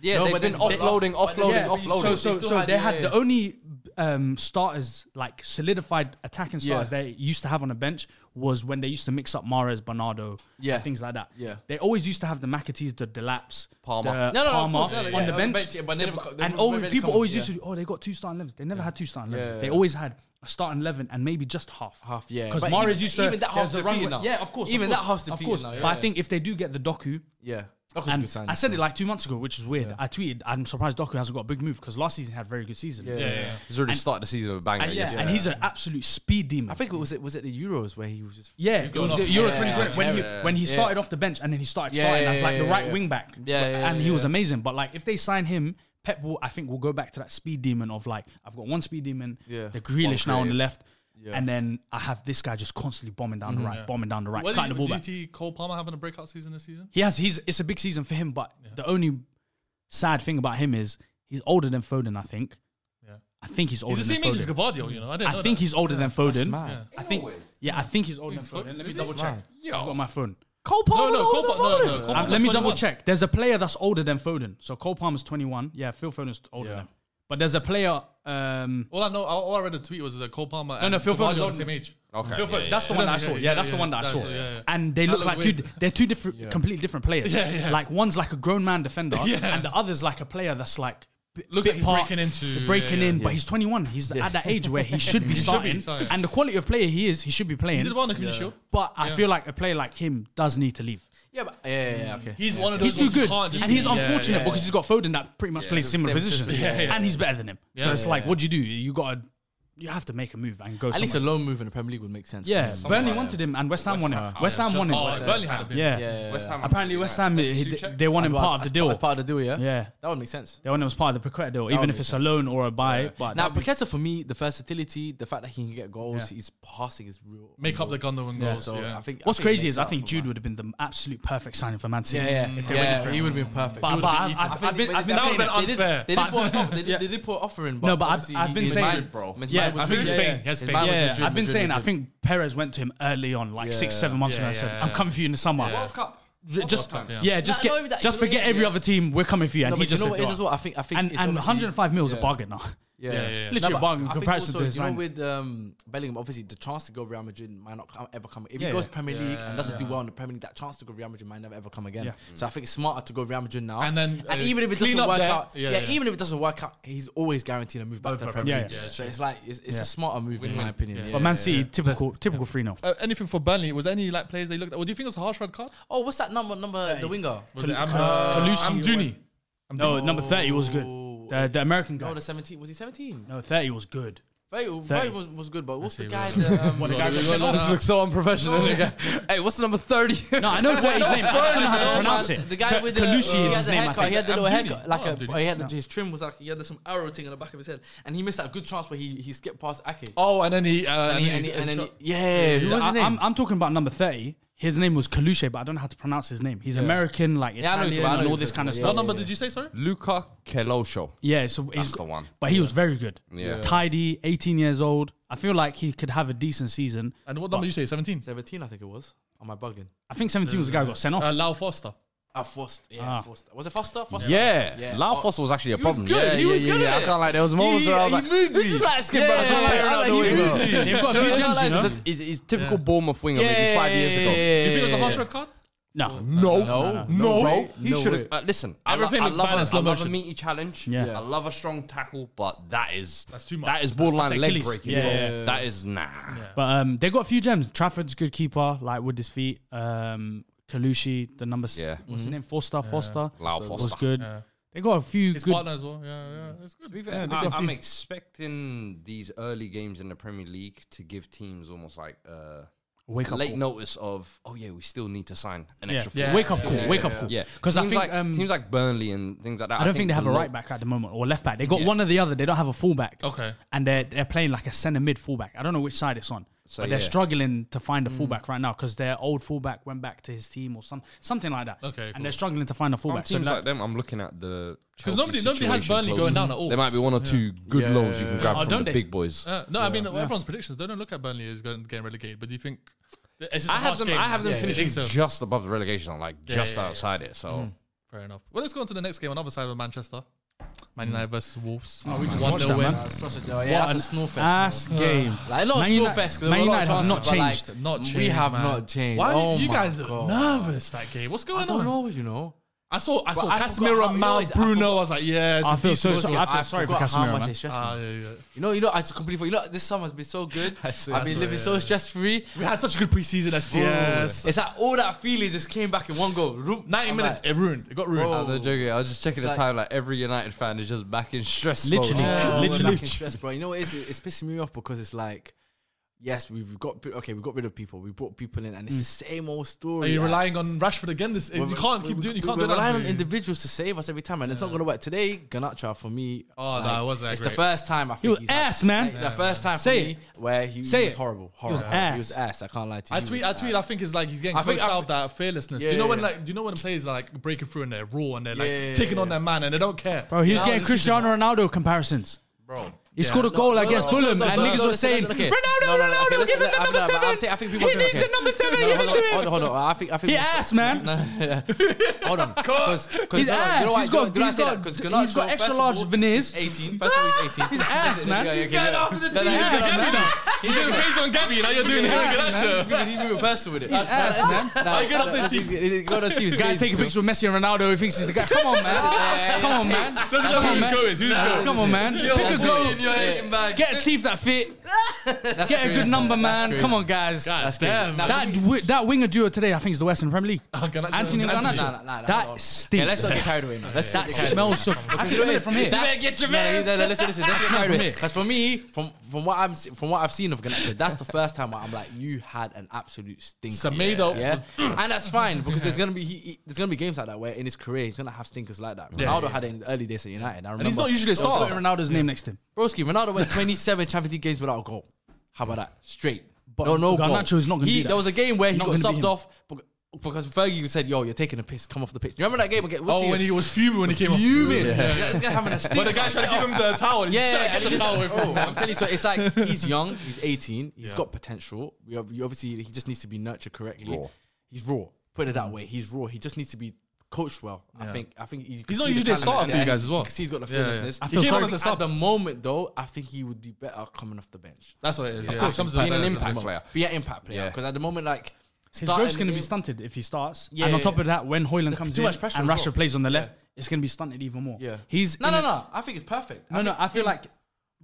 [SPEAKER 4] Yeah,
[SPEAKER 3] No,
[SPEAKER 4] they've
[SPEAKER 3] but
[SPEAKER 4] been
[SPEAKER 3] then-
[SPEAKER 4] offloading, offloading,
[SPEAKER 2] Yeah,
[SPEAKER 4] offloading.
[SPEAKER 2] so so,
[SPEAKER 3] still
[SPEAKER 2] so
[SPEAKER 3] had-
[SPEAKER 2] they had
[SPEAKER 3] yeah,
[SPEAKER 2] the
[SPEAKER 3] yeah.
[SPEAKER 2] only um, starters like solidified attacking starters they used to have on the bench was when they used to mix up Mares, Bernardo,
[SPEAKER 3] Yeah.
[SPEAKER 2] and things like that.
[SPEAKER 3] Yeah.
[SPEAKER 2] they always used to have the McAtees, the Delaps,
[SPEAKER 4] Palmer.
[SPEAKER 2] the
[SPEAKER 3] No, no, of
[SPEAKER 2] Palmer
[SPEAKER 3] course, no, no, yeah,
[SPEAKER 2] on the bench.
[SPEAKER 3] yeah, but they never co- they
[SPEAKER 2] and
[SPEAKER 3] were
[SPEAKER 2] always,
[SPEAKER 3] very
[SPEAKER 2] people
[SPEAKER 3] common,
[SPEAKER 2] always
[SPEAKER 3] yeah.
[SPEAKER 2] used to oh they got two starting elevens. They never had two starting elevens.
[SPEAKER 3] yeah,
[SPEAKER 2] They
[SPEAKER 3] yeah.
[SPEAKER 2] always had a starting eleven and maybe just half.
[SPEAKER 3] Half, yeah.
[SPEAKER 2] Because
[SPEAKER 3] But
[SPEAKER 2] Mares
[SPEAKER 3] even-
[SPEAKER 2] used to
[SPEAKER 3] even that
[SPEAKER 2] there was
[SPEAKER 3] half's
[SPEAKER 2] a
[SPEAKER 3] depleted
[SPEAKER 2] runway-
[SPEAKER 3] now.
[SPEAKER 2] Yeah, of course. of
[SPEAKER 3] Even that
[SPEAKER 2] course,
[SPEAKER 3] half's
[SPEAKER 2] of
[SPEAKER 3] depleted
[SPEAKER 2] course.
[SPEAKER 3] now, yeah,
[SPEAKER 2] But I
[SPEAKER 3] yeah.
[SPEAKER 2] think if they do get the Doku,
[SPEAKER 3] Yeah. That was a
[SPEAKER 2] and
[SPEAKER 3] good signing.
[SPEAKER 2] I said it like two months ago, which is weird. I tweeted, I'm surprised Doku hasn't got a big move because last season he had a very good season.
[SPEAKER 3] Yeah.
[SPEAKER 1] Yeah, yeah.
[SPEAKER 4] He's already started the season with a banger.
[SPEAKER 2] And, yeah,
[SPEAKER 4] yes.
[SPEAKER 2] and he's an absolute speed demon.
[SPEAKER 3] I think it was it was it the Euros where he was just
[SPEAKER 2] yeah, it
[SPEAKER 1] going
[SPEAKER 2] was
[SPEAKER 1] off-
[SPEAKER 2] the Euro
[SPEAKER 3] yeah,
[SPEAKER 2] 2020 when he
[SPEAKER 3] yeah,
[SPEAKER 2] when he
[SPEAKER 3] yeah.
[SPEAKER 2] started off the bench and then he started
[SPEAKER 3] Yeah,
[SPEAKER 2] starting
[SPEAKER 3] yeah,
[SPEAKER 2] as like the
[SPEAKER 3] yeah,
[SPEAKER 2] right
[SPEAKER 3] yeah.
[SPEAKER 2] wing back.
[SPEAKER 3] Yeah, yeah,
[SPEAKER 2] and
[SPEAKER 3] yeah,
[SPEAKER 2] he was
[SPEAKER 3] yeah.
[SPEAKER 2] amazing. But like if they sign him, Pep will I think will go back to that speed demon of like I've got one speed demon,
[SPEAKER 3] Yeah.
[SPEAKER 2] the Grealish now on the left. And then I have this guy just constantly bombing down the right, bombing down the right,
[SPEAKER 1] Whether
[SPEAKER 2] cutting
[SPEAKER 1] you,
[SPEAKER 2] the ball
[SPEAKER 1] do you
[SPEAKER 2] back.
[SPEAKER 1] see Cole Palmer having a breakout season this season?
[SPEAKER 2] He has he's it's a big season for him, but the only sad thing about him is he's older than Foden, I think.
[SPEAKER 1] Yeah.
[SPEAKER 2] I think he's older
[SPEAKER 1] He's the
[SPEAKER 2] than
[SPEAKER 1] same age as
[SPEAKER 2] Foden.
[SPEAKER 1] Gavardio, you know. I, didn't
[SPEAKER 2] I
[SPEAKER 1] know
[SPEAKER 2] think
[SPEAKER 1] that.
[SPEAKER 2] he's older than Foden.
[SPEAKER 3] mad.
[SPEAKER 2] I think yeah, I think he's older than
[SPEAKER 1] He's
[SPEAKER 2] Foden.
[SPEAKER 1] Foden.
[SPEAKER 2] Let me
[SPEAKER 1] Is he?
[SPEAKER 2] double check.
[SPEAKER 1] Mad. Oh,
[SPEAKER 2] I've got my phone.
[SPEAKER 3] Cole
[SPEAKER 1] No,
[SPEAKER 3] Palmer's
[SPEAKER 1] no, Cole
[SPEAKER 3] older than
[SPEAKER 1] Palmer. No,
[SPEAKER 3] Foden.
[SPEAKER 1] no, Cole
[SPEAKER 2] Um,
[SPEAKER 1] Palmer's
[SPEAKER 2] let me double
[SPEAKER 1] 21.
[SPEAKER 2] check. There's a player that's older than Foden. So Cole Palmer's 21. Yeah, Phil Foden's older than him. But there's a player. Um,
[SPEAKER 1] All I know, all all I read the tweet was that Cole Palmer and
[SPEAKER 2] no, Phil
[SPEAKER 1] Gavardio
[SPEAKER 2] Foden's
[SPEAKER 1] are
[SPEAKER 2] older
[SPEAKER 1] the same
[SPEAKER 2] than-
[SPEAKER 1] age.
[SPEAKER 5] Okay.
[SPEAKER 1] Phil
[SPEAKER 5] yeah,
[SPEAKER 1] Foden.
[SPEAKER 5] yeah,
[SPEAKER 2] that's the
[SPEAKER 1] Yeah,
[SPEAKER 2] one that I
[SPEAKER 1] yeah,
[SPEAKER 2] saw. Yeah,
[SPEAKER 1] yeah,
[SPEAKER 2] that's the
[SPEAKER 1] yeah,
[SPEAKER 2] one that I
[SPEAKER 1] yeah,
[SPEAKER 2] saw.
[SPEAKER 1] yeah, yeah.
[SPEAKER 2] And they
[SPEAKER 1] That
[SPEAKER 2] look
[SPEAKER 1] looked
[SPEAKER 2] like two.
[SPEAKER 1] weird.
[SPEAKER 2] They're two different, completely different players.
[SPEAKER 1] Yeah, yeah.
[SPEAKER 2] Like one's like a grown man defender,
[SPEAKER 1] Yeah.
[SPEAKER 2] and the other's like a player that's like. b-
[SPEAKER 1] Looks
[SPEAKER 2] bit
[SPEAKER 1] like he's
[SPEAKER 2] part,
[SPEAKER 1] breaking into-
[SPEAKER 2] breaking
[SPEAKER 1] yeah, yeah.
[SPEAKER 2] in, but he's 21. He's at that age where he should
[SPEAKER 1] should
[SPEAKER 2] be
[SPEAKER 1] be
[SPEAKER 2] starting,
[SPEAKER 1] starting.
[SPEAKER 2] and the quality of player he is, he should be
[SPEAKER 1] He
[SPEAKER 2] playing.
[SPEAKER 1] did well in the community shield.
[SPEAKER 2] But I feel like a player like him does need to leave.
[SPEAKER 3] Yeah, but yeah, yeah, yeah, okay.
[SPEAKER 1] He's one of those
[SPEAKER 2] He's too
[SPEAKER 1] ones you
[SPEAKER 2] good,
[SPEAKER 1] can't
[SPEAKER 2] and
[SPEAKER 1] just-
[SPEAKER 2] he's
[SPEAKER 1] Yeah, yeah,
[SPEAKER 2] unfortunate
[SPEAKER 1] yeah.
[SPEAKER 2] because he's got Foden that pretty much plays similar positions, and he's better than him. so it's like, what do you do? You got to, you have to make a move and go.
[SPEAKER 3] At least a
[SPEAKER 2] somewhere.
[SPEAKER 3] loan move in the Premier League would make sense.
[SPEAKER 2] Yeah,
[SPEAKER 3] Because-
[SPEAKER 2] Burnley wanted him, and West Ham wanted him. West Ham wanted
[SPEAKER 1] Oh,
[SPEAKER 2] him.
[SPEAKER 1] Burnley had a bit.
[SPEAKER 2] Yeah.
[SPEAKER 4] West Ham.
[SPEAKER 2] Apparently, West Ham
[SPEAKER 4] Nice.
[SPEAKER 2] they,
[SPEAKER 4] Suchek?
[SPEAKER 2] they want him
[SPEAKER 3] As well,
[SPEAKER 2] part of the
[SPEAKER 3] as
[SPEAKER 2] deal.
[SPEAKER 3] Part, as part of the deal, yeah.
[SPEAKER 2] Yeah.
[SPEAKER 3] that would make sense.
[SPEAKER 2] They want him as part of the Paqueta deal, even
[SPEAKER 3] would
[SPEAKER 2] if
[SPEAKER 3] make
[SPEAKER 2] it's a loan or a buy. But
[SPEAKER 3] now,
[SPEAKER 2] that'd be-
[SPEAKER 3] Paqueta for me, the versatility, the fact that he can get goals,
[SPEAKER 2] Yeah.
[SPEAKER 3] his passing is real.
[SPEAKER 1] Make up the Gundogan goals.
[SPEAKER 3] So
[SPEAKER 1] Yeah.
[SPEAKER 3] I think
[SPEAKER 2] what's
[SPEAKER 3] I think it
[SPEAKER 2] crazy
[SPEAKER 3] makes
[SPEAKER 2] is I
[SPEAKER 3] up
[SPEAKER 2] think
[SPEAKER 3] for
[SPEAKER 2] Jude
[SPEAKER 3] that.
[SPEAKER 2] would have been the absolute perfect signing for Man City.
[SPEAKER 3] Yeah, yeah,
[SPEAKER 2] If they went
[SPEAKER 3] yeah,
[SPEAKER 2] for
[SPEAKER 3] he
[SPEAKER 2] him.
[SPEAKER 3] would have been perfect.
[SPEAKER 2] But, but I've, I've been, I've been,
[SPEAKER 1] would've
[SPEAKER 3] That
[SPEAKER 2] saying
[SPEAKER 1] been
[SPEAKER 2] it.
[SPEAKER 3] they did,
[SPEAKER 1] unfair.
[SPEAKER 3] they did, put,
[SPEAKER 2] But-
[SPEAKER 3] an offer- they, did,
[SPEAKER 2] Yeah.
[SPEAKER 3] they did put an offer in, but
[SPEAKER 2] No, but I've-
[SPEAKER 3] obviously
[SPEAKER 2] I've been
[SPEAKER 3] his
[SPEAKER 2] saying-
[SPEAKER 3] mind-
[SPEAKER 4] Bro.
[SPEAKER 3] his
[SPEAKER 2] Yeah,
[SPEAKER 3] mind was
[SPEAKER 2] I think
[SPEAKER 3] Madrid.
[SPEAKER 2] Spain,
[SPEAKER 1] yeah, Spain.
[SPEAKER 3] His mind was
[SPEAKER 2] yeah,
[SPEAKER 3] Madrid,
[SPEAKER 2] I've been
[SPEAKER 3] Madrid,
[SPEAKER 2] saying. I
[SPEAKER 3] Madrid.
[SPEAKER 2] think Perez went to him early on, like six,
[SPEAKER 3] Yeah.
[SPEAKER 2] seven months
[SPEAKER 1] Yeah,
[SPEAKER 2] ago, and said,
[SPEAKER 1] yeah,
[SPEAKER 2] "I'm
[SPEAKER 1] yeah.
[SPEAKER 2] coming for you in the summer."
[SPEAKER 4] World Cup.
[SPEAKER 2] Ju- Just,
[SPEAKER 4] World Cup,
[SPEAKER 2] yeah.
[SPEAKER 4] yeah.
[SPEAKER 2] just
[SPEAKER 3] Nah, not
[SPEAKER 2] get,
[SPEAKER 3] even that,
[SPEAKER 2] just
[SPEAKER 3] you know
[SPEAKER 2] forget
[SPEAKER 3] what it is,
[SPEAKER 2] every
[SPEAKER 3] yeah.
[SPEAKER 2] other team. We're coming for you, and
[SPEAKER 3] No,
[SPEAKER 2] he
[SPEAKER 3] but you
[SPEAKER 2] just
[SPEAKER 3] know
[SPEAKER 2] said,
[SPEAKER 3] what it is
[SPEAKER 2] "No."
[SPEAKER 3] as well? I think I think
[SPEAKER 2] and
[SPEAKER 3] it's
[SPEAKER 2] and
[SPEAKER 3] obviously-
[SPEAKER 2] 105 mil is a
[SPEAKER 3] yeah.
[SPEAKER 2] bargain now.
[SPEAKER 3] Yeah,
[SPEAKER 1] yeah, yeah.
[SPEAKER 2] Literally a
[SPEAKER 3] but
[SPEAKER 2] bargain in
[SPEAKER 3] I think
[SPEAKER 2] comparison
[SPEAKER 3] also,
[SPEAKER 2] to his
[SPEAKER 3] you know,
[SPEAKER 2] signing.
[SPEAKER 3] with um, Bellingham, obviously the chance to go Real Madrid might not come, ever come. If
[SPEAKER 2] Yeah,
[SPEAKER 3] he goes
[SPEAKER 2] yeah.
[SPEAKER 3] Premier League and doesn't do well in the Premier League, that chance to go Real Madrid might never ever come again.
[SPEAKER 2] Yeah.
[SPEAKER 3] So I think it's smarter to go Real Madrid now.
[SPEAKER 1] And then,
[SPEAKER 3] and
[SPEAKER 1] uh,
[SPEAKER 3] even if it
[SPEAKER 1] clean
[SPEAKER 3] doesn't
[SPEAKER 1] up
[SPEAKER 3] work
[SPEAKER 1] there.
[SPEAKER 3] out,
[SPEAKER 1] Yeah,
[SPEAKER 3] yeah,
[SPEAKER 1] yeah.
[SPEAKER 3] even if it doesn't work out, he's always guaranteed a move back to the Premier
[SPEAKER 2] yeah.
[SPEAKER 3] League.
[SPEAKER 1] Yeah,
[SPEAKER 3] So it's like it's, it's a smarter move in my opinion.
[SPEAKER 2] But
[SPEAKER 3] Yeah.
[SPEAKER 2] Man City, typical, typical three 0
[SPEAKER 1] Uh, anything for Burnley? Was there any like players they looked at? Well, do you think it was a harsh red card?
[SPEAKER 3] Oh, what's that number? Number the winger.
[SPEAKER 1] Was it Am-
[SPEAKER 2] Kalusi
[SPEAKER 1] Amdouni?
[SPEAKER 2] No, number 30 was good. The, the American guy.
[SPEAKER 3] No, the seventeen. Was he seventeen?
[SPEAKER 2] No, 30 was good.
[SPEAKER 3] Very, very
[SPEAKER 2] 30.
[SPEAKER 3] was, was good, but what's the guy?
[SPEAKER 1] was-
[SPEAKER 3] that, um,
[SPEAKER 2] the guy got sent
[SPEAKER 1] off.
[SPEAKER 5] This looks so unprofessional. hey, what's the number 30?
[SPEAKER 2] No, I know 30's name. I just don't know how to
[SPEAKER 3] No,
[SPEAKER 2] pronounce
[SPEAKER 3] man,
[SPEAKER 2] it.
[SPEAKER 3] The guy
[SPEAKER 2] Ka-
[SPEAKER 3] with
[SPEAKER 2] Kalushi
[SPEAKER 3] the,
[SPEAKER 2] is
[SPEAKER 3] he
[SPEAKER 2] his
[SPEAKER 3] had the
[SPEAKER 2] name. I
[SPEAKER 3] haircut. He
[SPEAKER 2] think.
[SPEAKER 3] had the little
[SPEAKER 1] Abduni.
[SPEAKER 3] haircut, like
[SPEAKER 1] Oh,
[SPEAKER 3] a,
[SPEAKER 1] Abduni.
[SPEAKER 3] he had his trim was like he had some arrow thing on the back of his head, and he missed that good chance where he, he skipped past Ake.
[SPEAKER 1] Oh, and then he uh,
[SPEAKER 3] and, he, and, he, and then he, yeah, who was his
[SPEAKER 2] I,
[SPEAKER 3] name?
[SPEAKER 2] am I'm talking about number 30. His name was Kalushi, but I don't know how to pronounce his name. He's American, like
[SPEAKER 3] I know
[SPEAKER 2] Italian,
[SPEAKER 3] who you're talking
[SPEAKER 2] and all
[SPEAKER 3] about.
[SPEAKER 2] this kind of
[SPEAKER 3] Yeah,
[SPEAKER 2] stuff.
[SPEAKER 1] What number did you say? Sorry.
[SPEAKER 5] Luca Kelosho.
[SPEAKER 2] Yeah, so he's
[SPEAKER 5] That's the one.
[SPEAKER 2] But he was very good.
[SPEAKER 5] Yeah.
[SPEAKER 2] Tidy, 18 years old. I feel like he could have a decent season.
[SPEAKER 1] And what number did you say? Seventeen.
[SPEAKER 3] Seventeen, I think it was. Am I bugging?
[SPEAKER 2] I think 17 was the guy who got sent off.
[SPEAKER 1] Uh, Lau Foster.
[SPEAKER 3] Ah, Foster. Yeah,
[SPEAKER 2] Ah.
[SPEAKER 3] Foster. Was it Foster? Foster?
[SPEAKER 5] Yeah.
[SPEAKER 3] Yeah.
[SPEAKER 5] Lau
[SPEAKER 3] Oh.
[SPEAKER 5] Foster was actually a
[SPEAKER 3] He was
[SPEAKER 5] problem.
[SPEAKER 3] good.
[SPEAKER 5] Yeah,
[SPEAKER 3] He
[SPEAKER 5] yeah,
[SPEAKER 3] was
[SPEAKER 5] yeah,
[SPEAKER 3] good
[SPEAKER 5] yeah.
[SPEAKER 3] at
[SPEAKER 5] I
[SPEAKER 3] it.
[SPEAKER 5] can't like there was moments
[SPEAKER 3] He-
[SPEAKER 5] where I was
[SPEAKER 3] he
[SPEAKER 5] like,
[SPEAKER 3] moved
[SPEAKER 5] this
[SPEAKER 3] me.
[SPEAKER 5] is like skin,
[SPEAKER 3] Yeah,
[SPEAKER 5] but I just
[SPEAKER 3] yeah,
[SPEAKER 5] tearing
[SPEAKER 3] yeah,
[SPEAKER 5] out
[SPEAKER 3] he
[SPEAKER 5] the
[SPEAKER 3] moved
[SPEAKER 5] winger.
[SPEAKER 3] me.
[SPEAKER 2] They've got a few gems, you know?
[SPEAKER 5] It's- it's- it's typical Bournemouth winger maybe five years ago.
[SPEAKER 1] Do you think it was a harsh red card?
[SPEAKER 2] No.
[SPEAKER 5] No,
[SPEAKER 2] No, no,
[SPEAKER 5] bro. He
[SPEAKER 3] No
[SPEAKER 5] should
[SPEAKER 3] way.
[SPEAKER 5] have. Uh, listen,
[SPEAKER 1] Everything
[SPEAKER 5] I, lo-
[SPEAKER 1] looks
[SPEAKER 5] I
[SPEAKER 1] bad
[SPEAKER 5] love,
[SPEAKER 1] in
[SPEAKER 5] a,
[SPEAKER 1] slow
[SPEAKER 5] I love a
[SPEAKER 1] motion.
[SPEAKER 5] meaty challenge.
[SPEAKER 2] Yeah. Yeah.
[SPEAKER 5] I love a strong tackle, but that is
[SPEAKER 1] That's too much.
[SPEAKER 5] That is borderline
[SPEAKER 2] That's
[SPEAKER 5] leg
[SPEAKER 2] Achilles.
[SPEAKER 5] breaking.
[SPEAKER 2] Yeah,
[SPEAKER 5] bro.
[SPEAKER 2] yeah, yeah.
[SPEAKER 5] that is nah.
[SPEAKER 2] But um, they got a few gems. Trafford's good keeper, like with his feet. Um, Kalushi, the number. s-
[SPEAKER 5] Yeah.
[SPEAKER 2] What's his name? Foster. Foster.
[SPEAKER 5] Lau
[SPEAKER 2] was
[SPEAKER 5] Foster.
[SPEAKER 2] good. They got a few
[SPEAKER 1] His
[SPEAKER 2] good.
[SPEAKER 1] partner as well. Yeah, yeah. It's good.
[SPEAKER 5] I,
[SPEAKER 2] they got a few-
[SPEAKER 5] I'm expecting these early games in the Premier League to give teams almost like uh,
[SPEAKER 2] Wake up
[SPEAKER 5] late
[SPEAKER 2] call.
[SPEAKER 5] notice of, oh yeah, we still need to sign an
[SPEAKER 2] yeah.
[SPEAKER 5] extra. forward.
[SPEAKER 2] wake up call. wake up call.
[SPEAKER 5] Yeah,
[SPEAKER 2] Because I
[SPEAKER 5] Teams
[SPEAKER 2] think
[SPEAKER 5] like,
[SPEAKER 2] um,
[SPEAKER 5] teams like Burnley and things like that.
[SPEAKER 2] I don't think they have a
[SPEAKER 5] lot-
[SPEAKER 2] right back at the moment or left back. They got
[SPEAKER 5] Yeah.
[SPEAKER 2] one or the other. They don't have a fullback.
[SPEAKER 1] Okay.
[SPEAKER 2] And they're they're playing like a centre mid fullback. I don't know which side it's on.
[SPEAKER 5] So,
[SPEAKER 2] but they're
[SPEAKER 5] yeah.
[SPEAKER 2] struggling to find a fullback right now because their old fullback went back to his team or some something like that.
[SPEAKER 1] Okay,
[SPEAKER 2] And
[SPEAKER 1] cool.
[SPEAKER 2] they're struggling to find a
[SPEAKER 5] From
[SPEAKER 2] fullback. So
[SPEAKER 5] teams
[SPEAKER 2] like-
[SPEAKER 5] like them, I'm looking at the
[SPEAKER 1] Because
[SPEAKER 5] Chelsea
[SPEAKER 1] nobody- nobody has
[SPEAKER 5] situation
[SPEAKER 1] Burnley
[SPEAKER 5] closely.
[SPEAKER 1] going down at all.
[SPEAKER 5] There might be one or two good loans you can grab
[SPEAKER 2] Oh,
[SPEAKER 5] from
[SPEAKER 2] don't
[SPEAKER 5] the
[SPEAKER 2] they?
[SPEAKER 5] big boys.
[SPEAKER 1] Uh, no, I mean everyone's predictions. They don't look at Burnley as going getting relegated, but do you think it's just a
[SPEAKER 5] I have
[SPEAKER 1] harsh
[SPEAKER 5] them.
[SPEAKER 1] game.
[SPEAKER 5] I have them
[SPEAKER 1] Yeah, yeah,
[SPEAKER 5] finishing
[SPEAKER 1] yeah.
[SPEAKER 5] just above the relegation zone, like just
[SPEAKER 1] yeah, yeah.
[SPEAKER 5] outside it. So
[SPEAKER 1] Fair enough. Well, let's go on to the next game on the other side of Manchester. Man
[SPEAKER 3] Hmm.
[SPEAKER 1] United versus Wolves. Oh, we
[SPEAKER 2] just watched that, man.
[SPEAKER 3] That's such a yeah, that's
[SPEAKER 2] an
[SPEAKER 3] a snow fest.
[SPEAKER 2] ass
[SPEAKER 3] man.
[SPEAKER 2] game.
[SPEAKER 3] Like not
[SPEAKER 2] Man
[SPEAKER 3] a snow
[SPEAKER 2] United-
[SPEAKER 3] fest. 'cause there
[SPEAKER 2] Man
[SPEAKER 3] were a lot
[SPEAKER 2] United
[SPEAKER 3] of
[SPEAKER 2] have
[SPEAKER 3] chances,
[SPEAKER 2] not
[SPEAKER 3] but, like,
[SPEAKER 2] changed.
[SPEAKER 1] Not changed.
[SPEAKER 3] We have
[SPEAKER 1] man.
[SPEAKER 3] not changed.
[SPEAKER 1] Why
[SPEAKER 3] oh
[SPEAKER 1] you
[SPEAKER 3] my
[SPEAKER 1] guys look
[SPEAKER 3] God.
[SPEAKER 1] nervous that game? What's going
[SPEAKER 3] I don't
[SPEAKER 1] on?
[SPEAKER 3] know, you know.
[SPEAKER 1] I saw. I saw
[SPEAKER 3] I forgot how-
[SPEAKER 1] Casemiro,
[SPEAKER 3] you know,
[SPEAKER 1] Mount,
[SPEAKER 3] it's- I
[SPEAKER 1] Bruno. I,
[SPEAKER 3] forgot-
[SPEAKER 1] was like, yeah. It's
[SPEAKER 2] I
[SPEAKER 1] a
[SPEAKER 2] feel so
[SPEAKER 1] decent
[SPEAKER 2] sorry.
[SPEAKER 1] goal.
[SPEAKER 2] I feel sorry for
[SPEAKER 3] forgot how
[SPEAKER 2] Casemiro.
[SPEAKER 3] much
[SPEAKER 2] man.
[SPEAKER 3] it stressed me.
[SPEAKER 1] Ah, yeah, yeah.
[SPEAKER 3] You know, you know, I just completely forgot. You know, this summer's been so good. I've been living so stress free.
[SPEAKER 1] We had such a good preseason. STS.
[SPEAKER 3] It's like all that feeling just came back in one go. Room,
[SPEAKER 1] 90
[SPEAKER 3] I'm
[SPEAKER 1] minutes.
[SPEAKER 3] like,
[SPEAKER 1] it ruined. It got ruined.
[SPEAKER 3] Bro.
[SPEAKER 5] I'm not joking. I was just checking the
[SPEAKER 3] like-
[SPEAKER 5] time. Like every United fan is just back in stress.
[SPEAKER 2] Literally.
[SPEAKER 5] mode.
[SPEAKER 3] oh, we're
[SPEAKER 2] Literally.
[SPEAKER 3] back in stress, bro. You know what it is? It's pissing me off because it's like yes, we've got okay, we got rid of people, we brought people in, and it's the same old
[SPEAKER 1] Are
[SPEAKER 3] story.
[SPEAKER 1] you
[SPEAKER 3] like-
[SPEAKER 1] relying on Rashford again? This you
[SPEAKER 3] we're-
[SPEAKER 1] can't
[SPEAKER 3] we're-
[SPEAKER 1] keep doing. You
[SPEAKER 3] we're
[SPEAKER 1] can't do that.
[SPEAKER 3] relying on
[SPEAKER 1] dude.
[SPEAKER 3] individuals to save us every time, and it's not going to work today. Ganacha for me.
[SPEAKER 1] Oh, no, it wasn't that
[SPEAKER 3] It's the
[SPEAKER 1] great.
[SPEAKER 3] first time I think
[SPEAKER 2] was
[SPEAKER 3] he's had-
[SPEAKER 2] ass, man.
[SPEAKER 3] like, The first time
[SPEAKER 2] Say
[SPEAKER 3] for me
[SPEAKER 2] it.
[SPEAKER 3] where he,
[SPEAKER 2] Say
[SPEAKER 3] was
[SPEAKER 2] it.
[SPEAKER 3] horrible.
[SPEAKER 2] He was
[SPEAKER 3] Horrible.
[SPEAKER 2] ass.
[SPEAKER 3] He was ass. I can't lie to you.
[SPEAKER 1] I
[SPEAKER 3] He
[SPEAKER 1] tweet,
[SPEAKER 3] was
[SPEAKER 1] I tweet. I
[SPEAKER 3] ass.
[SPEAKER 1] think it's like he's getting
[SPEAKER 3] I
[SPEAKER 1] coached
[SPEAKER 3] think- I
[SPEAKER 1] out
[SPEAKER 3] think-
[SPEAKER 1] that fearlessness. do you
[SPEAKER 3] Yeah,
[SPEAKER 1] know when
[SPEAKER 3] yeah.
[SPEAKER 1] like do you know when players are like breaking through and they're raw and they're like
[SPEAKER 3] Yeah, yeah,
[SPEAKER 1] taking on
[SPEAKER 3] yeah.
[SPEAKER 1] their man and they don't care.
[SPEAKER 2] Bro, he was
[SPEAKER 3] Yeah,
[SPEAKER 2] getting
[SPEAKER 3] this is
[SPEAKER 2] Cristiano Ronaldo comparisons.
[SPEAKER 3] bro.
[SPEAKER 2] He scored a goal against Fulham, and niggas were saying,
[SPEAKER 3] okay.
[SPEAKER 2] Ronaldo,
[SPEAKER 3] No, no, no,
[SPEAKER 2] Ronaldo,
[SPEAKER 3] okay, listen,
[SPEAKER 2] give him the
[SPEAKER 3] I'm
[SPEAKER 2] number
[SPEAKER 3] not- I'm
[SPEAKER 2] seven.
[SPEAKER 3] saying- I think people
[SPEAKER 2] he
[SPEAKER 3] are-
[SPEAKER 2] needs
[SPEAKER 3] okay.
[SPEAKER 2] a number seven.
[SPEAKER 3] No,
[SPEAKER 2] give
[SPEAKER 3] hold
[SPEAKER 2] it to
[SPEAKER 3] on,
[SPEAKER 2] him.
[SPEAKER 3] hold on, hold on. I think, I think
[SPEAKER 2] He
[SPEAKER 3] we're-
[SPEAKER 2] ass, man.
[SPEAKER 3] Hold on, because
[SPEAKER 2] He's ass.
[SPEAKER 3] You know why-
[SPEAKER 2] He's
[SPEAKER 3] you know-
[SPEAKER 2] got-
[SPEAKER 3] you know why I
[SPEAKER 2] he's
[SPEAKER 3] say
[SPEAKER 2] got-
[SPEAKER 3] that? 'Cause
[SPEAKER 2] he's
[SPEAKER 3] Garnacho,
[SPEAKER 2] got extra
[SPEAKER 3] first of
[SPEAKER 2] large
[SPEAKER 3] all,
[SPEAKER 2] veneers.
[SPEAKER 3] he's Eighteen. First of all, he's eighteen.
[SPEAKER 2] He's ass,
[SPEAKER 3] Listen,
[SPEAKER 2] man.
[SPEAKER 3] yeah, yeah,
[SPEAKER 2] He's
[SPEAKER 3] yeah,
[SPEAKER 1] getting
[SPEAKER 3] yeah.
[SPEAKER 1] after the
[SPEAKER 3] No, no,
[SPEAKER 1] team.
[SPEAKER 3] he's
[SPEAKER 2] He's
[SPEAKER 3] getting
[SPEAKER 2] ass,
[SPEAKER 3] after
[SPEAKER 2] man.
[SPEAKER 3] the
[SPEAKER 1] He's doing face on Gabby. Now you're doing
[SPEAKER 3] team.
[SPEAKER 1] Harry Ganacho.
[SPEAKER 3] He's moving- He's moving personal with it.
[SPEAKER 2] ass, man.
[SPEAKER 1] I get off this team.
[SPEAKER 3] Go to team.
[SPEAKER 2] This guy's taking pictures with Messi and Ronaldo. He thinks he's the guy. Come on, man. Come on, man.
[SPEAKER 1] Doesn't know who his
[SPEAKER 2] man.
[SPEAKER 1] goal is. Who's goal?
[SPEAKER 2] Come on, man.
[SPEAKER 1] Yo,
[SPEAKER 2] Pick a
[SPEAKER 1] that's
[SPEAKER 2] goal.
[SPEAKER 1] it. You're hating, man.
[SPEAKER 2] Get a teeth that fit. Get a good
[SPEAKER 3] crazy.
[SPEAKER 2] number,
[SPEAKER 3] That's
[SPEAKER 2] man.
[SPEAKER 3] crazy.
[SPEAKER 2] Come on, guys.
[SPEAKER 1] God damn. man.
[SPEAKER 2] That wi- that winger duo today, I think, is the Western Premier League.
[SPEAKER 1] Garnacho and
[SPEAKER 2] Anthony
[SPEAKER 1] Garnacho.
[SPEAKER 2] Garnacho.
[SPEAKER 3] Nah, nah, nah, nah, hold on.
[SPEAKER 2] That
[SPEAKER 3] Yeah, let's
[SPEAKER 2] stinks.
[SPEAKER 3] not get carried away, man. Let's
[SPEAKER 2] That smells so. I can smell it from here.
[SPEAKER 3] That's,
[SPEAKER 2] Get your
[SPEAKER 3] no, no,
[SPEAKER 2] man.
[SPEAKER 3] no, no, listen, listen. Let's get
[SPEAKER 2] Smell
[SPEAKER 3] carried
[SPEAKER 2] from
[SPEAKER 3] away.
[SPEAKER 2] here.
[SPEAKER 3] Because for me, from from what I'm se- from what I've seen of Ganache, that's the first time where I'm like, you had an absolute stinker.
[SPEAKER 1] Semedo.
[SPEAKER 3] yeah, and that's fine because there's gonna be he, he- there's gonna be games like that where in his career he's gonna have stinkers like that. Ronaldo had it in his early days at United. I remember.
[SPEAKER 1] And he's not usually a
[SPEAKER 2] Put
[SPEAKER 1] starter.
[SPEAKER 2] Ronaldo's name next to him.
[SPEAKER 3] Broski, Ronaldo went 27 Champions League games without a goal. How about that? Straight.
[SPEAKER 2] But
[SPEAKER 3] no, no
[SPEAKER 2] Garnacho
[SPEAKER 3] goal.
[SPEAKER 2] is not gonna
[SPEAKER 3] He-
[SPEAKER 2] do that.
[SPEAKER 3] There was a game where he
[SPEAKER 2] Not
[SPEAKER 3] got
[SPEAKER 2] gonna be
[SPEAKER 3] subbed
[SPEAKER 2] him.
[SPEAKER 3] off bec- because Fergie said, "Yo, you're taking a piss. Come off the pitch." Do you remember that game? Against,
[SPEAKER 1] Oh, when he was fuming when he came off.
[SPEAKER 3] fuming. This guy having a
[SPEAKER 1] But the
[SPEAKER 3] stink.
[SPEAKER 1] guy tried to give him the towel. and he
[SPEAKER 3] Yeah,
[SPEAKER 1] said,
[SPEAKER 3] yeah,
[SPEAKER 1] "Get the
[SPEAKER 3] yeah.
[SPEAKER 1] towel away from
[SPEAKER 3] Oh,
[SPEAKER 1] him."
[SPEAKER 3] I'm telling you, so it's like he's young, he's 18, He's got potential. We ob- you obviously he just needs to be nurtured correctly. He's raw. Put it that way, he's raw. He just needs to be coached well. I think. I think he's.
[SPEAKER 1] He's not usually a starter for you guys as well.
[SPEAKER 3] Because he's got the
[SPEAKER 1] Yeah, yeah.
[SPEAKER 3] fearlessness.
[SPEAKER 1] I feel
[SPEAKER 3] He came
[SPEAKER 1] sorry
[SPEAKER 3] on
[SPEAKER 1] for
[SPEAKER 3] as a
[SPEAKER 1] Sub.
[SPEAKER 3] At the moment, though, I think he would do better coming off the bench.
[SPEAKER 1] That's what it is. Of
[SPEAKER 3] course,
[SPEAKER 1] comes
[SPEAKER 3] being
[SPEAKER 1] to
[SPEAKER 3] an
[SPEAKER 1] that.
[SPEAKER 3] impact player. Be an impact player. Because at the moment, like
[SPEAKER 2] His growth's
[SPEAKER 3] starting-
[SPEAKER 2] going to be stunted if he starts.
[SPEAKER 3] Yeah,
[SPEAKER 2] and on
[SPEAKER 3] yeah,
[SPEAKER 2] top
[SPEAKER 3] yeah.
[SPEAKER 2] of that, when Hoyland comes
[SPEAKER 3] too
[SPEAKER 2] in
[SPEAKER 3] much pressure
[SPEAKER 2] and
[SPEAKER 3] as
[SPEAKER 2] Rashford
[SPEAKER 3] well.
[SPEAKER 2] plays on the left, it's going to be stunted even more.
[SPEAKER 3] Yeah.
[SPEAKER 2] He's
[SPEAKER 3] No,
[SPEAKER 2] in
[SPEAKER 3] no,
[SPEAKER 2] a-
[SPEAKER 3] no. I think it's perfect.
[SPEAKER 2] No, no.
[SPEAKER 3] think-
[SPEAKER 2] I feel like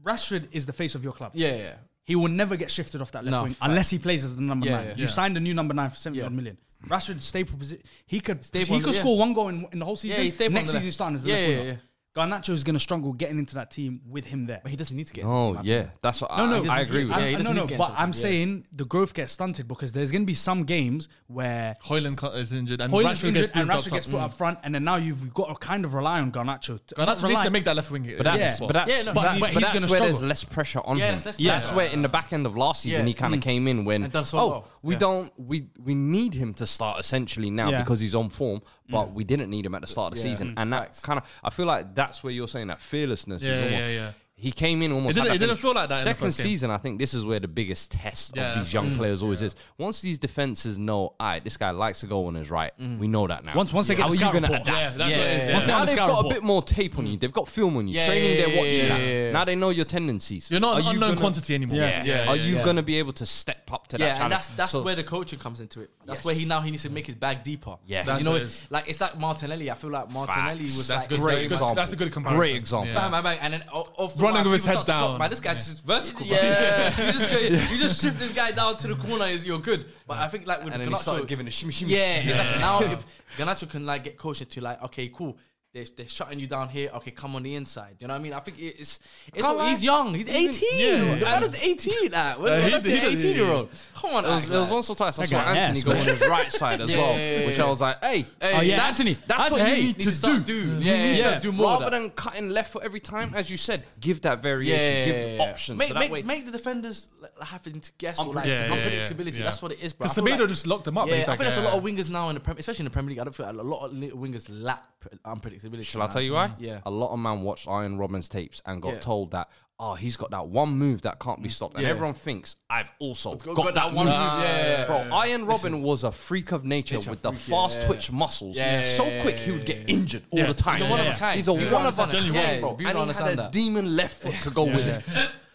[SPEAKER 2] Rashford is the face of your club.
[SPEAKER 3] Yeah, yeah.
[SPEAKER 2] He will never get shifted off that left
[SPEAKER 3] No,
[SPEAKER 2] wing
[SPEAKER 3] fact.
[SPEAKER 2] unless he plays as the number
[SPEAKER 3] Yeah,
[SPEAKER 2] nine.
[SPEAKER 3] yeah.
[SPEAKER 2] You
[SPEAKER 3] Yeah.
[SPEAKER 2] signed a new number nine for seventy
[SPEAKER 3] Yeah.
[SPEAKER 2] odd million. Rashford staple position. He could
[SPEAKER 3] Staple
[SPEAKER 2] he
[SPEAKER 3] on
[SPEAKER 2] could
[SPEAKER 3] the-
[SPEAKER 2] score
[SPEAKER 3] yeah.
[SPEAKER 2] one goal in, in the whole season.
[SPEAKER 3] he's staple on
[SPEAKER 2] Next
[SPEAKER 3] the left.
[SPEAKER 2] season starting as the
[SPEAKER 3] Yeah,
[SPEAKER 2] left
[SPEAKER 3] yeah,
[SPEAKER 2] winger. Garnacho is going to struggle getting into that team with him there.
[SPEAKER 3] But he doesn't need to get. into
[SPEAKER 4] Oh
[SPEAKER 3] this, man.
[SPEAKER 4] yeah, that's what
[SPEAKER 2] No,
[SPEAKER 4] I,
[SPEAKER 2] no,
[SPEAKER 4] I agree with.
[SPEAKER 3] Yeah,
[SPEAKER 4] you.
[SPEAKER 3] he
[SPEAKER 2] I'm, no,
[SPEAKER 3] doesn't
[SPEAKER 2] no,
[SPEAKER 3] need to get
[SPEAKER 2] but
[SPEAKER 3] into
[SPEAKER 2] I'm
[SPEAKER 3] that, yeah.
[SPEAKER 2] saying the growth gets stunted because there's going to be some games where
[SPEAKER 1] Hoyland co- is injured and
[SPEAKER 2] Hoyland's
[SPEAKER 1] Rashford gets
[SPEAKER 2] injured and
[SPEAKER 1] moved up
[SPEAKER 2] Rashford
[SPEAKER 1] top.
[SPEAKER 2] gets put up front, and then now you've got to kind of rely on Garnacho. To, not
[SPEAKER 1] Garnacho needs
[SPEAKER 2] rely-
[SPEAKER 1] to make that left wing.
[SPEAKER 4] But that's
[SPEAKER 2] Yeah.
[SPEAKER 4] but that's
[SPEAKER 3] Yeah, no,
[SPEAKER 4] but,
[SPEAKER 3] but
[SPEAKER 4] that's,
[SPEAKER 3] he's-
[SPEAKER 4] but
[SPEAKER 2] he's
[SPEAKER 4] that's
[SPEAKER 2] gonna
[SPEAKER 4] where
[SPEAKER 2] struggle.
[SPEAKER 4] there's less pressure on
[SPEAKER 3] Yeah,
[SPEAKER 4] him.
[SPEAKER 3] there's less
[SPEAKER 4] That's
[SPEAKER 3] pressure.
[SPEAKER 4] where in the back end of last season
[SPEAKER 3] Yeah.
[SPEAKER 4] he
[SPEAKER 2] Mm.
[SPEAKER 4] kind of came in when
[SPEAKER 3] And done so
[SPEAKER 4] oh
[SPEAKER 3] well."
[SPEAKER 4] we
[SPEAKER 3] Yeah.
[SPEAKER 4] don't we we need him to start essentially now
[SPEAKER 2] Yeah. Mm.
[SPEAKER 4] because he's on form, but we didn't need him at the start of the season, and that kind of I feel like that's where you're saying that fearlessness.
[SPEAKER 1] Yeah,
[SPEAKER 4] is almost,
[SPEAKER 1] yeah, yeah.
[SPEAKER 4] He came in almost.
[SPEAKER 1] It didn't-
[SPEAKER 4] had
[SPEAKER 1] it didn't
[SPEAKER 4] finish.
[SPEAKER 1] feel like that in the
[SPEAKER 4] Second
[SPEAKER 1] first game.
[SPEAKER 4] season, I think this is where the biggest test
[SPEAKER 1] Yeah,
[SPEAKER 4] of these
[SPEAKER 1] that's
[SPEAKER 4] young players always is. Once these defenses know, all right, this guy likes to go on his right. We know that now.
[SPEAKER 2] Once- once they get
[SPEAKER 4] how
[SPEAKER 2] the
[SPEAKER 4] are
[SPEAKER 2] scout
[SPEAKER 4] you going to
[SPEAKER 2] report.
[SPEAKER 4] adapt?
[SPEAKER 1] Mm. Yeah, that's what it is.
[SPEAKER 2] Once
[SPEAKER 1] yeah.
[SPEAKER 2] they're on
[SPEAKER 4] Now
[SPEAKER 2] the
[SPEAKER 4] they've
[SPEAKER 2] scout
[SPEAKER 4] got a
[SPEAKER 2] report.
[SPEAKER 4] bit more tape on you. They've got film on you.
[SPEAKER 3] Yeah,
[SPEAKER 4] Training,
[SPEAKER 3] yeah,
[SPEAKER 4] they're
[SPEAKER 3] yeah,
[SPEAKER 4] watching
[SPEAKER 3] yeah,
[SPEAKER 4] that.
[SPEAKER 3] yeah, yeah.
[SPEAKER 4] Now they know your tendencies.
[SPEAKER 1] You're not
[SPEAKER 4] Are
[SPEAKER 1] an
[SPEAKER 4] you
[SPEAKER 1] unknown
[SPEAKER 4] gonna-
[SPEAKER 1] quantity anymore.
[SPEAKER 4] Yeah.
[SPEAKER 1] Yeah,
[SPEAKER 4] Are
[SPEAKER 1] yeah,
[SPEAKER 4] you
[SPEAKER 1] yeah.
[SPEAKER 4] going to be able to step up to that
[SPEAKER 3] Yeah,
[SPEAKER 4] challenge?
[SPEAKER 3] and that's that's
[SPEAKER 4] So-
[SPEAKER 3] where the coaching comes into it. That's where he now he needs to make his bag deeper.
[SPEAKER 4] Yes.
[SPEAKER 3] you
[SPEAKER 4] That's
[SPEAKER 3] know,
[SPEAKER 1] what it is.
[SPEAKER 3] like it's like Martinelli. I feel like Martinelli
[SPEAKER 4] Facts.
[SPEAKER 3] was
[SPEAKER 4] That's
[SPEAKER 3] like
[SPEAKER 1] good.
[SPEAKER 3] his
[SPEAKER 4] Great
[SPEAKER 1] That's a
[SPEAKER 3] very
[SPEAKER 1] good-
[SPEAKER 4] example.
[SPEAKER 1] That's a good comparison.
[SPEAKER 4] Great example.
[SPEAKER 3] Bang, bang, bang, and then o- off the
[SPEAKER 1] Running
[SPEAKER 3] wide,
[SPEAKER 1] with his
[SPEAKER 3] people
[SPEAKER 1] head
[SPEAKER 3] start to
[SPEAKER 1] down.
[SPEAKER 3] Clock, man, this guy's just vertical. Yeah, you just go, you just shift this guy down to the corner. Is you're good, but I think like with
[SPEAKER 4] And then he
[SPEAKER 3] Ganacho,
[SPEAKER 4] started giving a shimmy shimmy.
[SPEAKER 3] yeah, exactly. Now if Ganacho can like get coached to like, okay, cool. They're, they're shutting you down here. Okay, come on the inside. You know what I mean? I think it- it's it's
[SPEAKER 4] Can't lie.
[SPEAKER 3] he's young. He's eighteen.
[SPEAKER 1] Yeah, yeah,
[SPEAKER 3] the
[SPEAKER 1] yeah.
[SPEAKER 3] man is eighteen.
[SPEAKER 1] Uh,
[SPEAKER 3] Like, what, what,
[SPEAKER 1] he's-
[SPEAKER 3] that's an
[SPEAKER 1] he does-
[SPEAKER 3] eighteen year old. Come on,
[SPEAKER 4] There was, there was also times I
[SPEAKER 2] That
[SPEAKER 4] saw
[SPEAKER 2] guy
[SPEAKER 4] Anthony
[SPEAKER 2] ass,
[SPEAKER 4] go on
[SPEAKER 2] man.
[SPEAKER 4] his right side as
[SPEAKER 3] Yeah,
[SPEAKER 4] well,
[SPEAKER 3] yeah, yeah,
[SPEAKER 4] which
[SPEAKER 3] yeah.
[SPEAKER 4] I was like, hey, hey
[SPEAKER 2] Oh, yeah,
[SPEAKER 4] that's-
[SPEAKER 2] Anthony,
[SPEAKER 4] that's
[SPEAKER 2] that's
[SPEAKER 4] what
[SPEAKER 2] hey.
[SPEAKER 4] you need
[SPEAKER 3] Needs to
[SPEAKER 4] to
[SPEAKER 3] start
[SPEAKER 4] do.
[SPEAKER 3] doing.
[SPEAKER 4] You
[SPEAKER 3] Yeah,
[SPEAKER 4] need
[SPEAKER 3] yeah,
[SPEAKER 4] to
[SPEAKER 3] yeah. Do more of
[SPEAKER 4] Rather
[SPEAKER 3] that.
[SPEAKER 4] than cutting left foot every time, as you said, give that variation, give options.
[SPEAKER 3] Make,
[SPEAKER 4] so that
[SPEAKER 3] make,
[SPEAKER 4] way,
[SPEAKER 3] make the defenders like, having to guess or like
[SPEAKER 1] Yeah, yeah, yeah,
[SPEAKER 3] unpredictability.
[SPEAKER 1] yeah.
[SPEAKER 3] That's what it is, bro.
[SPEAKER 1] Because
[SPEAKER 3] I feel
[SPEAKER 1] Semedo just locked him up,
[SPEAKER 3] Yeah,
[SPEAKER 1] he's
[SPEAKER 3] I
[SPEAKER 1] like,
[SPEAKER 3] think there's a
[SPEAKER 1] uh,
[SPEAKER 3] lot of wingers now in the Prem, especially in the Premier League. I don't feel like a lot of li- wingers lack pr- unpredictability.
[SPEAKER 4] Shall I
[SPEAKER 3] man.
[SPEAKER 4] tell you why?
[SPEAKER 3] Yeah.
[SPEAKER 4] A lot of man watched Iron Robbins tapes and got
[SPEAKER 3] Yeah. Mm,
[SPEAKER 4] told that, oh, he's got that one move that can't be stopped. And
[SPEAKER 3] Yeah.
[SPEAKER 4] everyone thinks, I've also got,
[SPEAKER 3] got-
[SPEAKER 4] that, one move.
[SPEAKER 3] yeah,
[SPEAKER 4] Bro, Iron Robin was a freak of nature with the
[SPEAKER 3] freak, yeah,
[SPEAKER 4] fast
[SPEAKER 3] yeah.
[SPEAKER 4] twitch muscles.
[SPEAKER 3] Yeah, yeah,
[SPEAKER 4] so
[SPEAKER 3] yeah,
[SPEAKER 4] quick, he would get injured all the time.
[SPEAKER 3] He's a one of a kind.
[SPEAKER 4] He's a
[SPEAKER 3] You don't
[SPEAKER 4] one of a
[SPEAKER 3] understand
[SPEAKER 4] kind,
[SPEAKER 3] that. Yeah,
[SPEAKER 4] bro.
[SPEAKER 3] you don't
[SPEAKER 4] And he had
[SPEAKER 3] understand
[SPEAKER 4] a
[SPEAKER 3] that.
[SPEAKER 4] demon left foot to go with it.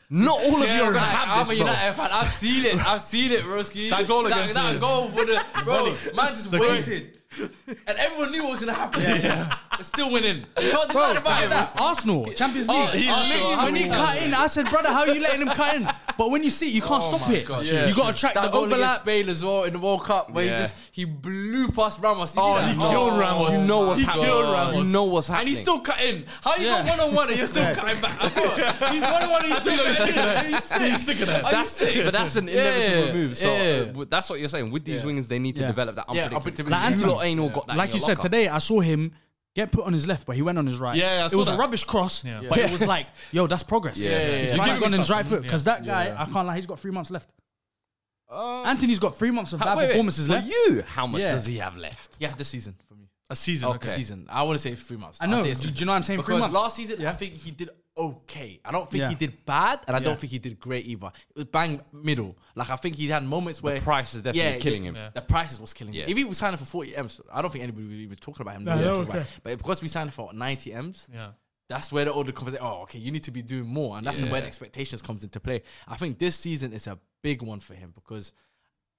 [SPEAKER 4] Not all of you are going to have
[SPEAKER 3] I'm a
[SPEAKER 4] this, bro.
[SPEAKER 3] United fan. I've seen it. I've seen it, Broski.
[SPEAKER 1] That goal
[SPEAKER 3] that,
[SPEAKER 1] against
[SPEAKER 3] that
[SPEAKER 1] the-
[SPEAKER 3] goal for the bro. Man just waited, and everyone knew what was gonna happen. Yeah, Still winning. Can't deny the vibe.
[SPEAKER 2] Arsenal, Champions League.
[SPEAKER 3] he
[SPEAKER 2] Arsenal.
[SPEAKER 3] literally-
[SPEAKER 2] when he cut in, I said, brother, how are you letting him cut in? But when you see it, you can't stop it. You got to track
[SPEAKER 3] That
[SPEAKER 2] the
[SPEAKER 3] goal against
[SPEAKER 2] overlap.
[SPEAKER 3] Spain as well in the World Cup where he just he blew past Ramos. You see
[SPEAKER 1] Oh,
[SPEAKER 3] that?
[SPEAKER 1] he killed Ramos.
[SPEAKER 4] You know what's
[SPEAKER 1] he
[SPEAKER 4] happening.
[SPEAKER 1] killed Ramos.
[SPEAKER 4] You know what's
[SPEAKER 3] And
[SPEAKER 4] happening.
[SPEAKER 3] he's still cutting. How you
[SPEAKER 2] Yeah.
[SPEAKER 3] got one on one and you're still cutting back? he's one on one and he's still cutting. Are you sick?
[SPEAKER 1] He's sick of that.
[SPEAKER 3] Are you
[SPEAKER 4] that's,
[SPEAKER 3] sick?
[SPEAKER 4] But that's an inevitable
[SPEAKER 3] Yeah,
[SPEAKER 4] move. So
[SPEAKER 3] yeah.
[SPEAKER 4] uh, w- that's what you're saying. With these
[SPEAKER 3] Yeah.
[SPEAKER 4] wingers, they need to
[SPEAKER 2] Yeah.
[SPEAKER 4] develop that
[SPEAKER 3] Yeah,
[SPEAKER 4] unpredictability.
[SPEAKER 3] unpredictability.
[SPEAKER 4] You
[SPEAKER 2] Like
[SPEAKER 4] lot ain't all got that. in
[SPEAKER 2] Like
[SPEAKER 4] your
[SPEAKER 2] you said,
[SPEAKER 4] locker.
[SPEAKER 2] today I saw him get put on his left, but he went on his right.
[SPEAKER 1] Yeah, I
[SPEAKER 2] it
[SPEAKER 1] saw
[SPEAKER 2] was a
[SPEAKER 1] that.
[SPEAKER 2] rubbish cross, but it was like, yo, that's progress.
[SPEAKER 3] Yeah, yeah, yeah.
[SPEAKER 2] He's
[SPEAKER 3] You
[SPEAKER 2] right
[SPEAKER 1] give
[SPEAKER 2] gone
[SPEAKER 1] him
[SPEAKER 2] and dry
[SPEAKER 1] something,
[SPEAKER 2] foot because that guy,
[SPEAKER 3] Yeah. Um,
[SPEAKER 2] I can't lie, he's got three months left. Anthony's got three months of bad
[SPEAKER 4] Wait, wait,
[SPEAKER 2] performances
[SPEAKER 4] for
[SPEAKER 2] left.
[SPEAKER 4] you, how much
[SPEAKER 2] Yeah.
[SPEAKER 4] does he have left?
[SPEAKER 3] Yeah, this season for me.
[SPEAKER 1] A season.
[SPEAKER 3] Okay.
[SPEAKER 1] Okay.
[SPEAKER 3] season. I want to say three months.
[SPEAKER 2] I
[SPEAKER 3] I'll
[SPEAKER 2] know.
[SPEAKER 3] say a
[SPEAKER 2] Do-
[SPEAKER 3] season.
[SPEAKER 2] do you know what I'm saying? Three
[SPEAKER 3] Because
[SPEAKER 2] months.
[SPEAKER 3] last season, I
[SPEAKER 2] Yeah.
[SPEAKER 3] think he did okay. I don't think
[SPEAKER 2] Yeah.
[SPEAKER 3] he did bad, and I
[SPEAKER 2] Yeah.
[SPEAKER 3] don't think he did great either. It was bang middle. Like I think he had moments where
[SPEAKER 4] price is definitely killing him. Yeah.
[SPEAKER 3] The prices was killing him.
[SPEAKER 4] Yeah.
[SPEAKER 3] If he was signing for 40 m's, I don't think anybody would even talking about him. No,
[SPEAKER 2] no,
[SPEAKER 3] talking about
[SPEAKER 2] okay.
[SPEAKER 3] him. But because we signed for 90 m's,
[SPEAKER 1] Yeah.
[SPEAKER 3] that's where the older conversation. Oh, okay, you need to be doing more, and that's where the expectations comes into play. I think this season is a big one for him because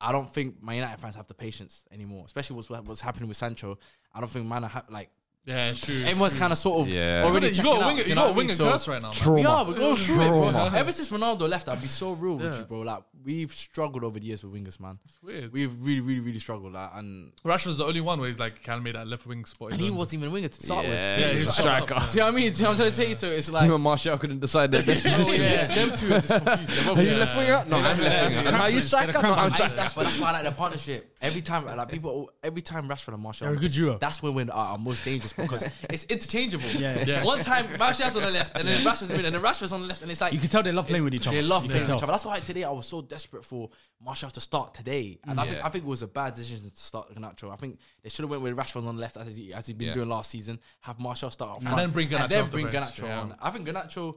[SPEAKER 3] I don't think Man United fans have the patience anymore, especially what's what's happening with Sancho. I don't think Man ha- like
[SPEAKER 1] Yeah, sure.
[SPEAKER 3] everyone's kind of sort of
[SPEAKER 4] Yeah.
[SPEAKER 3] already
[SPEAKER 1] You
[SPEAKER 3] checking
[SPEAKER 1] got a
[SPEAKER 3] out.
[SPEAKER 1] wing,
[SPEAKER 3] do
[SPEAKER 1] you
[SPEAKER 3] know
[SPEAKER 1] got a
[SPEAKER 3] what I
[SPEAKER 1] wing
[SPEAKER 3] mean?
[SPEAKER 1] and
[SPEAKER 3] So-
[SPEAKER 1] curse right now. man.
[SPEAKER 3] yeah, we're going through it, bro. Ever since Ronaldo left, I'd be so real with you, bro. Like we've struggled over the years with wingers, man. It's
[SPEAKER 1] weird.
[SPEAKER 3] We've really, really, really struggled. Like, and
[SPEAKER 1] Rashford's the only one where he's like, can me that left wing spot.
[SPEAKER 3] and he wasn't even a winger to start with.
[SPEAKER 1] Yeah, he's
[SPEAKER 3] He's
[SPEAKER 1] a
[SPEAKER 3] just like-
[SPEAKER 1] striker.
[SPEAKER 3] Do you know what I mean? Do you know what I'm trying to say? So it's like,
[SPEAKER 4] Even Martial couldn't decide their best
[SPEAKER 3] oh,
[SPEAKER 4] position.
[SPEAKER 3] yeah, them two are just confused. They're both-
[SPEAKER 4] Are you left winger? No, I'm left winger. Are you striker? No, I'm
[SPEAKER 3] I
[SPEAKER 4] striker.
[SPEAKER 3] just- that- but that's why I like the partnership. Every time, like people, every time Rashford and Martial,
[SPEAKER 2] They're a good duo.
[SPEAKER 3] That's when we're uh, our, our most dangerous because it's interchangeable.
[SPEAKER 2] Yeah.
[SPEAKER 1] Yeah.
[SPEAKER 3] One time Martial's on the left, and then Rashford's on the and then Rashford's on the left, and it's like
[SPEAKER 2] You can tell they love playing with each other.
[SPEAKER 3] They love
[SPEAKER 2] You
[SPEAKER 3] playing
[SPEAKER 2] can
[SPEAKER 3] with each
[SPEAKER 2] tell.
[SPEAKER 3] other. That's why today I was so desperate for Martial to start today, and
[SPEAKER 1] Mm.
[SPEAKER 3] I think I think it was a bad decision to start Garnacho. I think they should have went with Rashford on the left as he as he's been doing last season. Have Martial start up front,
[SPEAKER 1] then bring Garnacho
[SPEAKER 3] and then
[SPEAKER 1] off the
[SPEAKER 3] bring
[SPEAKER 1] bench,
[SPEAKER 3] Garnacho
[SPEAKER 1] yeah.
[SPEAKER 3] on. I think Garnacho.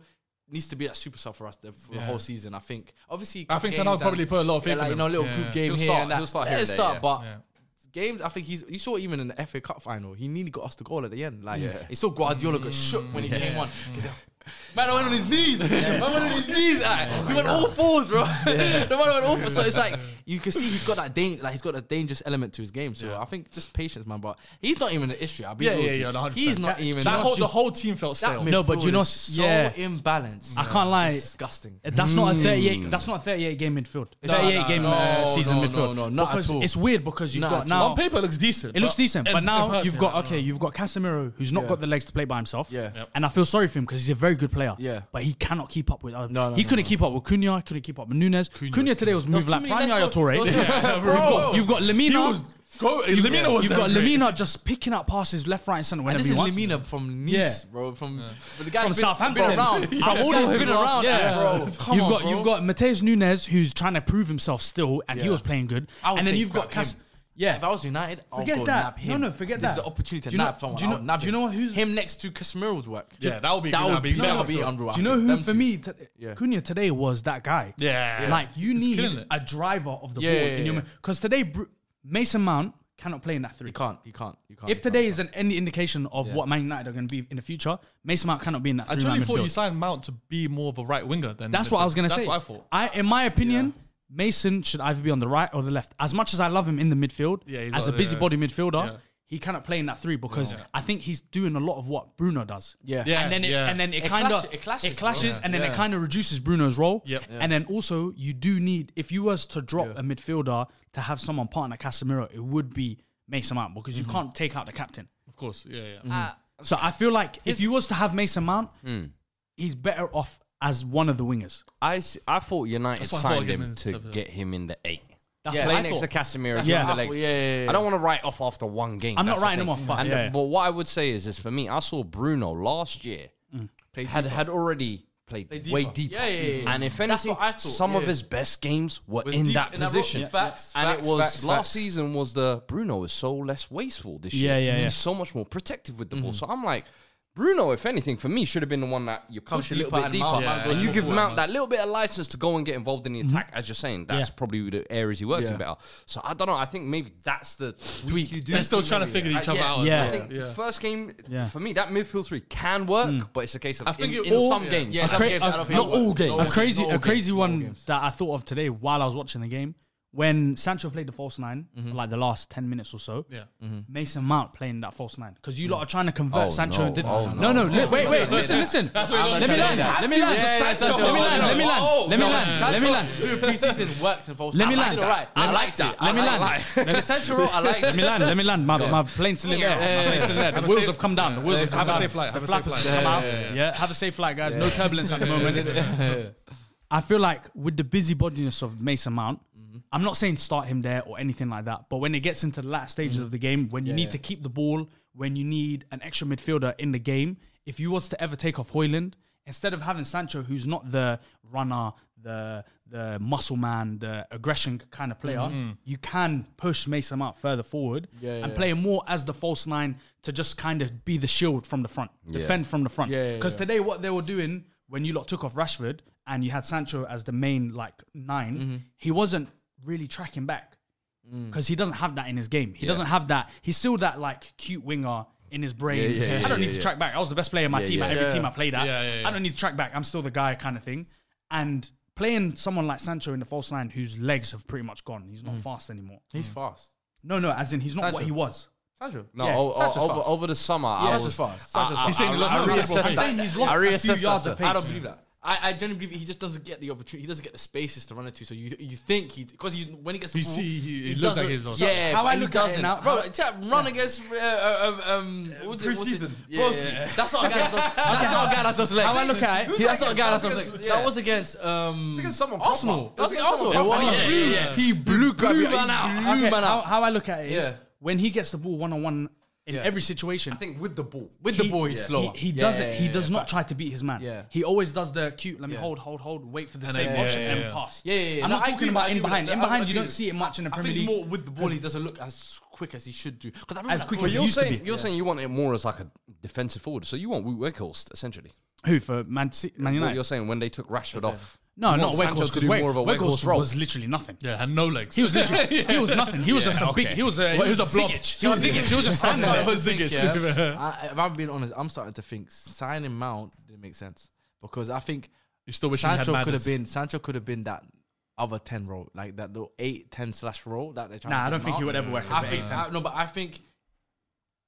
[SPEAKER 3] Needs to be that super sub for us the, for the whole season. I think. Obviously,
[SPEAKER 1] I think
[SPEAKER 3] games
[SPEAKER 1] Ten Hag's
[SPEAKER 3] and-
[SPEAKER 1] probably put a lot of
[SPEAKER 3] yeah,
[SPEAKER 1] faith
[SPEAKER 3] like,
[SPEAKER 1] in
[SPEAKER 3] you
[SPEAKER 1] him.
[SPEAKER 3] know, a little
[SPEAKER 1] Yeah.
[SPEAKER 3] group game
[SPEAKER 4] He'll
[SPEAKER 3] here
[SPEAKER 4] start-
[SPEAKER 3] and that.
[SPEAKER 4] he'll start
[SPEAKER 3] Let
[SPEAKER 4] here
[SPEAKER 3] it
[SPEAKER 4] and there,
[SPEAKER 3] start,
[SPEAKER 4] yeah.
[SPEAKER 3] but
[SPEAKER 1] Yeah.
[SPEAKER 3] games. I think he's. You saw even in the FA Cup final, he nearly got us the goal at the end. Like it's still Guardiola got shook when he came on. 'Cause, Man, I went on his knees. Man went on his knees. like, he went all fours, bro. the man went all fours. So it's like you can see he's got that dang, like he's got a dangerous element to his game. So I think just patience, man. But he's not even an issue. I'll be
[SPEAKER 1] Yeah,
[SPEAKER 3] real
[SPEAKER 1] yeah,
[SPEAKER 3] with you.
[SPEAKER 1] yeah. 100%.
[SPEAKER 3] He's not
[SPEAKER 1] That-
[SPEAKER 3] even.
[SPEAKER 1] That whole, the whole team felt
[SPEAKER 3] that
[SPEAKER 1] stale.
[SPEAKER 2] No, but
[SPEAKER 3] midfield
[SPEAKER 2] you know,
[SPEAKER 3] is so
[SPEAKER 2] yeah.
[SPEAKER 3] imbalanced.
[SPEAKER 2] I can't lie.
[SPEAKER 3] It's disgusting. Hmm.
[SPEAKER 2] That's not a 38. That's not a 38 game midfield. 38 game uh,
[SPEAKER 3] no,
[SPEAKER 2] season
[SPEAKER 3] no, no,
[SPEAKER 2] midfield.
[SPEAKER 3] no, not at
[SPEAKER 2] Because
[SPEAKER 3] all.
[SPEAKER 2] It's weird because you've
[SPEAKER 3] Not
[SPEAKER 2] got
[SPEAKER 3] at
[SPEAKER 2] now.
[SPEAKER 3] all.
[SPEAKER 1] On paper, it looks decent.
[SPEAKER 2] It looks decent,
[SPEAKER 1] in-
[SPEAKER 2] but now
[SPEAKER 1] in person,
[SPEAKER 2] you've
[SPEAKER 1] I
[SPEAKER 2] got
[SPEAKER 1] don't
[SPEAKER 2] okay,
[SPEAKER 1] know.
[SPEAKER 2] you've got Casemiro who's not got the legs to play by himself.
[SPEAKER 3] Yeah. Yep.
[SPEAKER 2] and I feel sorry for him because he's a very good player.
[SPEAKER 3] Yeah.
[SPEAKER 2] but he cannot keep up with. Other,
[SPEAKER 3] No, no,
[SPEAKER 2] he
[SPEAKER 3] no,
[SPEAKER 2] couldn't
[SPEAKER 3] no.
[SPEAKER 2] keep up with Cunha. Couldn't keep up with Nunez. Cunha today was moved
[SPEAKER 3] too
[SPEAKER 2] like
[SPEAKER 3] many
[SPEAKER 2] Brian Yaya
[SPEAKER 3] left
[SPEAKER 2] Toure.
[SPEAKER 3] foot- those- Yeah,
[SPEAKER 2] You've
[SPEAKER 3] bro.
[SPEAKER 2] got you've got
[SPEAKER 1] He
[SPEAKER 2] Lamina.
[SPEAKER 1] was go, Lamina was
[SPEAKER 2] You've got
[SPEAKER 1] that great.
[SPEAKER 2] Lamina just picking out passes left, right, and center
[SPEAKER 3] And
[SPEAKER 2] whenever
[SPEAKER 3] this
[SPEAKER 2] he
[SPEAKER 3] is
[SPEAKER 2] wants.
[SPEAKER 3] Lamina from Nice,
[SPEAKER 2] Yeah.
[SPEAKER 3] bro. From but the guy
[SPEAKER 2] From
[SPEAKER 3] been,
[SPEAKER 2] Southampton.
[SPEAKER 3] been around.
[SPEAKER 2] Yeah.
[SPEAKER 3] I've always been around,
[SPEAKER 2] Yeah.
[SPEAKER 3] bro. Come
[SPEAKER 2] you've
[SPEAKER 3] on,
[SPEAKER 2] got
[SPEAKER 3] bro.
[SPEAKER 2] you've got Mateus Nunes who's trying to prove himself still, and he
[SPEAKER 3] Yeah.
[SPEAKER 2] was playing good.
[SPEAKER 3] I would
[SPEAKER 2] And then
[SPEAKER 3] say
[SPEAKER 2] you've got
[SPEAKER 3] grab
[SPEAKER 2] Cas-
[SPEAKER 3] him.
[SPEAKER 2] yeah.
[SPEAKER 3] If I was United, I'll
[SPEAKER 2] Forget
[SPEAKER 3] go
[SPEAKER 2] that.
[SPEAKER 3] nab
[SPEAKER 2] No,
[SPEAKER 3] him.
[SPEAKER 2] no, forget
[SPEAKER 3] this
[SPEAKER 2] that.
[SPEAKER 3] This is the opportunity
[SPEAKER 2] Do
[SPEAKER 3] to
[SPEAKER 2] you know-
[SPEAKER 3] nab someone.
[SPEAKER 2] do you know-
[SPEAKER 3] I'll nab
[SPEAKER 2] do you
[SPEAKER 3] him.
[SPEAKER 2] know who's-
[SPEAKER 3] him next to Casemiro's work?
[SPEAKER 1] Yeah, that would be-
[SPEAKER 3] that
[SPEAKER 1] that'd
[SPEAKER 3] would
[SPEAKER 1] be-
[SPEAKER 3] that
[SPEAKER 1] that'd
[SPEAKER 3] would be
[SPEAKER 1] be-
[SPEAKER 3] unreal. I
[SPEAKER 2] Do you know
[SPEAKER 3] think.
[SPEAKER 2] who
[SPEAKER 3] Them
[SPEAKER 2] for
[SPEAKER 3] two.
[SPEAKER 2] me t-
[SPEAKER 3] Yeah.
[SPEAKER 2] Cunha today was that guy?
[SPEAKER 1] Yeah. Yeah.
[SPEAKER 2] like you
[SPEAKER 1] He's killing
[SPEAKER 2] need
[SPEAKER 1] it.
[SPEAKER 2] a driver of the
[SPEAKER 3] Yeah,
[SPEAKER 2] ball
[SPEAKER 3] yeah,
[SPEAKER 2] in your
[SPEAKER 3] yeah.
[SPEAKER 2] because today Bru- Mason Mount cannot play in that three.
[SPEAKER 3] You can't. You can't. You can't.
[SPEAKER 2] If
[SPEAKER 3] you
[SPEAKER 2] today
[SPEAKER 3] can't.
[SPEAKER 2] is an, any indication of what Man United are going to be in the future, Mason Mount cannot be in that
[SPEAKER 1] I
[SPEAKER 2] three.
[SPEAKER 1] truly
[SPEAKER 2] man
[SPEAKER 1] thought you
[SPEAKER 2] midfield.
[SPEAKER 1] signed Mount to be more of a right winger than.
[SPEAKER 2] That's what I was going to
[SPEAKER 1] That's
[SPEAKER 2] say.
[SPEAKER 1] That's what I thought.
[SPEAKER 2] in my opinion, Mason should either be on the right or the left. As much as I love him in the midfield,
[SPEAKER 1] Yeah, he's
[SPEAKER 2] as a
[SPEAKER 1] not- yeah,
[SPEAKER 2] busybody midfielder,
[SPEAKER 1] yeah.
[SPEAKER 2] he cannot play in that three because I think he's doing a lot of what Bruno does.
[SPEAKER 3] Yeah.
[SPEAKER 1] Yeah,
[SPEAKER 2] and then it,
[SPEAKER 1] yeah.
[SPEAKER 2] and then it,
[SPEAKER 3] It
[SPEAKER 2] kind of
[SPEAKER 3] clash-
[SPEAKER 2] it
[SPEAKER 3] it
[SPEAKER 2] clashes,
[SPEAKER 3] clashes, bro.
[SPEAKER 2] and then it
[SPEAKER 3] Yeah.
[SPEAKER 2] kind of reduces Bruno's role.
[SPEAKER 1] Yep. Yeah.
[SPEAKER 2] And then also you do need if you was to drop a midfielder to have someone partner Casemiro, it would be Mason Mount because
[SPEAKER 1] Mm-hmm.
[SPEAKER 2] you can't take out the captain.
[SPEAKER 1] Of course. Yeah. Yeah.
[SPEAKER 2] So I feel like if you was to have Mason Mount, he's better off as one of the wingers.
[SPEAKER 5] I, s- I thought United
[SPEAKER 1] That's what I thought
[SPEAKER 5] signed
[SPEAKER 1] him
[SPEAKER 5] him
[SPEAKER 1] in
[SPEAKER 5] to
[SPEAKER 1] seven.
[SPEAKER 5] get him in the eight.
[SPEAKER 2] That's
[SPEAKER 5] Yeah,
[SPEAKER 2] what
[SPEAKER 5] play
[SPEAKER 2] I
[SPEAKER 5] next
[SPEAKER 2] thought.
[SPEAKER 5] to Casemiro.
[SPEAKER 2] Yeah.
[SPEAKER 5] Yeah.
[SPEAKER 2] what
[SPEAKER 5] The
[SPEAKER 2] I
[SPEAKER 3] thought,
[SPEAKER 5] legs.
[SPEAKER 3] yeah, yeah, yeah.
[SPEAKER 5] I don't want to write off after one game.
[SPEAKER 2] I'm not
[SPEAKER 5] that's the
[SPEAKER 2] writing him
[SPEAKER 5] thing.
[SPEAKER 2] off, but
[SPEAKER 5] and
[SPEAKER 2] yeah.
[SPEAKER 5] but what I would say is this: for me, I saw Bruno last year had had already played
[SPEAKER 3] Played
[SPEAKER 5] way
[SPEAKER 3] deeper.
[SPEAKER 5] deeper.
[SPEAKER 3] Yeah, yeah, yeah, yeah.
[SPEAKER 5] And if
[SPEAKER 3] That's
[SPEAKER 5] anything,
[SPEAKER 3] what I thought,
[SPEAKER 5] some of
[SPEAKER 3] yeah.
[SPEAKER 5] his best games were
[SPEAKER 3] Was
[SPEAKER 5] in
[SPEAKER 3] deep
[SPEAKER 5] that
[SPEAKER 3] in that role.
[SPEAKER 5] position.
[SPEAKER 3] Yeah. Facts,
[SPEAKER 5] and
[SPEAKER 3] facts,
[SPEAKER 5] it was
[SPEAKER 3] facts,
[SPEAKER 5] last
[SPEAKER 3] facts.
[SPEAKER 5] season was the Bruno is so less wasteful this year.
[SPEAKER 2] Yeah, yeah, yeah.
[SPEAKER 5] He's so much more protective with the ball. So I'm like. Bruno, if anything, for me, should have been the one that you
[SPEAKER 3] Comes
[SPEAKER 5] push a little
[SPEAKER 3] deeper
[SPEAKER 5] bit
[SPEAKER 3] and
[SPEAKER 5] deeper,
[SPEAKER 3] Mount- Mount
[SPEAKER 1] goes
[SPEAKER 5] and you
[SPEAKER 1] more
[SPEAKER 5] give
[SPEAKER 1] forward,
[SPEAKER 5] Mount
[SPEAKER 1] Mount.
[SPEAKER 5] that little bit of license to go and get involved in the attack. As you're saying, that's
[SPEAKER 2] Yeah.
[SPEAKER 5] probably the areas he works
[SPEAKER 3] Yeah.
[SPEAKER 5] in better. So I don't know. I think maybe that's the tweak you do.
[SPEAKER 1] They're still
[SPEAKER 5] see
[SPEAKER 1] trying to
[SPEAKER 5] maybe.
[SPEAKER 1] figure each
[SPEAKER 5] Uh,
[SPEAKER 1] other
[SPEAKER 5] yeah,
[SPEAKER 1] out. as
[SPEAKER 2] Yeah.
[SPEAKER 1] well.
[SPEAKER 5] I think
[SPEAKER 1] Yeah.
[SPEAKER 5] first game
[SPEAKER 2] Yeah. Mm.
[SPEAKER 5] for me that midfield three can work, but it's a case of
[SPEAKER 1] I think
[SPEAKER 5] in, in
[SPEAKER 1] it all-
[SPEAKER 5] some
[SPEAKER 1] yeah.
[SPEAKER 5] games.
[SPEAKER 3] Yeah,
[SPEAKER 5] some
[SPEAKER 3] some
[SPEAKER 2] cra-
[SPEAKER 3] games
[SPEAKER 2] a-
[SPEAKER 3] I don't think
[SPEAKER 2] not
[SPEAKER 3] it works.
[SPEAKER 2] all games.
[SPEAKER 3] No
[SPEAKER 2] A
[SPEAKER 3] games,
[SPEAKER 2] crazy,
[SPEAKER 3] no
[SPEAKER 2] a crazy
[SPEAKER 3] games, no
[SPEAKER 2] one
[SPEAKER 3] games.
[SPEAKER 2] that I thought of today while I was watching the game when Sancho played the false 9 for like the last ten minutes or so.
[SPEAKER 1] Yeah.
[SPEAKER 2] Mason Mount playing that false nine because you lot are trying to convert
[SPEAKER 4] Oh,
[SPEAKER 2] Sancho.
[SPEAKER 4] no.
[SPEAKER 2] and did
[SPEAKER 4] Oh,
[SPEAKER 2] no, no, li- wait, wait, listen, listen.
[SPEAKER 1] That's what he
[SPEAKER 2] Let
[SPEAKER 1] does.
[SPEAKER 2] me land. Let me land.
[SPEAKER 3] Yeah, yeah, Sancho.
[SPEAKER 2] Let me land. Let me
[SPEAKER 3] Oh,
[SPEAKER 2] land. Let me
[SPEAKER 3] no,
[SPEAKER 2] land. Let me
[SPEAKER 3] Sancho,
[SPEAKER 2] land.
[SPEAKER 3] Dude, preseason worked in false.
[SPEAKER 2] Let me
[SPEAKER 3] I
[SPEAKER 2] land.
[SPEAKER 3] Did all right.
[SPEAKER 2] Let
[SPEAKER 3] I
[SPEAKER 2] me
[SPEAKER 3] liked
[SPEAKER 2] land.
[SPEAKER 3] it.
[SPEAKER 2] Let me
[SPEAKER 3] I
[SPEAKER 2] land.
[SPEAKER 3] liked it. The central role, I liked
[SPEAKER 2] Let me land. Let me land. My, my plane's still in the air. My plane's still in the air. The wheels have come down. The wheels have come
[SPEAKER 1] Have a
[SPEAKER 2] down.
[SPEAKER 1] safe flight.
[SPEAKER 2] The
[SPEAKER 1] Have a safe
[SPEAKER 2] flappers
[SPEAKER 1] flight.
[SPEAKER 2] have come out. Yeah. Have a safe flight, guys. No turbulence at the moment. I feel like with the busybodiness of Mason Mount, I'm not saying start him there or anything like that. But when it gets into the last stages
[SPEAKER 3] Mm-hmm.
[SPEAKER 2] of the game, when you need to keep the ball, when you need an extra midfielder in the game, if you was to ever take off Hoyland, instead of having Sancho, who's not the runner, the the muscle man, the aggression kind of player,
[SPEAKER 3] Mm-hmm.
[SPEAKER 2] you can push Mason Mount further forward and play him more as the false nine to just kind of be the shield from the front, defend from the front.
[SPEAKER 3] Yeah, yeah,
[SPEAKER 2] Because today, what they were doing when you lot took off Rashford and you had Sancho as the main like 9
[SPEAKER 3] Mm-hmm.
[SPEAKER 2] he wasn't really tracking back because he doesn't have that in his game. He doesn't have that. He's still that like cute winger in his brain. I don't need to track back. I was the best player in my team at every team I played at.
[SPEAKER 1] Yeah, yeah, yeah.
[SPEAKER 2] I don't need to track back. I'm still the guy kind of thing. And playing someone like Sancho in the false line whose legs have pretty much gone. He's not fast anymore.
[SPEAKER 3] He's fast.
[SPEAKER 2] No, no, as in he's not what
[SPEAKER 3] Sancho.
[SPEAKER 2] he was.
[SPEAKER 3] Sancho.
[SPEAKER 4] No,
[SPEAKER 2] Yeah,
[SPEAKER 4] o- o-
[SPEAKER 3] Sancho's
[SPEAKER 4] over,
[SPEAKER 3] fast.
[SPEAKER 4] over the summer, I
[SPEAKER 3] Sancho's
[SPEAKER 4] was
[SPEAKER 3] fast. Sancho's fast.
[SPEAKER 1] He's saying he lost
[SPEAKER 3] I- I-
[SPEAKER 1] some
[SPEAKER 3] I-
[SPEAKER 1] reasonable
[SPEAKER 3] I'm
[SPEAKER 1] pace.
[SPEAKER 3] saying he's lost
[SPEAKER 2] I
[SPEAKER 3] a few
[SPEAKER 2] reassessed
[SPEAKER 3] yards
[SPEAKER 2] that.
[SPEAKER 3] of pace. I don't believe that. I, I genuinely believe he just doesn't get the opportunity. He doesn't get the spaces to run into. So you you think he because he, when he gets the
[SPEAKER 1] You
[SPEAKER 3] ball,
[SPEAKER 1] see he- it looks like
[SPEAKER 3] doesn't-
[SPEAKER 1] he's lost.
[SPEAKER 3] Yeah,
[SPEAKER 2] How
[SPEAKER 3] but
[SPEAKER 2] I
[SPEAKER 3] he
[SPEAKER 2] look at it
[SPEAKER 3] doesn't.
[SPEAKER 2] now-
[SPEAKER 3] bro,
[SPEAKER 2] how-
[SPEAKER 3] it's that run against uh, uh, um um what's it, what's it?
[SPEAKER 1] Preseason.
[SPEAKER 3] Broski. That's not a guy that's us- that's not a guy that's us legs.
[SPEAKER 2] How I look at it-
[SPEAKER 3] He- That's not a guy that's
[SPEAKER 8] That was
[SPEAKER 3] us
[SPEAKER 8] against-
[SPEAKER 3] legs. That was against um
[SPEAKER 8] against someone proper.
[SPEAKER 3] Arsenal.
[SPEAKER 8] That was
[SPEAKER 3] against
[SPEAKER 8] against
[SPEAKER 3] Arsenal.
[SPEAKER 8] someone
[SPEAKER 3] And
[SPEAKER 8] proper.
[SPEAKER 3] He blew-
[SPEAKER 1] Yeah, yeah.
[SPEAKER 3] he blew
[SPEAKER 8] Blew
[SPEAKER 3] blew
[SPEAKER 8] man
[SPEAKER 3] man
[SPEAKER 8] out.
[SPEAKER 3] out.
[SPEAKER 2] Okay,
[SPEAKER 3] Blew man
[SPEAKER 2] how,
[SPEAKER 3] out
[SPEAKER 2] how I look at it is
[SPEAKER 3] Yeah.
[SPEAKER 2] when he gets the ball one on one in every situation.
[SPEAKER 8] I think with the ball.
[SPEAKER 3] with the boy. He's slower.
[SPEAKER 2] He, he
[SPEAKER 3] Yeah,
[SPEAKER 2] doesn't.
[SPEAKER 3] yeah,
[SPEAKER 2] he
[SPEAKER 3] yeah,
[SPEAKER 2] does
[SPEAKER 3] yeah.
[SPEAKER 2] not try to beat his man.
[SPEAKER 3] Yeah.
[SPEAKER 2] He always does the cute. Let me
[SPEAKER 3] Yeah.
[SPEAKER 2] hold, hold, hold. Wait for the
[SPEAKER 1] And
[SPEAKER 2] same
[SPEAKER 1] then- yeah,
[SPEAKER 2] option
[SPEAKER 1] yeah,
[SPEAKER 2] and
[SPEAKER 1] yeah.
[SPEAKER 2] pass.
[SPEAKER 3] Yeah, yeah, yeah.
[SPEAKER 2] I'm
[SPEAKER 3] No,
[SPEAKER 2] not
[SPEAKER 3] I
[SPEAKER 2] talking
[SPEAKER 3] agree- I
[SPEAKER 2] about in
[SPEAKER 3] agree
[SPEAKER 2] behind.
[SPEAKER 3] with
[SPEAKER 2] In
[SPEAKER 3] that. I- I
[SPEAKER 2] behind, you
[SPEAKER 3] agree
[SPEAKER 2] don't
[SPEAKER 3] with
[SPEAKER 2] see it much in the
[SPEAKER 3] I
[SPEAKER 2] Premier
[SPEAKER 3] think it's
[SPEAKER 2] League.
[SPEAKER 3] more with the ball. He doesn't look as quick as he should do. Because I remember
[SPEAKER 2] As
[SPEAKER 3] that
[SPEAKER 2] quick
[SPEAKER 3] goal-
[SPEAKER 2] as
[SPEAKER 3] you
[SPEAKER 2] he
[SPEAKER 4] You're
[SPEAKER 2] used to
[SPEAKER 4] saying,
[SPEAKER 2] be.
[SPEAKER 4] you're saying you want it more as like a defensive forward, so you want Weghorst essentially.
[SPEAKER 2] Who for Man, Ci- man
[SPEAKER 4] What
[SPEAKER 2] United?
[SPEAKER 4] you're saying when they took Rashford off?
[SPEAKER 2] No,
[SPEAKER 4] you
[SPEAKER 2] not
[SPEAKER 4] want Sancho
[SPEAKER 2] Weghorst.
[SPEAKER 4] to
[SPEAKER 2] Because
[SPEAKER 4] do more of a Weghorst
[SPEAKER 2] Weghorst
[SPEAKER 4] role.
[SPEAKER 2] was literally nothing.
[SPEAKER 1] Yeah, had no legs.
[SPEAKER 2] He was literally. He was nothing. He was just a big.
[SPEAKER 4] okay.
[SPEAKER 2] He was a.
[SPEAKER 1] Well, he was a blob.
[SPEAKER 2] Zigic. He was Zigic. He was just standing there.
[SPEAKER 1] It was Ziggins,
[SPEAKER 3] Yeah.
[SPEAKER 1] to be fair.
[SPEAKER 3] I, if I'm being honest, I'm starting to think signing Mount didn't make sense because I think
[SPEAKER 1] You still wish you had
[SPEAKER 3] Sancho could
[SPEAKER 1] Maddens.
[SPEAKER 3] have been Sancho could have been that other ten role, like that the eight ten slash role that they're trying.
[SPEAKER 2] Nah,
[SPEAKER 3] to
[SPEAKER 2] I don't
[SPEAKER 3] get
[SPEAKER 2] think he
[SPEAKER 3] Mount.
[SPEAKER 2] would ever work
[SPEAKER 3] I
[SPEAKER 2] as an
[SPEAKER 3] think
[SPEAKER 2] 8-10.
[SPEAKER 3] I, no, but I think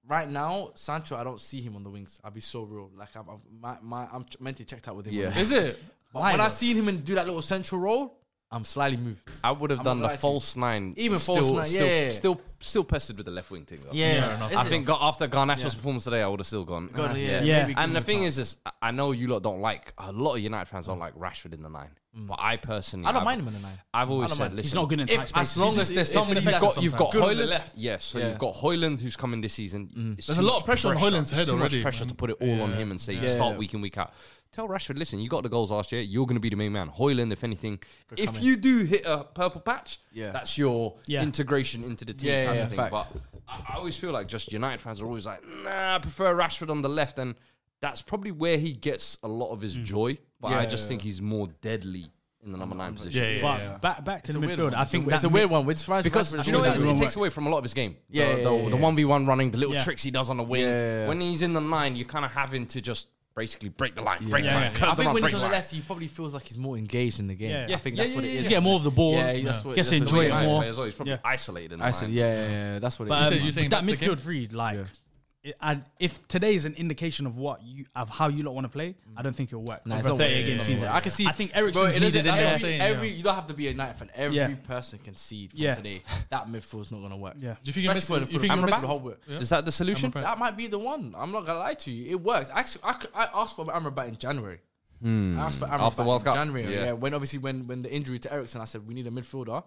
[SPEAKER 3] right now Sancho, I don't see him on the wings. I'll be so real. Like I'm, I'm my, my I'm ch- mentally checked out with him. on the
[SPEAKER 4] Yeah.
[SPEAKER 3] wings.
[SPEAKER 1] Is it?
[SPEAKER 3] But
[SPEAKER 2] Why
[SPEAKER 3] when
[SPEAKER 2] though?
[SPEAKER 3] I've seen him and do that little central role, I'm slightly moved.
[SPEAKER 4] I would have
[SPEAKER 3] I'm
[SPEAKER 4] done
[SPEAKER 3] not
[SPEAKER 4] the
[SPEAKER 3] lying to you.
[SPEAKER 4] false nine.
[SPEAKER 3] Even false nine,
[SPEAKER 4] still,
[SPEAKER 3] yeah.
[SPEAKER 4] Still, still pestered with the left wing thing. Though.
[SPEAKER 3] Yeah,
[SPEAKER 4] I think go- after Garnacho's performance today, I would have still gone.
[SPEAKER 3] God,
[SPEAKER 4] "Ah,
[SPEAKER 3] yeah,
[SPEAKER 4] yeah.
[SPEAKER 3] maybe
[SPEAKER 2] Yeah.
[SPEAKER 3] give him
[SPEAKER 4] And the
[SPEAKER 3] a
[SPEAKER 4] thing
[SPEAKER 3] chance.
[SPEAKER 4] is, is I- I know you lot don't like a lot of United fans don't like Rashford in the nine, but I personally,
[SPEAKER 3] Mm. I don't
[SPEAKER 4] I've-
[SPEAKER 3] mind him in the nine.
[SPEAKER 4] I've always
[SPEAKER 3] don't
[SPEAKER 4] said,
[SPEAKER 3] mind.
[SPEAKER 4] listen,
[SPEAKER 2] He's not good in tight
[SPEAKER 3] if
[SPEAKER 2] spaces.
[SPEAKER 3] as long as there's somebody
[SPEAKER 4] You've
[SPEAKER 3] that's
[SPEAKER 4] got, you've got
[SPEAKER 3] good on the
[SPEAKER 4] Hoyland.
[SPEAKER 3] left.
[SPEAKER 4] Yes, so
[SPEAKER 3] Yeah. Mm.
[SPEAKER 4] you've got Hoyland who's coming this season. It's
[SPEAKER 1] There's a
[SPEAKER 4] too
[SPEAKER 1] lot
[SPEAKER 4] much
[SPEAKER 1] of pressure on Hoyland's
[SPEAKER 4] it's
[SPEAKER 1] head
[SPEAKER 4] too
[SPEAKER 1] already,
[SPEAKER 4] Much pressure
[SPEAKER 1] man.
[SPEAKER 4] to put it all on him and say
[SPEAKER 3] Yeah.
[SPEAKER 4] start
[SPEAKER 3] Yeah.
[SPEAKER 4] week in week out. Tell Rashford, listen, you got the goals last year. You're going to be the main man. Hoyland, if anything, if you do hit a purple patch,
[SPEAKER 3] Yeah.
[SPEAKER 4] that's your
[SPEAKER 2] Yeah.
[SPEAKER 4] integration into the team
[SPEAKER 3] Yeah,
[SPEAKER 4] kind
[SPEAKER 3] yeah,
[SPEAKER 4] of thing.
[SPEAKER 3] facts.
[SPEAKER 4] But I, I always feel like just United fans are always like, nah, I prefer Rashford on the left, and that's probably where he gets a lot of his joy. But I
[SPEAKER 3] Yeah,
[SPEAKER 4] just
[SPEAKER 3] Hmm. yeah,
[SPEAKER 4] think he's more deadly in the number nine position.
[SPEAKER 1] Yeah, yeah,
[SPEAKER 2] But
[SPEAKER 1] yeah.
[SPEAKER 2] back back to the
[SPEAKER 3] It's a weird
[SPEAKER 2] midfield.
[SPEAKER 3] one.
[SPEAKER 2] I think
[SPEAKER 3] it's a, it's
[SPEAKER 2] that
[SPEAKER 3] a
[SPEAKER 2] mid-
[SPEAKER 3] weird one. Which fans
[SPEAKER 4] Because
[SPEAKER 3] fans
[SPEAKER 4] do you know
[SPEAKER 3] always
[SPEAKER 4] what it is?
[SPEAKER 3] agree
[SPEAKER 4] It
[SPEAKER 3] on
[SPEAKER 4] takes away from a lot of his game.
[SPEAKER 3] Yeah,
[SPEAKER 4] the,
[SPEAKER 3] yeah,
[SPEAKER 4] the,
[SPEAKER 3] yeah,
[SPEAKER 4] the
[SPEAKER 3] yeah.
[SPEAKER 4] 1v1 running, the little
[SPEAKER 2] Yeah.
[SPEAKER 4] tricks he does on the wing.
[SPEAKER 3] Yeah, yeah, yeah.
[SPEAKER 4] When he's in the line, you're kind of having to just basically break the line, break
[SPEAKER 2] Yeah,
[SPEAKER 4] the
[SPEAKER 2] yeah.
[SPEAKER 4] line, curve
[SPEAKER 3] I
[SPEAKER 4] the
[SPEAKER 3] think
[SPEAKER 4] line,
[SPEAKER 3] when
[SPEAKER 4] break
[SPEAKER 3] he's
[SPEAKER 4] the
[SPEAKER 3] on the
[SPEAKER 4] line.
[SPEAKER 3] left, he probably feels like he's more engaged in the game.
[SPEAKER 2] Yeah.
[SPEAKER 3] I think
[SPEAKER 4] Yeah,
[SPEAKER 3] that's
[SPEAKER 4] yeah,
[SPEAKER 3] what it
[SPEAKER 4] yeah,
[SPEAKER 3] is.
[SPEAKER 2] He's getting more of the ball.
[SPEAKER 3] Yeah, that's what-
[SPEAKER 2] Gets
[SPEAKER 3] that's what-
[SPEAKER 2] enjoyed
[SPEAKER 3] yeah,
[SPEAKER 2] more.
[SPEAKER 4] Players, oh, he's probably
[SPEAKER 2] Yeah.
[SPEAKER 4] isolated in the
[SPEAKER 3] I
[SPEAKER 4] line.
[SPEAKER 3] said, yeah, yeah, yeah, that's what it
[SPEAKER 2] But
[SPEAKER 3] is.
[SPEAKER 1] said-
[SPEAKER 2] um,
[SPEAKER 1] you saying
[SPEAKER 2] that
[SPEAKER 1] that's the game?
[SPEAKER 2] midfield three, like,
[SPEAKER 3] Yeah.
[SPEAKER 2] it- I, if today is an indication of what you of how you lot want to play, I don't think it'll work
[SPEAKER 3] Nah, it's
[SPEAKER 2] over a
[SPEAKER 3] not working.
[SPEAKER 2] thirty game
[SPEAKER 3] It's not
[SPEAKER 2] season.
[SPEAKER 3] working. I can see.
[SPEAKER 2] I think
[SPEAKER 3] Bro, it
[SPEAKER 2] Ericsson's
[SPEAKER 3] doesn't-
[SPEAKER 2] needed in
[SPEAKER 3] every,
[SPEAKER 2] there.
[SPEAKER 1] saying,
[SPEAKER 3] Every
[SPEAKER 1] yeah.
[SPEAKER 3] you don't have to be a United fan. Every
[SPEAKER 2] Yeah.
[SPEAKER 3] person can see from
[SPEAKER 2] Yeah.
[SPEAKER 3] today that midfield's not gonna work.
[SPEAKER 2] Yeah.
[SPEAKER 1] Do you think you're
[SPEAKER 3] Especially
[SPEAKER 1] missing?
[SPEAKER 3] for
[SPEAKER 1] You
[SPEAKER 3] the
[SPEAKER 1] think you're
[SPEAKER 3] full-
[SPEAKER 1] missing?
[SPEAKER 3] the whole work.
[SPEAKER 4] Is that the solution?
[SPEAKER 1] Amrabat.
[SPEAKER 3] That might be the one. I'm not gonna lie to you. It works. Actually, I, c- I asked for Amrabat in January. I asked for Amrabat
[SPEAKER 4] Hmm. After World
[SPEAKER 3] in
[SPEAKER 4] Cup.
[SPEAKER 3] January.
[SPEAKER 4] Yeah.
[SPEAKER 3] Yeah. When obviously when when the injury to Ericsson, I said we need a midfielder.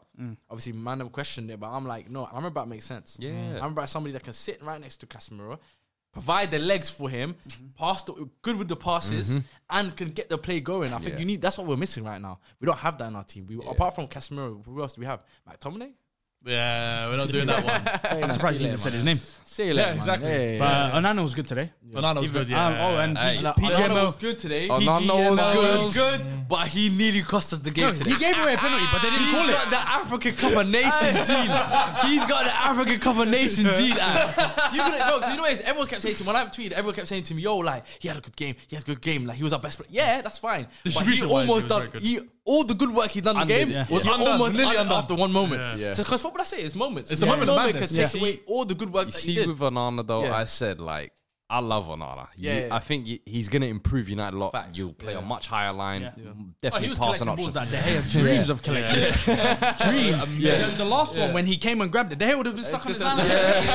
[SPEAKER 3] Obviously, Manum questioned it, but I'm like, no, Amrabat makes sense. Mm.
[SPEAKER 4] Yeah.
[SPEAKER 3] Amrabat somebody that can sit right next to Casemiro, provide the legs for him, pass the, good with the passes, and can get the play going. I think
[SPEAKER 4] Mm-hmm. Yeah.
[SPEAKER 3] you need. That's what we're missing right now. We don't have that in our team. We apart from Casemiro, who else do we have? McTominay.
[SPEAKER 1] Yeah, we're not doing that one.
[SPEAKER 2] I'm surprised you even said his name.
[SPEAKER 3] See you later,
[SPEAKER 1] Yeah,
[SPEAKER 3] man.
[SPEAKER 1] exactly.
[SPEAKER 3] Yeah,
[SPEAKER 2] But
[SPEAKER 3] yeah,
[SPEAKER 2] uh, Onana was good today.
[SPEAKER 1] Banana was
[SPEAKER 2] Even-
[SPEAKER 1] good, yeah. Uh,
[SPEAKER 2] um, oh, and
[SPEAKER 9] Hey.
[SPEAKER 2] PG,
[SPEAKER 3] yeah.
[SPEAKER 2] PG,
[SPEAKER 3] Onana was good today.
[SPEAKER 9] Oh,
[SPEAKER 2] PG,
[SPEAKER 9] Onana was
[SPEAKER 2] PG,
[SPEAKER 9] good.
[SPEAKER 3] good, but he nearly cost us the game
[SPEAKER 2] He gave away a penalty, but they didn't
[SPEAKER 3] He's
[SPEAKER 2] call it.
[SPEAKER 3] got the African Cup of Nation gene. He's got the African Cup of Nation gene. Like, you, couldn't, no, 'cause you know what it is? Everyone kept saying to me, when I'm tweeting, everyone kept saying to me, yo, like, he had a good game. He had a good game. Like, he was our best player. Yeah, that's fine. But he
[SPEAKER 1] Distribution-wise,
[SPEAKER 3] almost
[SPEAKER 1] he was
[SPEAKER 3] done
[SPEAKER 1] very good.
[SPEAKER 3] he, all the good work he done in the
[SPEAKER 2] Undid,
[SPEAKER 3] game.
[SPEAKER 2] yeah.
[SPEAKER 3] Was
[SPEAKER 1] Was undone,
[SPEAKER 3] almost
[SPEAKER 1] nearly
[SPEAKER 3] under
[SPEAKER 1] undone.
[SPEAKER 3] after one moment.
[SPEAKER 1] Yeah.
[SPEAKER 3] Because football, that's it. It's moments.
[SPEAKER 1] It's a moment of
[SPEAKER 3] moment can
[SPEAKER 1] madness.
[SPEAKER 3] take
[SPEAKER 1] Yeah.
[SPEAKER 3] away all the good work
[SPEAKER 4] You
[SPEAKER 3] that he
[SPEAKER 4] see,
[SPEAKER 3] did.
[SPEAKER 4] with Onana though,
[SPEAKER 3] Yeah.
[SPEAKER 4] I said like I love Onana. You-
[SPEAKER 3] Yeah, yeah.
[SPEAKER 4] I think y- he's gonna improve United a lot.
[SPEAKER 3] Facts.
[SPEAKER 4] You'll play
[SPEAKER 3] Yeah.
[SPEAKER 4] a much higher line. Mm,
[SPEAKER 2] Yeah.
[SPEAKER 4] Definitely
[SPEAKER 2] Oh, he was
[SPEAKER 4] passing
[SPEAKER 2] collecting
[SPEAKER 4] options.
[SPEAKER 2] balls that De Gea dreams of collecting. dreams. The, the last one when he came and grabbed it, De Gea would have been stuck on his line. Like, He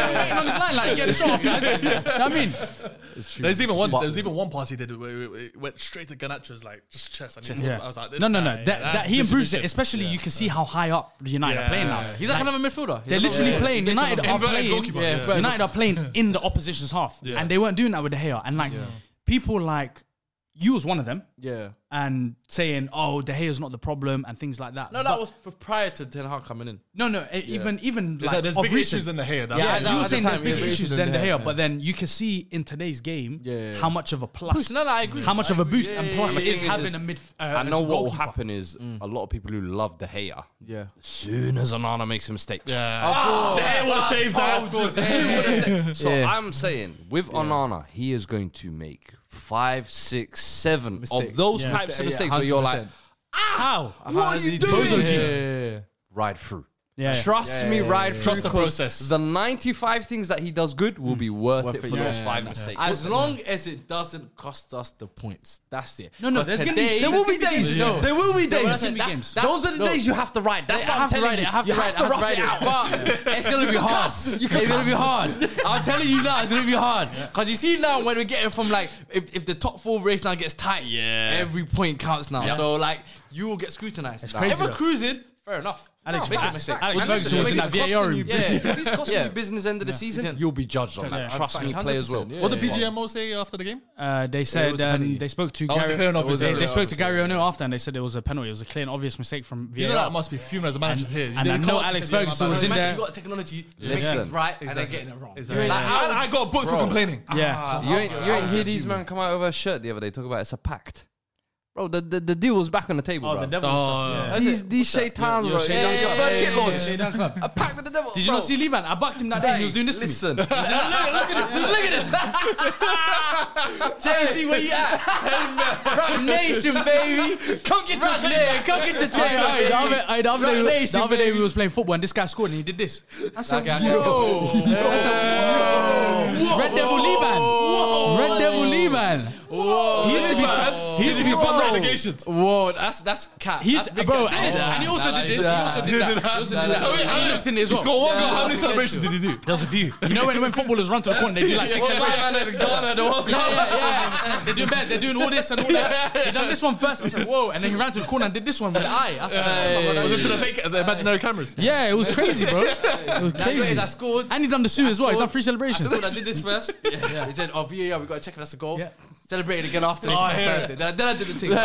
[SPEAKER 2] was waiting on his line like, get the shot off, guys. Do you know what I mean?
[SPEAKER 1] There's even one. There's even one pass he did where where- it went straight to Ganacho's like just chest. And he,
[SPEAKER 2] Yeah.
[SPEAKER 1] I was like, this
[SPEAKER 2] no, no, no.
[SPEAKER 1] guy,
[SPEAKER 2] That, that
[SPEAKER 1] that's
[SPEAKER 2] he improves it,
[SPEAKER 1] distribution.
[SPEAKER 2] especially you can see how high up United are
[SPEAKER 1] Yeah.
[SPEAKER 2] playing now.
[SPEAKER 3] He's like another midfielder. He's
[SPEAKER 2] They're
[SPEAKER 3] another-
[SPEAKER 2] literally
[SPEAKER 3] Yeah.
[SPEAKER 2] playing.
[SPEAKER 3] He's
[SPEAKER 2] United are
[SPEAKER 1] Inverted
[SPEAKER 2] playing.
[SPEAKER 1] goalkeeper, Yeah, yeah.
[SPEAKER 2] United are playing in the opposition's half,
[SPEAKER 1] Yeah.
[SPEAKER 2] and they weren't doing that with De Gea. And like people like you was one of them,
[SPEAKER 3] Yeah.
[SPEAKER 2] and saying, "Oh, De Gea's not the problem" and things like that.
[SPEAKER 3] No,
[SPEAKER 2] But-
[SPEAKER 3] that was prior to Ten Hag coming in.
[SPEAKER 2] no, no. e- Even even
[SPEAKER 1] It's
[SPEAKER 2] like
[SPEAKER 1] like, there's
[SPEAKER 2] of
[SPEAKER 1] big
[SPEAKER 2] recent.
[SPEAKER 1] issues in the hair.
[SPEAKER 3] Yeah,
[SPEAKER 2] Yeah,
[SPEAKER 3] that-
[SPEAKER 2] you were
[SPEAKER 3] at the
[SPEAKER 2] saying
[SPEAKER 3] time,
[SPEAKER 2] there's
[SPEAKER 3] yeah,
[SPEAKER 2] big
[SPEAKER 3] big
[SPEAKER 2] issues
[SPEAKER 3] issues
[SPEAKER 2] than
[SPEAKER 3] in
[SPEAKER 2] De
[SPEAKER 3] the
[SPEAKER 2] Gea,
[SPEAKER 3] hair,
[SPEAKER 2] but then you can see in today's game
[SPEAKER 3] Yeah, yeah, yeah.
[SPEAKER 2] how much of a plus,
[SPEAKER 3] No, no, I agree.
[SPEAKER 2] how much
[SPEAKER 3] I
[SPEAKER 2] of a
[SPEAKER 3] agree.
[SPEAKER 2] boost
[SPEAKER 3] Yeah,
[SPEAKER 2] and
[SPEAKER 3] yeah,
[SPEAKER 2] plus
[SPEAKER 3] yeah.
[SPEAKER 2] it is having a mid. Uh,
[SPEAKER 4] I know
[SPEAKER 2] as a
[SPEAKER 4] what will
[SPEAKER 2] goalkeeper.
[SPEAKER 4] happen is a lot of people who love De Gea,
[SPEAKER 3] Yeah.
[SPEAKER 4] soon as Onana makes a mistake,
[SPEAKER 1] They would have saved that.
[SPEAKER 4] So I'm saying with Onana, he is going to make five, six, seven
[SPEAKER 3] Mistakes.
[SPEAKER 4] of those
[SPEAKER 3] Yeah.
[SPEAKER 4] types of
[SPEAKER 3] Yeah,
[SPEAKER 4] mistakes where you're like, "Ah,
[SPEAKER 3] 100%.
[SPEAKER 2] How?
[SPEAKER 4] what are you
[SPEAKER 3] Yeah,
[SPEAKER 4] doing?
[SPEAKER 3] yeah, yeah.
[SPEAKER 4] Ride through.
[SPEAKER 2] Yeah.
[SPEAKER 4] Trust me, ride through.
[SPEAKER 1] Trust the
[SPEAKER 4] 'cause
[SPEAKER 1] process.
[SPEAKER 4] The 95 things that he does good will be worth,
[SPEAKER 3] Worth
[SPEAKER 4] it
[SPEAKER 3] it,
[SPEAKER 4] for
[SPEAKER 3] yeah,
[SPEAKER 4] those
[SPEAKER 3] yeah,
[SPEAKER 4] five
[SPEAKER 3] yeah.
[SPEAKER 4] mistakes.
[SPEAKER 3] As long as it doesn't cost us the points, that's it.
[SPEAKER 2] No, no,
[SPEAKER 3] 'Cause
[SPEAKER 2] there's gonna be-
[SPEAKER 3] today-
[SPEAKER 2] there will be
[SPEAKER 3] there's gonna
[SPEAKER 2] days,
[SPEAKER 3] no.
[SPEAKER 2] though.
[SPEAKER 4] there will be
[SPEAKER 3] No,
[SPEAKER 4] days.
[SPEAKER 3] that's- that's-
[SPEAKER 2] games.
[SPEAKER 3] that's-
[SPEAKER 4] those are the
[SPEAKER 3] no.
[SPEAKER 4] days you have to ride. That's
[SPEAKER 3] I
[SPEAKER 4] what I'm
[SPEAKER 3] have to
[SPEAKER 4] telling
[SPEAKER 3] write
[SPEAKER 4] you.
[SPEAKER 3] it. I have
[SPEAKER 4] you
[SPEAKER 3] to write it. I
[SPEAKER 4] have to
[SPEAKER 3] have to write it out. But it's gonna be hard. It's gonna be hard. I'm telling you now, it's gonna be hard. Cause you see now when we're getting from like if, if the top four race now gets tight,
[SPEAKER 1] Yeah.
[SPEAKER 3] every point counts now. So like you will get scrutinized. It's
[SPEAKER 2] crazy,
[SPEAKER 3] Ever
[SPEAKER 2] though.
[SPEAKER 3] cruising, fair enough.
[SPEAKER 2] Alex,
[SPEAKER 3] make
[SPEAKER 2] Alex-
[SPEAKER 3] a mistake.
[SPEAKER 2] Alex
[SPEAKER 3] And
[SPEAKER 2] Ferguson
[SPEAKER 3] listen,
[SPEAKER 2] was in
[SPEAKER 3] if
[SPEAKER 2] that
[SPEAKER 3] it's costing
[SPEAKER 2] VAR
[SPEAKER 3] you-
[SPEAKER 2] review.
[SPEAKER 3] Yeah.
[SPEAKER 4] If it's costing
[SPEAKER 3] Yeah.
[SPEAKER 4] you business end of the season, you'll be judged on that.
[SPEAKER 2] Yeah,
[SPEAKER 4] Trust me, players will.
[SPEAKER 3] 100%, yeah.
[SPEAKER 1] What the PGMO say after the game?
[SPEAKER 2] Uh, they
[SPEAKER 3] was
[SPEAKER 2] said
[SPEAKER 3] a penalty.
[SPEAKER 2] um, they spoke to
[SPEAKER 1] Oh, it's a
[SPEAKER 2] Gary.
[SPEAKER 1] clear and obvious
[SPEAKER 2] they,
[SPEAKER 1] error.
[SPEAKER 2] they spoke to Gary O'Neill after, and they said it was a penalty. It was a clear and obvious mistake from VAR.
[SPEAKER 1] You know that must be fuming as a manager here.
[SPEAKER 2] and I know Alex Ferguson was in
[SPEAKER 3] Imagine
[SPEAKER 2] there.
[SPEAKER 3] you got technology, you
[SPEAKER 4] Listen.
[SPEAKER 3] make things right, and
[SPEAKER 1] Exactly.
[SPEAKER 3] they're getting it wrong.
[SPEAKER 1] Exactly.
[SPEAKER 3] Like, I was-
[SPEAKER 1] I, I got booked for complaining.
[SPEAKER 2] Yeah,
[SPEAKER 4] You ain't, you ain't hear these men come out with a shirt the other day talk about it's a pact. Bro, the, the, the deal was back on the table,
[SPEAKER 2] oh,
[SPEAKER 4] bro.
[SPEAKER 2] the devil.
[SPEAKER 1] Oh,
[SPEAKER 4] These, these shaitans, bro.
[SPEAKER 2] Shaitan Club.
[SPEAKER 4] Yeah, yeah,
[SPEAKER 2] Yeah,
[SPEAKER 4] yeah,
[SPEAKER 2] yeah, yeah, Shaitan Club.
[SPEAKER 4] A pact with the devil.
[SPEAKER 2] Did you not see Liban? I bucked him that day. He was doing this to me.
[SPEAKER 4] Listen, look at this. Look at this.
[SPEAKER 3] JC, where you at? Rock Nation, baby. Come get your chair. Come get your chair.
[SPEAKER 2] Hey, the other, hey, the other
[SPEAKER 3] Rock
[SPEAKER 2] day,
[SPEAKER 3] Oh, Nation,
[SPEAKER 2] the other day we
[SPEAKER 3] baby.
[SPEAKER 2] was playing football and this guy scored and he did this. I said,
[SPEAKER 3] guy-
[SPEAKER 2] whoa. I said, whoa. Red Devil Liban. Red Devil Liban. He used to be,
[SPEAKER 1] Liban.
[SPEAKER 2] he used to be
[SPEAKER 1] Fuck
[SPEAKER 2] top rated.
[SPEAKER 1] relegations.
[SPEAKER 3] Whoa, that's that's cat.
[SPEAKER 2] He's
[SPEAKER 3] that's big
[SPEAKER 2] bro,
[SPEAKER 3] cat.
[SPEAKER 2] and,
[SPEAKER 3] Nah,
[SPEAKER 2] and he also
[SPEAKER 3] nah,
[SPEAKER 2] did this.
[SPEAKER 3] nah,
[SPEAKER 2] He also did that. He also did that.
[SPEAKER 1] Tell me how
[SPEAKER 2] He
[SPEAKER 1] many-
[SPEAKER 2] looked in it as
[SPEAKER 1] He's got
[SPEAKER 2] well.
[SPEAKER 1] one goal. How many celebrations did he do?
[SPEAKER 2] There was a few. You know when, when footballers run to the corner, they do like six celebrations. Yeah, yeah, yeah. They're doing bad. They're doing all this and all that. He done this one first. I said, whoa. And then he ran to the corner and did this one with the eye. I said, "Oh, my
[SPEAKER 1] Was
[SPEAKER 2] God."
[SPEAKER 1] it to the fake, the imaginary cameras?
[SPEAKER 2] yeah, it was crazy, bro. It was
[SPEAKER 3] That
[SPEAKER 2] crazy.
[SPEAKER 3] is, I scored.
[SPEAKER 2] And he done the suit as well. He done three
[SPEAKER 3] I
[SPEAKER 2] celebrations.
[SPEAKER 3] scored. I did this first. He said, "Oh, VAR, we got to check if that's a goal."
[SPEAKER 2] Yeah.
[SPEAKER 3] Celebrated again after this.
[SPEAKER 1] Oh, I hear
[SPEAKER 3] confirmed
[SPEAKER 1] it.
[SPEAKER 3] it. Then, I, then I did the thing. Oh,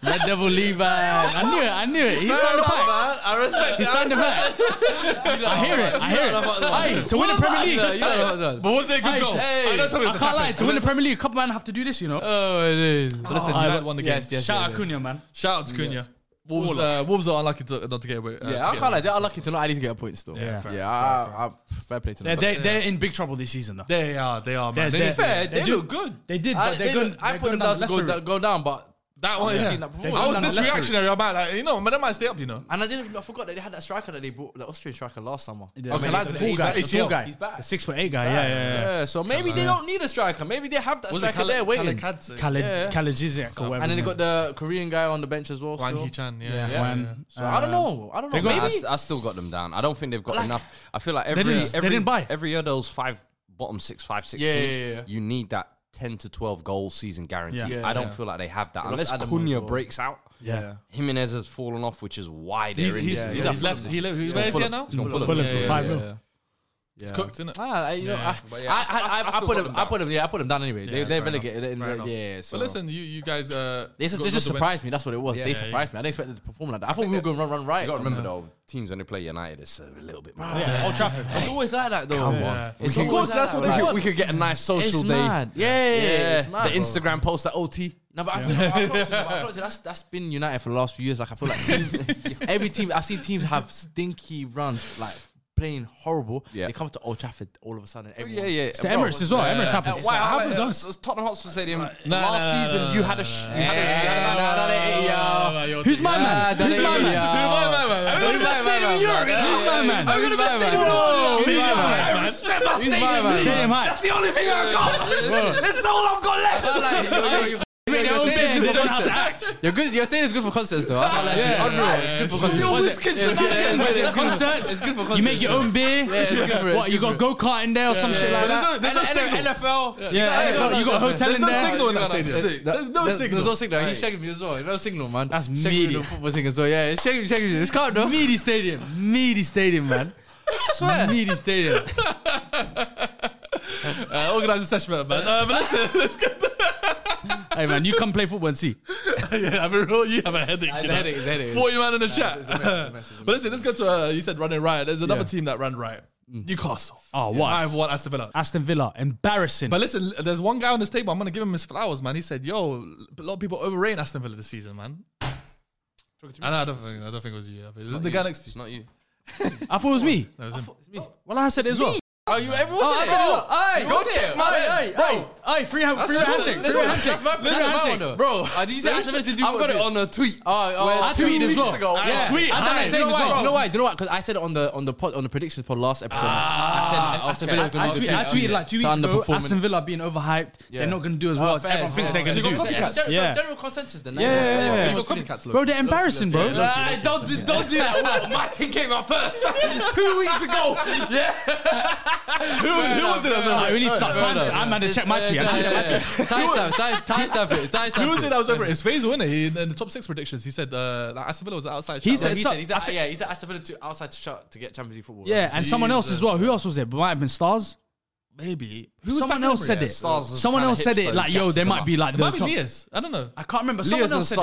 [SPEAKER 2] Red Devil Levi. I knew it. I knew it. He signed the pack.
[SPEAKER 3] I respect
[SPEAKER 2] He signed the pack. I hear it. I hear it. Hey, to win the Premier League.
[SPEAKER 3] You know what that was.
[SPEAKER 1] But was it a good
[SPEAKER 2] Hey,
[SPEAKER 1] goal?
[SPEAKER 3] hey.
[SPEAKER 1] I don't tell me
[SPEAKER 2] I
[SPEAKER 1] it's a
[SPEAKER 2] can't lie.
[SPEAKER 1] tap-in.
[SPEAKER 2] To win the Premier League, a couple man have to do this, you know.
[SPEAKER 3] Oh, it is.
[SPEAKER 1] Listen,
[SPEAKER 2] I-
[SPEAKER 1] United won the game.
[SPEAKER 3] yes, yes.
[SPEAKER 2] Shout out Cunha, man.
[SPEAKER 1] Shout out to Cunha. Wolves, uh, Wolves are unlucky to, not to get away. uh, to
[SPEAKER 3] Yeah, I
[SPEAKER 1] get
[SPEAKER 3] can't
[SPEAKER 1] away.
[SPEAKER 3] lie. They're unlucky to not at least get a point still. Yeah,
[SPEAKER 2] fair,
[SPEAKER 3] yeah. I, I, fair play to
[SPEAKER 2] They're,
[SPEAKER 3] them.
[SPEAKER 2] they're, they're in big trouble this season, though.
[SPEAKER 1] They are. They are. Man.
[SPEAKER 2] They're-
[SPEAKER 3] To be
[SPEAKER 2] they're-
[SPEAKER 3] fair, they,
[SPEAKER 2] do-
[SPEAKER 3] look good.
[SPEAKER 2] they did,
[SPEAKER 3] I,
[SPEAKER 2] but they're
[SPEAKER 3] they
[SPEAKER 2] going-
[SPEAKER 3] look- I
[SPEAKER 2] they're
[SPEAKER 3] put
[SPEAKER 2] going
[SPEAKER 3] them down
[SPEAKER 2] down the
[SPEAKER 3] to go,
[SPEAKER 2] lesser
[SPEAKER 3] down,
[SPEAKER 2] route.
[SPEAKER 3] go down, but
[SPEAKER 1] that one. Yeah.
[SPEAKER 3] seen that before.
[SPEAKER 1] I
[SPEAKER 2] They're
[SPEAKER 1] was
[SPEAKER 2] going
[SPEAKER 1] this
[SPEAKER 2] down the left
[SPEAKER 1] reactionary. I'm like, you know, man, I might stay up. You know.
[SPEAKER 3] And I didn't. I forgot that they had that striker that they bought, the Austrian striker last summer.
[SPEAKER 2] Yeah,
[SPEAKER 1] Okay,
[SPEAKER 2] man,
[SPEAKER 1] like
[SPEAKER 2] the
[SPEAKER 1] the
[SPEAKER 2] tall
[SPEAKER 1] he's
[SPEAKER 2] guy,
[SPEAKER 1] back,
[SPEAKER 2] the
[SPEAKER 1] he's
[SPEAKER 2] tall
[SPEAKER 1] ill.
[SPEAKER 2] guy,
[SPEAKER 3] He's back.
[SPEAKER 2] the six foot eight guy. Yeah, yeah,
[SPEAKER 3] Yeah, so maybe they don't need a striker. Maybe they have that
[SPEAKER 1] Was it
[SPEAKER 3] striker
[SPEAKER 1] Kale-
[SPEAKER 3] there waiting.
[SPEAKER 1] Kale Kadze?
[SPEAKER 2] yeah. Khalid, Khalid Zizek or whatever.
[SPEAKER 3] and then they
[SPEAKER 2] his name
[SPEAKER 3] got the Korean guy on the bench as well.
[SPEAKER 1] Wang
[SPEAKER 3] still.
[SPEAKER 1] Hee-chan, yeah.
[SPEAKER 3] Yeah.
[SPEAKER 2] is. Wan-
[SPEAKER 3] So I don't know. I don't know.
[SPEAKER 2] they got-
[SPEAKER 3] Maybe
[SPEAKER 4] I, s- I still got them down. I don't think they've got
[SPEAKER 3] Like-
[SPEAKER 4] enough. I feel like every
[SPEAKER 2] didn't- they
[SPEAKER 4] every,
[SPEAKER 2] didn't buy.
[SPEAKER 4] every year those five bottom six, five, six
[SPEAKER 3] Yeah,
[SPEAKER 4] teams.
[SPEAKER 3] yeah, yeah.
[SPEAKER 4] You need that ten to twelve goal season guarantee.
[SPEAKER 2] Yeah.
[SPEAKER 4] I don't feel like they have that
[SPEAKER 3] lost
[SPEAKER 4] unless
[SPEAKER 3] Adam as
[SPEAKER 4] Cunha
[SPEAKER 3] well.
[SPEAKER 4] breaks out.
[SPEAKER 3] Yeah.
[SPEAKER 4] Jimenez has fallen off, which is why they're
[SPEAKER 1] He's,
[SPEAKER 4] in
[SPEAKER 1] he's,
[SPEAKER 4] this.
[SPEAKER 1] he's,
[SPEAKER 3] at
[SPEAKER 1] left. He left. Where is he at now?
[SPEAKER 4] Fulham.
[SPEAKER 2] Fulham for five mil.
[SPEAKER 1] It's cooked, isn't it?
[SPEAKER 3] Ah, I, you know,
[SPEAKER 1] Yeah.
[SPEAKER 3] I,
[SPEAKER 4] But yeah,
[SPEAKER 3] I,
[SPEAKER 4] I s- I
[SPEAKER 3] I,
[SPEAKER 4] s- I
[SPEAKER 3] I,
[SPEAKER 4] still
[SPEAKER 3] put
[SPEAKER 4] got
[SPEAKER 3] them,
[SPEAKER 4] them
[SPEAKER 3] I
[SPEAKER 4] down.
[SPEAKER 3] put them, yeah, I put them down anyway.
[SPEAKER 1] Yeah,
[SPEAKER 3] they they
[SPEAKER 1] fair
[SPEAKER 3] really
[SPEAKER 1] enough.
[SPEAKER 3] get it.
[SPEAKER 1] Fair enough.
[SPEAKER 3] Yeah, so.
[SPEAKER 1] But listen, you, you guys. Uh,
[SPEAKER 3] They just,
[SPEAKER 1] got-
[SPEAKER 3] they
[SPEAKER 1] got
[SPEAKER 3] just
[SPEAKER 1] the win.
[SPEAKER 3] surprised me. That's what it was.
[SPEAKER 4] Yeah,
[SPEAKER 3] they
[SPEAKER 4] yeah,
[SPEAKER 3] surprised me. I didn't expect them to perform like that. I thought we were going to run, run right.
[SPEAKER 4] You gotta remember though, teams when they play United, it's a little bit. more.
[SPEAKER 1] Yeah, Old Trafford.
[SPEAKER 3] It's always like that, though.
[SPEAKER 1] Come on.
[SPEAKER 3] It's
[SPEAKER 1] Of
[SPEAKER 3] always
[SPEAKER 1] course,
[SPEAKER 3] like
[SPEAKER 1] that's
[SPEAKER 3] that,
[SPEAKER 1] what they
[SPEAKER 3] right?
[SPEAKER 1] want.
[SPEAKER 4] We could get a nice social
[SPEAKER 3] It's
[SPEAKER 4] day.
[SPEAKER 3] mad. Yeah,
[SPEAKER 4] Yeah,
[SPEAKER 3] it's mad.
[SPEAKER 4] the
[SPEAKER 3] bro.
[SPEAKER 4] Instagram post that OT.
[SPEAKER 3] No, but I feel like, I've noticed, I've noticed that's that's been United for the last few years. Like I feel like teams, every team I've seen teams have stinky runs, like playing horrible.
[SPEAKER 4] Yeah. Oh,
[SPEAKER 3] They come to Old Trafford all of a sudden.
[SPEAKER 4] Yeah,
[SPEAKER 3] Everyone,
[SPEAKER 4] yeah.
[SPEAKER 2] It's the Emirates as well. Emirates
[SPEAKER 4] Uh,
[SPEAKER 2] happens.
[SPEAKER 4] why?
[SPEAKER 1] like, how
[SPEAKER 4] how
[SPEAKER 1] have we
[SPEAKER 4] about-
[SPEAKER 1] done
[SPEAKER 4] uh,
[SPEAKER 1] s-
[SPEAKER 4] s- Tottenham Hotspur Stadium.
[SPEAKER 1] no,
[SPEAKER 4] last
[SPEAKER 1] no, no,
[SPEAKER 4] season,
[SPEAKER 1] no,
[SPEAKER 4] you
[SPEAKER 1] no,
[SPEAKER 4] had a.
[SPEAKER 1] no,
[SPEAKER 4] sh-
[SPEAKER 1] no,
[SPEAKER 4] you had a- you had a-
[SPEAKER 2] Who's my man? Who's my man?
[SPEAKER 1] Who's my man?
[SPEAKER 3] Who's
[SPEAKER 1] Who's
[SPEAKER 3] my
[SPEAKER 1] my
[SPEAKER 3] man?
[SPEAKER 1] man?
[SPEAKER 3] Who's my man?
[SPEAKER 2] Who's my man?
[SPEAKER 3] I'm gonna best stadium in the
[SPEAKER 2] Whoa,
[SPEAKER 3] world.
[SPEAKER 2] who's my man?
[SPEAKER 3] I respect my
[SPEAKER 2] Who's my man? Stadium height.
[SPEAKER 3] That's the only thing I got. This is all I've got left. Your
[SPEAKER 2] They don't
[SPEAKER 3] stadium is
[SPEAKER 2] they
[SPEAKER 3] good for
[SPEAKER 2] don't have to
[SPEAKER 3] concerts.
[SPEAKER 2] act.
[SPEAKER 3] Your good- your stadium is good for concerts, though. I'll let you. Unreal. It's good for concerts.
[SPEAKER 2] Yo,
[SPEAKER 3] Was it-
[SPEAKER 2] Wizkid
[SPEAKER 3] it's good- it's good- it's good-
[SPEAKER 2] Concerts.
[SPEAKER 3] It's good for
[SPEAKER 2] You
[SPEAKER 3] concerts.
[SPEAKER 2] make your own beer.
[SPEAKER 3] it's good for it,
[SPEAKER 2] What
[SPEAKER 3] it's
[SPEAKER 2] you
[SPEAKER 3] good
[SPEAKER 2] got go kart in there or some shit like
[SPEAKER 1] But
[SPEAKER 2] that?
[SPEAKER 1] there's no, there's no signal.
[SPEAKER 3] NFL.
[SPEAKER 2] Yeah, you got- you got a hotel
[SPEAKER 1] There's
[SPEAKER 2] in
[SPEAKER 1] no
[SPEAKER 2] there.
[SPEAKER 1] signal in that stadium. There's no
[SPEAKER 3] there's,
[SPEAKER 1] signal.
[SPEAKER 3] There's no signal. He's shaking me as well. No signal, man.
[SPEAKER 2] That's
[SPEAKER 3] shaking Me
[SPEAKER 2] media.
[SPEAKER 3] the football thing as well. Yeah, he's shaking me, shaking me. This can't though.
[SPEAKER 2] Meaty stadium. Meaty stadium, man.
[SPEAKER 3] Swear.
[SPEAKER 2] Meaty stadium.
[SPEAKER 1] Uh, organize a session, man. Uh, but listen, let's get
[SPEAKER 2] Hey man, you come play football and see.
[SPEAKER 1] yeah, I mean, real, you have a headache.
[SPEAKER 3] It's
[SPEAKER 1] you
[SPEAKER 3] a
[SPEAKER 1] know.
[SPEAKER 3] headache, it's a headache.
[SPEAKER 1] Forty man in the chat.
[SPEAKER 3] it's a mess, it's a mess, it's a
[SPEAKER 1] but listen, let's go to uh, you said running riot. There's another
[SPEAKER 3] Yeah. Mm. Ah,
[SPEAKER 1] team that ran riot. Newcastle.
[SPEAKER 2] Oh, what?
[SPEAKER 1] I've won Aston Villa.
[SPEAKER 2] Aston Villa, embarrassing.
[SPEAKER 1] But listen, there's one guy on this table. I'm gonna give him his flowers, man. He said, "Yo, a lot of people overrating Aston Villa this season, man." And I don't think I don't think it was you. I think It was the guy next to you.
[SPEAKER 4] It's not you.
[SPEAKER 2] I thought it was me.
[SPEAKER 1] That was him.
[SPEAKER 2] Well, I said it as well.
[SPEAKER 3] Are you everyone's
[SPEAKER 2] Oh, I
[SPEAKER 3] in
[SPEAKER 2] said it.
[SPEAKER 3] it?
[SPEAKER 2] Aye,
[SPEAKER 3] Go
[SPEAKER 2] was
[SPEAKER 3] check
[SPEAKER 2] it?
[SPEAKER 3] my
[SPEAKER 2] Aye,
[SPEAKER 3] man.
[SPEAKER 2] aye, aye, free hand, free hand handshake, free hand handshake.
[SPEAKER 3] That's my
[SPEAKER 2] Free hand
[SPEAKER 3] that's my one,
[SPEAKER 2] handshake.
[SPEAKER 3] though.
[SPEAKER 2] Bro,
[SPEAKER 3] Uh, did you say Aston Villa to do
[SPEAKER 4] I've
[SPEAKER 3] what
[SPEAKER 4] got
[SPEAKER 3] it
[SPEAKER 4] it
[SPEAKER 3] did?
[SPEAKER 4] on a tweet.
[SPEAKER 3] Oh, oh,
[SPEAKER 2] I tweeted as well.
[SPEAKER 1] I
[SPEAKER 3] Yeah.
[SPEAKER 1] tweet.
[SPEAKER 3] I
[SPEAKER 1] Hi.
[SPEAKER 3] done the same
[SPEAKER 2] Tweet as
[SPEAKER 3] as
[SPEAKER 2] well.
[SPEAKER 3] well. You know why? You know why? Because I said it on the on the pod, on the predictions pod last episode. I said Aston Villa was
[SPEAKER 2] I,
[SPEAKER 3] going to
[SPEAKER 2] tweeted, I tweeted like two weeks ago. Aston Villa being overhyped. They're
[SPEAKER 3] Yeah.
[SPEAKER 2] not going to do as well as everyone thinks they're going to do.
[SPEAKER 3] It's a
[SPEAKER 2] Yeah.
[SPEAKER 3] general consensus then.
[SPEAKER 2] Yeah, yeah, yeah, yeah.
[SPEAKER 3] You got
[SPEAKER 1] Copycats,
[SPEAKER 2] Bro, they're embarrassing, bro.
[SPEAKER 3] Nah, don't do, don't do that. Well, my team came out first two weeks ago. Yeah,
[SPEAKER 1] Who, who was it? that was
[SPEAKER 2] Alright, we
[SPEAKER 1] overrated?
[SPEAKER 2] need to start time. I'm going to check my tweet. I'm gonna check my tweet.
[SPEAKER 3] timestamp, time- timestamp it. Timestamp
[SPEAKER 1] Who was it? That was overrated. It's Faisal, innit? He, in the top six predictions, he said uh, like Aston Villa was outside.
[SPEAKER 2] He
[SPEAKER 1] shout.
[SPEAKER 3] So
[SPEAKER 2] said-
[SPEAKER 3] he
[SPEAKER 2] So-
[SPEAKER 3] said he's at, yeah, he's at Aston Villa to outside to shut to get Champions League football.
[SPEAKER 2] Yeah, and someone else as well. Who else was it? Might have been Stars.
[SPEAKER 1] maybe
[SPEAKER 2] Someone else said it.
[SPEAKER 4] Stars was
[SPEAKER 2] Someone
[SPEAKER 4] kinda
[SPEAKER 2] else said
[SPEAKER 4] hipster
[SPEAKER 2] it. Like,
[SPEAKER 4] and
[SPEAKER 2] yo,
[SPEAKER 4] gassed
[SPEAKER 2] they
[SPEAKER 4] them
[SPEAKER 2] might
[SPEAKER 4] up.
[SPEAKER 2] be like
[SPEAKER 1] It
[SPEAKER 2] the
[SPEAKER 1] might be
[SPEAKER 2] top.
[SPEAKER 1] Lears. I don't know.
[SPEAKER 2] I can't remember.
[SPEAKER 4] Lears
[SPEAKER 2] Someone
[SPEAKER 4] and
[SPEAKER 2] else said it.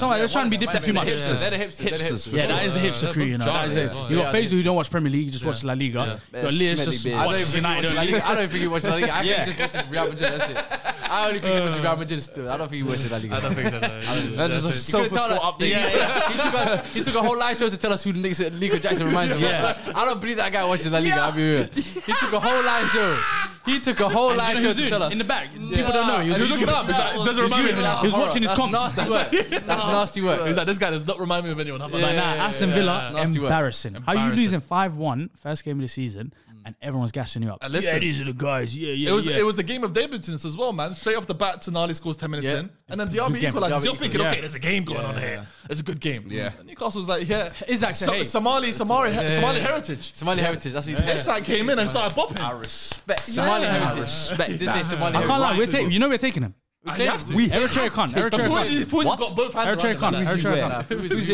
[SPEAKER 2] Someone. They're trying to be
[SPEAKER 3] Might
[SPEAKER 2] different
[SPEAKER 3] have
[SPEAKER 2] too
[SPEAKER 3] been
[SPEAKER 2] much.
[SPEAKER 3] the hipsters. They're the hipsters. They're the
[SPEAKER 4] Hipsters,
[SPEAKER 3] hipsters.
[SPEAKER 4] for
[SPEAKER 2] Yeah, that is a
[SPEAKER 1] Yeah,
[SPEAKER 2] hipster
[SPEAKER 1] that's
[SPEAKER 2] crew, you know. That
[SPEAKER 1] bizarre,
[SPEAKER 2] is
[SPEAKER 1] yeah.
[SPEAKER 2] a, you got
[SPEAKER 3] Yeah,
[SPEAKER 2] Faisal who don't watch Premier League, he just watches La Liga. You got Lears
[SPEAKER 4] Smelly
[SPEAKER 2] just
[SPEAKER 4] beer.
[SPEAKER 3] I don't
[SPEAKER 2] watches
[SPEAKER 3] even
[SPEAKER 2] United.
[SPEAKER 3] watch La Liga. I don't think he watches La Liga. I
[SPEAKER 2] Yeah.
[SPEAKER 3] think he just watches Real Madrid. That's it. I only think he watches Real Madrid still. I don't think he watches La Liga.
[SPEAKER 1] I don't think that. uh,
[SPEAKER 4] That is
[SPEAKER 1] yeah,
[SPEAKER 4] a
[SPEAKER 1] so-
[SPEAKER 3] Couldn't
[SPEAKER 4] sofa
[SPEAKER 3] tell
[SPEAKER 4] sport
[SPEAKER 3] that-
[SPEAKER 4] update.
[SPEAKER 3] Yeah, yeah. he, took us, he took a whole live show to tell us who Nick, Nico Jackson reminds him
[SPEAKER 2] Yeah.
[SPEAKER 3] of. I don't believe that guy watches La Liga. I'll be real. He took a whole live show. He took a whole live
[SPEAKER 2] He
[SPEAKER 3] show
[SPEAKER 2] was
[SPEAKER 3] to
[SPEAKER 2] doing
[SPEAKER 3] tell us.
[SPEAKER 2] in the back. People don't know. He was
[SPEAKER 1] He's looking
[SPEAKER 2] looking
[SPEAKER 1] up. He's like, it doesn't
[SPEAKER 2] He's
[SPEAKER 1] remind me
[SPEAKER 2] doing
[SPEAKER 1] of
[SPEAKER 2] it.
[SPEAKER 1] anyone.
[SPEAKER 2] He was watching his
[SPEAKER 3] That's
[SPEAKER 2] comps.
[SPEAKER 3] nasty work. That's nasty
[SPEAKER 1] He's
[SPEAKER 3] work.
[SPEAKER 1] like, this guy does not remind me of anyone. I'm like,
[SPEAKER 2] But
[SPEAKER 3] Yeah.
[SPEAKER 2] nah, Aston Villa,
[SPEAKER 3] Nasty work.
[SPEAKER 2] embarrassing. How you
[SPEAKER 1] Embarrassing.
[SPEAKER 2] losing 5 1, first game of the season, and everyone's gassing you up?
[SPEAKER 1] And
[SPEAKER 2] yeah,
[SPEAKER 1] listen,
[SPEAKER 2] these are the guys. Yeah, yeah,
[SPEAKER 1] It was
[SPEAKER 2] yeah.
[SPEAKER 1] it was the game of debutants as well, man. Straight off the bat, Tonali scores ten minutes
[SPEAKER 3] Yeah.
[SPEAKER 1] in, and then Diaby
[SPEAKER 2] game.
[SPEAKER 1] equalizes.
[SPEAKER 2] Diaby
[SPEAKER 1] You're thinking,
[SPEAKER 2] equalized.
[SPEAKER 1] okay,
[SPEAKER 2] Yeah.
[SPEAKER 1] there's a game going on here. It's a good game.
[SPEAKER 4] Yeah.
[SPEAKER 1] And Newcastle's like, yeah,
[SPEAKER 2] Isaac said, hey.
[SPEAKER 1] Somali, Somali, Somali heritage.
[SPEAKER 3] Somali heritage. That's what he said.
[SPEAKER 1] Isaac came in and started bopping.
[SPEAKER 4] Respect.
[SPEAKER 3] Somali
[SPEAKER 1] Yeah.
[SPEAKER 3] heritage.
[SPEAKER 1] I
[SPEAKER 3] respect this is Somali
[SPEAKER 2] I can't
[SPEAKER 3] heritage.
[SPEAKER 2] lie. We're ta- you know we're taking him.
[SPEAKER 3] We
[SPEAKER 1] You
[SPEAKER 3] claim
[SPEAKER 1] have
[SPEAKER 3] it.
[SPEAKER 1] to.
[SPEAKER 3] We-
[SPEAKER 2] Eritrea can't. Eritrea
[SPEAKER 1] Before
[SPEAKER 2] can't.
[SPEAKER 1] he's before he's got both hands.
[SPEAKER 2] Eritrea
[SPEAKER 1] around
[SPEAKER 2] can't.
[SPEAKER 1] him like that.
[SPEAKER 2] Eritrea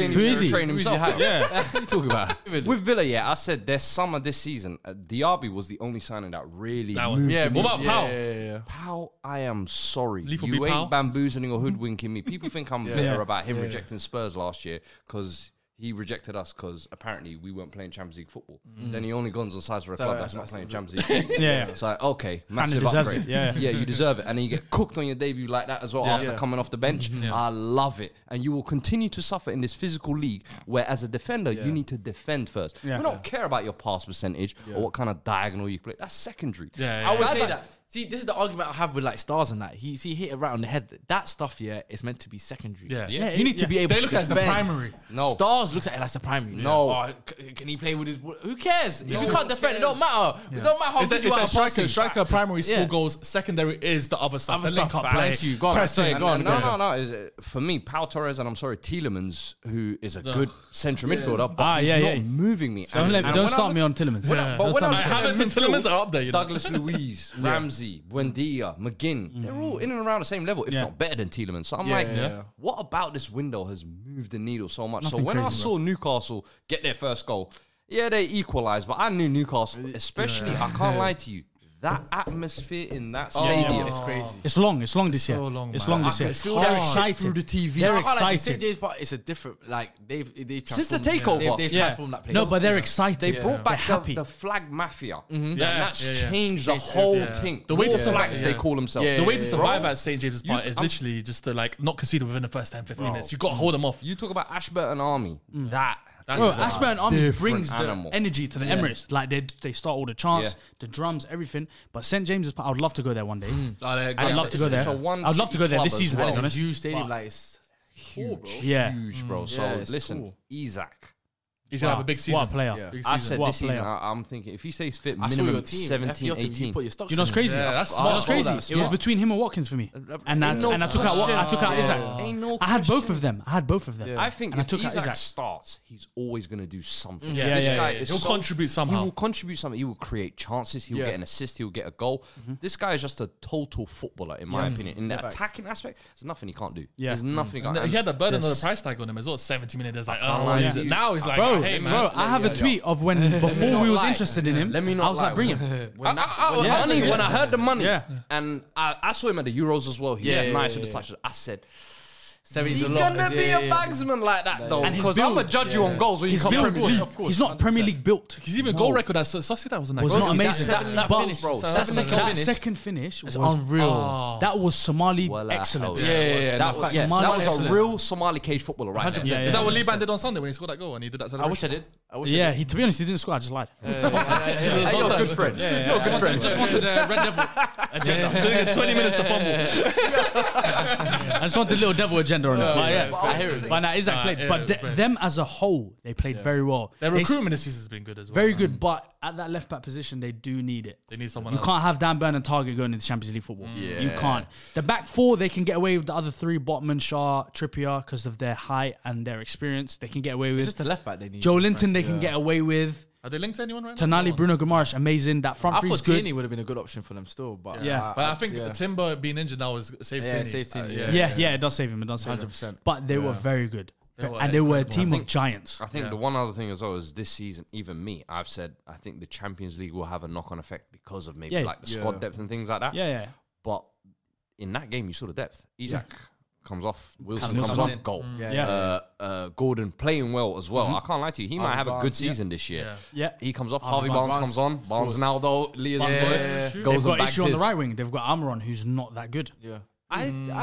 [SPEAKER 2] can't. Who is he?
[SPEAKER 4] Train himself.
[SPEAKER 2] Yeah.
[SPEAKER 4] What are you talking about? With Villa, yeah, I said their summer this season, uh, Diaby was the only signing that really
[SPEAKER 1] That was-
[SPEAKER 4] moved
[SPEAKER 3] Yeah,
[SPEAKER 4] the
[SPEAKER 1] What about
[SPEAKER 3] yeah,
[SPEAKER 1] Powell?
[SPEAKER 3] yeah, yeah, yeah.
[SPEAKER 4] Pal, I am sorry.
[SPEAKER 1] Lethal B.
[SPEAKER 4] you ain't
[SPEAKER 1] Pal?
[SPEAKER 4] bamboozling or hoodwinking me. People think I'm bitter
[SPEAKER 2] Yeah.
[SPEAKER 4] about him rejecting Spurs last year because he rejected us because apparently we weren't playing Champions League football.
[SPEAKER 2] Mm.
[SPEAKER 4] Then he only guns on sides for a club that's, not playing Champions League. football.
[SPEAKER 2] Yeah.
[SPEAKER 4] It's like, okay, massive
[SPEAKER 2] deserves it,
[SPEAKER 4] upgrade.
[SPEAKER 2] yeah.
[SPEAKER 4] yeah, you deserve it. And then you get cooked on your debut like that as well after
[SPEAKER 3] Yeah.
[SPEAKER 4] coming off the bench.
[SPEAKER 2] Mm-hmm.
[SPEAKER 4] I love it. And you will continue to suffer in this physical league where, as a defender, you need to defend first.
[SPEAKER 2] Yeah.
[SPEAKER 4] We don't care about your pass percentage or what kind of diagonal you play. That's secondary.
[SPEAKER 1] Yeah, yeah.
[SPEAKER 3] I would
[SPEAKER 4] Guys
[SPEAKER 3] say
[SPEAKER 4] like-
[SPEAKER 3] that. See, this is the argument I have with like stars and that. He see he hit it right on the head. That stuff, yeah, is meant to be secondary.
[SPEAKER 1] Yeah.
[SPEAKER 2] Yeah,
[SPEAKER 3] you need to be able.
[SPEAKER 1] They
[SPEAKER 3] to
[SPEAKER 1] look at it as the
[SPEAKER 3] defend.
[SPEAKER 1] primary.
[SPEAKER 4] No.
[SPEAKER 3] stars looks at it as the primary.
[SPEAKER 4] No.
[SPEAKER 3] Oh, c- can he play with his? Who cares? If you can't defend, it don't matter. It don't matter how
[SPEAKER 1] It's that,
[SPEAKER 3] good you
[SPEAKER 1] it's
[SPEAKER 3] are.
[SPEAKER 1] that
[SPEAKER 3] at
[SPEAKER 1] striker,
[SPEAKER 3] passing.
[SPEAKER 1] striker primary school
[SPEAKER 3] Yeah.
[SPEAKER 1] goals, secondary is the other stuff.
[SPEAKER 3] Other
[SPEAKER 1] the link
[SPEAKER 3] stuff,
[SPEAKER 1] up play.
[SPEAKER 3] thank you. Go on,
[SPEAKER 1] pressing.
[SPEAKER 3] say it, go on.
[SPEAKER 4] No, no, no. Is it, for me, Pau Torres, and I'm sorry, Tielemans, who is a good central midfielder, but
[SPEAKER 2] Ah,
[SPEAKER 4] he's
[SPEAKER 2] yeah,
[SPEAKER 4] not
[SPEAKER 2] yeah.
[SPEAKER 4] moving me.
[SPEAKER 2] Don't,
[SPEAKER 4] And-
[SPEAKER 2] let,
[SPEAKER 4] and
[SPEAKER 2] don't
[SPEAKER 4] when I
[SPEAKER 2] start
[SPEAKER 4] look-
[SPEAKER 2] me on Tillemans.
[SPEAKER 4] when I-
[SPEAKER 2] Yeah.
[SPEAKER 4] but
[SPEAKER 2] Don't
[SPEAKER 4] when
[SPEAKER 2] start
[SPEAKER 4] I
[SPEAKER 2] me.
[SPEAKER 4] look at
[SPEAKER 1] Havertz
[SPEAKER 4] the
[SPEAKER 1] and Tielemans
[SPEAKER 4] midfield,
[SPEAKER 1] are up there, you know.
[SPEAKER 4] Douglas Luiz, Ramsey, Buendia,
[SPEAKER 1] Mm.
[SPEAKER 4] McGinn, they're all in and around the same level, if
[SPEAKER 2] Yeah.
[SPEAKER 4] not better than Tielemans. So I'm
[SPEAKER 3] Yeah,
[SPEAKER 4] like,
[SPEAKER 3] yeah, yeah.
[SPEAKER 4] what about this window has moved the needle so much?
[SPEAKER 2] Nothing
[SPEAKER 4] so when I
[SPEAKER 2] crazy,
[SPEAKER 4] saw Newcastle get their first goal, yeah, they equalised, but I knew Newcastle, especially. I can't lie to you. That atmosphere in that stadium,
[SPEAKER 3] It's crazy.
[SPEAKER 2] It's long. It's long this year.
[SPEAKER 1] so long,
[SPEAKER 2] it's
[SPEAKER 1] man.
[SPEAKER 2] long this
[SPEAKER 1] I
[SPEAKER 2] year.
[SPEAKER 1] can
[SPEAKER 3] feel
[SPEAKER 2] They're
[SPEAKER 3] that shit
[SPEAKER 2] excited
[SPEAKER 3] through the TV.
[SPEAKER 2] They're
[SPEAKER 3] I can't lie,
[SPEAKER 2] excited.
[SPEAKER 3] St. James Park is a different. Like they've they've
[SPEAKER 4] Since the
[SPEAKER 3] transformed-
[SPEAKER 4] takeover.
[SPEAKER 3] they've, they've
[SPEAKER 2] Yeah.
[SPEAKER 3] transformed that place.
[SPEAKER 2] No, but they're excited.
[SPEAKER 4] they brought back
[SPEAKER 2] They're happy.
[SPEAKER 4] The, the flag mafia, and
[SPEAKER 1] Mm-hmm. Yeah,
[SPEAKER 4] that's
[SPEAKER 1] yeah, yeah.
[SPEAKER 4] changed the whole thing.
[SPEAKER 1] The way
[SPEAKER 4] War
[SPEAKER 1] to survive-
[SPEAKER 4] flags they
[SPEAKER 1] yeah.
[SPEAKER 4] call themselves.
[SPEAKER 3] Yeah,
[SPEAKER 1] The way
[SPEAKER 3] yeah,
[SPEAKER 1] to
[SPEAKER 3] yeah.
[SPEAKER 1] survive at St James's Park is
[SPEAKER 4] I'm-
[SPEAKER 1] literally just to like not concede within the first 10, 15 minutes. You got to hold them off.
[SPEAKER 4] You talk about Ashburton Army.
[SPEAKER 1] Mm.
[SPEAKER 4] That that's
[SPEAKER 2] Bro, Ashburn Army
[SPEAKER 4] different
[SPEAKER 2] brings the
[SPEAKER 4] animal.
[SPEAKER 2] energy to the Emirates. Like they they start all the chants,
[SPEAKER 4] Yeah.
[SPEAKER 2] the drums, everything. But St James's Park, I would love to go there one day.
[SPEAKER 4] I'd
[SPEAKER 2] I'd love to go there.
[SPEAKER 4] It's a one
[SPEAKER 2] I'd love to
[SPEAKER 4] city
[SPEAKER 2] go there
[SPEAKER 4] club
[SPEAKER 2] this
[SPEAKER 4] as
[SPEAKER 2] season.
[SPEAKER 4] well.
[SPEAKER 2] to be
[SPEAKER 3] It's a
[SPEAKER 2] honest.
[SPEAKER 3] huge stadium.
[SPEAKER 2] But-
[SPEAKER 3] Like it's huge, bro.
[SPEAKER 2] yeah,
[SPEAKER 4] huge, bro. So
[SPEAKER 3] Yeah, it's
[SPEAKER 4] listen,
[SPEAKER 3] cool.
[SPEAKER 4] Isaac.
[SPEAKER 1] He's going to
[SPEAKER 2] Wow.
[SPEAKER 1] have a big season.
[SPEAKER 2] What a player!
[SPEAKER 3] Yeah.
[SPEAKER 1] Big season.
[SPEAKER 4] I've said
[SPEAKER 2] What
[SPEAKER 4] this
[SPEAKER 2] player.
[SPEAKER 4] season, I, I'm thinking if he stays fit,
[SPEAKER 3] I saw
[SPEAKER 4] minimum
[SPEAKER 3] your team.
[SPEAKER 4] 17,
[SPEAKER 3] FPL team,
[SPEAKER 4] 18.
[SPEAKER 3] You put your stocks
[SPEAKER 2] Do you know what's
[SPEAKER 3] in.
[SPEAKER 2] crazy?
[SPEAKER 1] Yeah, that's
[SPEAKER 2] You know
[SPEAKER 1] smart.
[SPEAKER 2] what's crazy.
[SPEAKER 3] I saw
[SPEAKER 2] It
[SPEAKER 3] that.
[SPEAKER 2] was
[SPEAKER 3] Smart.
[SPEAKER 2] between him and Watkins for me, and I,
[SPEAKER 4] Ain't no
[SPEAKER 2] and I took out Wat-
[SPEAKER 4] question.
[SPEAKER 2] I took out
[SPEAKER 4] Yeah.
[SPEAKER 2] Isaac.
[SPEAKER 4] Ain't no
[SPEAKER 2] I had both
[SPEAKER 4] question.
[SPEAKER 2] of them. I had both of them.
[SPEAKER 4] I think
[SPEAKER 2] and I
[SPEAKER 4] if
[SPEAKER 2] took out
[SPEAKER 4] Isaac
[SPEAKER 2] Isaac.
[SPEAKER 4] starts, he's always going to do something.
[SPEAKER 1] Yeah,
[SPEAKER 4] this
[SPEAKER 1] yeah,
[SPEAKER 4] guy
[SPEAKER 1] yeah.
[SPEAKER 4] is
[SPEAKER 1] He'll
[SPEAKER 4] so-
[SPEAKER 1] contribute somehow.
[SPEAKER 4] He will contribute something. He will create chances. He'll
[SPEAKER 3] Yeah.
[SPEAKER 4] get an assist. He'll get a goal.
[SPEAKER 2] Mm-hmm.
[SPEAKER 4] This guy is just a total footballer, in my opinion. In the attacking aspect, there's nothing he can't do.
[SPEAKER 2] Yeah. Mm.
[SPEAKER 4] There's nothing.
[SPEAKER 1] And
[SPEAKER 4] can't-
[SPEAKER 1] he had the burden of the
[SPEAKER 4] there's-
[SPEAKER 1] price tag on him as well. 70 minutes. There's like,
[SPEAKER 4] can't
[SPEAKER 1] oh,
[SPEAKER 4] lie
[SPEAKER 1] he's-
[SPEAKER 4] to you.
[SPEAKER 1] now he's like,
[SPEAKER 2] Bro,
[SPEAKER 1] hey, man.
[SPEAKER 2] bro, I have a tweet of when before we was
[SPEAKER 4] lie.
[SPEAKER 2] interested in him.
[SPEAKER 4] Let me not
[SPEAKER 2] I was
[SPEAKER 4] lie.
[SPEAKER 2] like, bring him.
[SPEAKER 4] When I, I,
[SPEAKER 2] when I-
[SPEAKER 4] money,
[SPEAKER 2] yeah.
[SPEAKER 4] when I heard the money,
[SPEAKER 2] Yeah.
[SPEAKER 4] and I, I saw him at the Euros as well. He
[SPEAKER 3] Yeah,
[SPEAKER 4] had
[SPEAKER 3] yeah,
[SPEAKER 4] nice
[SPEAKER 3] yeah,
[SPEAKER 4] with the touches. I said,
[SPEAKER 3] Seven's
[SPEAKER 4] he's
[SPEAKER 3] a lot.
[SPEAKER 4] gonna
[SPEAKER 3] Yeah,
[SPEAKER 4] be
[SPEAKER 3] yeah,
[SPEAKER 4] a
[SPEAKER 3] yeah.
[SPEAKER 4] bagsman like that though.
[SPEAKER 2] And his
[SPEAKER 4] Because I'm
[SPEAKER 2] build.
[SPEAKER 4] gonna judge you on goals when you
[SPEAKER 2] He's
[SPEAKER 4] come
[SPEAKER 2] built.
[SPEAKER 4] Premier League.
[SPEAKER 3] of course,
[SPEAKER 2] He's not Premier
[SPEAKER 3] 100%.
[SPEAKER 2] League built.
[SPEAKER 1] He's even goal record at Su- Sociedad was a nice.
[SPEAKER 2] was
[SPEAKER 1] goal.
[SPEAKER 2] not
[SPEAKER 4] That-
[SPEAKER 2] amazing.
[SPEAKER 4] that-
[SPEAKER 2] That,
[SPEAKER 4] that
[SPEAKER 2] but-
[SPEAKER 4] finish,
[SPEAKER 2] that
[SPEAKER 4] bro, that
[SPEAKER 2] second,
[SPEAKER 4] second
[SPEAKER 2] that
[SPEAKER 4] finish
[SPEAKER 2] second finish was
[SPEAKER 3] unreal.
[SPEAKER 2] Oh, that was Somali
[SPEAKER 4] Well,
[SPEAKER 2] excellence.
[SPEAKER 4] hell
[SPEAKER 3] Yeah, yeah, yeah,
[SPEAKER 4] That
[SPEAKER 3] no,
[SPEAKER 4] was,
[SPEAKER 3] facts.
[SPEAKER 4] yes,
[SPEAKER 2] Somali
[SPEAKER 4] that was a
[SPEAKER 2] excellence.
[SPEAKER 4] real Somali cage footballer right there.
[SPEAKER 2] Yeah,
[SPEAKER 1] Is
[SPEAKER 2] yeah.
[SPEAKER 1] that what Liban did on Sunday when he scored that goal and he did that
[SPEAKER 3] I
[SPEAKER 1] celebration?
[SPEAKER 3] wish I did. I wish.
[SPEAKER 2] Yeah, he, to be honest, he didn't score. I just lied.
[SPEAKER 4] Hey, you're a good friend. You're a good friend.
[SPEAKER 2] just wanted uh, a red devil.
[SPEAKER 1] did. 20 minutes to fumble.
[SPEAKER 2] I just wanted a little devil agenda on it. But yeah,
[SPEAKER 4] I hear it.
[SPEAKER 2] but now Isaac
[SPEAKER 1] Nah,
[SPEAKER 2] played.
[SPEAKER 1] yeah, it
[SPEAKER 2] but
[SPEAKER 1] was
[SPEAKER 2] the-
[SPEAKER 1] great.
[SPEAKER 2] them as a whole, they played very well.
[SPEAKER 1] Their
[SPEAKER 2] They s-
[SPEAKER 1] recruitment this season has been good as well.
[SPEAKER 2] very good. But at that left back position, they do need it.
[SPEAKER 1] They need someone
[SPEAKER 2] You
[SPEAKER 1] else.
[SPEAKER 2] can't have Dan Burn and Target going into Champions League football. You can't. The back four, they can get away with the other three, Botman, Shaw, Trippier, because of their height and their experience. They can get away with.
[SPEAKER 3] It's just the left back they need.
[SPEAKER 2] Joe Linton, they can get away with.
[SPEAKER 1] Are they linked to anyone right now?
[SPEAKER 2] Tonali, Bruno Guimaraes, amazing. That front
[SPEAKER 3] I
[SPEAKER 2] three's
[SPEAKER 3] thought
[SPEAKER 2] good.
[SPEAKER 3] Tierney would have been a good option for them still, but uh,
[SPEAKER 2] Yeah.
[SPEAKER 1] But I think
[SPEAKER 3] yeah.
[SPEAKER 1] Timber being injured now is saves
[SPEAKER 3] Yeah,
[SPEAKER 1] Tierney. Uh,
[SPEAKER 3] saves Tierney, yeah.
[SPEAKER 2] yeah, yeah, it does save him. It does save 100%.
[SPEAKER 3] 100%.
[SPEAKER 2] But they were very good.
[SPEAKER 1] were
[SPEAKER 2] and they were a
[SPEAKER 1] incredible.
[SPEAKER 2] team
[SPEAKER 4] I
[SPEAKER 2] of
[SPEAKER 4] think-
[SPEAKER 2] giants.
[SPEAKER 4] I think the one other thing as well is this season, even me, I've said I think the Champions League will have a knock on effect because of maybe
[SPEAKER 2] Yeah.
[SPEAKER 4] like the squad depth and things like that.
[SPEAKER 2] Yeah, yeah.
[SPEAKER 4] But in that game, you saw the depth. Isaac comes off, Wilson
[SPEAKER 2] Comes
[SPEAKER 4] comes,
[SPEAKER 2] on.
[SPEAKER 4] on, goal.
[SPEAKER 2] Yeah. Mm-hmm.
[SPEAKER 4] Uh, uh, Gordon playing well as well. I can't lie to you. He might have a good
[SPEAKER 3] Barnes, yeah.
[SPEAKER 4] season this year.
[SPEAKER 2] Yeah.
[SPEAKER 4] He comes off.
[SPEAKER 2] Harvey
[SPEAKER 4] Harvey
[SPEAKER 2] Barnes.
[SPEAKER 4] Barnes, comes on. Barnes and Aldo. Leah's
[SPEAKER 1] Yeah.
[SPEAKER 4] boy,
[SPEAKER 1] Yeah. They've
[SPEAKER 2] They've
[SPEAKER 4] Goes and
[SPEAKER 2] got
[SPEAKER 4] bags
[SPEAKER 2] issue on the
[SPEAKER 4] his.
[SPEAKER 2] right wing. They've got Amaron, who's not that good.
[SPEAKER 3] yeah.
[SPEAKER 4] I, I don't know.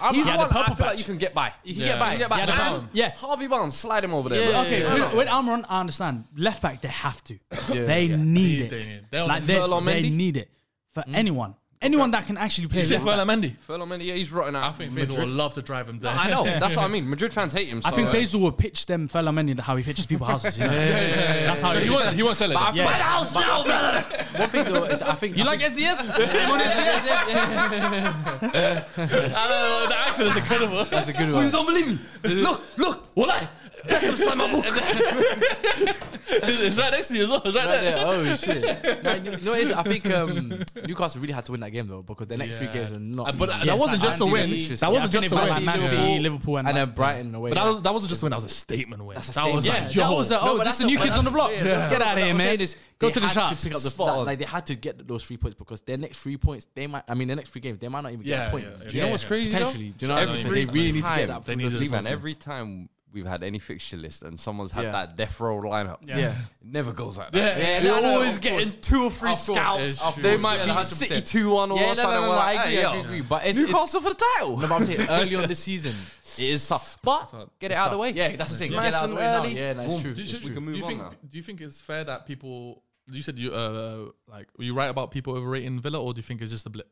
[SPEAKER 2] I'm-
[SPEAKER 4] He's
[SPEAKER 2] Yeah,
[SPEAKER 4] the
[SPEAKER 2] the
[SPEAKER 4] one I
[SPEAKER 2] purple
[SPEAKER 4] feel like
[SPEAKER 2] patch.
[SPEAKER 4] you can get by. You can
[SPEAKER 1] Yeah.
[SPEAKER 4] get by. You can get by.
[SPEAKER 2] Yeah, the
[SPEAKER 4] And
[SPEAKER 2] purple- yeah.
[SPEAKER 4] Harvey Barnes, slide him over there.
[SPEAKER 3] Yeah,
[SPEAKER 4] bro.
[SPEAKER 3] yeah,
[SPEAKER 2] Okay,
[SPEAKER 3] yeah.
[SPEAKER 2] with, with Amaron, I understand. Left back, they have to. They need
[SPEAKER 1] They-
[SPEAKER 2] it.
[SPEAKER 1] they need- they're on
[SPEAKER 2] like
[SPEAKER 1] the
[SPEAKER 2] they,
[SPEAKER 4] Furlong
[SPEAKER 2] they
[SPEAKER 4] Mendy?
[SPEAKER 2] need it for anyone. Anyone that can actually play.
[SPEAKER 1] You say
[SPEAKER 2] left back.
[SPEAKER 1] Fernand Mendy?
[SPEAKER 4] Furlong, man, yeah, he's rotting out.
[SPEAKER 1] I think Faisal would love to drive him there.
[SPEAKER 4] I know. That's what I mean. Madrid fans hate him. So uh,
[SPEAKER 2] I think Faisal will pitch them fella Mendy how he pitches people houses. You know? That's how
[SPEAKER 1] So
[SPEAKER 2] he
[SPEAKER 1] he
[SPEAKER 2] pitches
[SPEAKER 1] won't, he won't sell it.
[SPEAKER 3] I
[SPEAKER 2] Yeah.
[SPEAKER 3] think- One thing though is I think
[SPEAKER 2] You
[SPEAKER 3] I
[SPEAKER 2] like
[SPEAKER 3] think,
[SPEAKER 2] SDS? Anyone SDS?
[SPEAKER 1] I know, Uh, the accent is incredible.
[SPEAKER 3] that's a good one.
[SPEAKER 4] don't believe me. look, look. What I? Beckham signed my book.
[SPEAKER 1] it's right next to you as well. It's right,
[SPEAKER 3] Right
[SPEAKER 1] there.
[SPEAKER 3] there. Oh shit! No, you know, what it is? I think um, Newcastle really had to win that game though, because the next three games are not.
[SPEAKER 1] Uh, but
[SPEAKER 3] easy.
[SPEAKER 1] that that wasn't
[SPEAKER 3] I
[SPEAKER 1] just a
[SPEAKER 3] see the
[SPEAKER 1] win.
[SPEAKER 3] fixtures.
[SPEAKER 1] That
[SPEAKER 3] Yeah,
[SPEAKER 1] wasn't
[SPEAKER 3] I
[SPEAKER 1] just a
[SPEAKER 3] think
[SPEAKER 2] Like
[SPEAKER 3] they've
[SPEAKER 1] win.
[SPEAKER 3] got
[SPEAKER 2] Man
[SPEAKER 3] Liverpool.
[SPEAKER 2] City, Liverpool, and,
[SPEAKER 3] and then
[SPEAKER 2] like-
[SPEAKER 3] Brighton away.
[SPEAKER 1] But that was that wasn't just a win. That was a statement win. that was
[SPEAKER 2] yeah,
[SPEAKER 1] like yo.
[SPEAKER 2] that was a,
[SPEAKER 3] No,
[SPEAKER 2] oh, that's
[SPEAKER 3] but that's
[SPEAKER 2] the
[SPEAKER 3] not-
[SPEAKER 2] new
[SPEAKER 3] but
[SPEAKER 2] kids on the block.
[SPEAKER 3] that's- yeah.
[SPEAKER 2] Get out of
[SPEAKER 3] What
[SPEAKER 2] here,
[SPEAKER 3] I'm
[SPEAKER 2] man.
[SPEAKER 3] saying is
[SPEAKER 2] Go
[SPEAKER 3] they
[SPEAKER 2] to the
[SPEAKER 3] had
[SPEAKER 2] shops.
[SPEAKER 3] pick up the
[SPEAKER 4] Spot
[SPEAKER 3] that-
[SPEAKER 4] on.
[SPEAKER 3] like they had to get those three points because their next three points, they might. I mean, their next three games, they might not even
[SPEAKER 1] Yeah,
[SPEAKER 3] get a point.
[SPEAKER 1] yeah, yeah.
[SPEAKER 3] Do
[SPEAKER 1] You know what's
[SPEAKER 4] crazy, though?
[SPEAKER 3] Potentially, do you know? what I'm
[SPEAKER 4] Every
[SPEAKER 3] saying? they really need to
[SPEAKER 4] time
[SPEAKER 3] get that.
[SPEAKER 1] They
[SPEAKER 3] from
[SPEAKER 1] need
[SPEAKER 3] those
[SPEAKER 1] to-
[SPEAKER 3] leagues.
[SPEAKER 4] Man,
[SPEAKER 1] something.
[SPEAKER 4] every time we've had any fixture list and someone's had
[SPEAKER 3] Yeah.
[SPEAKER 4] that death row lineup,
[SPEAKER 3] Yeah.
[SPEAKER 4] it never goes like that.
[SPEAKER 3] Yeah,
[SPEAKER 4] They're
[SPEAKER 3] no, no,
[SPEAKER 4] always
[SPEAKER 3] of
[SPEAKER 4] getting
[SPEAKER 3] course.
[SPEAKER 4] two or three
[SPEAKER 3] Of course,
[SPEAKER 4] scouts.
[SPEAKER 1] it's true.
[SPEAKER 4] they
[SPEAKER 1] Of
[SPEAKER 4] might
[SPEAKER 3] course,
[SPEAKER 4] be
[SPEAKER 3] yeah, 100%.
[SPEAKER 4] City two one all
[SPEAKER 3] Yeah, no,
[SPEAKER 4] of a
[SPEAKER 3] no,
[SPEAKER 4] sudden.
[SPEAKER 3] no,
[SPEAKER 4] we're
[SPEAKER 3] no, I
[SPEAKER 4] like,
[SPEAKER 3] agree,
[SPEAKER 4] hey,
[SPEAKER 3] I
[SPEAKER 4] yo,
[SPEAKER 3] agree, but it's- it's-
[SPEAKER 4] Newcastle for the title.
[SPEAKER 3] No, but I'm saying early on the season,
[SPEAKER 4] It is tough, but get it out of the way.
[SPEAKER 3] Yeah, that's the thing.
[SPEAKER 4] Nice
[SPEAKER 3] Get it out of
[SPEAKER 4] and
[SPEAKER 3] the way now.
[SPEAKER 4] early.
[SPEAKER 3] Yeah, that's
[SPEAKER 4] Boom.
[SPEAKER 3] true.
[SPEAKER 1] Do you,
[SPEAKER 3] It's
[SPEAKER 1] do
[SPEAKER 4] we
[SPEAKER 3] true.
[SPEAKER 1] you
[SPEAKER 4] can move on
[SPEAKER 1] think,
[SPEAKER 4] now.
[SPEAKER 1] Do you think it's fair that people? You said you uh like were you right about people overrating Villa, or do you think it's just a blip?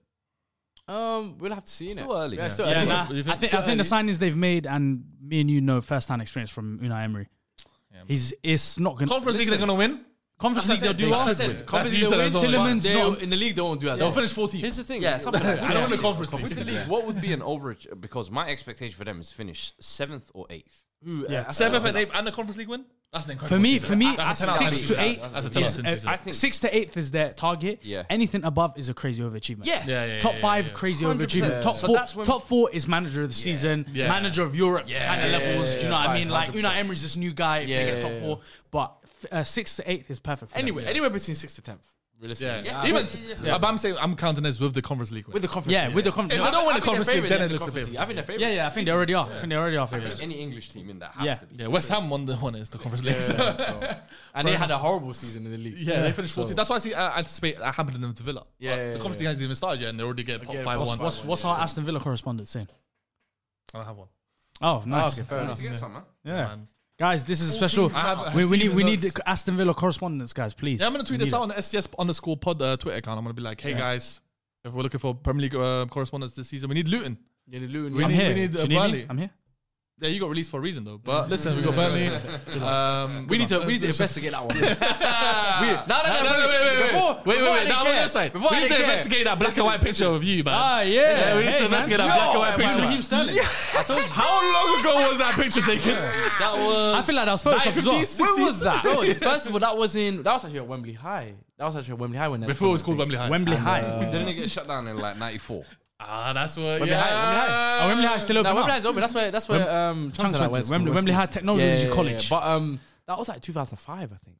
[SPEAKER 3] Um, we'll have to see.
[SPEAKER 4] Still
[SPEAKER 3] innit?
[SPEAKER 4] early.
[SPEAKER 3] Yeah, still
[SPEAKER 2] Yeah,
[SPEAKER 3] early.
[SPEAKER 2] nah,
[SPEAKER 1] if
[SPEAKER 2] I
[SPEAKER 1] it's
[SPEAKER 2] think
[SPEAKER 1] so
[SPEAKER 2] I think the
[SPEAKER 1] early-
[SPEAKER 2] signings they've made, and me and you know firsthand experience from Unai Emery. He's it's not going.
[SPEAKER 1] Conference League, they're gonna win.
[SPEAKER 2] Conference League, they'll do
[SPEAKER 1] That's
[SPEAKER 2] well.
[SPEAKER 1] what I said.
[SPEAKER 3] Company
[SPEAKER 1] That's what
[SPEAKER 3] they
[SPEAKER 1] you said
[SPEAKER 3] win,
[SPEAKER 1] as well.
[SPEAKER 2] But
[SPEAKER 3] Tielemans don't-
[SPEAKER 2] they'll-
[SPEAKER 3] in the league, they won't do as
[SPEAKER 1] They'll
[SPEAKER 3] well.
[SPEAKER 1] finish 14th.
[SPEAKER 4] Here's the thing.
[SPEAKER 3] Yeah, something like that.
[SPEAKER 1] I don't want the
[SPEAKER 3] Yeah.
[SPEAKER 1] conference
[SPEAKER 4] With the
[SPEAKER 1] league.
[SPEAKER 4] league, what would be an overage? Because my expectation for them is finish seventh or eighth.
[SPEAKER 3] Who,
[SPEAKER 2] Yeah.
[SPEAKER 3] uh,
[SPEAKER 1] Seventh and eighth and the conference league win. That's an incredible.
[SPEAKER 2] For me,
[SPEAKER 1] season.
[SPEAKER 2] for me,
[SPEAKER 1] That's a 10 out of 10
[SPEAKER 2] six
[SPEAKER 1] season.
[SPEAKER 2] to eight.
[SPEAKER 1] That's a ten out
[SPEAKER 2] is-
[SPEAKER 1] of 10
[SPEAKER 2] uh,
[SPEAKER 1] season.
[SPEAKER 4] I think-
[SPEAKER 2] Six to eighth is their target.
[SPEAKER 4] Yeah.
[SPEAKER 2] Anything above is a crazy overachievement.
[SPEAKER 3] Yeah.
[SPEAKER 1] Yeah, yeah,
[SPEAKER 2] Top
[SPEAKER 1] yeah,
[SPEAKER 2] five,
[SPEAKER 1] yeah.
[SPEAKER 2] crazy
[SPEAKER 4] 100%.
[SPEAKER 2] overachievement. Top
[SPEAKER 4] So
[SPEAKER 2] four,
[SPEAKER 4] that's when-
[SPEAKER 2] top four is manager of the season,
[SPEAKER 1] Yeah.
[SPEAKER 2] manager of Europe kind of levels. do you know what I mean? Like
[SPEAKER 3] 100%.
[SPEAKER 2] Unai Emery's this new guy. If
[SPEAKER 3] Yeah,
[SPEAKER 2] they get
[SPEAKER 3] yeah,
[SPEAKER 2] top
[SPEAKER 3] yeah.
[SPEAKER 2] four, but uh, sixth to eighth is perfect. For them.
[SPEAKER 3] Anyway, anywhere between sixth to tenth,
[SPEAKER 1] Yeah,
[SPEAKER 3] realistically.
[SPEAKER 1] yeah.
[SPEAKER 3] I-
[SPEAKER 1] even but I'm saying I'm counting this with the Conference League. Win.
[SPEAKER 3] with the conference.
[SPEAKER 2] Yeah,
[SPEAKER 3] League,
[SPEAKER 2] with the conference.
[SPEAKER 1] If I don't win the Conference League,
[SPEAKER 3] favorites
[SPEAKER 1] then
[SPEAKER 3] in
[SPEAKER 1] it
[SPEAKER 3] the
[SPEAKER 1] looks a
[SPEAKER 3] Conference
[SPEAKER 1] bit.
[SPEAKER 3] League. I think they're favorites.
[SPEAKER 2] yeah, yeah, I think they already are. I think they already are favorites.
[SPEAKER 4] Any English team in that has
[SPEAKER 2] Yeah.
[SPEAKER 4] to be.
[SPEAKER 1] Yeah, West Ham won the one is the Conference League. so- Yeah,
[SPEAKER 3] And they had a horrible season in the league.
[SPEAKER 1] they finished 14. That's why I see I anticipate that happening them to Villa.
[SPEAKER 3] Yeah,
[SPEAKER 1] But
[SPEAKER 3] yeah,
[SPEAKER 1] the
[SPEAKER 3] yeah,
[SPEAKER 1] Conference
[SPEAKER 3] yeah.
[SPEAKER 1] League hasn't even started yet, and they already get
[SPEAKER 3] Again,
[SPEAKER 1] five
[SPEAKER 3] what's-
[SPEAKER 1] one.
[SPEAKER 3] what's-
[SPEAKER 2] What's what's our Aston Villa correspondent saying?
[SPEAKER 1] I don't have one.
[SPEAKER 2] Oh, nice.
[SPEAKER 1] okay, fair
[SPEAKER 4] Let's get some, man.
[SPEAKER 2] Yeah,
[SPEAKER 1] Man.
[SPEAKER 2] guys, this is a special.
[SPEAKER 1] I have-
[SPEAKER 2] we we
[SPEAKER 1] Stevens
[SPEAKER 2] need we need
[SPEAKER 1] notes.
[SPEAKER 2] the Aston Villa correspondence, guys. Please.
[SPEAKER 1] Yeah, I'm gonna tweet
[SPEAKER 2] We
[SPEAKER 1] this
[SPEAKER 2] need
[SPEAKER 1] out on the SCS underscore pod uh, Twitter account. I'm gonna be like, hey guys, if we're looking for Premier League uh, correspondence this season, we need Luton.
[SPEAKER 3] Yeah, the Luton.
[SPEAKER 1] We
[SPEAKER 2] it. I'm
[SPEAKER 1] need-
[SPEAKER 2] here.
[SPEAKER 1] need, uh,
[SPEAKER 2] Do you need me?
[SPEAKER 1] Burnley.
[SPEAKER 2] I'm here.
[SPEAKER 1] Yeah, you got released for a reason though. But listen, we got Burnley. Um,
[SPEAKER 3] We need to we need to investigate that one. we, no, no, no,
[SPEAKER 1] No, no, wait, wait, wait,
[SPEAKER 3] Before,
[SPEAKER 1] wait, wait,
[SPEAKER 3] before
[SPEAKER 1] wait.
[SPEAKER 3] I
[SPEAKER 1] Now I'm on
[SPEAKER 3] didn't
[SPEAKER 1] your
[SPEAKER 3] care.
[SPEAKER 1] side.
[SPEAKER 3] Before
[SPEAKER 1] we
[SPEAKER 3] I
[SPEAKER 1] need
[SPEAKER 3] didn't
[SPEAKER 1] to
[SPEAKER 3] care.
[SPEAKER 1] investigate that black and white picture of you, man.
[SPEAKER 2] Ah, yeah.
[SPEAKER 1] Yeah, we need
[SPEAKER 2] Hey,
[SPEAKER 1] to
[SPEAKER 2] man.
[SPEAKER 1] investigate
[SPEAKER 2] Yo,
[SPEAKER 1] that black and white
[SPEAKER 2] wait,
[SPEAKER 1] picture.
[SPEAKER 2] wait, Raheem Sterling.
[SPEAKER 1] I told How long ago was that picture taken?
[SPEAKER 3] That was.
[SPEAKER 2] I feel like that was Photoshop as
[SPEAKER 1] 15,
[SPEAKER 2] well.
[SPEAKER 1] 16.
[SPEAKER 3] When was that? Bro, Oh, first of all, that was in. That was actually at Wembley High. That was actually at Wembley High when. that-
[SPEAKER 1] Before it was called Wembley High.
[SPEAKER 2] Wembley High.
[SPEAKER 1] Uh,
[SPEAKER 4] Didn't they get shut down in like '94?
[SPEAKER 1] Ah, that's what.
[SPEAKER 3] Wembley
[SPEAKER 1] yeah.
[SPEAKER 3] High. Wembley High.
[SPEAKER 2] Oh, Wembley High still open.
[SPEAKER 3] No, Wembley
[SPEAKER 2] now.
[SPEAKER 3] High's open. That's where. That's where. Um,
[SPEAKER 2] Chunks
[SPEAKER 3] Chancellor
[SPEAKER 2] went to
[SPEAKER 3] West-
[SPEAKER 2] Wembley-
[SPEAKER 3] West-
[SPEAKER 2] Wembley High Technology College.
[SPEAKER 3] But um, that was like 2005, I think.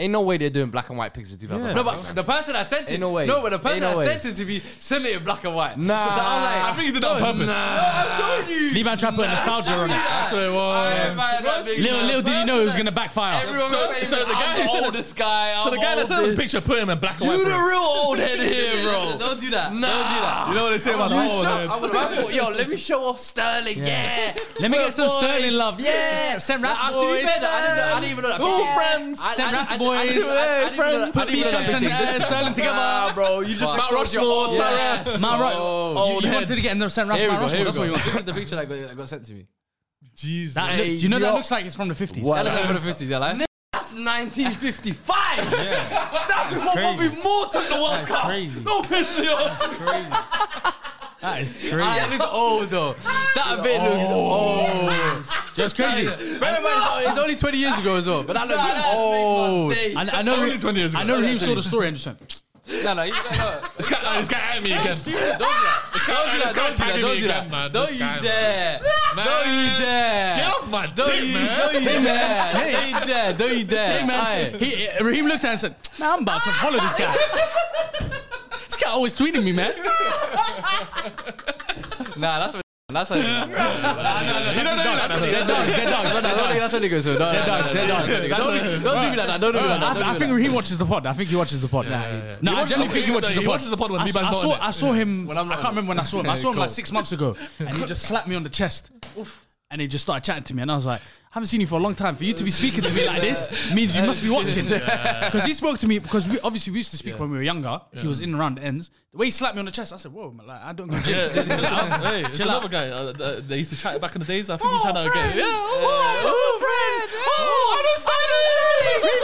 [SPEAKER 4] Ain't no way they're doing black and white pictures. Do yeah.
[SPEAKER 3] No, but the person that sent it.
[SPEAKER 4] Ain't no way.
[SPEAKER 3] but the
[SPEAKER 4] Ain't
[SPEAKER 3] person
[SPEAKER 4] no
[SPEAKER 3] that
[SPEAKER 4] way.
[SPEAKER 3] sent it to me sent it in black and white.
[SPEAKER 4] Nah.
[SPEAKER 3] So, I was like,
[SPEAKER 1] I think he did that on purpose.
[SPEAKER 3] No, I'm showing you.
[SPEAKER 2] Lee Van Trapper nostalgia on it.
[SPEAKER 1] That's what it
[SPEAKER 3] I-
[SPEAKER 1] was.
[SPEAKER 3] I- that big-
[SPEAKER 2] Little little did he know it was gonna backfire.
[SPEAKER 1] Everyone
[SPEAKER 3] So-
[SPEAKER 1] was-
[SPEAKER 3] so the guy who
[SPEAKER 1] sent
[SPEAKER 3] sent
[SPEAKER 1] the-
[SPEAKER 3] this guy.
[SPEAKER 1] So the guy that sent him the picture put him in black and white.
[SPEAKER 3] You
[SPEAKER 1] for
[SPEAKER 3] the
[SPEAKER 1] him.
[SPEAKER 3] real old head here, bro. Don't do that. Nah. Don't do that.
[SPEAKER 1] You know what they say about the whole
[SPEAKER 3] I would have thought, yo, let me show off Sterling. Yeah.
[SPEAKER 2] Let me get some
[SPEAKER 3] boys.
[SPEAKER 2] Sterling love.
[SPEAKER 3] Yeah.
[SPEAKER 2] Send
[SPEAKER 3] Nah,
[SPEAKER 2] Raps
[SPEAKER 3] to be
[SPEAKER 2] boys.
[SPEAKER 3] fair, though, I didn't know- I didn't even know that.
[SPEAKER 1] All
[SPEAKER 3] picture.
[SPEAKER 1] friends.
[SPEAKER 3] I- I-
[SPEAKER 2] Send
[SPEAKER 3] I-
[SPEAKER 2] Raps
[SPEAKER 3] I- I
[SPEAKER 2] boys.
[SPEAKER 3] didn't even- I- I didn't even know that- I
[SPEAKER 2] Put
[SPEAKER 3] didn't even know that
[SPEAKER 2] Beechups and
[SPEAKER 3] picture
[SPEAKER 2] uh,
[SPEAKER 3] existed.
[SPEAKER 2] Sterling
[SPEAKER 1] Nah,
[SPEAKER 2] together.
[SPEAKER 3] Oh,
[SPEAKER 1] bro, you just Mount Rushmore, Sarah.
[SPEAKER 3] Yes.
[SPEAKER 2] Man, right.
[SPEAKER 3] Oh,
[SPEAKER 2] you, you wanted to get in there, send Raps
[SPEAKER 3] Here we
[SPEAKER 2] Man
[SPEAKER 3] go.
[SPEAKER 2] Rushmore.
[SPEAKER 3] Here we
[SPEAKER 2] That's what you
[SPEAKER 3] go.
[SPEAKER 2] want.
[SPEAKER 3] This is the picture that got, that got sent to me.
[SPEAKER 1] Jesus.
[SPEAKER 2] That look, do you know that looks like it's from the 50s?
[SPEAKER 3] That is over the fifties, eh? yeah, like.
[SPEAKER 4] That's 1955.
[SPEAKER 3] That is what
[SPEAKER 2] crazy.
[SPEAKER 3] Bobby Moore took the World Cup.
[SPEAKER 2] crazy.
[SPEAKER 3] No piss me off.
[SPEAKER 2] That is crazy.
[SPEAKER 3] That looks old though. That bit looks
[SPEAKER 1] Oh,
[SPEAKER 3] old.
[SPEAKER 2] That's crazy.
[SPEAKER 3] Bear in mind, it's- it's only 20 years ago as well, but that looks old.
[SPEAKER 2] I, I know.
[SPEAKER 1] Only 20 years
[SPEAKER 2] I
[SPEAKER 1] ago.
[SPEAKER 2] know Raheem saw the story and just went.
[SPEAKER 3] No, no, you don't know.
[SPEAKER 1] This guy, uh, this guy at me again.
[SPEAKER 3] Don't do that. Don't do that. Don't do that. Don't do that. Don't you dare. Don't you dare.
[SPEAKER 1] Get off my
[SPEAKER 3] Don't
[SPEAKER 1] dick,
[SPEAKER 3] you
[SPEAKER 1] man.
[SPEAKER 3] don't you dare. Don't you dare. Don't you dare. Aye.
[SPEAKER 2] He, Raheem looked at him and said, "Man, I'm about to follow this guy. this guy always tweeting me, man.
[SPEAKER 3] Nah, that's what. That's what. That's what.
[SPEAKER 1] He doesn't do that.
[SPEAKER 2] They're dogs. They're dogs.
[SPEAKER 3] That's what. That's what. niggas do. No, no, no,
[SPEAKER 2] They're
[SPEAKER 3] no,
[SPEAKER 2] dogs.
[SPEAKER 3] no, no, no. Don't don't do me like that. Don't do me like that. Don't do me
[SPEAKER 2] I, I
[SPEAKER 3] like
[SPEAKER 2] think
[SPEAKER 3] that.
[SPEAKER 2] Raheem watches the pod. I think he watches the pod. No,
[SPEAKER 1] He
[SPEAKER 2] I
[SPEAKER 1] watches
[SPEAKER 2] generally
[SPEAKER 1] the-
[SPEAKER 2] think he
[SPEAKER 1] he-
[SPEAKER 2] watches
[SPEAKER 1] he
[SPEAKER 2] the pod.
[SPEAKER 1] watches the pod when
[SPEAKER 2] I, s-
[SPEAKER 1] Bieber's
[SPEAKER 2] I
[SPEAKER 1] not on
[SPEAKER 2] saw,
[SPEAKER 1] it.
[SPEAKER 2] I saw him.
[SPEAKER 3] When I'm
[SPEAKER 2] I
[SPEAKER 3] not
[SPEAKER 2] can't
[SPEAKER 3] on it.
[SPEAKER 2] remember when I saw him. I saw him like
[SPEAKER 3] Cool.
[SPEAKER 2] six months ago, and he just slapped me on the chest, and he just started chatting to me, and I was like. I haven't seen you for a long time. For you to be speaking to me like this means you must be watching. Because he spoke to me because we obviously we used to speak when we were younger. He was in and around the ends. The way he slapped me on the chest, I said, "Whoa, man, like, I don't go to gym." Chill out.
[SPEAKER 1] Hey, it's
[SPEAKER 2] Chill out.
[SPEAKER 1] another guy. Uh, uh, they used to chat back in the days. I think he's trying to
[SPEAKER 3] friend.
[SPEAKER 1] get. Yeah.
[SPEAKER 2] Uh,
[SPEAKER 3] Oh, that's a friend. Oh, I don't stand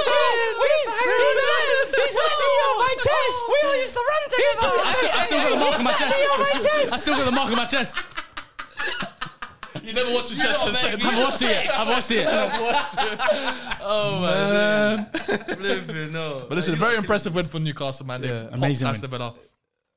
[SPEAKER 2] I still, I still got the mark on my chest. I still got the mark on my chest.
[SPEAKER 1] You never watched the chest the same.
[SPEAKER 2] I've watched it. yet. I've watched it. yet.
[SPEAKER 1] But listen, very impressive win for Newcastle, man. They popped
[SPEAKER 2] amazing
[SPEAKER 1] past
[SPEAKER 2] win.
[SPEAKER 1] the better.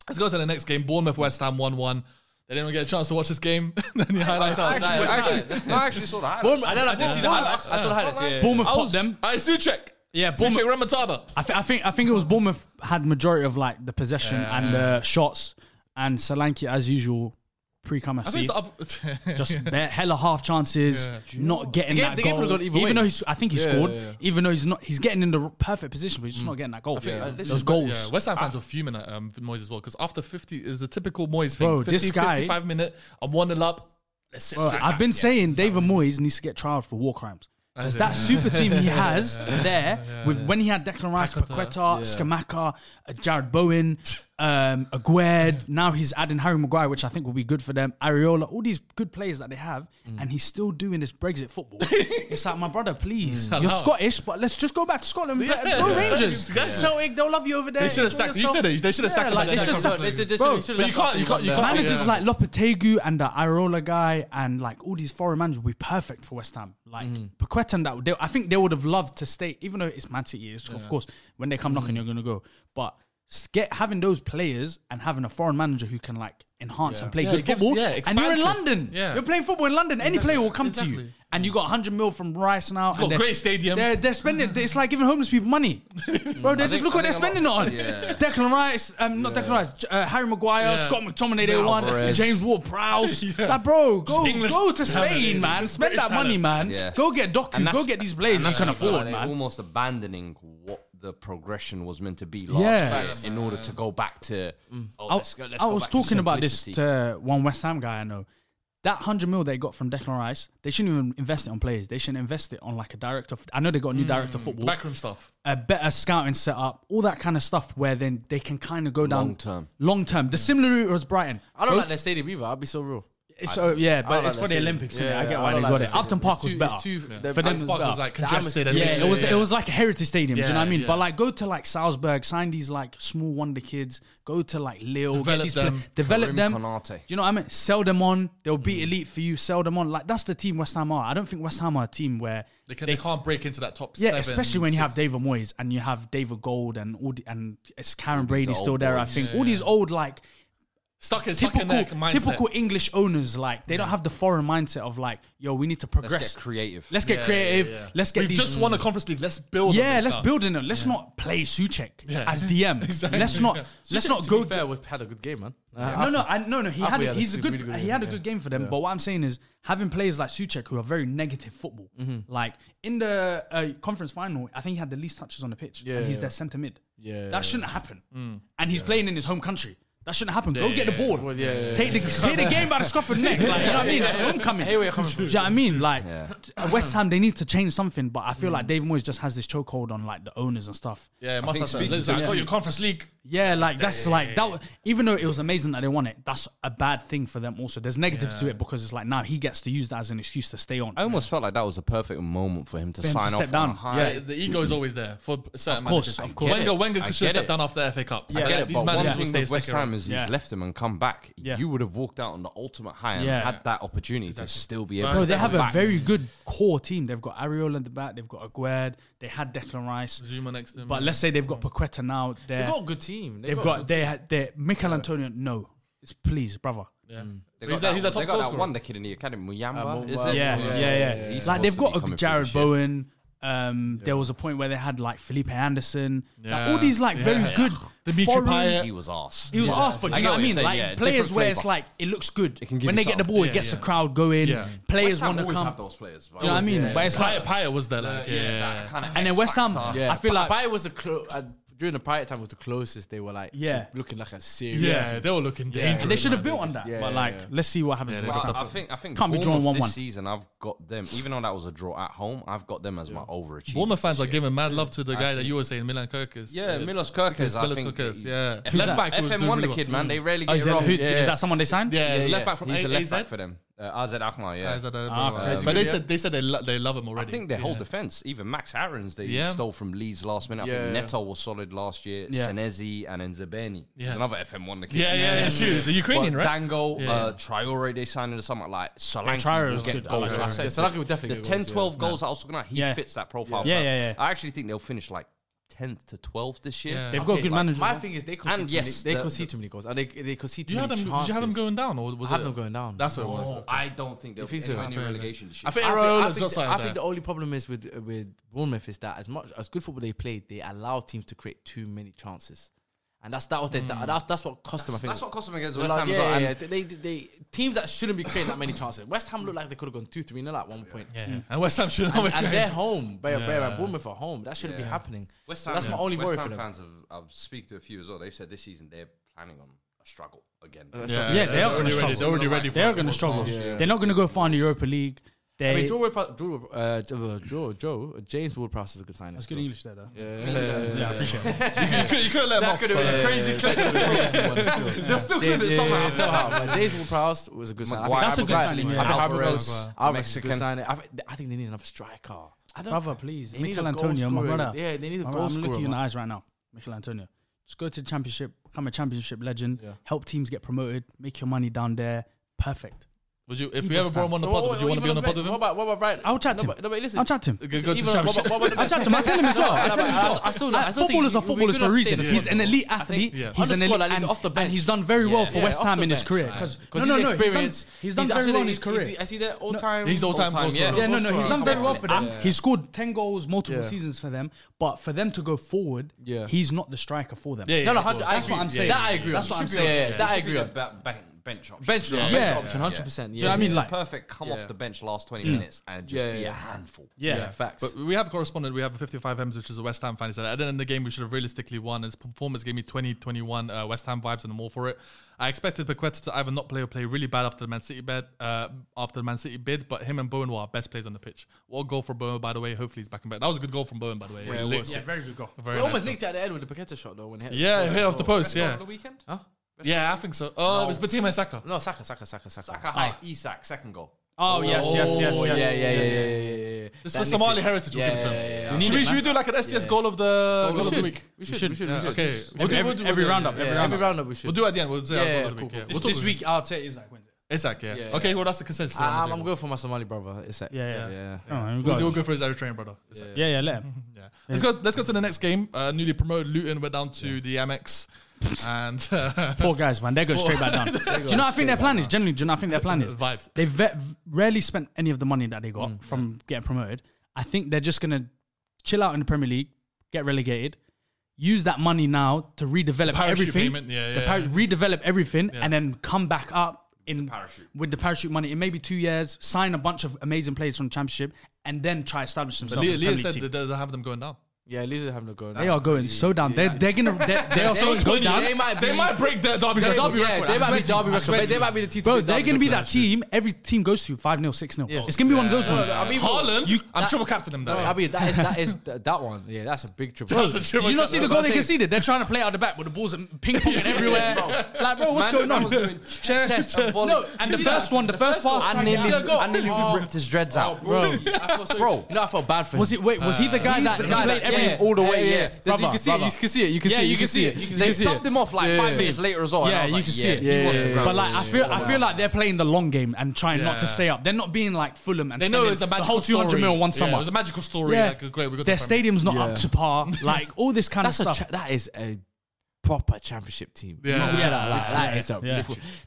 [SPEAKER 1] Let's go to the next game. Bournemouth West Ham one one. They didn't even get a chance to watch this game. then you highlights.
[SPEAKER 3] I-
[SPEAKER 1] Actually,
[SPEAKER 3] I-
[SPEAKER 1] West Ham.
[SPEAKER 3] actually-
[SPEAKER 4] no, I actually saw the highlights.
[SPEAKER 3] I didn't- I didn't see the highlights. I saw the highlights. yeah.
[SPEAKER 2] Bournemouth popped them.
[SPEAKER 1] All right, Suchek.
[SPEAKER 2] Yeah,
[SPEAKER 1] Suchek
[SPEAKER 2] Bournemouth.
[SPEAKER 1] Ramatada.
[SPEAKER 2] I, thi- I think I think it was Bournemouth had majority of like the possession and the shots, and Solanke as usual pre come
[SPEAKER 1] I think it's the other.
[SPEAKER 2] just bare, hella half chances, not getting
[SPEAKER 3] The game-
[SPEAKER 2] that
[SPEAKER 3] the game
[SPEAKER 2] goal.
[SPEAKER 3] would've gone either
[SPEAKER 2] even
[SPEAKER 3] way.
[SPEAKER 2] though he's, I think he
[SPEAKER 3] Yeah,
[SPEAKER 2] scored,
[SPEAKER 3] yeah, yeah.
[SPEAKER 2] even though he's not, he's getting in the r- perfect position, but he's just not getting that goal.
[SPEAKER 3] uh,
[SPEAKER 1] This
[SPEAKER 2] Those
[SPEAKER 1] is-
[SPEAKER 2] goals.
[SPEAKER 1] yeah, West Ham fans were fuming at um, Moyes as well because after 50 is a typical Moyes thing.
[SPEAKER 2] Bro,
[SPEAKER 1] 50,
[SPEAKER 2] this guy-
[SPEAKER 1] 55 minute, I'm one nil up. Let's sit
[SPEAKER 2] Bro,
[SPEAKER 1] back.
[SPEAKER 2] I've been saying David Moyes needs to get trialed for war crimes. Because that super team he has there, with when he had Declan Rice, Paqueta, Skamaka, uh, Jared Bowen, um, Agued, now he's adding Harry Maguire, which I think will be good for them, Ariola, all these good players that they have,
[SPEAKER 1] Mm.
[SPEAKER 2] and he's still doing this Brexit football. it's like, my brother, please,
[SPEAKER 1] Mm.
[SPEAKER 2] you're Scottish, but let's just go back to Scotland. Go Rangers. Celtic, they'll love you over there.
[SPEAKER 1] They should have
[SPEAKER 2] Enjoy
[SPEAKER 1] sacked. You
[SPEAKER 2] yourself.
[SPEAKER 1] said it. They should have
[SPEAKER 2] Yeah,
[SPEAKER 1] sacked. him
[SPEAKER 2] like,
[SPEAKER 1] at
[SPEAKER 2] they
[SPEAKER 1] that
[SPEAKER 2] should have
[SPEAKER 1] time.
[SPEAKER 2] sacked-
[SPEAKER 3] They- they-
[SPEAKER 2] Bro,
[SPEAKER 3] they
[SPEAKER 1] But
[SPEAKER 3] should've
[SPEAKER 1] you
[SPEAKER 3] left
[SPEAKER 1] can't- you
[SPEAKER 3] Lafont
[SPEAKER 1] can't- you
[SPEAKER 3] there.
[SPEAKER 1] can't-
[SPEAKER 2] managers
[SPEAKER 1] yeah.
[SPEAKER 2] like Lopetegu and the Irola guy and like all these foreign managers would be perfect for West Ham. Like
[SPEAKER 1] Mm.
[SPEAKER 2] Paqueta and that, they,
[SPEAKER 1] Mm.
[SPEAKER 2] I think they would have loved to stay, even though it's Man City. It's, Of course, when they come knocking, you're gonna go. But s- get having those players and having a foreign manager who can like enhance and play
[SPEAKER 1] Yeah,
[SPEAKER 2] good
[SPEAKER 1] it gives-
[SPEAKER 2] football.
[SPEAKER 1] yeah,
[SPEAKER 2] and you're in
[SPEAKER 1] expansive.
[SPEAKER 2] London.
[SPEAKER 1] Yeah.
[SPEAKER 2] You're playing football in London. Any player will come to you.
[SPEAKER 1] Exactly.
[SPEAKER 2] And you got 100 mil from Rice now.
[SPEAKER 1] got
[SPEAKER 2] and they're-
[SPEAKER 1] great stadium.
[SPEAKER 2] They're, they're spending. It's like giving homeless people money, bro. They just look what they're spending on. Declan Rice, um, not Declan Rice, J- uh, Harry Maguire,
[SPEAKER 1] Yeah.
[SPEAKER 2] Scott McTominay. They won. James Ward-Prowse. Like, bro, go
[SPEAKER 1] English
[SPEAKER 2] go to
[SPEAKER 1] talent,
[SPEAKER 2] Spain,
[SPEAKER 1] yeah.
[SPEAKER 2] man. Spend
[SPEAKER 1] British
[SPEAKER 2] that money,
[SPEAKER 1] talent.
[SPEAKER 2] man.
[SPEAKER 4] Yeah.
[SPEAKER 2] Go get Doku.
[SPEAKER 4] And
[SPEAKER 2] Go
[SPEAKER 4] that's-
[SPEAKER 2] get these players
[SPEAKER 4] and
[SPEAKER 2] you
[SPEAKER 4] that's
[SPEAKER 2] can
[SPEAKER 4] the thing,
[SPEAKER 2] afford,
[SPEAKER 4] like,
[SPEAKER 2] man.
[SPEAKER 4] Almost abandoning what the progression was meant to be last
[SPEAKER 2] Yeah.
[SPEAKER 4] year in order to go back to.
[SPEAKER 3] Mm.
[SPEAKER 4] Oh,
[SPEAKER 2] I,
[SPEAKER 4] let's go, let's
[SPEAKER 2] I
[SPEAKER 4] go
[SPEAKER 2] was
[SPEAKER 4] back to
[SPEAKER 2] talking about this
[SPEAKER 4] simplicity.
[SPEAKER 2] to one West Ham guy I know. That hundred mil they got from Declan Rice, they shouldn't even invest it on players. They should invest it on like a director. Of, I know they got a new director
[SPEAKER 4] Hmm.
[SPEAKER 2] of football,
[SPEAKER 1] Backroom stuff.
[SPEAKER 2] a better scouting setup, all that kind of stuff. Where then they can kind of go down
[SPEAKER 4] Long term.
[SPEAKER 2] Long term, the similar route as Brighton.
[SPEAKER 3] I don't like their stadium either. I'll be so real.
[SPEAKER 2] It's, uh, yeah,
[SPEAKER 3] I
[SPEAKER 2] but
[SPEAKER 3] don't
[SPEAKER 2] it's for
[SPEAKER 3] like that
[SPEAKER 2] the
[SPEAKER 3] stadium.
[SPEAKER 2] Olympics. Yeah,
[SPEAKER 3] Yeah,
[SPEAKER 2] I
[SPEAKER 3] yeah,
[SPEAKER 2] get
[SPEAKER 3] I
[SPEAKER 2] why
[SPEAKER 3] don't
[SPEAKER 2] they
[SPEAKER 3] like
[SPEAKER 2] got
[SPEAKER 3] that
[SPEAKER 2] it. Upton
[SPEAKER 3] stadium.
[SPEAKER 2] Park
[SPEAKER 3] It's
[SPEAKER 2] was
[SPEAKER 3] too-
[SPEAKER 2] better.
[SPEAKER 3] it's too-
[SPEAKER 2] Yeah.
[SPEAKER 3] the
[SPEAKER 2] for them,
[SPEAKER 3] Upton
[SPEAKER 1] Park
[SPEAKER 2] better.
[SPEAKER 1] was like
[SPEAKER 3] The
[SPEAKER 1] congested.
[SPEAKER 3] atmosphere.
[SPEAKER 2] Yeah, it was it was like a heritage stadium. do you know what I
[SPEAKER 1] Yeah,
[SPEAKER 2] mean?
[SPEAKER 1] yeah.
[SPEAKER 2] But like, go to like Salzburg, sign these like small wonder kids. Go to like Lille,
[SPEAKER 1] Develop
[SPEAKER 2] get these
[SPEAKER 1] them.
[SPEAKER 2] pla- develop
[SPEAKER 4] Karim
[SPEAKER 2] them.
[SPEAKER 4] Konate.
[SPEAKER 2] Do you know what I mean? Sell them on. They'll be elite for you. Sell them on. Like that's the team West Ham are. I don't think West Ham are a team where
[SPEAKER 1] They, can, they, can't break into that top
[SPEAKER 2] yeah,
[SPEAKER 1] seven.
[SPEAKER 2] especially when you
[SPEAKER 1] six.
[SPEAKER 2] have David Moyes and you have David Gold and all the, and it's Karen Brady
[SPEAKER 4] old
[SPEAKER 2] still there. I
[SPEAKER 4] boys.
[SPEAKER 2] think all these old like
[SPEAKER 1] stuck in stuck in
[SPEAKER 2] typical
[SPEAKER 1] their mindset.
[SPEAKER 2] typical English owners like they don't have the foreign mindset of like yo we need to progress.
[SPEAKER 4] Let's get creative.
[SPEAKER 2] Let's get creative. Let's get
[SPEAKER 1] We've
[SPEAKER 2] these,
[SPEAKER 1] just won a conference league. Let's build. on
[SPEAKER 2] yeah,
[SPEAKER 1] this
[SPEAKER 2] let's
[SPEAKER 1] stuff.
[SPEAKER 2] build in it. Let's not play Suchek
[SPEAKER 1] Yeah.
[SPEAKER 2] as DM.
[SPEAKER 1] Exactly.
[SPEAKER 2] Let's not
[SPEAKER 1] Yeah.
[SPEAKER 2] let's
[SPEAKER 3] Suchek,
[SPEAKER 2] not
[SPEAKER 3] to
[SPEAKER 2] go
[SPEAKER 3] be fair, was had a good game, man.
[SPEAKER 2] no, no, I, no, no. He had,
[SPEAKER 3] Happy
[SPEAKER 2] a,
[SPEAKER 3] had a
[SPEAKER 2] he's a
[SPEAKER 3] super-
[SPEAKER 2] good.
[SPEAKER 3] really good
[SPEAKER 2] he
[SPEAKER 3] game,
[SPEAKER 2] had a
[SPEAKER 3] yeah.
[SPEAKER 2] good game for them. But what I'm saying is, having players like Suchek who are very negative football,
[SPEAKER 3] Mm-hmm.
[SPEAKER 2] like in the uh, conference final, I think he had the least touches on the pitch, and he's their centre mid. Yeah, that shouldn't happen.
[SPEAKER 3] Mm.
[SPEAKER 2] And he's playing in his home country. That shouldn't happen. Go get the ball. take the take the game by the scruff of the neck. Like, you know what I mean? It's homecoming. Do you know what I mean? Like t- West Ham, they need to change something. But I feel
[SPEAKER 3] Mm.
[SPEAKER 2] like David Moyes just has this chokehold on like the owners and stuff.
[SPEAKER 1] Yeah, it must have
[SPEAKER 4] speaking
[SPEAKER 1] something.
[SPEAKER 4] to
[SPEAKER 1] Listen, I
[SPEAKER 4] them-
[SPEAKER 1] got your conference league.
[SPEAKER 2] Yeah, like that's like that. wa- Even though it was amazing that they won it, that's a bad thing for them. Also, there's negatives to it because it's like now he gets to use that as an excuse to stay on.
[SPEAKER 1] Oh,
[SPEAKER 4] I almost felt like that was a perfect moment for him to
[SPEAKER 2] For him to
[SPEAKER 4] sign
[SPEAKER 2] step
[SPEAKER 4] off.
[SPEAKER 2] down.
[SPEAKER 4] On a high.
[SPEAKER 1] Yeah, the ego is always there for certain.
[SPEAKER 2] Of course,
[SPEAKER 1] managers.
[SPEAKER 2] of course.
[SPEAKER 1] Wenger, Wenger
[SPEAKER 4] I
[SPEAKER 1] should
[SPEAKER 4] get
[SPEAKER 1] step
[SPEAKER 4] it.
[SPEAKER 1] down after the FA Cup.
[SPEAKER 2] I Yeah.
[SPEAKER 4] I get
[SPEAKER 1] Like,
[SPEAKER 4] it,
[SPEAKER 1] These
[SPEAKER 4] but one
[SPEAKER 1] managers
[SPEAKER 2] yeah.
[SPEAKER 1] will
[SPEAKER 4] thing
[SPEAKER 1] stay
[SPEAKER 4] with West
[SPEAKER 1] stick around.
[SPEAKER 4] Ham is he's
[SPEAKER 2] Yeah.
[SPEAKER 4] left him and come back.
[SPEAKER 2] Yeah.
[SPEAKER 4] You would have walked out on the ultimate high and
[SPEAKER 2] Yeah.
[SPEAKER 4] had that opportunity to still be able.
[SPEAKER 2] Bro,
[SPEAKER 4] to
[SPEAKER 2] they
[SPEAKER 4] step
[SPEAKER 2] have a
[SPEAKER 4] back.
[SPEAKER 2] very good core team. They've got Ariola in the back. They've got Aguerd. They had Declan Rice.
[SPEAKER 1] Zuma next to him.
[SPEAKER 2] But let's say they've got Paqueta now. They're,
[SPEAKER 3] They've got a good team.
[SPEAKER 2] They've got they had they Mikel Antonio. No, it's please, brother.
[SPEAKER 1] Yeah.
[SPEAKER 4] They
[SPEAKER 1] He's that,
[SPEAKER 4] got, that,
[SPEAKER 1] he's that
[SPEAKER 4] they
[SPEAKER 1] top
[SPEAKER 4] got
[SPEAKER 1] goal
[SPEAKER 4] that
[SPEAKER 1] scorer.
[SPEAKER 4] wonder kid in the academy, Muyamba. is it?
[SPEAKER 2] Yeah, yeah, yeah.
[SPEAKER 4] He's
[SPEAKER 2] Like they've
[SPEAKER 4] supposed
[SPEAKER 2] got
[SPEAKER 4] to be coming
[SPEAKER 2] a
[SPEAKER 4] through
[SPEAKER 2] Jared
[SPEAKER 4] this year.
[SPEAKER 2] Bowen. Um, There was a point where they had like Felipe Anderson. Like, all
[SPEAKER 1] Yeah.
[SPEAKER 2] these like very
[SPEAKER 1] Yeah.
[SPEAKER 2] good.
[SPEAKER 1] Dimitri
[SPEAKER 2] foreign-
[SPEAKER 1] Payet.
[SPEAKER 4] He was ass.
[SPEAKER 2] He was
[SPEAKER 4] Yeah.
[SPEAKER 2] asked, but do
[SPEAKER 4] I
[SPEAKER 2] you
[SPEAKER 4] get
[SPEAKER 2] know what I
[SPEAKER 4] what
[SPEAKER 2] mean?
[SPEAKER 4] you're saying,
[SPEAKER 2] Like
[SPEAKER 4] yeah,
[SPEAKER 2] players
[SPEAKER 4] different
[SPEAKER 2] where
[SPEAKER 4] flavour.
[SPEAKER 2] it's like it looks good
[SPEAKER 4] can give
[SPEAKER 2] when
[SPEAKER 4] you
[SPEAKER 2] they get the
[SPEAKER 4] something.
[SPEAKER 2] ball, it
[SPEAKER 1] Yeah,
[SPEAKER 2] gets the
[SPEAKER 1] yeah.
[SPEAKER 2] crowd going.
[SPEAKER 1] Yeah.
[SPEAKER 2] Players
[SPEAKER 4] West Ham
[SPEAKER 2] want to
[SPEAKER 4] always
[SPEAKER 2] come.
[SPEAKER 4] have those players.
[SPEAKER 2] Do you know what I mean? but it's
[SPEAKER 1] Payet,
[SPEAKER 2] like,
[SPEAKER 1] Payet was there. Like, yeah,
[SPEAKER 2] and then West Ham. I feel like
[SPEAKER 3] Pi was the clo- uh, during the Pi time was the closest they were like to
[SPEAKER 2] Yeah.
[SPEAKER 3] looking like a serious.
[SPEAKER 1] yeah,
[SPEAKER 3] team.
[SPEAKER 1] they were looking dangerous.
[SPEAKER 2] and they should
[SPEAKER 1] man.
[SPEAKER 2] have built on that.
[SPEAKER 3] Yeah,
[SPEAKER 2] but
[SPEAKER 3] yeah,
[SPEAKER 2] like,
[SPEAKER 3] yeah.
[SPEAKER 2] let's see what happens.
[SPEAKER 1] Yeah,
[SPEAKER 2] with
[SPEAKER 1] they
[SPEAKER 2] West
[SPEAKER 1] got
[SPEAKER 2] Ham.
[SPEAKER 4] I think I think
[SPEAKER 2] Can't be drawn
[SPEAKER 4] Bournemouth
[SPEAKER 2] one
[SPEAKER 4] this
[SPEAKER 2] one.
[SPEAKER 4] season. I've got them, even though that was a draw at home. I've got them as my overachievers.
[SPEAKER 1] Bournemouth
[SPEAKER 4] this
[SPEAKER 1] fans are
[SPEAKER 4] year.
[SPEAKER 1] giving mad love to the guy that you were saying, Milan Kirkis.
[SPEAKER 4] Yeah, Milos Kirkes. I
[SPEAKER 1] Milos
[SPEAKER 4] think
[SPEAKER 1] Kirkes,
[SPEAKER 4] he-
[SPEAKER 1] yeah.
[SPEAKER 4] F-
[SPEAKER 1] Who's that?
[SPEAKER 4] left back
[SPEAKER 1] Who's
[SPEAKER 4] FM
[SPEAKER 1] doing
[SPEAKER 4] Wonder
[SPEAKER 1] well?
[SPEAKER 4] kid, man. They rarely
[SPEAKER 2] Oh,
[SPEAKER 4] get
[SPEAKER 2] is
[SPEAKER 4] it
[SPEAKER 2] that,
[SPEAKER 4] wrong.
[SPEAKER 2] who,
[SPEAKER 4] Yeah.
[SPEAKER 2] is that someone they signed?
[SPEAKER 1] Yeah,
[SPEAKER 4] Yeah,
[SPEAKER 1] he's
[SPEAKER 4] yeah.
[SPEAKER 1] left back from
[SPEAKER 4] He's
[SPEAKER 1] A-
[SPEAKER 4] a left
[SPEAKER 1] AZ.
[SPEAKER 4] back for them. Uh, AZ Akmar, yeah.
[SPEAKER 1] Guys that are-
[SPEAKER 2] Ah,
[SPEAKER 1] uh,
[SPEAKER 2] crazy.
[SPEAKER 1] but they said they said they, lo- they love him
[SPEAKER 4] I
[SPEAKER 1] already.
[SPEAKER 4] think their whole
[SPEAKER 1] Yeah.
[SPEAKER 4] defense, even Max Aaron's, they
[SPEAKER 1] Yeah.
[SPEAKER 4] stole from Leeds last minute. I
[SPEAKER 3] Yeah.
[SPEAKER 4] think Neto was solid last year.
[SPEAKER 2] Yeah.
[SPEAKER 4] Senezi and Nzebeni.
[SPEAKER 1] Yeah.
[SPEAKER 4] There's another FM Wonder kid.
[SPEAKER 1] Yeah, yeah, yeah. shoot, The Ukrainian,
[SPEAKER 4] But
[SPEAKER 1] right?
[SPEAKER 4] Dango,
[SPEAKER 1] Yeah.
[SPEAKER 4] uh, Traore, they signed into something like Solanke.
[SPEAKER 2] Traore
[SPEAKER 4] will
[SPEAKER 2] was
[SPEAKER 4] get
[SPEAKER 2] good. I
[SPEAKER 4] Goals.
[SPEAKER 2] like
[SPEAKER 4] Like I
[SPEAKER 2] Traore.
[SPEAKER 4] said,
[SPEAKER 3] Yeah, Solanke would definitely
[SPEAKER 4] The
[SPEAKER 3] get
[SPEAKER 4] 10,
[SPEAKER 3] goals, yeah.
[SPEAKER 4] 12 goals I was talking about, he
[SPEAKER 2] Yeah.
[SPEAKER 4] fits that profile.
[SPEAKER 2] Yeah,
[SPEAKER 4] man.
[SPEAKER 2] yeah, yeah.
[SPEAKER 4] I actually think they'll finish like 10th to 12th this year.
[SPEAKER 1] Yeah.
[SPEAKER 2] They've got
[SPEAKER 4] Okay,
[SPEAKER 2] good
[SPEAKER 4] like,
[SPEAKER 2] managers.
[SPEAKER 3] My thing is they concede.
[SPEAKER 4] And
[SPEAKER 3] too many-
[SPEAKER 4] yes,
[SPEAKER 3] they
[SPEAKER 4] the-
[SPEAKER 3] concede too many goals, and they they concede
[SPEAKER 1] Do
[SPEAKER 3] too
[SPEAKER 1] you have
[SPEAKER 3] many
[SPEAKER 1] them? Did
[SPEAKER 3] chances.
[SPEAKER 1] you have them going down, or was
[SPEAKER 3] I have
[SPEAKER 1] it?
[SPEAKER 3] them going down.
[SPEAKER 1] That's what it
[SPEAKER 3] No.
[SPEAKER 1] was. Ah,
[SPEAKER 4] I don't think they'll
[SPEAKER 3] think
[SPEAKER 4] be
[SPEAKER 3] so.
[SPEAKER 4] in any
[SPEAKER 1] Okay, okay.
[SPEAKER 4] relegation this year.
[SPEAKER 1] I think
[SPEAKER 3] I think- I
[SPEAKER 1] Areola's
[SPEAKER 3] think
[SPEAKER 1] got
[SPEAKER 3] the-
[SPEAKER 1] something
[SPEAKER 3] I
[SPEAKER 1] there.
[SPEAKER 3] think the only problem is with with Bournemouth is that as much as good football they played, they allow teams to create too many chances, and that's that was their, that's that's what cost them. I think
[SPEAKER 4] That's what cost them against
[SPEAKER 3] Well,
[SPEAKER 4] West Ham.
[SPEAKER 3] yeah,
[SPEAKER 4] as well.
[SPEAKER 3] yeah,
[SPEAKER 4] And
[SPEAKER 3] yeah. They, they, they teams that shouldn't be creating that many chances. West Ham looked like they could have gone two three nil at one point.
[SPEAKER 2] Hmm.
[SPEAKER 1] Yeah. And West Ham should
[SPEAKER 3] And,
[SPEAKER 1] have.
[SPEAKER 3] and they're home. Bear, bear, and Bournemouth are home. That shouldn't be happening.
[SPEAKER 4] West
[SPEAKER 3] So
[SPEAKER 4] Ham,
[SPEAKER 3] that's my only
[SPEAKER 4] West
[SPEAKER 3] worry
[SPEAKER 4] Ham
[SPEAKER 3] for them.
[SPEAKER 4] fans. Have, I've speak to a few as well. They've said this season they're planning on a struggle again.
[SPEAKER 2] Yeah, they are
[SPEAKER 1] They're
[SPEAKER 2] gonna
[SPEAKER 1] already ready-
[SPEAKER 2] struggle.
[SPEAKER 1] They're already ready. for
[SPEAKER 2] They are
[SPEAKER 1] it.
[SPEAKER 2] going to struggle. They're not going to go far in the Europa League. They.
[SPEAKER 3] I mean, Joe, Ward-Prowse- Joe, Ward- uh, Joe, Joe, Joe, James Ward-Prowse is a good signing.
[SPEAKER 2] That's good
[SPEAKER 3] still.
[SPEAKER 2] English there, though. Yeah, I appreciate it.
[SPEAKER 1] You could- You could let him off. but-
[SPEAKER 4] crazy clip. They'll still clip it
[SPEAKER 3] Yeah,
[SPEAKER 4] somehow.
[SPEAKER 3] somehow. But James Ward-Prowse was a good signing.
[SPEAKER 4] Maguire,
[SPEAKER 2] That's a good signing,
[SPEAKER 3] I
[SPEAKER 2] yeah.
[SPEAKER 3] think
[SPEAKER 4] Alvarez,
[SPEAKER 3] Alvarez, Alvarez is a
[SPEAKER 4] Mexican.
[SPEAKER 3] good signing. I, think- I think they need another striker. I don't,
[SPEAKER 2] Brother, please.
[SPEAKER 3] They need
[SPEAKER 2] Mikel
[SPEAKER 3] a goal
[SPEAKER 2] Antonio, my
[SPEAKER 3] scorer.
[SPEAKER 2] brother.
[SPEAKER 3] Yeah, they need a
[SPEAKER 2] My
[SPEAKER 3] goal
[SPEAKER 2] brother, I'm
[SPEAKER 3] scorer,
[SPEAKER 2] looking you in the
[SPEAKER 3] man.
[SPEAKER 2] eyes right now. Mikel Antonio. Just go to the championship, become a championship legend, help teams get promoted, make your money down there. Perfect.
[SPEAKER 1] Would you, if we ever brought him on the pod, would you want to be on the pod with
[SPEAKER 3] What
[SPEAKER 1] him?
[SPEAKER 3] about, what about, right?
[SPEAKER 2] I'll chat to
[SPEAKER 3] no,
[SPEAKER 2] him.
[SPEAKER 3] But, no, but listen.
[SPEAKER 2] I'll chat to him.
[SPEAKER 1] Go- go to
[SPEAKER 3] Even
[SPEAKER 1] Sham-
[SPEAKER 3] Robert- Robert-
[SPEAKER 2] I'll chat to him. I tell him as well. I
[SPEAKER 3] No,
[SPEAKER 2] tell
[SPEAKER 3] but
[SPEAKER 2] him as well.
[SPEAKER 3] I- I still- I still think
[SPEAKER 2] footballers are
[SPEAKER 3] we- we
[SPEAKER 2] footballers for a
[SPEAKER 3] cannot
[SPEAKER 2] reason.
[SPEAKER 3] say this
[SPEAKER 2] He's
[SPEAKER 3] one.
[SPEAKER 2] an elite
[SPEAKER 3] I think-
[SPEAKER 2] athlete.
[SPEAKER 1] yeah.
[SPEAKER 2] He's
[SPEAKER 3] On
[SPEAKER 2] an
[SPEAKER 3] the
[SPEAKER 2] elite
[SPEAKER 3] squad, and he's
[SPEAKER 2] and-
[SPEAKER 3] off the bench.
[SPEAKER 2] And he's done very
[SPEAKER 3] Yeah,
[SPEAKER 2] well for
[SPEAKER 3] yeah,
[SPEAKER 2] West
[SPEAKER 3] off
[SPEAKER 2] Ham
[SPEAKER 3] the
[SPEAKER 2] in his
[SPEAKER 3] bench,
[SPEAKER 2] career.
[SPEAKER 3] right.
[SPEAKER 2] Because
[SPEAKER 3] Because he's experienced.
[SPEAKER 2] He's done very
[SPEAKER 3] actually-
[SPEAKER 2] well in his
[SPEAKER 3] he's-
[SPEAKER 2] career.
[SPEAKER 3] he's- I see that all time.
[SPEAKER 1] He's all-time goal
[SPEAKER 3] yeah.
[SPEAKER 1] scorer.
[SPEAKER 2] Yeah, no, no, he's
[SPEAKER 3] Goal
[SPEAKER 2] done
[SPEAKER 3] scorer.
[SPEAKER 2] very well for them.
[SPEAKER 3] Yeah.
[SPEAKER 2] He's scored ten goals multiple
[SPEAKER 3] Yeah.
[SPEAKER 2] seasons for them, but for them to go forward,
[SPEAKER 3] Yeah.
[SPEAKER 2] he's not the striker for them.
[SPEAKER 3] No, no, hundred- I
[SPEAKER 2] That's
[SPEAKER 3] agree.
[SPEAKER 2] what I'm
[SPEAKER 3] Yeah,
[SPEAKER 2] saying.
[SPEAKER 3] That I agree.
[SPEAKER 2] That's
[SPEAKER 3] on.
[SPEAKER 2] what I'm
[SPEAKER 3] Should be on.
[SPEAKER 2] saying.
[SPEAKER 3] Yeah, that I agree. on.
[SPEAKER 5] bench option.
[SPEAKER 3] Bench
[SPEAKER 2] Yeah.
[SPEAKER 3] bench
[SPEAKER 2] Yeah.
[SPEAKER 3] option, hundred percent.
[SPEAKER 2] you know
[SPEAKER 3] Yeah,
[SPEAKER 2] what I mean?
[SPEAKER 5] He's
[SPEAKER 2] like-
[SPEAKER 5] a perfect come
[SPEAKER 3] Yeah.
[SPEAKER 5] off the bench last 20 minutes and just
[SPEAKER 3] Yeah,
[SPEAKER 5] be
[SPEAKER 3] yeah.
[SPEAKER 5] a handful.
[SPEAKER 3] Yeah, facts.
[SPEAKER 1] But we have corresponded. We have a 55 M's, which is a West Ham fan. He said, at the end of the game, we should have realistically won. His performance gave me 20 21 uh, West Ham vibes, and I'm all for it. I expected Paqueta to either not play or play really bad after the Man City bid, uh, after the Man City bid, but him and Bowen were our best players on the pitch. What a goal for Bowen, by the way. Hopefully he's back in back. That was a good goal from Bowen, by the way. Yeah,
[SPEAKER 2] very good goal.
[SPEAKER 1] very
[SPEAKER 3] we
[SPEAKER 1] nice
[SPEAKER 3] almost
[SPEAKER 1] goal.
[SPEAKER 3] nicked it at the end with the Paqueta shot though when he hit.
[SPEAKER 1] Yeah, hit off the post.
[SPEAKER 5] Goal
[SPEAKER 1] Yeah,
[SPEAKER 5] of the weekend?
[SPEAKER 1] yeah, I think so. Oh, it was Batima Saka.
[SPEAKER 3] No, Saka, Saka, Saka, Saka.
[SPEAKER 5] Saka high, Isak, second goal.
[SPEAKER 2] Oh yes, yes, yes,
[SPEAKER 3] Oh,
[SPEAKER 2] yes.
[SPEAKER 3] yeah, yeah, yeah, yeah, yeah, yeah, yeah.
[SPEAKER 1] This
[SPEAKER 3] That
[SPEAKER 1] was
[SPEAKER 3] makes
[SPEAKER 1] Somali
[SPEAKER 3] it-
[SPEAKER 1] heritage. We'll
[SPEAKER 3] Yeah,
[SPEAKER 1] give it to him.
[SPEAKER 3] yeah, yeah, yeah.
[SPEAKER 1] We need-
[SPEAKER 3] Shit,
[SPEAKER 1] we
[SPEAKER 3] man.
[SPEAKER 1] should we do like an STS goal of the goal
[SPEAKER 3] We
[SPEAKER 1] of the
[SPEAKER 3] should,
[SPEAKER 1] week.
[SPEAKER 3] We should. We should.
[SPEAKER 1] Yeah,
[SPEAKER 3] we should.
[SPEAKER 1] okay.
[SPEAKER 3] We
[SPEAKER 1] We'll
[SPEAKER 3] should.
[SPEAKER 1] do-
[SPEAKER 2] Every,
[SPEAKER 1] we'll do-
[SPEAKER 2] every
[SPEAKER 1] we'll do-
[SPEAKER 2] roundup, every
[SPEAKER 3] Yeah, every
[SPEAKER 2] roundup.
[SPEAKER 3] roundup we should.
[SPEAKER 1] We'll do it at the end. We'll say
[SPEAKER 3] Yeah,
[SPEAKER 1] our goal
[SPEAKER 3] yeah,
[SPEAKER 1] of the
[SPEAKER 3] cool,
[SPEAKER 1] week.
[SPEAKER 3] cool.
[SPEAKER 1] Yeah,
[SPEAKER 3] It's
[SPEAKER 1] We'll
[SPEAKER 2] It's
[SPEAKER 1] talk
[SPEAKER 2] this
[SPEAKER 1] about
[SPEAKER 2] week. I'll say Isaac wins it.
[SPEAKER 1] it. Isak, yeah.
[SPEAKER 3] Yeah.
[SPEAKER 1] Okay, well that's the consensus. around the
[SPEAKER 3] I'm, I'm
[SPEAKER 1] table.
[SPEAKER 3] going for my Somali brother. It's like,
[SPEAKER 2] Yeah, yeah.
[SPEAKER 3] yeah.
[SPEAKER 2] Oh, and we've
[SPEAKER 1] He's
[SPEAKER 2] got-
[SPEAKER 1] all good for his Eritrean brother. Isak.
[SPEAKER 2] yeah, yeah. Let him.
[SPEAKER 1] Yeah. Let's go. Let's go to the next game. Uh, newly promoted Luton. We're down to the Amex, and uh,
[SPEAKER 2] Poor guys, man. They go straight back down. do you know? what I think their plan is generally. Do you know? what I think their plan is
[SPEAKER 1] Vibes. Mm.
[SPEAKER 2] They ve- rarely spent any of the money that they got from getting promoted. I think they're just gonna chill out in the Premier League, get relegated, use that money now to redevelop
[SPEAKER 1] Parachute
[SPEAKER 2] everything.
[SPEAKER 1] payment, yeah,
[SPEAKER 2] The
[SPEAKER 1] yeah.
[SPEAKER 2] redevelop everything, and then come back up in parachute. with the parachute money in maybe two years. Sign a bunch of amazing players from the Championship, and then try establish themselves.
[SPEAKER 1] Leah,
[SPEAKER 2] as a Premier
[SPEAKER 1] Leah
[SPEAKER 2] League
[SPEAKER 1] said
[SPEAKER 2] team.
[SPEAKER 1] that they have them going down.
[SPEAKER 3] Yeah, at least they have no goal.
[SPEAKER 2] they are going so down. They're, they're gonna. They're, they are going to go down.
[SPEAKER 3] They might be.
[SPEAKER 1] They might break their derby
[SPEAKER 3] They,
[SPEAKER 1] record.
[SPEAKER 3] yeah, they might be Derby record. but They might be the team. to
[SPEAKER 2] Bro,
[SPEAKER 3] beat
[SPEAKER 2] they're
[SPEAKER 3] Derby
[SPEAKER 2] going to be
[SPEAKER 3] record.
[SPEAKER 2] that team. Every team goes to 5 0, 6 0.
[SPEAKER 3] Yeah.
[SPEAKER 2] It's going to be one of those
[SPEAKER 3] No, no,
[SPEAKER 2] ones.
[SPEAKER 3] no, I mean, bro,
[SPEAKER 1] Haaland,
[SPEAKER 3] you-
[SPEAKER 1] I'm
[SPEAKER 3] that-
[SPEAKER 1] triple captain them
[SPEAKER 3] No,
[SPEAKER 1] though.
[SPEAKER 3] I mean that is that is th- that one. Yeah, that's a big triple.
[SPEAKER 1] That's a triple
[SPEAKER 2] Did you not see the
[SPEAKER 3] But
[SPEAKER 2] goal
[SPEAKER 3] I'm
[SPEAKER 2] they
[SPEAKER 3] saying-
[SPEAKER 2] conceded? They're trying to play out the back, but the balls are ping ponging everywhere. Like, bro, what's going on? Chest, no, and the first one, the first pass.
[SPEAKER 5] I
[SPEAKER 2] Yeah.
[SPEAKER 5] nearly,
[SPEAKER 2] Go. Oh.
[SPEAKER 5] I nearly ripped his dreads out.
[SPEAKER 3] bro. I felt so-
[SPEAKER 5] Bro.
[SPEAKER 3] you know I felt bad for him.
[SPEAKER 2] Was it? Wait, was he the guy that
[SPEAKER 3] the
[SPEAKER 2] he
[SPEAKER 3] guy
[SPEAKER 2] played
[SPEAKER 3] that-
[SPEAKER 2] every
[SPEAKER 3] yeah,
[SPEAKER 2] all the
[SPEAKER 3] yeah,
[SPEAKER 2] way?
[SPEAKER 3] yeah.
[SPEAKER 2] Yeah,
[SPEAKER 3] There's- you can see it, you can see it, you can
[SPEAKER 2] Yeah,
[SPEAKER 3] see it,
[SPEAKER 2] you can see it. you can
[SPEAKER 5] They
[SPEAKER 2] see it.
[SPEAKER 5] subbed him off like five minutes later as well. and I
[SPEAKER 2] Yeah,
[SPEAKER 5] was
[SPEAKER 2] you
[SPEAKER 5] like,
[SPEAKER 2] can see
[SPEAKER 5] yeah,
[SPEAKER 2] it.
[SPEAKER 5] he wants to
[SPEAKER 3] Yeah.
[SPEAKER 5] grab
[SPEAKER 2] But like,
[SPEAKER 5] this.
[SPEAKER 2] I feel, I feel like they're playing the long game and trying not to
[SPEAKER 1] Yeah.
[SPEAKER 2] stay up. They're not being like Fulham and
[SPEAKER 1] they know
[SPEAKER 2] spending
[SPEAKER 1] it's a
[SPEAKER 2] the
[SPEAKER 1] magical
[SPEAKER 2] whole 200
[SPEAKER 1] story.
[SPEAKER 2] mil one
[SPEAKER 1] Yeah,
[SPEAKER 2] summer.
[SPEAKER 1] it was a magical story.
[SPEAKER 2] Yeah.
[SPEAKER 1] Like, great, we got the Premier
[SPEAKER 2] Their
[SPEAKER 1] League.
[SPEAKER 2] stadium's not
[SPEAKER 3] Yeah.
[SPEAKER 2] up to par. Like all this kind
[SPEAKER 3] That's
[SPEAKER 2] of
[SPEAKER 3] a
[SPEAKER 2] stuff.
[SPEAKER 3] cha- that is a proper championship team.
[SPEAKER 1] Yeah.
[SPEAKER 3] You look
[SPEAKER 1] Yeah.
[SPEAKER 3] at that, like, that is a
[SPEAKER 2] Yeah.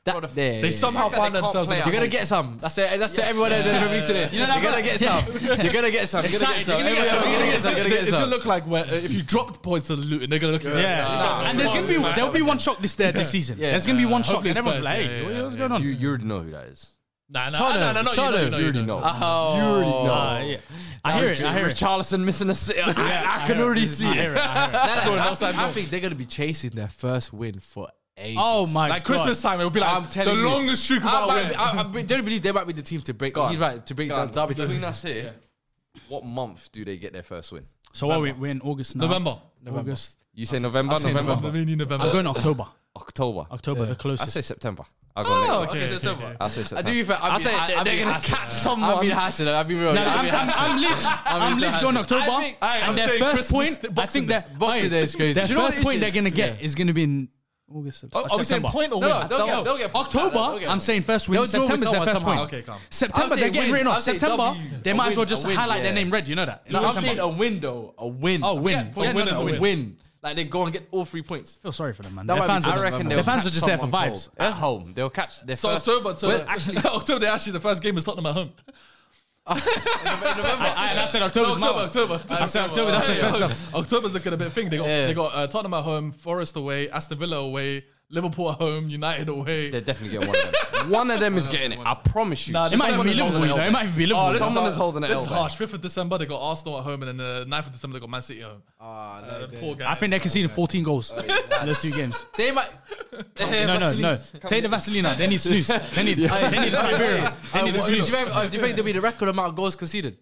[SPEAKER 3] that there.
[SPEAKER 1] They somehow
[SPEAKER 5] They
[SPEAKER 1] find
[SPEAKER 5] can't
[SPEAKER 1] themselves.
[SPEAKER 5] play
[SPEAKER 1] in
[SPEAKER 5] at
[SPEAKER 1] the-
[SPEAKER 3] You're gonna get some. That's it. That's to everyone in the Premier League today.
[SPEAKER 2] You
[SPEAKER 3] You
[SPEAKER 2] know that
[SPEAKER 3] know are gonna
[SPEAKER 2] one?
[SPEAKER 3] get
[SPEAKER 2] Yeah.
[SPEAKER 3] some. You're gonna get some.
[SPEAKER 2] Excited.
[SPEAKER 3] You're gonna get some.
[SPEAKER 2] You're gonna get some.
[SPEAKER 3] You're gonna get some. You're gonna get
[SPEAKER 1] It's gonna
[SPEAKER 3] some.
[SPEAKER 1] look like where, uh, if you dropped points to Luton, they're gonna look at you.
[SPEAKER 2] Yeah,
[SPEAKER 1] like,
[SPEAKER 2] and there's gonna be there'll be one shock this there this season.
[SPEAKER 3] Yeah.
[SPEAKER 2] There's gonna be one
[SPEAKER 1] Yeah.
[SPEAKER 2] shock, and
[SPEAKER 1] Hopefully
[SPEAKER 2] everyone's like,
[SPEAKER 1] Spurs,
[SPEAKER 2] "Hey,
[SPEAKER 1] yeah, yeah,
[SPEAKER 2] what's
[SPEAKER 1] yeah.
[SPEAKER 2] going on?"
[SPEAKER 5] You, you already know who that is.
[SPEAKER 1] Nah, nah,
[SPEAKER 3] Tottenham,
[SPEAKER 1] nah, nah, not you,
[SPEAKER 3] Tottenham.
[SPEAKER 1] no,
[SPEAKER 5] You
[SPEAKER 1] you,
[SPEAKER 5] already
[SPEAKER 1] no,
[SPEAKER 5] know.
[SPEAKER 3] Oh.
[SPEAKER 5] You already know.
[SPEAKER 2] Uh, yeah. I hear it. I hear it.
[SPEAKER 5] Richarlison missing a sit. I,
[SPEAKER 2] Yeah,
[SPEAKER 5] I can
[SPEAKER 2] hear
[SPEAKER 5] already
[SPEAKER 2] This is-
[SPEAKER 5] see
[SPEAKER 2] I hear
[SPEAKER 5] it.
[SPEAKER 2] it. I hear it.
[SPEAKER 3] Nah, nah,
[SPEAKER 1] going
[SPEAKER 3] I
[SPEAKER 1] outside
[SPEAKER 3] think- I
[SPEAKER 1] north.
[SPEAKER 3] think they're gonna be chasing their first win for ages.
[SPEAKER 2] Oh my
[SPEAKER 1] Like
[SPEAKER 2] god!
[SPEAKER 1] Christmas time, it would be like
[SPEAKER 3] I'm telling
[SPEAKER 1] the
[SPEAKER 3] you.
[SPEAKER 1] longest streak of
[SPEAKER 3] I,
[SPEAKER 1] our
[SPEAKER 3] might be,
[SPEAKER 1] win.
[SPEAKER 3] I, I be- don't believe they might be the team to break.
[SPEAKER 5] Go on.
[SPEAKER 3] He's right to break
[SPEAKER 5] Go
[SPEAKER 3] down
[SPEAKER 5] on.
[SPEAKER 3] Derby.
[SPEAKER 5] Between us here, what month do they get their first win?
[SPEAKER 2] So what? Are we, we're in August now.
[SPEAKER 1] November.
[SPEAKER 2] August.
[SPEAKER 5] You say November,
[SPEAKER 1] Say
[SPEAKER 5] November,
[SPEAKER 1] November. Maybe November.
[SPEAKER 2] I'm going October.
[SPEAKER 5] October.
[SPEAKER 2] October, the
[SPEAKER 5] I say
[SPEAKER 2] closest.
[SPEAKER 5] September. I go next month.
[SPEAKER 1] okay,
[SPEAKER 3] September.
[SPEAKER 5] I say
[SPEAKER 3] I
[SPEAKER 5] September.
[SPEAKER 3] do be fair. I
[SPEAKER 5] say they're- they're gonna catch someone.
[SPEAKER 3] I've been hassling. I've been real.
[SPEAKER 2] No,
[SPEAKER 3] I've been
[SPEAKER 2] I'm, I'm,
[SPEAKER 3] hassling.
[SPEAKER 2] I'm lit. I'm lit going October.
[SPEAKER 3] I think-
[SPEAKER 1] I- I'm
[SPEAKER 2] and their
[SPEAKER 1] saying
[SPEAKER 2] first
[SPEAKER 1] Christmas,
[SPEAKER 2] point, I
[SPEAKER 1] Boxing
[SPEAKER 2] think
[SPEAKER 1] Day.
[SPEAKER 2] that
[SPEAKER 3] Boxing Day is crazy.
[SPEAKER 2] Their
[SPEAKER 3] Do you know
[SPEAKER 2] first
[SPEAKER 3] what it
[SPEAKER 2] point
[SPEAKER 3] is? Oh,
[SPEAKER 2] they're gonna get is gonna be in August. Sept-
[SPEAKER 1] Are we saying
[SPEAKER 2] September.
[SPEAKER 1] point or
[SPEAKER 3] No,
[SPEAKER 1] win?
[SPEAKER 3] no, they'll get, they'll get They'll
[SPEAKER 2] October,
[SPEAKER 3] get-
[SPEAKER 2] I'm saying first win.
[SPEAKER 3] They'll draw with
[SPEAKER 2] September's their
[SPEAKER 3] someone
[SPEAKER 2] first
[SPEAKER 3] somehow.
[SPEAKER 2] point.
[SPEAKER 1] Okay, calm.
[SPEAKER 2] September,
[SPEAKER 3] I'm saying
[SPEAKER 2] they're getting
[SPEAKER 3] win.
[SPEAKER 2] written off.
[SPEAKER 3] I'm saying
[SPEAKER 2] September,
[SPEAKER 3] W.
[SPEAKER 2] they
[SPEAKER 3] A
[SPEAKER 2] might as
[SPEAKER 3] win,
[SPEAKER 2] well just
[SPEAKER 3] a win,
[SPEAKER 2] highlight their
[SPEAKER 3] yeah.
[SPEAKER 2] name red. You know that. in
[SPEAKER 3] No, I'm
[SPEAKER 2] September.
[SPEAKER 3] saying a win though. A win.
[SPEAKER 2] Oh, win.
[SPEAKER 3] Yeah,
[SPEAKER 2] Yeah,
[SPEAKER 3] point
[SPEAKER 2] no,
[SPEAKER 3] win
[SPEAKER 2] no,
[SPEAKER 3] is a
[SPEAKER 2] win.
[SPEAKER 3] win. Like they go and get all three points.
[SPEAKER 2] feel sorry for them, man.
[SPEAKER 3] That
[SPEAKER 2] Their
[SPEAKER 3] might be
[SPEAKER 2] fans,
[SPEAKER 3] the
[SPEAKER 2] are
[SPEAKER 3] best
[SPEAKER 2] just,
[SPEAKER 3] one.
[SPEAKER 2] their
[SPEAKER 3] They'll
[SPEAKER 2] fans are just there for
[SPEAKER 5] someone
[SPEAKER 2] vibes.
[SPEAKER 5] cold. At home, they'll catch their
[SPEAKER 1] So
[SPEAKER 5] first.
[SPEAKER 1] October, so
[SPEAKER 5] well, actually,
[SPEAKER 1] October. They're actually the first game is Tottenham at home.
[SPEAKER 2] I, I, I said October's
[SPEAKER 1] October,
[SPEAKER 2] no.
[SPEAKER 1] October.
[SPEAKER 2] I said October. That's the first one.
[SPEAKER 1] October's looking a bit thing. They got
[SPEAKER 3] Yeah.
[SPEAKER 1] they got uh, Tottenham at home, Forest away, Aston Villa away, Liverpool at home, United away.
[SPEAKER 5] they're definitely getting one of them. one of them is getting it. I promise you.
[SPEAKER 1] Nah,
[SPEAKER 2] It might even
[SPEAKER 1] Someone
[SPEAKER 2] be
[SPEAKER 1] is
[SPEAKER 2] Liverpool.
[SPEAKER 1] holding
[SPEAKER 2] You know,
[SPEAKER 1] it
[SPEAKER 2] it might even be
[SPEAKER 1] Oh,
[SPEAKER 2] Liverpool.
[SPEAKER 1] this
[SPEAKER 5] Someone
[SPEAKER 1] har-
[SPEAKER 5] is holding it
[SPEAKER 1] This is
[SPEAKER 5] out there.
[SPEAKER 1] harsh. 5th of December, they got Arsenal at home, and then the 9th of December, they got Man City at home. Uh, poor guy.
[SPEAKER 2] I think they're conceding 14 goals in those two games.
[SPEAKER 3] They might.
[SPEAKER 2] No, no, no. Take the Vaseline out. They need snooze. They need, they need a Siberian. They need a
[SPEAKER 3] Do you
[SPEAKER 2] snooze.
[SPEAKER 3] think- uh, do you think there'll be the record amount of goals conceded?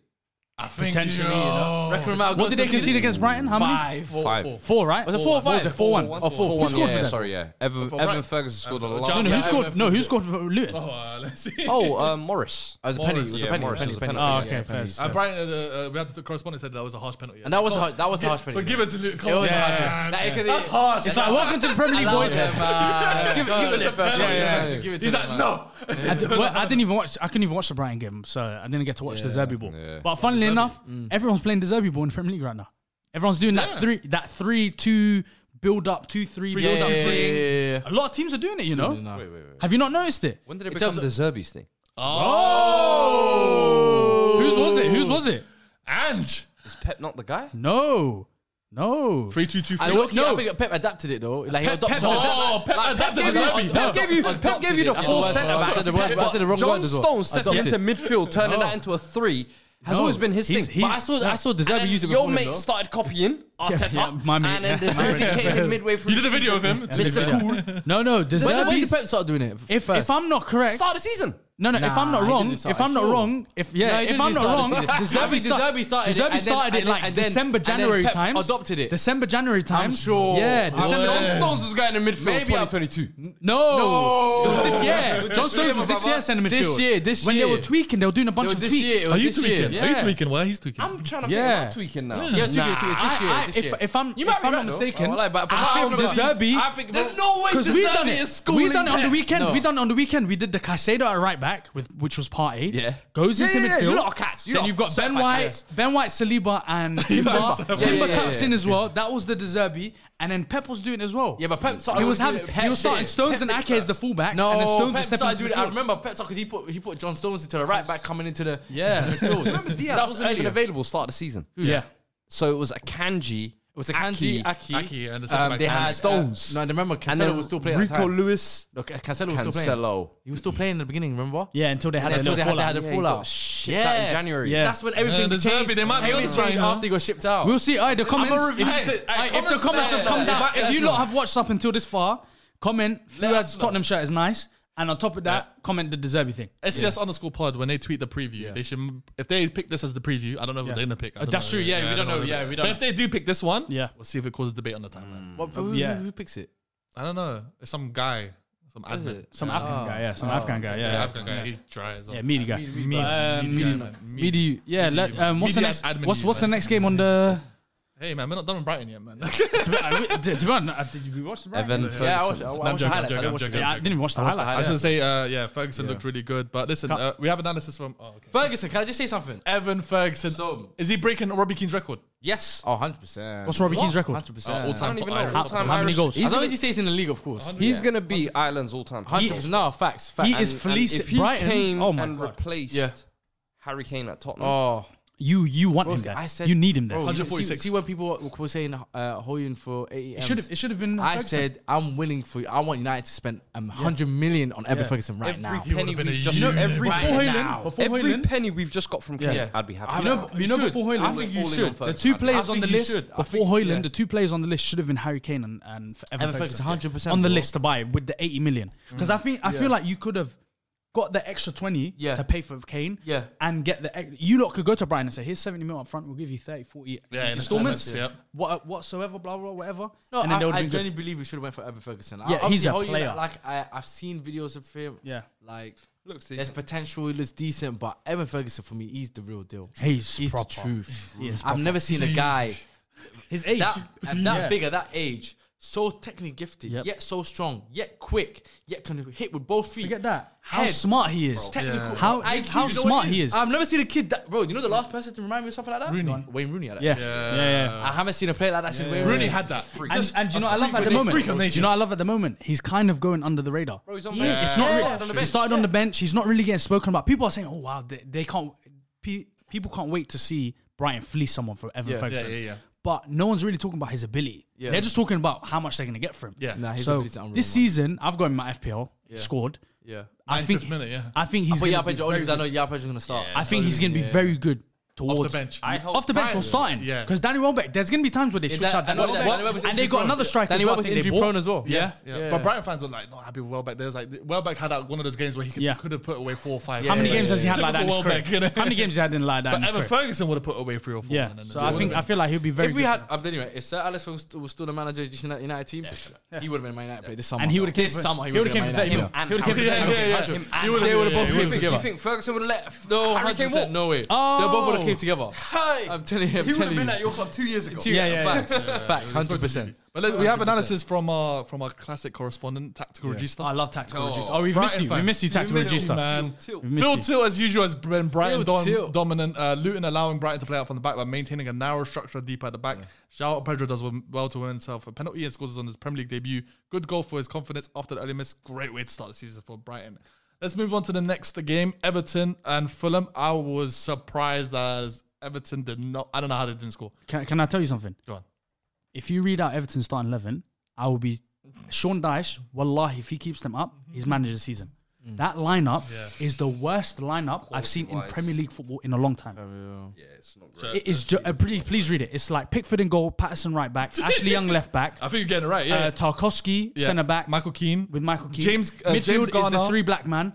[SPEAKER 1] I think
[SPEAKER 2] Potentially, you know.
[SPEAKER 3] Reckon Amount
[SPEAKER 2] What did they concede against Brighton? How many?
[SPEAKER 3] Five.
[SPEAKER 5] Five.
[SPEAKER 2] Four, right?
[SPEAKER 3] Was it four or
[SPEAKER 2] What Was it
[SPEAKER 3] five?
[SPEAKER 2] four one?
[SPEAKER 3] Four, one. Oh, four,
[SPEAKER 2] Who
[SPEAKER 3] four,
[SPEAKER 2] scored
[SPEAKER 5] yeah,
[SPEAKER 2] for them?
[SPEAKER 5] sorry, yeah. Evan, Evan
[SPEAKER 1] right.
[SPEAKER 5] Ferguson scored a
[SPEAKER 1] Evan-
[SPEAKER 5] lot.
[SPEAKER 1] No,
[SPEAKER 2] No, no, who
[SPEAKER 1] Yeah,
[SPEAKER 2] scored? No, who scored for Luton?
[SPEAKER 1] Oh, uh, let's see.
[SPEAKER 5] Oh, uh, Morris.
[SPEAKER 3] It was a penny. It was
[SPEAKER 5] Yeah,
[SPEAKER 3] a penny.
[SPEAKER 5] Morris
[SPEAKER 3] penny,
[SPEAKER 5] was a
[SPEAKER 3] penny,
[SPEAKER 5] penalty.
[SPEAKER 3] penny,
[SPEAKER 2] Oh,
[SPEAKER 3] yeah,
[SPEAKER 2] okay,
[SPEAKER 3] penny.
[SPEAKER 2] first.
[SPEAKER 1] And Brian, uh, uh, we had the correspondent said that was a harsh penalty.
[SPEAKER 3] And that was a har- that was a
[SPEAKER 1] Yeah,
[SPEAKER 3] harsh penalty.
[SPEAKER 1] But give it to Luke. Come
[SPEAKER 3] It was
[SPEAKER 1] on,
[SPEAKER 3] a harsh
[SPEAKER 1] man.
[SPEAKER 3] penalty. Like, because
[SPEAKER 1] That's
[SPEAKER 3] it-
[SPEAKER 1] harsh.
[SPEAKER 2] It's like, welcome to the Premier League, boys.
[SPEAKER 3] give, give it the first
[SPEAKER 1] Yeah,
[SPEAKER 3] one.
[SPEAKER 1] yeah,
[SPEAKER 3] yeah. Give it to
[SPEAKER 1] He's like,
[SPEAKER 3] them, man.
[SPEAKER 1] no.
[SPEAKER 2] I, d- well, I didn't even watch. I couldn't even watch the Brighton game, so I didn't get to watch the Zerbi ball. But funnily enough, everyone's playing the Zerbi ball in the Premier League right now. Everyone's doing that three, that three two build up, two three build
[SPEAKER 3] Yeah,
[SPEAKER 2] up,
[SPEAKER 3] yeah,
[SPEAKER 2] three.
[SPEAKER 3] yeah, yeah, yeah.
[SPEAKER 2] A lot of teams are doing it. You know,
[SPEAKER 3] No.
[SPEAKER 2] have you not noticed it?
[SPEAKER 5] When did it
[SPEAKER 3] In
[SPEAKER 5] become
[SPEAKER 3] terms
[SPEAKER 5] the Zerbies thing?
[SPEAKER 1] Oh.
[SPEAKER 2] Whose was it? Whose was it?
[SPEAKER 1] Ange.
[SPEAKER 5] Is Pep not the guy?
[SPEAKER 2] No, no.
[SPEAKER 1] Three two two
[SPEAKER 3] I,
[SPEAKER 1] three.
[SPEAKER 3] low key, I think Pep adapted it though. Like he
[SPEAKER 2] Pep-
[SPEAKER 3] adopted
[SPEAKER 2] Pep-
[SPEAKER 3] it.
[SPEAKER 1] Oh, Pep adapted the Zerbi. Pep
[SPEAKER 5] gave you- Pep
[SPEAKER 3] Adopted
[SPEAKER 5] gave you
[SPEAKER 3] it.
[SPEAKER 5] the
[SPEAKER 3] That's
[SPEAKER 5] full
[SPEAKER 3] word.
[SPEAKER 5] centre-back.
[SPEAKER 3] I said the word- I said the wrong
[SPEAKER 5] John
[SPEAKER 3] word as well.
[SPEAKER 5] Stone stepping
[SPEAKER 3] Adopted.
[SPEAKER 5] into midfield, turning that into a three, has
[SPEAKER 2] No.
[SPEAKER 5] always been his
[SPEAKER 2] He's-
[SPEAKER 5] thing.
[SPEAKER 2] he's-
[SPEAKER 3] But I saw I saw Deserve
[SPEAKER 5] And
[SPEAKER 3] use it
[SPEAKER 5] then
[SPEAKER 3] before.
[SPEAKER 5] your
[SPEAKER 3] him,
[SPEAKER 5] mate
[SPEAKER 3] though.
[SPEAKER 5] started copying Arteta,
[SPEAKER 2] yeah, my mate,
[SPEAKER 5] and then
[SPEAKER 2] yeah.
[SPEAKER 5] the Zerbi came in midway through.
[SPEAKER 1] You did a
[SPEAKER 5] the
[SPEAKER 1] video of
[SPEAKER 5] season.
[SPEAKER 1] him. It's
[SPEAKER 5] Mr.
[SPEAKER 1] been-
[SPEAKER 5] Cool.
[SPEAKER 2] No, no. The
[SPEAKER 3] When, when did
[SPEAKER 2] Zerbi's,
[SPEAKER 3] Pep start doing it?
[SPEAKER 2] if
[SPEAKER 3] First?
[SPEAKER 2] if I'm not correct,
[SPEAKER 5] Start of the season.
[SPEAKER 2] no, no. if
[SPEAKER 3] Nah,
[SPEAKER 2] I'm not
[SPEAKER 3] he didn't
[SPEAKER 2] wrong,
[SPEAKER 3] start
[SPEAKER 2] if
[SPEAKER 3] it,
[SPEAKER 2] I'm not
[SPEAKER 3] sure.
[SPEAKER 2] wrong, if yeah,
[SPEAKER 3] No, he
[SPEAKER 2] if
[SPEAKER 3] didn't
[SPEAKER 2] I'm not
[SPEAKER 3] start it.
[SPEAKER 2] wrong,
[SPEAKER 3] I
[SPEAKER 2] the Zerbi
[SPEAKER 3] think the Zerbi started it,
[SPEAKER 2] the Zerbi
[SPEAKER 3] and then-
[SPEAKER 2] started it
[SPEAKER 3] and
[SPEAKER 2] like
[SPEAKER 3] then- and then
[SPEAKER 2] December,
[SPEAKER 3] Pep
[SPEAKER 2] January times.
[SPEAKER 3] adopted it.
[SPEAKER 2] December, January times.
[SPEAKER 3] sure.
[SPEAKER 2] Yeah,
[SPEAKER 3] I'm
[SPEAKER 2] December.
[SPEAKER 3] sure.
[SPEAKER 2] John Stones was going to midfield.
[SPEAKER 3] Maybe I'm-
[SPEAKER 2] No.
[SPEAKER 3] No.
[SPEAKER 2] It was this year.
[SPEAKER 3] This
[SPEAKER 2] John
[SPEAKER 3] year,
[SPEAKER 2] Stones was
[SPEAKER 3] my
[SPEAKER 2] this
[SPEAKER 3] brother.
[SPEAKER 2] year centre midfield.
[SPEAKER 3] This year, this
[SPEAKER 2] When they
[SPEAKER 3] year.
[SPEAKER 2] were tweaking, they were doing a bunch
[SPEAKER 3] No,
[SPEAKER 2] of
[SPEAKER 3] this
[SPEAKER 2] tweaks.
[SPEAKER 3] year, it was
[SPEAKER 1] Are you
[SPEAKER 3] this year.
[SPEAKER 1] tweaking? Are you
[SPEAKER 2] Yeah.
[SPEAKER 1] tweaking? Why he's tweaking?
[SPEAKER 5] I'm trying to
[SPEAKER 2] Yeah.
[SPEAKER 5] think about tweaking now.
[SPEAKER 3] Yeah, two year, two year. It's this
[SPEAKER 2] I-
[SPEAKER 3] year.
[SPEAKER 2] I-
[SPEAKER 3] this
[SPEAKER 2] if-
[SPEAKER 3] year.
[SPEAKER 2] if I'm-
[SPEAKER 3] you might
[SPEAKER 2] if
[SPEAKER 3] be
[SPEAKER 2] I'm
[SPEAKER 3] right,
[SPEAKER 2] not
[SPEAKER 3] though.
[SPEAKER 2] mistaken,
[SPEAKER 3] I, like, but from
[SPEAKER 2] I
[SPEAKER 3] what
[SPEAKER 2] think
[SPEAKER 3] remember,
[SPEAKER 2] Deserbi-
[SPEAKER 3] I think
[SPEAKER 5] There's no way
[SPEAKER 2] Because we done it. We done it on the weekend.
[SPEAKER 3] No.
[SPEAKER 2] We done it on the weekend. We did the Caicedo at right back, with which was party.
[SPEAKER 5] Yeah.
[SPEAKER 2] Goes
[SPEAKER 5] Yeah,
[SPEAKER 2] into
[SPEAKER 5] yeah, yeah.
[SPEAKER 2] midfield.
[SPEAKER 5] You lot are cats. You
[SPEAKER 2] then
[SPEAKER 5] lot
[SPEAKER 2] you've
[SPEAKER 5] are
[SPEAKER 2] got Ben
[SPEAKER 5] certified
[SPEAKER 2] White,
[SPEAKER 5] cats.
[SPEAKER 2] Ben White, Saliba, and Timber.
[SPEAKER 1] Yeah,
[SPEAKER 2] Timber
[SPEAKER 1] yeah,
[SPEAKER 3] yeah,
[SPEAKER 2] cuts
[SPEAKER 3] yeah.
[SPEAKER 2] in as well. That was the Deserbi, and then Pep was doing it as well.
[SPEAKER 3] Yeah, but Pep started.
[SPEAKER 2] he was
[SPEAKER 3] doing
[SPEAKER 2] having
[SPEAKER 3] it. Pep
[SPEAKER 2] he was
[SPEAKER 3] did
[SPEAKER 2] starting
[SPEAKER 3] it.
[SPEAKER 2] Stones
[SPEAKER 3] Pep
[SPEAKER 2] and
[SPEAKER 3] did
[SPEAKER 2] Ake
[SPEAKER 3] it
[SPEAKER 2] as the fullbacks,
[SPEAKER 3] No,
[SPEAKER 2] and then Stones
[SPEAKER 3] Pep
[SPEAKER 2] was stepping
[SPEAKER 3] started
[SPEAKER 2] into
[SPEAKER 3] doing it. I
[SPEAKER 2] midfield.
[SPEAKER 3] remember Pep because he put he put John Stones into the right back coming into the
[SPEAKER 2] Yeah.
[SPEAKER 3] midfield.
[SPEAKER 5] Diaz
[SPEAKER 3] That was
[SPEAKER 5] wasn't even
[SPEAKER 3] earlier.
[SPEAKER 5] available start of the season.
[SPEAKER 2] yeah.
[SPEAKER 5] So it was a Kanji.
[SPEAKER 3] It was a Kanji, Aki,
[SPEAKER 1] Aki, and the centre-back
[SPEAKER 3] they
[SPEAKER 1] and
[SPEAKER 3] had uh,
[SPEAKER 5] Stones.
[SPEAKER 3] no, I remember
[SPEAKER 5] And
[SPEAKER 3] Cancelo
[SPEAKER 5] then
[SPEAKER 3] was still playing. at the
[SPEAKER 5] Rico
[SPEAKER 3] time.
[SPEAKER 5] Lewis.
[SPEAKER 3] No, Ca- Cancelo was still playing.
[SPEAKER 5] Cancelo.
[SPEAKER 3] He was still playing in the beginning, remember?
[SPEAKER 2] Yeah, until they had a
[SPEAKER 3] Until
[SPEAKER 2] little
[SPEAKER 3] they had, they had
[SPEAKER 2] fallout.
[SPEAKER 3] a
[SPEAKER 5] Yeah, he
[SPEAKER 3] fallout.
[SPEAKER 5] got shipped out in January.
[SPEAKER 2] Yeah.
[SPEAKER 3] That's when everything
[SPEAKER 1] Uh, the
[SPEAKER 3] changed.
[SPEAKER 1] Zerbi, they might be
[SPEAKER 3] everything
[SPEAKER 1] on
[SPEAKER 3] changed
[SPEAKER 1] right now.
[SPEAKER 3] after he got shipped out.
[SPEAKER 2] Oh. We'll see. Aye, the comments.
[SPEAKER 1] review.
[SPEAKER 2] if,
[SPEAKER 1] Hey,
[SPEAKER 2] aye,
[SPEAKER 1] hey,
[SPEAKER 2] if the
[SPEAKER 1] comments
[SPEAKER 2] comments
[SPEAKER 1] there.
[SPEAKER 2] have come down,
[SPEAKER 1] Let
[SPEAKER 2] if
[SPEAKER 1] us
[SPEAKER 2] you
[SPEAKER 1] know.
[SPEAKER 2] lot have watched up until this far, comment Fuad's
[SPEAKER 1] us know.
[SPEAKER 2] Tottenham shirt is nice, and on top of that, comment the Deserby thing.
[SPEAKER 1] SCS underscore pod when they tweet the preview, they should if they pick this as the preview. I don't know if
[SPEAKER 2] Yeah.
[SPEAKER 1] they're gonna pick. I
[SPEAKER 2] Uh,
[SPEAKER 1] don't
[SPEAKER 2] that's
[SPEAKER 1] know.
[SPEAKER 2] true, yeah, we
[SPEAKER 1] I
[SPEAKER 2] don't know,
[SPEAKER 1] if
[SPEAKER 2] yeah,
[SPEAKER 1] they-
[SPEAKER 2] we don't
[SPEAKER 1] But if they do pick this one,
[SPEAKER 2] Yeah.
[SPEAKER 1] we'll see if it causes debate on the timeline.
[SPEAKER 3] What- who,
[SPEAKER 2] yeah.
[SPEAKER 3] who picks it?
[SPEAKER 1] I don't know. It's some guy, some
[SPEAKER 3] Is
[SPEAKER 1] admin,
[SPEAKER 3] it?
[SPEAKER 2] Some African guy, yeah, some African guy, yeah,
[SPEAKER 1] Oh. yeah,
[SPEAKER 2] yeah,
[SPEAKER 1] African guy. He's dry as well.
[SPEAKER 2] yeah, meaty guy.
[SPEAKER 1] Media,
[SPEAKER 2] Um,
[SPEAKER 1] media,
[SPEAKER 3] Midi.
[SPEAKER 2] Yeah, let, um, what's the
[SPEAKER 1] Media
[SPEAKER 2] next?
[SPEAKER 1] admin
[SPEAKER 2] What's
[SPEAKER 1] user.
[SPEAKER 2] what's the next game on the?
[SPEAKER 1] Hey man, we're not done with Brighton yet, man.
[SPEAKER 2] to be honest, did you watch the Brighton?
[SPEAKER 5] Evan
[SPEAKER 3] Yeah, I watched,
[SPEAKER 5] Ferguson.
[SPEAKER 3] I
[SPEAKER 1] I'm
[SPEAKER 3] watched the
[SPEAKER 1] joking,
[SPEAKER 3] highlights. I
[SPEAKER 1] I'm
[SPEAKER 3] didn't watch the
[SPEAKER 1] joking,
[SPEAKER 2] Yeah, I
[SPEAKER 3] game.
[SPEAKER 2] didn't even watch the highlights.
[SPEAKER 1] I should say, uh, yeah, Ferguson
[SPEAKER 3] Yeah.
[SPEAKER 1] looked really good, but listen,
[SPEAKER 2] Cut.
[SPEAKER 1] uh, we have analysis from oh, okay.
[SPEAKER 3] Ferguson, can I just say something?
[SPEAKER 1] Evan Ferguson.
[SPEAKER 3] So-
[SPEAKER 1] is he breaking Robbie Keane's record?
[SPEAKER 5] Yes.
[SPEAKER 3] Oh, 100%.
[SPEAKER 2] What's Robbie Keane's record?
[SPEAKER 3] 100%.
[SPEAKER 1] Uh, all
[SPEAKER 5] I
[SPEAKER 1] time
[SPEAKER 5] don't even know.
[SPEAKER 1] Irish.
[SPEAKER 2] How-
[SPEAKER 5] All-time
[SPEAKER 2] how many
[SPEAKER 5] Irish.
[SPEAKER 2] goals?
[SPEAKER 5] He's
[SPEAKER 3] As long
[SPEAKER 5] gonna-
[SPEAKER 3] as he stays in the league, of course.
[SPEAKER 5] He's going to be Ireland's all-time.
[SPEAKER 3] 100%. No, facts. facts.
[SPEAKER 2] He is
[SPEAKER 3] And-
[SPEAKER 2] fleet-
[SPEAKER 5] If he
[SPEAKER 2] Brighton-
[SPEAKER 5] came
[SPEAKER 2] oh my
[SPEAKER 5] and
[SPEAKER 2] God.
[SPEAKER 5] replaced
[SPEAKER 3] Yeah.
[SPEAKER 5] Harry Kane at Tottenham,
[SPEAKER 3] Oh,
[SPEAKER 2] You you want
[SPEAKER 3] bro,
[SPEAKER 2] him there?
[SPEAKER 3] I said
[SPEAKER 2] you need him there.
[SPEAKER 3] bro,
[SPEAKER 1] 146.
[SPEAKER 3] See, see when people were- were saying uh, Hoyun for 80
[SPEAKER 2] It should have it should have been.
[SPEAKER 3] I
[SPEAKER 2] Ferguson.
[SPEAKER 3] said I'm willing for you. I want United to spend um, 100 million on Evan Ferguson right
[SPEAKER 5] every
[SPEAKER 3] now.
[SPEAKER 1] He would've
[SPEAKER 5] penny
[SPEAKER 1] been
[SPEAKER 5] we've
[SPEAKER 1] a
[SPEAKER 5] just
[SPEAKER 1] unit
[SPEAKER 5] every,
[SPEAKER 3] right
[SPEAKER 2] before Hoyland,
[SPEAKER 3] now.
[SPEAKER 2] before
[SPEAKER 5] every
[SPEAKER 2] Hoyland,
[SPEAKER 5] penny we've just got from Kane,
[SPEAKER 2] Yeah.
[SPEAKER 5] I'd be happy.
[SPEAKER 2] You know, you know before Hoyland,
[SPEAKER 3] I think you
[SPEAKER 5] All in
[SPEAKER 3] should.
[SPEAKER 5] on
[SPEAKER 3] The
[SPEAKER 5] Ferguson.
[SPEAKER 3] two
[SPEAKER 2] two
[SPEAKER 5] I'd be
[SPEAKER 2] players
[SPEAKER 3] players
[SPEAKER 5] happy.
[SPEAKER 2] on the
[SPEAKER 3] you
[SPEAKER 2] list
[SPEAKER 3] should. I
[SPEAKER 2] before
[SPEAKER 3] think-
[SPEAKER 2] Hoyland.
[SPEAKER 3] yeah.
[SPEAKER 2] The two players on the list should have been Harry Kane and, and F- Evan,
[SPEAKER 3] Evan Ferguson, Mm. 100%,
[SPEAKER 2] on the
[SPEAKER 3] bro.
[SPEAKER 2] list to buy with the eighty million. Because I think I feel like you could have got the extra twenty
[SPEAKER 3] Yeah.
[SPEAKER 2] to pay for Kane.
[SPEAKER 3] Yeah.
[SPEAKER 2] and get the ex- you lot could go to Brian and say, "Here's seventy mil up front. We'll give you 30, 40
[SPEAKER 1] Yeah, in
[SPEAKER 2] installments,
[SPEAKER 1] installments, yeah.
[SPEAKER 2] what uh, whatsoever, blah blah whatever."
[SPEAKER 3] No,
[SPEAKER 2] and then
[SPEAKER 3] I,
[SPEAKER 2] they would
[SPEAKER 3] I
[SPEAKER 2] have been
[SPEAKER 3] genuinely
[SPEAKER 2] good.
[SPEAKER 3] believe we should have went for Evan Ferguson. I-
[SPEAKER 2] Yeah, he's
[SPEAKER 3] obviously
[SPEAKER 2] a
[SPEAKER 3] Hoyun,
[SPEAKER 2] player.
[SPEAKER 3] Like I, I've seen videos of him.
[SPEAKER 2] Yeah.
[SPEAKER 3] Like
[SPEAKER 5] Looks
[SPEAKER 3] there's
[SPEAKER 5] decent.
[SPEAKER 3] potential. He looks decent, but Evan Ferguson for me, he's the real deal.
[SPEAKER 2] He's
[SPEAKER 3] he's
[SPEAKER 2] proper.
[SPEAKER 3] the truth.
[SPEAKER 2] He is
[SPEAKER 3] I've never seen a guy
[SPEAKER 2] His age,
[SPEAKER 3] that at that
[SPEAKER 2] Yeah.
[SPEAKER 3] big at that age, so technically gifted,
[SPEAKER 2] Yep.
[SPEAKER 3] yet so strong, yet quick, yet can hit with both feet.
[SPEAKER 2] Forget that. How
[SPEAKER 3] Head.
[SPEAKER 2] smart he is.
[SPEAKER 3] Technical.
[SPEAKER 2] How
[SPEAKER 3] IQ,
[SPEAKER 2] how
[SPEAKER 3] you know what
[SPEAKER 2] smart
[SPEAKER 3] it
[SPEAKER 2] he is.
[SPEAKER 3] I've never seen a kid that, bro. You know the last person to remind me of something like that?
[SPEAKER 1] Rooney.
[SPEAKER 3] Wayne Rooney. Had that.
[SPEAKER 2] yeah. yeah, yeah.
[SPEAKER 3] I haven't seen a player like that since Wayne
[SPEAKER 1] Rooney had that.
[SPEAKER 2] And, and do you know what I love at the
[SPEAKER 1] freak
[SPEAKER 2] moment?
[SPEAKER 1] of
[SPEAKER 2] Do
[SPEAKER 1] nature.
[SPEAKER 2] you know what I love at the moment? He's kind of going under the radar. Bro,
[SPEAKER 5] he's on
[SPEAKER 2] he is.
[SPEAKER 5] bench.
[SPEAKER 2] It's not
[SPEAKER 5] Yeah,
[SPEAKER 2] really-
[SPEAKER 5] he's on the
[SPEAKER 2] He
[SPEAKER 5] bench.
[SPEAKER 2] started on the bench. He's not really getting spoken about. People are saying, "Oh wow, they, they can't." Pe- people can't wait to see Brian fleece someone for Evan
[SPEAKER 3] Yeah.
[SPEAKER 2] Ferguson.
[SPEAKER 1] Yeah, yeah, yeah.
[SPEAKER 2] But no one's really talking about his ability.
[SPEAKER 3] Yeah.
[SPEAKER 2] They're just talking about how much they're going to get from him.
[SPEAKER 1] Yeah. Nah,
[SPEAKER 3] his
[SPEAKER 2] so
[SPEAKER 3] ability's unreal,
[SPEAKER 2] this
[SPEAKER 3] man.
[SPEAKER 2] season, I've got him in my FPL. Scored.
[SPEAKER 3] Yeah.
[SPEAKER 2] I
[SPEAKER 1] 95th
[SPEAKER 2] think.
[SPEAKER 1] minute, yeah.
[SPEAKER 2] I think he's.
[SPEAKER 3] But
[SPEAKER 2] gonna
[SPEAKER 3] Oh, yeah,
[SPEAKER 2] be
[SPEAKER 3] Pedro, only
[SPEAKER 2] very
[SPEAKER 3] because I
[SPEAKER 2] good.
[SPEAKER 3] know yeah, Pedro's gonna start.
[SPEAKER 2] I think he's going to be very good towards
[SPEAKER 1] bench.
[SPEAKER 4] I hope
[SPEAKER 2] off the bench or
[SPEAKER 4] Brian-
[SPEAKER 2] starting.
[SPEAKER 1] Yeah.
[SPEAKER 2] Because Danny Welbeck, there's gonna be times where they switch
[SPEAKER 3] that-
[SPEAKER 2] out
[SPEAKER 3] I
[SPEAKER 2] Danny
[SPEAKER 3] know that
[SPEAKER 2] Welbeck,
[SPEAKER 3] Danny
[SPEAKER 2] and
[SPEAKER 3] Welbeck's
[SPEAKER 2] they
[SPEAKER 3] injury
[SPEAKER 2] got
[SPEAKER 3] prone.
[SPEAKER 2] another striker.
[SPEAKER 3] Danny
[SPEAKER 2] as well, I
[SPEAKER 3] Welbeck's
[SPEAKER 2] think they
[SPEAKER 3] injury
[SPEAKER 2] bought.
[SPEAKER 3] prone as well.
[SPEAKER 1] Yeah, yeah.
[SPEAKER 3] Yeah.
[SPEAKER 1] But Brian fans were like, not happy with Welbeck. There's like Welbeck had out one of those games where he could,
[SPEAKER 2] Yeah.
[SPEAKER 1] could have put away four or five.
[SPEAKER 2] How many
[SPEAKER 3] Yeah,
[SPEAKER 2] games has he had like that? In
[SPEAKER 1] Typical
[SPEAKER 2] his career?
[SPEAKER 1] Welbeck, you know?
[SPEAKER 2] How many games has he had in like that? in
[SPEAKER 1] But
[SPEAKER 2] his
[SPEAKER 1] Evan
[SPEAKER 2] career?
[SPEAKER 1] Ferguson would have put away three or four.
[SPEAKER 2] Yeah.
[SPEAKER 1] man, and
[SPEAKER 2] So
[SPEAKER 1] it
[SPEAKER 2] I
[SPEAKER 1] would've
[SPEAKER 2] think
[SPEAKER 1] been-
[SPEAKER 2] I feel like he'll be very.
[SPEAKER 3] If we
[SPEAKER 2] good.
[SPEAKER 3] had, um, anyway, if Sir Alex was, was still the manager of this Uni- United team, pff, he would have been my United player this summer.
[SPEAKER 2] and he would have came.
[SPEAKER 3] this
[SPEAKER 2] for-
[SPEAKER 3] summer.
[SPEAKER 2] He would have
[SPEAKER 3] been
[SPEAKER 2] came
[SPEAKER 3] my
[SPEAKER 2] for him.
[SPEAKER 3] United
[SPEAKER 2] He would have came for
[SPEAKER 1] Yeah,
[SPEAKER 2] him.
[SPEAKER 1] yeah, yeah.
[SPEAKER 3] player.
[SPEAKER 1] Him and- They
[SPEAKER 3] They
[SPEAKER 1] would've both
[SPEAKER 3] would have both
[SPEAKER 1] came
[SPEAKER 3] came
[SPEAKER 4] You
[SPEAKER 3] together.
[SPEAKER 4] think Ferguson would have let
[SPEAKER 3] No,
[SPEAKER 4] Harry Kane
[SPEAKER 3] 100%,
[SPEAKER 4] walk?
[SPEAKER 3] no way. They both would have came together.
[SPEAKER 2] Oh.
[SPEAKER 3] I'm telling him.
[SPEAKER 4] He would have
[SPEAKER 3] telling
[SPEAKER 4] been
[SPEAKER 3] you.
[SPEAKER 4] at your club two years ago.
[SPEAKER 3] Yeah,
[SPEAKER 2] yeah, yeah.
[SPEAKER 3] facts, facts, hundred percent.
[SPEAKER 1] But let, we have analysis from our from our classic correspondent, tactical regista.
[SPEAKER 2] Oh, I love tactical
[SPEAKER 4] Oh,
[SPEAKER 2] regista. Oh, we've
[SPEAKER 1] Brighton
[SPEAKER 2] missed you. We
[SPEAKER 1] fans.
[SPEAKER 2] missed you,
[SPEAKER 1] We
[SPEAKER 2] tactical
[SPEAKER 1] missed you,
[SPEAKER 2] regista.
[SPEAKER 1] man.
[SPEAKER 2] We missed
[SPEAKER 1] Phil
[SPEAKER 2] you.
[SPEAKER 1] Till, as usual, has been Brighton
[SPEAKER 3] Phil
[SPEAKER 1] dom-
[SPEAKER 3] Till.
[SPEAKER 1] dominant. Uh, Luton allowing Brighton to play out from the back by maintaining a narrow structure deep at the back. Shout out Pedro does well to win himself a penalty and scores on his Premier League debut. Good goal for his confidence after the early miss. Great way to start the season for Brighton. Let's move on to the next game Everton and Fulham. I was surprised as Everton did not. I don't know how they didn't score.
[SPEAKER 2] Can, can I tell you something?
[SPEAKER 1] Go on.
[SPEAKER 2] If you read out Everton starting eleven, I will be Sean Dyche. Wallahi, if he keeps them up,
[SPEAKER 1] Mm-hmm.
[SPEAKER 2] he's manager of the season. That lineup is the worst lineup I've seen in Premier League football in a long time.
[SPEAKER 4] Yeah, it's not great.
[SPEAKER 2] It is. Ju- uh, please, please read it. It's like Pickford in goal, Patterson right back, Ashley Young left back,
[SPEAKER 1] I think you're getting it right. Yeah.
[SPEAKER 2] uh, Tarkovsky
[SPEAKER 1] Yeah.
[SPEAKER 2] centre back,
[SPEAKER 1] Michael Keane.
[SPEAKER 2] with Michael Keane.
[SPEAKER 1] James- uh,
[SPEAKER 2] midfield
[SPEAKER 1] James
[SPEAKER 2] is the
[SPEAKER 1] Garner.
[SPEAKER 2] three black man.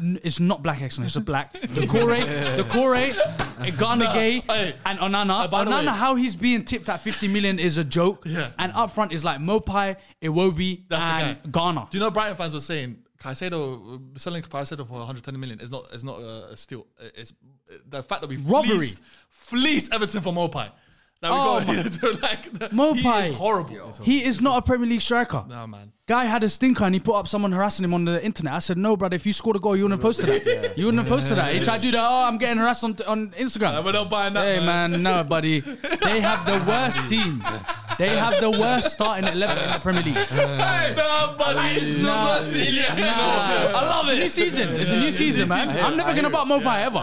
[SPEAKER 2] N- It's not black excellent. It's a black. The Kore, the Kore, Garner Gay,
[SPEAKER 1] hey.
[SPEAKER 2] and Onana.
[SPEAKER 1] Uh, by the
[SPEAKER 2] Onana,
[SPEAKER 1] way-
[SPEAKER 2] how he's being tipped at 50 million is a joke.
[SPEAKER 1] Yeah.
[SPEAKER 2] And up front is like Mopai, Iwobi,
[SPEAKER 1] That's
[SPEAKER 2] and
[SPEAKER 1] the guy.
[SPEAKER 2] Garner.
[SPEAKER 1] Do you know Brighton fans were saying Caicedo uh, selling Caicedo for 110 million is not is not uh, a steal. Uh, It's uh, the fact that we
[SPEAKER 2] Robbery.
[SPEAKER 1] fleeced, fleeced Everton for Mopai. That we
[SPEAKER 2] Oh
[SPEAKER 1] got
[SPEAKER 2] my-
[SPEAKER 1] to, like the,
[SPEAKER 2] Mopai.
[SPEAKER 1] He is horrible.
[SPEAKER 2] He is not a Premier League striker.
[SPEAKER 1] Nah, man.
[SPEAKER 2] Guy had a stinker and he put up someone harassing him on the internet. I said, no, brother, if you scored a goal, you wouldn't have posted that. You wouldn't have posted that. He tried to do that. Oh, I'm getting harassed on, on Instagram.
[SPEAKER 1] Nah, we're not buying that,
[SPEAKER 2] Hey,
[SPEAKER 1] man.
[SPEAKER 2] man, no, buddy. They have the worst team. They have the worst starting 11 in the Premier League.
[SPEAKER 1] Hey, nah, buddy, it's
[SPEAKER 2] Nah,
[SPEAKER 1] not Brazil, yes, no. I love
[SPEAKER 2] It's a new
[SPEAKER 1] it.
[SPEAKER 2] season. It's a new season, man. I'm never going to buck Mopai ever.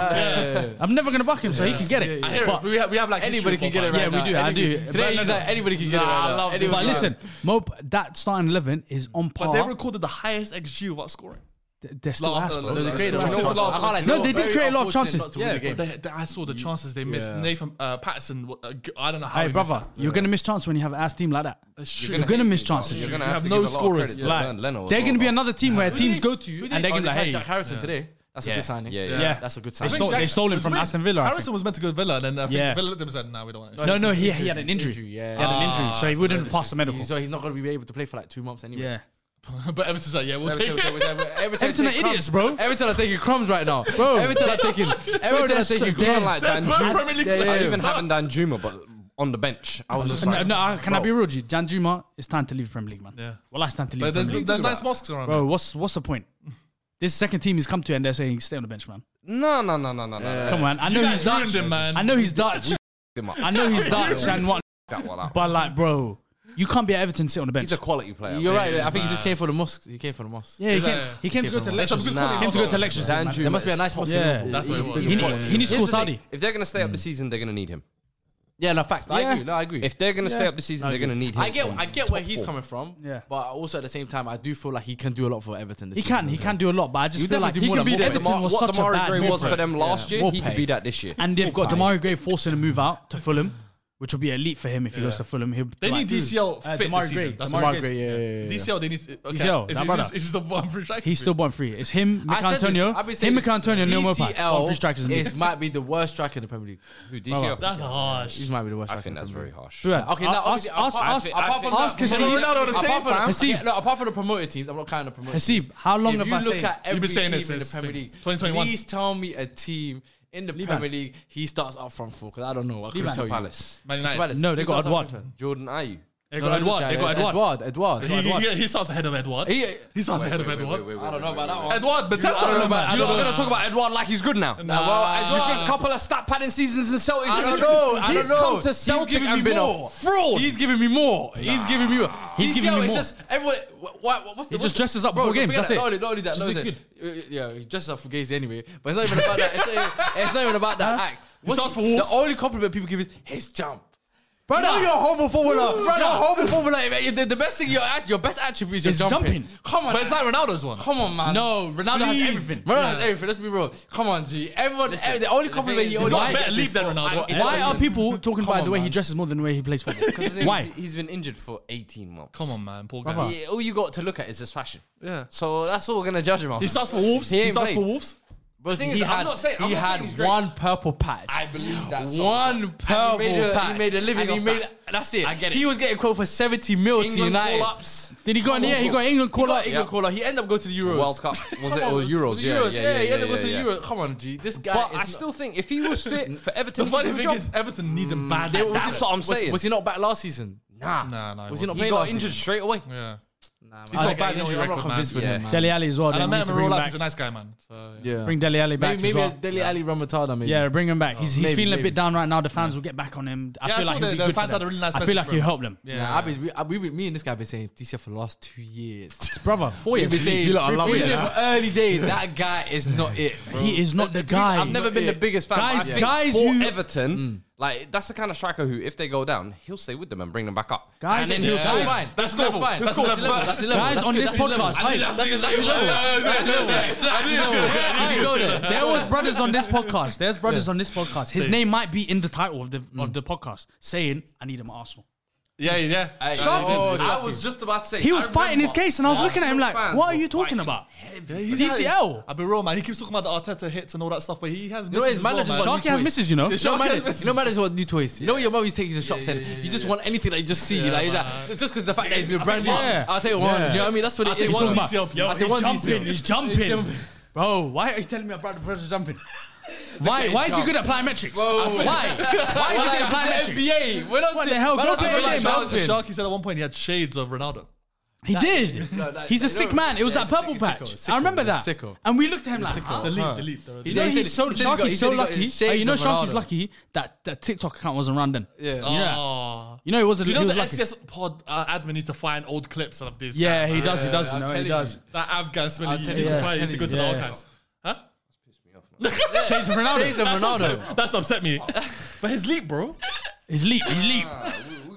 [SPEAKER 2] I'm never going to buck him, so he can get it.
[SPEAKER 1] I hear it.
[SPEAKER 2] But-
[SPEAKER 1] We have, we have like history
[SPEAKER 3] Anybody can
[SPEAKER 1] with
[SPEAKER 3] get
[SPEAKER 1] Mopai.
[SPEAKER 3] it right
[SPEAKER 2] Yeah, we
[SPEAKER 3] now.
[SPEAKER 2] do, I
[SPEAKER 3] Anybody-
[SPEAKER 2] do.
[SPEAKER 3] Today
[SPEAKER 2] But-
[SPEAKER 3] he's like anybody can get it
[SPEAKER 2] Nah,
[SPEAKER 3] right
[SPEAKER 2] I
[SPEAKER 3] now.
[SPEAKER 2] love
[SPEAKER 3] Anybody
[SPEAKER 2] this. But
[SPEAKER 3] can get it.
[SPEAKER 2] listen, Mop, that starting 11 is on par.
[SPEAKER 1] But they recorded the highest XG without scoring.
[SPEAKER 2] They're still
[SPEAKER 1] Last-
[SPEAKER 2] ass, bro.
[SPEAKER 1] no,
[SPEAKER 3] No, they
[SPEAKER 1] That's
[SPEAKER 3] created a
[SPEAKER 1] the
[SPEAKER 3] lot
[SPEAKER 1] last
[SPEAKER 3] of chances.
[SPEAKER 1] one.
[SPEAKER 3] I can't lie,
[SPEAKER 1] No,
[SPEAKER 3] were
[SPEAKER 2] they did
[SPEAKER 3] very
[SPEAKER 2] create a lot of
[SPEAKER 3] unfortunate
[SPEAKER 2] chances.
[SPEAKER 3] not to
[SPEAKER 2] Yeah,
[SPEAKER 3] win the
[SPEAKER 1] But
[SPEAKER 3] game.
[SPEAKER 1] they, they, I saw the chances they missed.
[SPEAKER 3] Yeah.
[SPEAKER 1] Nathan uh, Patterson, uh, I don't know how.
[SPEAKER 2] Hey,
[SPEAKER 1] he
[SPEAKER 2] brother,
[SPEAKER 1] missed
[SPEAKER 2] you're going to miss chance when you have an ass team like that.
[SPEAKER 1] that. That's
[SPEAKER 2] You're
[SPEAKER 1] true.
[SPEAKER 2] going to miss chances.
[SPEAKER 5] You're gonna
[SPEAKER 1] You
[SPEAKER 5] have,
[SPEAKER 1] have
[SPEAKER 5] to
[SPEAKER 1] no
[SPEAKER 5] give a lot of
[SPEAKER 1] scorers.
[SPEAKER 5] credit to
[SPEAKER 2] Like,
[SPEAKER 5] Bern Leno as
[SPEAKER 2] they're
[SPEAKER 5] well,
[SPEAKER 2] going to be
[SPEAKER 5] though.
[SPEAKER 2] another team where teams go to
[SPEAKER 3] Who
[SPEAKER 2] you and
[SPEAKER 3] did
[SPEAKER 2] they're
[SPEAKER 3] they-
[SPEAKER 2] going to
[SPEAKER 3] oh,
[SPEAKER 2] be
[SPEAKER 3] they
[SPEAKER 2] like,
[SPEAKER 3] signed
[SPEAKER 2] hey,
[SPEAKER 3] Jack Harrison today. That's a
[SPEAKER 5] Yeah,
[SPEAKER 3] good signing.
[SPEAKER 5] yeah, yeah.
[SPEAKER 2] Yeah.
[SPEAKER 3] That's a good
[SPEAKER 2] They
[SPEAKER 3] sign.
[SPEAKER 2] stole, they stole him
[SPEAKER 1] was
[SPEAKER 2] from
[SPEAKER 1] meant-
[SPEAKER 2] Aston Villa. I
[SPEAKER 1] Harrison
[SPEAKER 2] think.
[SPEAKER 1] was meant to go to Villa, and then I think
[SPEAKER 2] Yeah.
[SPEAKER 1] Villa looked at him and said, "No, we don't want him."
[SPEAKER 2] No, no, he, he had an injury.
[SPEAKER 3] injury, yeah.
[SPEAKER 2] He had an injury, so he wouldn't pass the medical.
[SPEAKER 3] He's, so he's not going to be able to play for like two months anyway.
[SPEAKER 2] Yeah.
[SPEAKER 1] but Everton's like, "Yeah, we'll
[SPEAKER 3] Everton,
[SPEAKER 1] take it."
[SPEAKER 3] Everton, Everton, Everton,
[SPEAKER 2] Everton are
[SPEAKER 3] take
[SPEAKER 2] idiots,
[SPEAKER 3] crumbs.
[SPEAKER 2] bro.
[SPEAKER 3] Everton are taking crumbs right now, bro. Everton are taking. Everton
[SPEAKER 2] they're
[SPEAKER 3] are taking
[SPEAKER 2] so
[SPEAKER 3] crumbs
[SPEAKER 2] dead.
[SPEAKER 3] like that.
[SPEAKER 1] Bro, Premier League
[SPEAKER 3] yeah,
[SPEAKER 1] club.
[SPEAKER 3] yeah.
[SPEAKER 5] I even having Dan Juma, but on the bench, I was just
[SPEAKER 2] No,
[SPEAKER 5] like,
[SPEAKER 2] no, I- can I
[SPEAKER 5] bro.
[SPEAKER 2] be real, G? Jan Juma, it's time to leave Premier League, man. Yeah. Well, it's time to leave.
[SPEAKER 1] But there's,
[SPEAKER 2] Premier League.
[SPEAKER 1] there's nice mosques around.
[SPEAKER 2] bro, what's what's the point? This second team he's come to and they're saying stay on the bench, man.
[SPEAKER 5] No, no, no, no, no, no.
[SPEAKER 2] Come on, I know
[SPEAKER 1] guys
[SPEAKER 2] he's Dutch.
[SPEAKER 1] ruined him, man.
[SPEAKER 2] I know he's Dutch.
[SPEAKER 5] Him up.
[SPEAKER 2] I know he's Dutch and what,
[SPEAKER 5] that one out.
[SPEAKER 2] but like, bro, you can't be at Everton and sit on the bench.
[SPEAKER 5] He's a quality player.
[SPEAKER 3] You're right. I think he just came for the mosques. He came for the mosques.
[SPEAKER 2] yeah, he came,
[SPEAKER 1] that-
[SPEAKER 2] he came to go to
[SPEAKER 3] That's
[SPEAKER 2] lectures.
[SPEAKER 1] some good
[SPEAKER 2] He came to go to lectures. man.
[SPEAKER 3] There must be a nice mosque. in
[SPEAKER 2] Yeah.
[SPEAKER 3] Liverpool.
[SPEAKER 1] That's what it was.
[SPEAKER 2] He, need, he needs to call
[SPEAKER 5] Here's the thing.
[SPEAKER 2] Saudi.
[SPEAKER 5] If they're gonna stay up the season, they're gonna need him.
[SPEAKER 3] Yeah, no facts. I
[SPEAKER 5] Yeah.
[SPEAKER 3] agree. No, I agree.
[SPEAKER 5] If they're gonna stay up the season, they're gonna need him.
[SPEAKER 3] I get,
[SPEAKER 5] from
[SPEAKER 3] I get where
[SPEAKER 5] top
[SPEAKER 3] he's
[SPEAKER 5] four.
[SPEAKER 3] coming from.
[SPEAKER 2] Yeah.
[SPEAKER 3] But also at the same time, I do feel like he can do a lot for Everton. This
[SPEAKER 2] He
[SPEAKER 3] season
[SPEAKER 2] can, he
[SPEAKER 3] as
[SPEAKER 2] can do a lot, but I just
[SPEAKER 3] He
[SPEAKER 2] feel
[SPEAKER 3] definitely
[SPEAKER 2] like
[SPEAKER 3] do
[SPEAKER 2] he
[SPEAKER 3] more
[SPEAKER 2] could
[SPEAKER 3] than
[SPEAKER 2] be
[SPEAKER 3] Mopay.
[SPEAKER 2] Everton
[SPEAKER 5] Demar-
[SPEAKER 2] was
[SPEAKER 5] what
[SPEAKER 2] such a
[SPEAKER 5] Demari
[SPEAKER 2] bad
[SPEAKER 5] Gray
[SPEAKER 2] move
[SPEAKER 5] was
[SPEAKER 2] for
[SPEAKER 5] for
[SPEAKER 2] them.
[SPEAKER 5] them last year, he
[SPEAKER 3] Mopay.
[SPEAKER 5] could be that this year.
[SPEAKER 2] And they've got Demario Gray forcing a move out to Fulham, which will be elite for him if he goes to Fulham. He'll
[SPEAKER 1] They
[SPEAKER 2] like,
[SPEAKER 1] need
[SPEAKER 2] dude,
[SPEAKER 1] DCL
[SPEAKER 2] uh,
[SPEAKER 1] fit
[SPEAKER 2] Demarai
[SPEAKER 1] this season.
[SPEAKER 2] Gray,
[SPEAKER 1] That's
[SPEAKER 2] Demarai
[SPEAKER 1] what
[SPEAKER 3] well.
[SPEAKER 1] I'm
[SPEAKER 3] Gray,
[SPEAKER 1] saying.
[SPEAKER 3] yeah, yeah, yeah.
[SPEAKER 1] DCL, they need. To, okay.
[SPEAKER 2] DCL,
[SPEAKER 1] is,
[SPEAKER 2] that
[SPEAKER 1] is,
[SPEAKER 2] brother.
[SPEAKER 1] is, is the one free strike?
[SPEAKER 2] He's still born free. It's him,
[SPEAKER 3] I said this-
[SPEAKER 2] Antonio,
[SPEAKER 3] I've been saying
[SPEAKER 2] him,
[SPEAKER 3] this.
[SPEAKER 2] Antonio, and Neil Mopai.
[SPEAKER 3] DCL
[SPEAKER 2] Born free strikers in the
[SPEAKER 3] is
[SPEAKER 2] league.
[SPEAKER 3] might be the worst striker in the Premier League.
[SPEAKER 5] Who DCL?
[SPEAKER 1] That's harsh.
[SPEAKER 3] He might be the worst.
[SPEAKER 5] I
[SPEAKER 3] striker
[SPEAKER 5] think
[SPEAKER 3] in the
[SPEAKER 5] that's
[SPEAKER 3] Premier
[SPEAKER 5] very
[SPEAKER 3] League.
[SPEAKER 5] harsh.
[SPEAKER 2] Dude,
[SPEAKER 3] Okay, now
[SPEAKER 2] ask,
[SPEAKER 3] obviously,
[SPEAKER 2] ask,
[SPEAKER 3] apart-
[SPEAKER 2] ask,
[SPEAKER 3] apart from
[SPEAKER 2] ask
[SPEAKER 3] that-
[SPEAKER 2] Hasib.
[SPEAKER 1] Ronaldo the same,
[SPEAKER 3] apart from,
[SPEAKER 1] fam.
[SPEAKER 3] okay, look, apart from the promoted teams, I'm not counting the promoted
[SPEAKER 2] Hasib,
[SPEAKER 3] teams.
[SPEAKER 2] how long
[SPEAKER 3] if
[SPEAKER 2] have
[SPEAKER 3] you
[SPEAKER 2] I
[SPEAKER 3] look
[SPEAKER 2] said-
[SPEAKER 3] at
[SPEAKER 1] You've been
[SPEAKER 3] every
[SPEAKER 1] saying
[SPEAKER 3] team
[SPEAKER 1] this
[SPEAKER 3] in the
[SPEAKER 1] since
[SPEAKER 3] Premier League,
[SPEAKER 1] 2021.
[SPEAKER 3] please tell me a team in the
[SPEAKER 2] Liban.
[SPEAKER 3] Premier League he starts up front four because I don't know. I couldn't
[SPEAKER 2] Liban.
[SPEAKER 3] tell you.
[SPEAKER 5] Palace.
[SPEAKER 1] Man
[SPEAKER 3] Crystal
[SPEAKER 1] United.
[SPEAKER 3] Palace.
[SPEAKER 2] No, they
[SPEAKER 3] Who
[SPEAKER 2] got
[SPEAKER 3] starts up
[SPEAKER 2] Edouard.
[SPEAKER 3] front four?
[SPEAKER 5] Jordan Ayew.
[SPEAKER 2] They got
[SPEAKER 3] No, no,
[SPEAKER 2] Edouard. They got Edouard.
[SPEAKER 3] Edouard. Edouard.
[SPEAKER 1] He, he, he, he starts ahead of Edward. He,
[SPEAKER 3] He-
[SPEAKER 1] starts ahead of
[SPEAKER 5] Wait,
[SPEAKER 1] Edward.
[SPEAKER 5] wait, wait,
[SPEAKER 3] I don't know
[SPEAKER 5] wait,
[SPEAKER 3] about
[SPEAKER 5] wait,
[SPEAKER 3] that
[SPEAKER 5] wait.
[SPEAKER 3] one.
[SPEAKER 1] Edward, but that's
[SPEAKER 3] I don't know
[SPEAKER 1] another
[SPEAKER 3] about-
[SPEAKER 1] man.
[SPEAKER 3] I
[SPEAKER 1] You
[SPEAKER 3] don't
[SPEAKER 1] know-
[SPEAKER 3] know.
[SPEAKER 5] gonna talk about Edouard like he's good now.
[SPEAKER 1] Nah.
[SPEAKER 5] well, Edouard, a couple of stat padding seasons in Celtic.
[SPEAKER 3] I don't
[SPEAKER 5] he's
[SPEAKER 3] know. I
[SPEAKER 5] he's
[SPEAKER 3] don't know.
[SPEAKER 5] come to
[SPEAKER 3] He's
[SPEAKER 5] Celtic
[SPEAKER 3] giving
[SPEAKER 5] and
[SPEAKER 3] me
[SPEAKER 5] been
[SPEAKER 3] more.
[SPEAKER 5] a fraud.
[SPEAKER 3] He's giving me more. He's giving me more.
[SPEAKER 2] He's giving me
[SPEAKER 3] yeah, it's
[SPEAKER 2] more.
[SPEAKER 3] Just, everyone, what, what, what's the,
[SPEAKER 2] He
[SPEAKER 3] what's
[SPEAKER 2] just dresses
[SPEAKER 3] the,
[SPEAKER 2] up for games, that's
[SPEAKER 3] forget that.
[SPEAKER 2] it.
[SPEAKER 3] No, no, only that.
[SPEAKER 2] Just
[SPEAKER 3] No,
[SPEAKER 2] look
[SPEAKER 3] it's it. Yeah, he dresses up for gays anyway. But it's not even about that. It's not, even- it's not even about that act. What's
[SPEAKER 1] starts
[SPEAKER 3] the,
[SPEAKER 1] for Wolves.
[SPEAKER 3] the only compliment people give is his jump. Brother,
[SPEAKER 2] No, you're a
[SPEAKER 3] horrible footballer. Brother,
[SPEAKER 2] Brother.
[SPEAKER 3] you're a horrible footballer. mate. The, the best thing, your at- your best attribute is your
[SPEAKER 2] Is
[SPEAKER 3] jumping.
[SPEAKER 2] jumping.
[SPEAKER 3] Come on,
[SPEAKER 1] But it's like Ronaldo's one.
[SPEAKER 3] come on, man.
[SPEAKER 2] No, Ronaldo has
[SPEAKER 3] Please.
[SPEAKER 2] everything.
[SPEAKER 3] Ronaldo has everything. Let's be real. Come on, G. Everyone,
[SPEAKER 5] eh,
[SPEAKER 3] every, the only compliment
[SPEAKER 1] He's
[SPEAKER 3] you only
[SPEAKER 1] got a
[SPEAKER 3] get
[SPEAKER 1] better
[SPEAKER 3] is
[SPEAKER 1] leap than
[SPEAKER 3] for-
[SPEAKER 1] Ronaldo.
[SPEAKER 3] I-
[SPEAKER 2] Why
[SPEAKER 3] I-
[SPEAKER 2] are people talking
[SPEAKER 3] Come
[SPEAKER 2] about the
[SPEAKER 3] on,
[SPEAKER 2] way he
[SPEAKER 3] man.
[SPEAKER 2] dresses more than the way he plays football? Why?
[SPEAKER 5] He's been injured for 18 months.
[SPEAKER 1] Come on, man. Poor
[SPEAKER 2] Brother.
[SPEAKER 1] guy.
[SPEAKER 5] Yeah, all you got to look at is his fashion.
[SPEAKER 1] Yeah.
[SPEAKER 5] So that's all we're gonna judge him on.
[SPEAKER 1] He starts for Wolves. He,
[SPEAKER 5] ain't
[SPEAKER 1] starts for
[SPEAKER 5] played.
[SPEAKER 1] Wolves.
[SPEAKER 3] Bro,
[SPEAKER 5] thing
[SPEAKER 3] he
[SPEAKER 5] is, I'm
[SPEAKER 3] had,
[SPEAKER 5] not saying- I'm
[SPEAKER 3] he
[SPEAKER 5] not saying he's
[SPEAKER 3] had
[SPEAKER 5] great.
[SPEAKER 3] one purple patch.
[SPEAKER 5] I believe that. so.
[SPEAKER 3] One purple
[SPEAKER 5] And he made a- he
[SPEAKER 3] patch.
[SPEAKER 5] made a living
[SPEAKER 3] And he
[SPEAKER 5] off
[SPEAKER 3] made
[SPEAKER 5] that.
[SPEAKER 3] that's it.
[SPEAKER 5] I get it.
[SPEAKER 3] He was getting called for seventy mil to
[SPEAKER 5] England
[SPEAKER 3] United.
[SPEAKER 5] call-ups.
[SPEAKER 2] Did he go in the
[SPEAKER 5] Come
[SPEAKER 2] air?
[SPEAKER 5] on,
[SPEAKER 2] He got
[SPEAKER 5] folks.
[SPEAKER 2] England call
[SPEAKER 3] He got
[SPEAKER 2] up.
[SPEAKER 3] England caller. He ended up going to the Euros.
[SPEAKER 5] World Cup was it
[SPEAKER 3] Come
[SPEAKER 5] or
[SPEAKER 3] on,
[SPEAKER 5] Euros? Yeah,
[SPEAKER 3] Euros.
[SPEAKER 5] yeah,
[SPEAKER 3] yeah.
[SPEAKER 5] yeah,
[SPEAKER 3] He ended up
[SPEAKER 5] yeah,
[SPEAKER 3] going to the
[SPEAKER 5] yeah.
[SPEAKER 3] Euros. Come on, G. This guy.
[SPEAKER 5] But
[SPEAKER 3] is
[SPEAKER 5] I
[SPEAKER 3] not-
[SPEAKER 5] still think if he was fit for Everton,
[SPEAKER 1] The funny
[SPEAKER 5] he would
[SPEAKER 1] thing
[SPEAKER 5] jump.
[SPEAKER 1] is, Everton need him bad.
[SPEAKER 3] They- was
[SPEAKER 5] that's
[SPEAKER 3] he-
[SPEAKER 5] what I'm
[SPEAKER 3] was-
[SPEAKER 5] saying.
[SPEAKER 3] Was he not back last season?
[SPEAKER 5] nah,
[SPEAKER 1] Nah, nah.
[SPEAKER 3] Was he not
[SPEAKER 5] he
[SPEAKER 3] playing
[SPEAKER 5] got
[SPEAKER 3] last
[SPEAKER 5] injured
[SPEAKER 3] season?
[SPEAKER 5] straight away.
[SPEAKER 1] Yeah.
[SPEAKER 3] Nah, man.
[SPEAKER 1] He's got a bad injury
[SPEAKER 3] I'm not
[SPEAKER 1] record,
[SPEAKER 3] convinced
[SPEAKER 1] man.
[SPEAKER 3] with him,
[SPEAKER 5] Yeah.
[SPEAKER 3] man.
[SPEAKER 2] Deli Ali as well.
[SPEAKER 1] And
[SPEAKER 2] they
[SPEAKER 1] I
[SPEAKER 2] need
[SPEAKER 1] met him
[SPEAKER 2] to
[SPEAKER 1] in real
[SPEAKER 2] bring him
[SPEAKER 1] life. He's a
[SPEAKER 2] back.
[SPEAKER 1] nice guy, man. So, yeah.
[SPEAKER 3] Yeah.
[SPEAKER 2] Bring Deli Ali back
[SPEAKER 3] Maybe,
[SPEAKER 2] as
[SPEAKER 3] maybe
[SPEAKER 2] well.
[SPEAKER 3] a Deli Ali Ramatada, maybe.
[SPEAKER 2] Yeah, bring him back. He's, he's
[SPEAKER 3] Maybe,
[SPEAKER 2] feeling a
[SPEAKER 3] maybe.
[SPEAKER 2] bit down right now. The fans will get back on him. I
[SPEAKER 1] Yeah, I
[SPEAKER 2] feel
[SPEAKER 1] saw
[SPEAKER 2] like
[SPEAKER 1] the-
[SPEAKER 2] he'll be
[SPEAKER 1] the
[SPEAKER 2] good for
[SPEAKER 1] fans had
[SPEAKER 2] them.
[SPEAKER 1] a really nice
[SPEAKER 2] I feel
[SPEAKER 1] message
[SPEAKER 2] like
[SPEAKER 1] for
[SPEAKER 2] you
[SPEAKER 1] him.
[SPEAKER 2] help them,
[SPEAKER 3] Nah, I've been, we, I- we, been- me and this guy have been saying this year for the last two years.
[SPEAKER 2] brother. Four
[SPEAKER 3] We've
[SPEAKER 2] years.
[SPEAKER 3] been saying, you
[SPEAKER 2] Three,
[SPEAKER 3] I love
[SPEAKER 2] four years.
[SPEAKER 3] Early days, that guy is not it. Bro.
[SPEAKER 2] He is not the guy.
[SPEAKER 5] I've never been the biggest fan.
[SPEAKER 2] Guys,
[SPEAKER 5] but I think
[SPEAKER 2] guys,
[SPEAKER 5] for
[SPEAKER 2] you-
[SPEAKER 5] Everton,
[SPEAKER 4] Mm.
[SPEAKER 5] like that's the kind of striker who, if they go down, he'll stay with them and bring them back up.
[SPEAKER 2] Guys,
[SPEAKER 5] and then
[SPEAKER 2] yeah.
[SPEAKER 5] he'll
[SPEAKER 3] That's
[SPEAKER 5] score.
[SPEAKER 3] fine.
[SPEAKER 1] That's
[SPEAKER 3] That's, that's
[SPEAKER 1] level.
[SPEAKER 3] fine.
[SPEAKER 1] That's
[SPEAKER 3] That's,
[SPEAKER 1] level.
[SPEAKER 3] that's, level. That's level.
[SPEAKER 2] Guys
[SPEAKER 3] that's
[SPEAKER 2] on
[SPEAKER 3] good.
[SPEAKER 2] this
[SPEAKER 3] That's level.
[SPEAKER 2] podcast,
[SPEAKER 3] That's
[SPEAKER 2] hey.
[SPEAKER 3] that's that's level. That's level. That's level. That's level. That's
[SPEAKER 2] There
[SPEAKER 3] level.
[SPEAKER 2] was brothers on this podcast. There's brothers on this podcast. His name might be in the title of the of the podcast, saying, "I need him at Arsenal."
[SPEAKER 1] Yeah, yeah.
[SPEAKER 5] Shocking.
[SPEAKER 1] Oh,
[SPEAKER 5] I was just about to say
[SPEAKER 2] He
[SPEAKER 5] I
[SPEAKER 2] was fighting his
[SPEAKER 5] remember
[SPEAKER 2] case, and I was looking at him
[SPEAKER 5] Arsenal
[SPEAKER 2] like,
[SPEAKER 5] fans
[SPEAKER 2] "What are
[SPEAKER 5] were
[SPEAKER 2] you talking
[SPEAKER 5] fighting
[SPEAKER 2] about?"
[SPEAKER 1] he's
[SPEAKER 2] DCL.
[SPEAKER 1] I'll be real, Ah, man. He keeps talking about the Arteta hits and all that stuff, but he has
[SPEAKER 3] You know,
[SPEAKER 1] misses
[SPEAKER 3] his
[SPEAKER 1] as well,
[SPEAKER 3] manager's
[SPEAKER 1] man.
[SPEAKER 3] got
[SPEAKER 2] Sharky
[SPEAKER 3] new
[SPEAKER 2] has
[SPEAKER 3] toys.
[SPEAKER 2] misses, you know?
[SPEAKER 3] You know,
[SPEAKER 1] Sharky has
[SPEAKER 3] man,
[SPEAKER 1] misses.
[SPEAKER 3] you know, man is what new toys. You know, when your mum used to take you to the shops and you just want anything that you just see. like, it's like, just because the fact that it's been brand new.
[SPEAKER 2] Yeah.
[SPEAKER 3] I'll take one.
[SPEAKER 2] Yeah.
[SPEAKER 3] You know what I mean? That's what it
[SPEAKER 1] take
[SPEAKER 3] is.
[SPEAKER 1] one
[SPEAKER 3] man.
[SPEAKER 1] DCL, please.
[SPEAKER 2] Yo,
[SPEAKER 3] I'll
[SPEAKER 2] he's
[SPEAKER 3] take one
[SPEAKER 2] jumping.
[SPEAKER 3] DCL.
[SPEAKER 2] He's jumping.
[SPEAKER 3] He's jumping.
[SPEAKER 2] Bro, why are you telling me about the brothers jumping? Why? Why is he good at plyometrics? Why? Why is he good at
[SPEAKER 3] It's the
[SPEAKER 2] plyometrics?
[SPEAKER 3] NBA. We're not
[SPEAKER 2] What the
[SPEAKER 3] t-
[SPEAKER 2] hell?
[SPEAKER 3] we're
[SPEAKER 2] Go
[SPEAKER 3] not
[SPEAKER 2] to
[SPEAKER 3] talking
[SPEAKER 2] NBA,
[SPEAKER 3] about
[SPEAKER 2] man.
[SPEAKER 3] jumping.
[SPEAKER 1] Sharky said at one point he had shades of Ronaldo.
[SPEAKER 2] He did.
[SPEAKER 3] No, no,
[SPEAKER 2] he's
[SPEAKER 3] no,
[SPEAKER 2] a sick
[SPEAKER 3] no.
[SPEAKER 2] man. It was
[SPEAKER 3] Yeah,
[SPEAKER 2] that purple
[SPEAKER 3] sick-
[SPEAKER 2] patch.
[SPEAKER 3] sicko,
[SPEAKER 2] I remember
[SPEAKER 3] sicko,
[SPEAKER 2] that.
[SPEAKER 3] sicko.
[SPEAKER 2] And we looked at him like, huh?
[SPEAKER 1] The leap, the leap. the leap.
[SPEAKER 3] He
[SPEAKER 2] You know,
[SPEAKER 3] said-
[SPEAKER 2] he's so
[SPEAKER 3] he said he got- he
[SPEAKER 2] Sharky's
[SPEAKER 3] said
[SPEAKER 2] so
[SPEAKER 3] he got
[SPEAKER 2] lucky.
[SPEAKER 3] his
[SPEAKER 2] Like,
[SPEAKER 3] shades
[SPEAKER 2] you know,
[SPEAKER 3] of
[SPEAKER 2] Sharky's
[SPEAKER 3] Ronaldo.
[SPEAKER 2] lucky that that TikTok account wasn't random.
[SPEAKER 3] Yeah.
[SPEAKER 1] Oh.
[SPEAKER 2] You know, it wasn't.
[SPEAKER 1] You know
[SPEAKER 2] he
[SPEAKER 1] the
[SPEAKER 2] was lucky.
[SPEAKER 1] SCS pod uh, admin needs to find old clips of this.
[SPEAKER 2] Yeah,
[SPEAKER 1] guy,
[SPEAKER 2] he
[SPEAKER 1] man.
[SPEAKER 2] does. He does.
[SPEAKER 3] I'm
[SPEAKER 2] You know, he
[SPEAKER 3] telling
[SPEAKER 2] does.
[SPEAKER 3] you.
[SPEAKER 1] That Afghan smelly.
[SPEAKER 3] I'll tell
[SPEAKER 1] That's
[SPEAKER 3] you,
[SPEAKER 1] why
[SPEAKER 3] I'll
[SPEAKER 1] he needs to go
[SPEAKER 3] tell
[SPEAKER 1] to the
[SPEAKER 2] you.
[SPEAKER 1] archives. Huh?
[SPEAKER 2] Shades of Ronaldo.
[SPEAKER 3] Shades of
[SPEAKER 1] That's
[SPEAKER 3] Ronaldo.
[SPEAKER 1] upset- That's upset me. But his leap, bro.
[SPEAKER 2] His leap. His leap.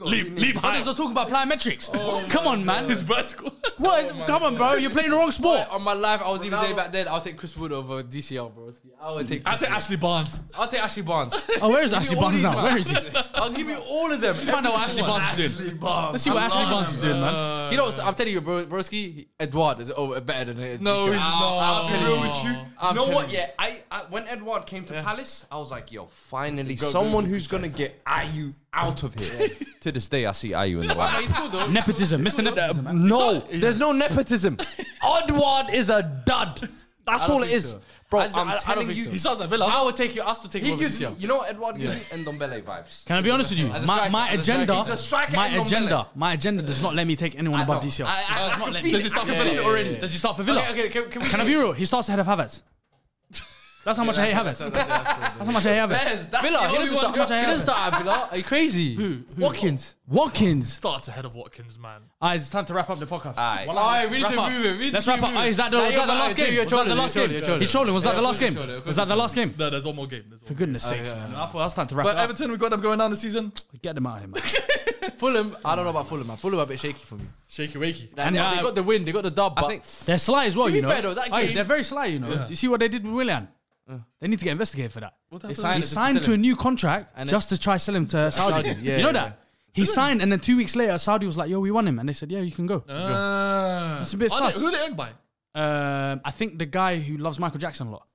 [SPEAKER 1] Leap, leap
[SPEAKER 2] What
[SPEAKER 1] high.
[SPEAKER 2] is the talk about plyometrics? Come on, man.
[SPEAKER 1] His vertical.
[SPEAKER 2] What? is- Come on, bro. You're playing the wrong sport.
[SPEAKER 3] On my life, I was even saying back then, I'll take Chris Wood over DCL, bro. I would take.
[SPEAKER 1] I say Ashley Barnes.
[SPEAKER 3] I'll take Ashley Barnes.
[SPEAKER 2] Oh, where is
[SPEAKER 3] Give me
[SPEAKER 2] Ashley
[SPEAKER 3] all
[SPEAKER 2] Barnes
[SPEAKER 3] these,
[SPEAKER 2] now?
[SPEAKER 3] man.
[SPEAKER 2] Where is he?
[SPEAKER 3] I'll give you all of them.
[SPEAKER 2] Find out what Oh, Ashley Barnes is doing. Let's see what Ashley Barnes is doing, man.
[SPEAKER 3] You know, I'm telling you, bro, Broski, Edouard is over better than
[SPEAKER 1] No,
[SPEAKER 3] DCL.
[SPEAKER 1] he's
[SPEAKER 3] I'll- I'll
[SPEAKER 1] not.
[SPEAKER 3] tell
[SPEAKER 1] Bro,
[SPEAKER 3] you.
[SPEAKER 1] with you-
[SPEAKER 3] I'm
[SPEAKER 5] you know what?
[SPEAKER 3] telling
[SPEAKER 5] Yeah, I, I when Edward came to Palace, I was like, yo, finally
[SPEAKER 3] Go- go
[SPEAKER 5] someone
[SPEAKER 3] with
[SPEAKER 5] who's gonna get Ayu out of here. to this day, I see Ayu in the
[SPEAKER 3] Nah,
[SPEAKER 5] lineup.
[SPEAKER 3] he's cool though.
[SPEAKER 2] Nepotism, Mr. Nepotism. man.
[SPEAKER 5] No, there's no nepotism. Edward is a dud. That's
[SPEAKER 3] don't
[SPEAKER 5] all it
[SPEAKER 3] think
[SPEAKER 5] is,
[SPEAKER 3] so.
[SPEAKER 5] bro.
[SPEAKER 3] I
[SPEAKER 5] I,
[SPEAKER 3] just- I- I
[SPEAKER 5] am
[SPEAKER 3] don't
[SPEAKER 5] telling
[SPEAKER 3] think
[SPEAKER 5] you,
[SPEAKER 3] so.
[SPEAKER 1] He starts at
[SPEAKER 3] I
[SPEAKER 1] Villa.
[SPEAKER 3] would take you. Us to take
[SPEAKER 5] he
[SPEAKER 3] him over
[SPEAKER 5] gives you,
[SPEAKER 3] DCL.
[SPEAKER 5] you know what Edward gives me Ndombele vibes.
[SPEAKER 2] Can I be honest with you?
[SPEAKER 3] As a
[SPEAKER 2] My,
[SPEAKER 3] striker,
[SPEAKER 2] my
[SPEAKER 3] as a
[SPEAKER 2] agenda,
[SPEAKER 3] striker. He's a
[SPEAKER 5] striker
[SPEAKER 2] my
[SPEAKER 5] and non-villain.
[SPEAKER 2] agenda, my agenda does not let me take anyone above DCL.
[SPEAKER 5] I, I, I,
[SPEAKER 2] Does not
[SPEAKER 5] can
[SPEAKER 2] let
[SPEAKER 5] feel
[SPEAKER 2] me.
[SPEAKER 5] it.
[SPEAKER 1] Does he start
[SPEAKER 5] I
[SPEAKER 1] for
[SPEAKER 5] can
[SPEAKER 1] Villa
[SPEAKER 5] feel it.
[SPEAKER 1] already?
[SPEAKER 2] Does he start for Villa?
[SPEAKER 3] Okay, okay, can, can we
[SPEAKER 2] Can I be real? He starts ahead of Havertz. That's how much I hate Havertz. That's how much I hate Havertz.
[SPEAKER 5] That's the
[SPEAKER 3] Villa, he
[SPEAKER 5] only
[SPEAKER 3] doesn't
[SPEAKER 5] one
[SPEAKER 3] start.
[SPEAKER 2] how much I
[SPEAKER 3] He
[SPEAKER 2] have.
[SPEAKER 3] doesn't start at Villa. Are you crazy? Who? Watkins.
[SPEAKER 2] Watkins.
[SPEAKER 1] Starts ahead of Watkins, man.
[SPEAKER 2] All right, it's time to wrap up the podcast.
[SPEAKER 5] Aye.
[SPEAKER 2] Well,
[SPEAKER 3] All right, we need
[SPEAKER 2] wrap
[SPEAKER 3] to
[SPEAKER 2] up.
[SPEAKER 3] move it. We need
[SPEAKER 2] Let's
[SPEAKER 3] to
[SPEAKER 2] wrap up.
[SPEAKER 3] move it.
[SPEAKER 2] Oh, Is that the
[SPEAKER 3] Nah,
[SPEAKER 2] was
[SPEAKER 3] you're
[SPEAKER 2] that the
[SPEAKER 3] not-
[SPEAKER 2] last
[SPEAKER 3] you're
[SPEAKER 2] game?
[SPEAKER 3] trolling,
[SPEAKER 2] Was that the
[SPEAKER 3] you're
[SPEAKER 2] last
[SPEAKER 3] trolling, you're
[SPEAKER 2] game?
[SPEAKER 3] trolling.
[SPEAKER 2] He's trolling. Was that
[SPEAKER 3] Yeah,
[SPEAKER 2] the last
[SPEAKER 3] trolling,
[SPEAKER 2] game?
[SPEAKER 3] trolling,
[SPEAKER 2] Was that the last game?
[SPEAKER 1] No, there's one more game. There's one
[SPEAKER 2] For
[SPEAKER 1] more
[SPEAKER 2] goodness sakes,
[SPEAKER 3] Oh, yeah,
[SPEAKER 2] man. I thought that's time to wrap
[SPEAKER 1] But
[SPEAKER 2] it up.
[SPEAKER 1] Everton, we got them going down the season.
[SPEAKER 2] Get them out of here, man.
[SPEAKER 3] Fulham, I don't know about Fulham, man. Fulham are a bit shaky for me.
[SPEAKER 1] Shaky wakey.
[SPEAKER 3] Like,
[SPEAKER 2] And,
[SPEAKER 3] they,
[SPEAKER 2] uh,
[SPEAKER 3] they got the win, they got the dub, but
[SPEAKER 5] think-
[SPEAKER 2] They're sly as well,
[SPEAKER 3] To be
[SPEAKER 2] you know.
[SPEAKER 3] fair though, that
[SPEAKER 2] Aye,
[SPEAKER 3] game-
[SPEAKER 2] they're very sly, you know. You see what they did with Willian? They need to get investigated for that.
[SPEAKER 3] they
[SPEAKER 2] He
[SPEAKER 3] signed, it
[SPEAKER 2] signed to a
[SPEAKER 3] Fulham.
[SPEAKER 2] new contract
[SPEAKER 3] And
[SPEAKER 2] just to try sell him to Saudi.
[SPEAKER 3] Saudi, yeah,
[SPEAKER 2] you know
[SPEAKER 3] yeah,
[SPEAKER 2] that?
[SPEAKER 3] yeah.
[SPEAKER 2] He signed, and then two weeks later, Saudi was like, "Yo, we want him," and they said, "Yeah, you can go."
[SPEAKER 1] Ah.
[SPEAKER 2] It's a bit
[SPEAKER 1] Are they-
[SPEAKER 2] sus.
[SPEAKER 1] Who are they owned by?
[SPEAKER 2] Um, I think the guy who loves Michael Jackson a lot,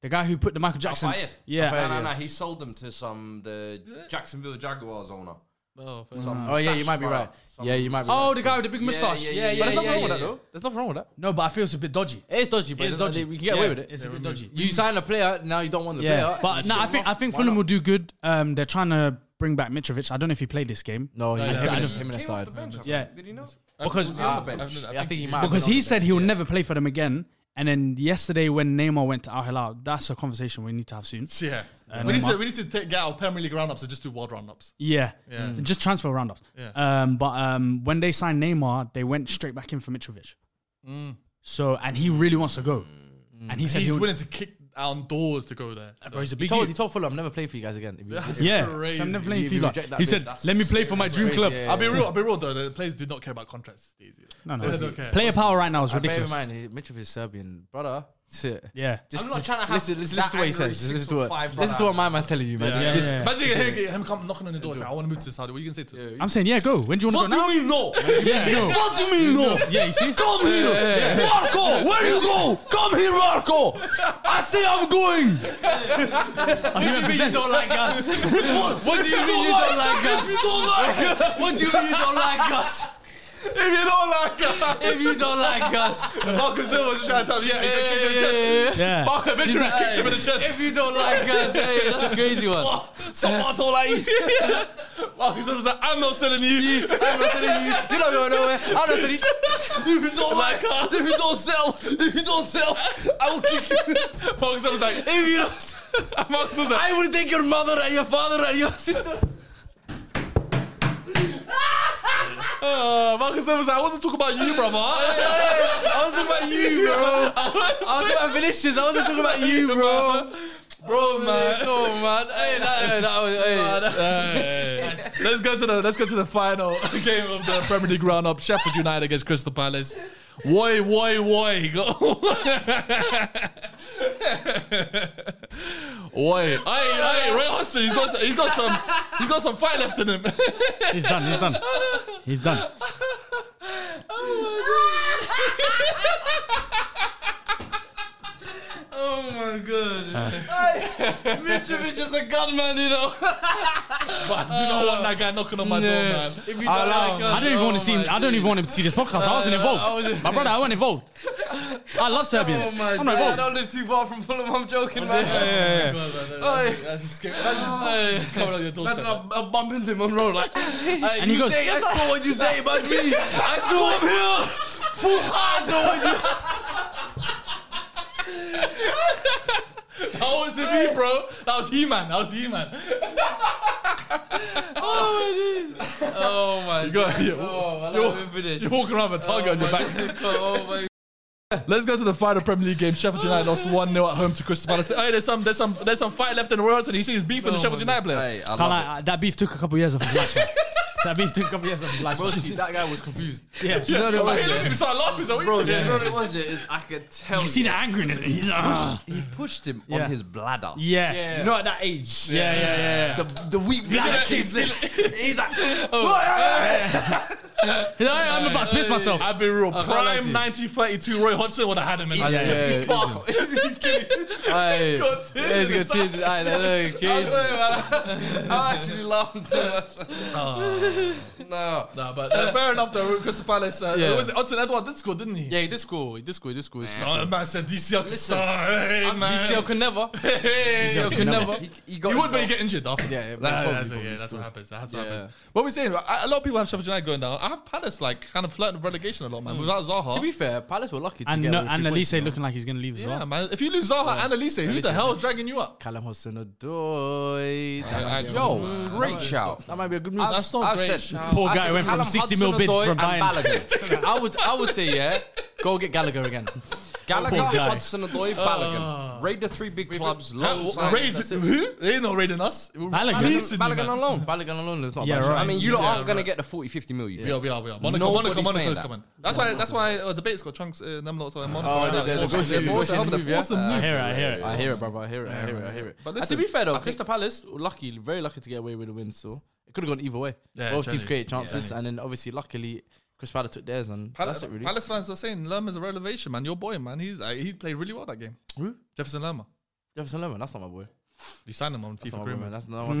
[SPEAKER 2] the guy who put the Michael Jackson,
[SPEAKER 5] Fired.
[SPEAKER 2] yeah,
[SPEAKER 5] No, no, no. He sold them to some the Jacksonville Jaguars owner.
[SPEAKER 4] Mm.
[SPEAKER 1] Oh,
[SPEAKER 3] Oh yeah, you might be right. Yeah, you might be right.
[SPEAKER 2] oh, the guy with the big moustache, yeah, yeah, yeah,
[SPEAKER 3] But there's nothing
[SPEAKER 2] yeah,
[SPEAKER 3] wrong with
[SPEAKER 2] yeah,
[SPEAKER 3] that though. There's nothing wrong with that.
[SPEAKER 2] No, but I feel it's a bit dodgy.
[SPEAKER 3] It's dodgy, but
[SPEAKER 2] It's
[SPEAKER 3] it's dodgy.
[SPEAKER 2] dodgy.
[SPEAKER 3] We can get
[SPEAKER 2] Yeah,
[SPEAKER 3] away with it.
[SPEAKER 2] It's a bit dodgy.
[SPEAKER 3] You sign a uh, player, now you don't want the
[SPEAKER 2] Yeah,
[SPEAKER 3] player.
[SPEAKER 2] but
[SPEAKER 3] you
[SPEAKER 2] no, I
[SPEAKER 3] ship him
[SPEAKER 2] think I
[SPEAKER 3] off.
[SPEAKER 2] think
[SPEAKER 3] Why
[SPEAKER 2] Fulham
[SPEAKER 3] not?
[SPEAKER 2] will do good. Um, they're trying to bring back Mitrovic. I don't know if he played this game.
[SPEAKER 3] No, yeah,
[SPEAKER 1] yeah,
[SPEAKER 3] him,
[SPEAKER 1] yeah.
[SPEAKER 3] and-
[SPEAKER 1] Came
[SPEAKER 3] him
[SPEAKER 5] Came
[SPEAKER 3] and
[SPEAKER 5] off
[SPEAKER 3] aside.
[SPEAKER 5] the bench. I
[SPEAKER 2] Yeah.
[SPEAKER 5] think. Did he not?
[SPEAKER 2] Because-
[SPEAKER 5] Was he on the bench?
[SPEAKER 3] uh, I think he might. have
[SPEAKER 2] Because
[SPEAKER 3] been
[SPEAKER 2] he
[SPEAKER 3] on the
[SPEAKER 2] said
[SPEAKER 3] bench,
[SPEAKER 2] he'll
[SPEAKER 3] yeah.
[SPEAKER 2] never play for them again. And then yesterday, when Neymar went to Al Hilal, that's a conversation we need to have soon.
[SPEAKER 1] Yeah.
[SPEAKER 2] And
[SPEAKER 1] we, need
[SPEAKER 2] Neymar.
[SPEAKER 1] to, we need to take, get our Premier League roundups and just do world roundups.
[SPEAKER 2] Yeah, Mm.
[SPEAKER 3] Mm.
[SPEAKER 2] just transfer roundups. Um, but um, when they signed Neymar, they went straight
[SPEAKER 3] Mm.
[SPEAKER 2] back in for Mitrovic. So, and he really wants to go. And he said
[SPEAKER 1] He's
[SPEAKER 2] he'll-
[SPEAKER 1] willing to kick outdoors to go there. So-
[SPEAKER 2] Bro, he's a
[SPEAKER 3] He
[SPEAKER 2] big.
[SPEAKER 3] told, he told Fulham, I'm never playing for you guys again. If you, if you-
[SPEAKER 2] yeah,
[SPEAKER 1] Crazy.
[SPEAKER 2] so I'm never
[SPEAKER 3] If
[SPEAKER 2] playing
[SPEAKER 3] you
[SPEAKER 2] for you. guys.
[SPEAKER 3] reject that
[SPEAKER 2] He
[SPEAKER 3] bid,
[SPEAKER 2] said,
[SPEAKER 3] that's
[SPEAKER 2] "Let me play for my dream
[SPEAKER 3] crazy,
[SPEAKER 2] club."
[SPEAKER 3] yeah,
[SPEAKER 1] I'll be real. I'll be real though. The players do not care about contracts these days.
[SPEAKER 2] No, no,
[SPEAKER 1] They
[SPEAKER 2] it's-
[SPEAKER 1] don't care.
[SPEAKER 2] player power right now is
[SPEAKER 3] I bear in
[SPEAKER 2] ridiculous.
[SPEAKER 3] mind, he- Mitrovic is Serbian, brother. Sit.
[SPEAKER 2] Yeah,
[SPEAKER 3] Just
[SPEAKER 4] I'm not trying to have
[SPEAKER 3] listen. Listen, listen
[SPEAKER 4] that
[SPEAKER 3] to what he
[SPEAKER 4] angry
[SPEAKER 3] says. Just
[SPEAKER 4] six
[SPEAKER 3] listen to
[SPEAKER 4] foot
[SPEAKER 3] what.
[SPEAKER 4] five
[SPEAKER 3] listen to
[SPEAKER 4] brother.
[SPEAKER 3] what my man's telling you, man.
[SPEAKER 1] Yeah.
[SPEAKER 3] Just-
[SPEAKER 2] Yeah,
[SPEAKER 3] just-
[SPEAKER 2] yeah, yeah.
[SPEAKER 1] Imagine you hear him come knocking on the door. It's like, I want to move to Saudi. What are you gonna say to him?
[SPEAKER 2] I'm saying, yeah, go. When do you want to go now?
[SPEAKER 4] mean no?
[SPEAKER 2] Yeah, no.
[SPEAKER 4] What do you mean no?
[SPEAKER 2] Yeah, you see?
[SPEAKER 4] Come here, Marco. Where you go? Come here, Marco. I say I'm going.
[SPEAKER 3] Oh, What do you mean you don't like us?
[SPEAKER 4] What, what do you mean you don't like us? You don't like us.
[SPEAKER 3] What do you mean you don't like us?
[SPEAKER 1] If you don't like us,
[SPEAKER 3] If you don't like us,
[SPEAKER 1] Marco Silva just trying to tell him, yeah, he just kicked him in the chest.
[SPEAKER 3] yeah, yeah.
[SPEAKER 2] Yeah.
[SPEAKER 1] Marco Mitrovic kicks him in the chest.
[SPEAKER 3] If you don't like us, hey, that's a crazy one.
[SPEAKER 4] Someone told like
[SPEAKER 1] Marco Silva's like, I'm not selling you.
[SPEAKER 3] I'm not telling you, you're not going nowhere. I'm not telling you.
[SPEAKER 4] If you don't like us, if you don't sell, if you don't sell, I will kick you.
[SPEAKER 1] Marco Silva's like,
[SPEAKER 3] If you don't,
[SPEAKER 1] Marco Silva's like,
[SPEAKER 3] I will take your mother and your father and your sister.
[SPEAKER 1] uh, Marco Silva's like, I wasn't talking about you, brother.
[SPEAKER 3] I was talking about you, bro. I was talking about finishes. I wasn't talking about you, bro.
[SPEAKER 1] Bro, man.
[SPEAKER 3] Oh man, hey, that, that was, hey.
[SPEAKER 1] Hey. let's go to the let's go to the final game of the Premier League round up. Sheffield United against Crystal Palace. Woi woi woi go. Woi, hey hey Ray Hudson, he's got he's got some he's got some fight left in him.
[SPEAKER 2] He's done. He's done. He's done.
[SPEAKER 3] Oh my god. Mitrovic is a gunman, you know.
[SPEAKER 1] but do not want that guy knocking on my door, man.
[SPEAKER 3] If you don't
[SPEAKER 1] Allow
[SPEAKER 3] like
[SPEAKER 1] him.
[SPEAKER 3] us,
[SPEAKER 2] I don't even
[SPEAKER 3] oh
[SPEAKER 2] want to see him.
[SPEAKER 3] my
[SPEAKER 2] I don't even want him to see this podcast. I wasn't
[SPEAKER 3] no,
[SPEAKER 2] involved.
[SPEAKER 3] I wasn't-
[SPEAKER 2] My brother, I wasn't involved. I love Serbians.
[SPEAKER 3] Oh my
[SPEAKER 2] I'm
[SPEAKER 3] god.
[SPEAKER 2] not
[SPEAKER 3] I
[SPEAKER 2] involved.
[SPEAKER 3] don't live too far from Fulham, I'm joking, man.
[SPEAKER 1] Oh my God, man, that's- That's just scary. That's just
[SPEAKER 3] Hey.
[SPEAKER 1] coming on your doorstep.
[SPEAKER 3] Imagine I, I bump into Monroe like, and
[SPEAKER 2] he
[SPEAKER 3] you
[SPEAKER 2] goes-
[SPEAKER 3] say, I saw what you say about me. I saw him here. Full I saw what you.
[SPEAKER 1] How was it me, bro? That was he man. That was he man.
[SPEAKER 3] Oh my
[SPEAKER 1] You got you.
[SPEAKER 3] Oh, I
[SPEAKER 1] You're-
[SPEAKER 3] love him finish.
[SPEAKER 1] You're walking around with a target on your back.
[SPEAKER 3] Oh my.
[SPEAKER 1] Let's go to the final Premier League game. Sheffield United lost 1 0 at home to Crystal Palace. Hey, there's some, there's some, there's some fight left in the world, and you see his beef with the Sheffield United player.
[SPEAKER 4] Hey, I
[SPEAKER 2] Can't
[SPEAKER 4] love
[SPEAKER 2] lie, uh, that beef took a couple years off his life. man. that beef took a couple years off his life.
[SPEAKER 3] that guy was confused.
[SPEAKER 2] yeah, do you know what it
[SPEAKER 1] Like,
[SPEAKER 2] was?
[SPEAKER 1] he looked at him, started laughing. So bro,
[SPEAKER 4] it. You know what it was? yeah, Is I could tell.
[SPEAKER 2] You see the anger in it. He's like, "Ah."
[SPEAKER 4] He pushed him
[SPEAKER 2] Yeah.
[SPEAKER 4] on his bladder.
[SPEAKER 2] yeah.
[SPEAKER 3] Yeah.
[SPEAKER 4] You know, at that age.
[SPEAKER 2] Yeah, yeah, yeah, yeah.
[SPEAKER 4] The, the weak bladder kicks in. He's like,
[SPEAKER 2] He's like, "Hey, I'm about to piss myself.
[SPEAKER 1] I've been real.
[SPEAKER 3] can't lie to
[SPEAKER 1] Prime
[SPEAKER 3] you.
[SPEAKER 1] 1932 Roy Hodgson would have had him in.
[SPEAKER 4] Yeah,
[SPEAKER 3] yeah, yeah.
[SPEAKER 4] he's sparkle. He's kidding.
[SPEAKER 3] Aye.
[SPEAKER 1] got tears
[SPEAKER 3] He's got
[SPEAKER 1] in his
[SPEAKER 3] tears. in- Aye, that look
[SPEAKER 4] I'm
[SPEAKER 3] crazy.
[SPEAKER 4] sorry, man. I'm
[SPEAKER 3] Ah,
[SPEAKER 4] actually laughing too much. No.
[SPEAKER 1] Nah, but uh, fair enough, though. Crystal Palace. Uh,
[SPEAKER 3] Yeah.
[SPEAKER 1] yeah. Was it Hudson Edward did score, didn't he?
[SPEAKER 3] Yeah, he did score. He did score. He did score. He's strong.
[SPEAKER 1] Oh, man said DCL to
[SPEAKER 3] Listen,
[SPEAKER 1] start. Hey, man.
[SPEAKER 3] DCL can never.
[SPEAKER 1] Hey.
[SPEAKER 3] DCL can never.
[SPEAKER 4] He got
[SPEAKER 1] You
[SPEAKER 4] his
[SPEAKER 1] would, but you get injured after.
[SPEAKER 3] Yeah, yeah,
[SPEAKER 1] Nah,
[SPEAKER 3] probably,
[SPEAKER 1] that's,
[SPEAKER 3] probably
[SPEAKER 1] yeah, that's
[SPEAKER 3] still.
[SPEAKER 1] what happens. That's what
[SPEAKER 3] Yeah.
[SPEAKER 1] happens. What we're saying, I, a lot of people have Sheffield United going down. I have Palace like kind of flirting with relegation a lot, man. Without Zaha,
[SPEAKER 3] Mm. To be fair, Palace were lucky to
[SPEAKER 2] and
[SPEAKER 3] get
[SPEAKER 2] no,
[SPEAKER 3] away with
[SPEAKER 2] and
[SPEAKER 3] three
[SPEAKER 2] Elise
[SPEAKER 3] points, you know.
[SPEAKER 2] looking like he's gonna leave as
[SPEAKER 1] yeah,
[SPEAKER 2] well.
[SPEAKER 1] man. If you lose Zaha and Elise, who the
[SPEAKER 3] Elise,
[SPEAKER 1] hell
[SPEAKER 3] yeah.
[SPEAKER 1] is dragging you up?
[SPEAKER 3] Callum Hudson Odoi.
[SPEAKER 4] Yo, great shout.
[SPEAKER 3] That might be a good move.
[SPEAKER 1] That's not
[SPEAKER 4] I've
[SPEAKER 1] great.
[SPEAKER 4] said,
[SPEAKER 2] Poor
[SPEAKER 4] I
[SPEAKER 2] guy
[SPEAKER 4] said
[SPEAKER 2] went from
[SPEAKER 4] Callum
[SPEAKER 2] 60 mil bid
[SPEAKER 4] Hudson-Odoi
[SPEAKER 2] from
[SPEAKER 4] and
[SPEAKER 2] Bayern.
[SPEAKER 4] Balogun.
[SPEAKER 3] I would I would say yeah. Go get Gallagher again.
[SPEAKER 4] Gallagher,
[SPEAKER 2] Poor guy. Ah.
[SPEAKER 4] Hudson, Odoi, Balogun. Raid the three big clubs. Low
[SPEAKER 1] How, raid, who? They're not raiding us.
[SPEAKER 2] Balogun.
[SPEAKER 1] Releasing you,
[SPEAKER 4] Balogun
[SPEAKER 1] man.
[SPEAKER 4] alone.
[SPEAKER 3] Balogun alone is not
[SPEAKER 2] Yeah,
[SPEAKER 3] bad.
[SPEAKER 2] right.
[SPEAKER 4] I mean, you lot
[SPEAKER 1] Yeah,
[SPEAKER 4] aren't going
[SPEAKER 1] right.
[SPEAKER 4] to get the 40, 50 mil. You
[SPEAKER 1] We are,
[SPEAKER 4] think.
[SPEAKER 1] we are, we are. Monaco,
[SPEAKER 4] Nobody's
[SPEAKER 1] Monaco,
[SPEAKER 4] paying
[SPEAKER 1] Monaco's
[SPEAKER 4] that.
[SPEAKER 1] coming. That's why, that's why uh, the bait's got chunks. Uh, them lots of Monaco.
[SPEAKER 3] Oh,
[SPEAKER 1] Right,
[SPEAKER 3] they're- they're
[SPEAKER 1] force
[SPEAKER 3] negotiating,
[SPEAKER 1] them, force them,
[SPEAKER 3] negotiating the
[SPEAKER 1] force them,
[SPEAKER 3] move,
[SPEAKER 2] I
[SPEAKER 1] move.
[SPEAKER 2] hear it. I hear it.
[SPEAKER 3] I hear it, brother. I hear it. I hear it. I hear it.
[SPEAKER 1] But
[SPEAKER 3] But
[SPEAKER 1] listen,
[SPEAKER 3] to be fair though,
[SPEAKER 1] I think-
[SPEAKER 3] Crystal Palace lucky, very lucky to get away with a win. So it could have gone either way.
[SPEAKER 1] Yeah,
[SPEAKER 3] Both teams
[SPEAKER 1] generally.
[SPEAKER 3] created
[SPEAKER 1] Yeah,
[SPEAKER 3] chances, and then obviously, luckily, Crystal Palace took theirs, and
[SPEAKER 1] Palace,
[SPEAKER 3] that's it really.
[SPEAKER 1] Palace fans are saying Lerma's a revelation, man. Your boy, man. He's like, he played really well that game.
[SPEAKER 3] Who?
[SPEAKER 1] Jefferson Lerma.
[SPEAKER 3] Jefferson Lerman, that's not my boy.
[SPEAKER 1] You signed him on
[SPEAKER 3] That's
[SPEAKER 1] FIFA
[SPEAKER 3] not my boy. man.
[SPEAKER 1] agreement.
[SPEAKER 3] That's not that's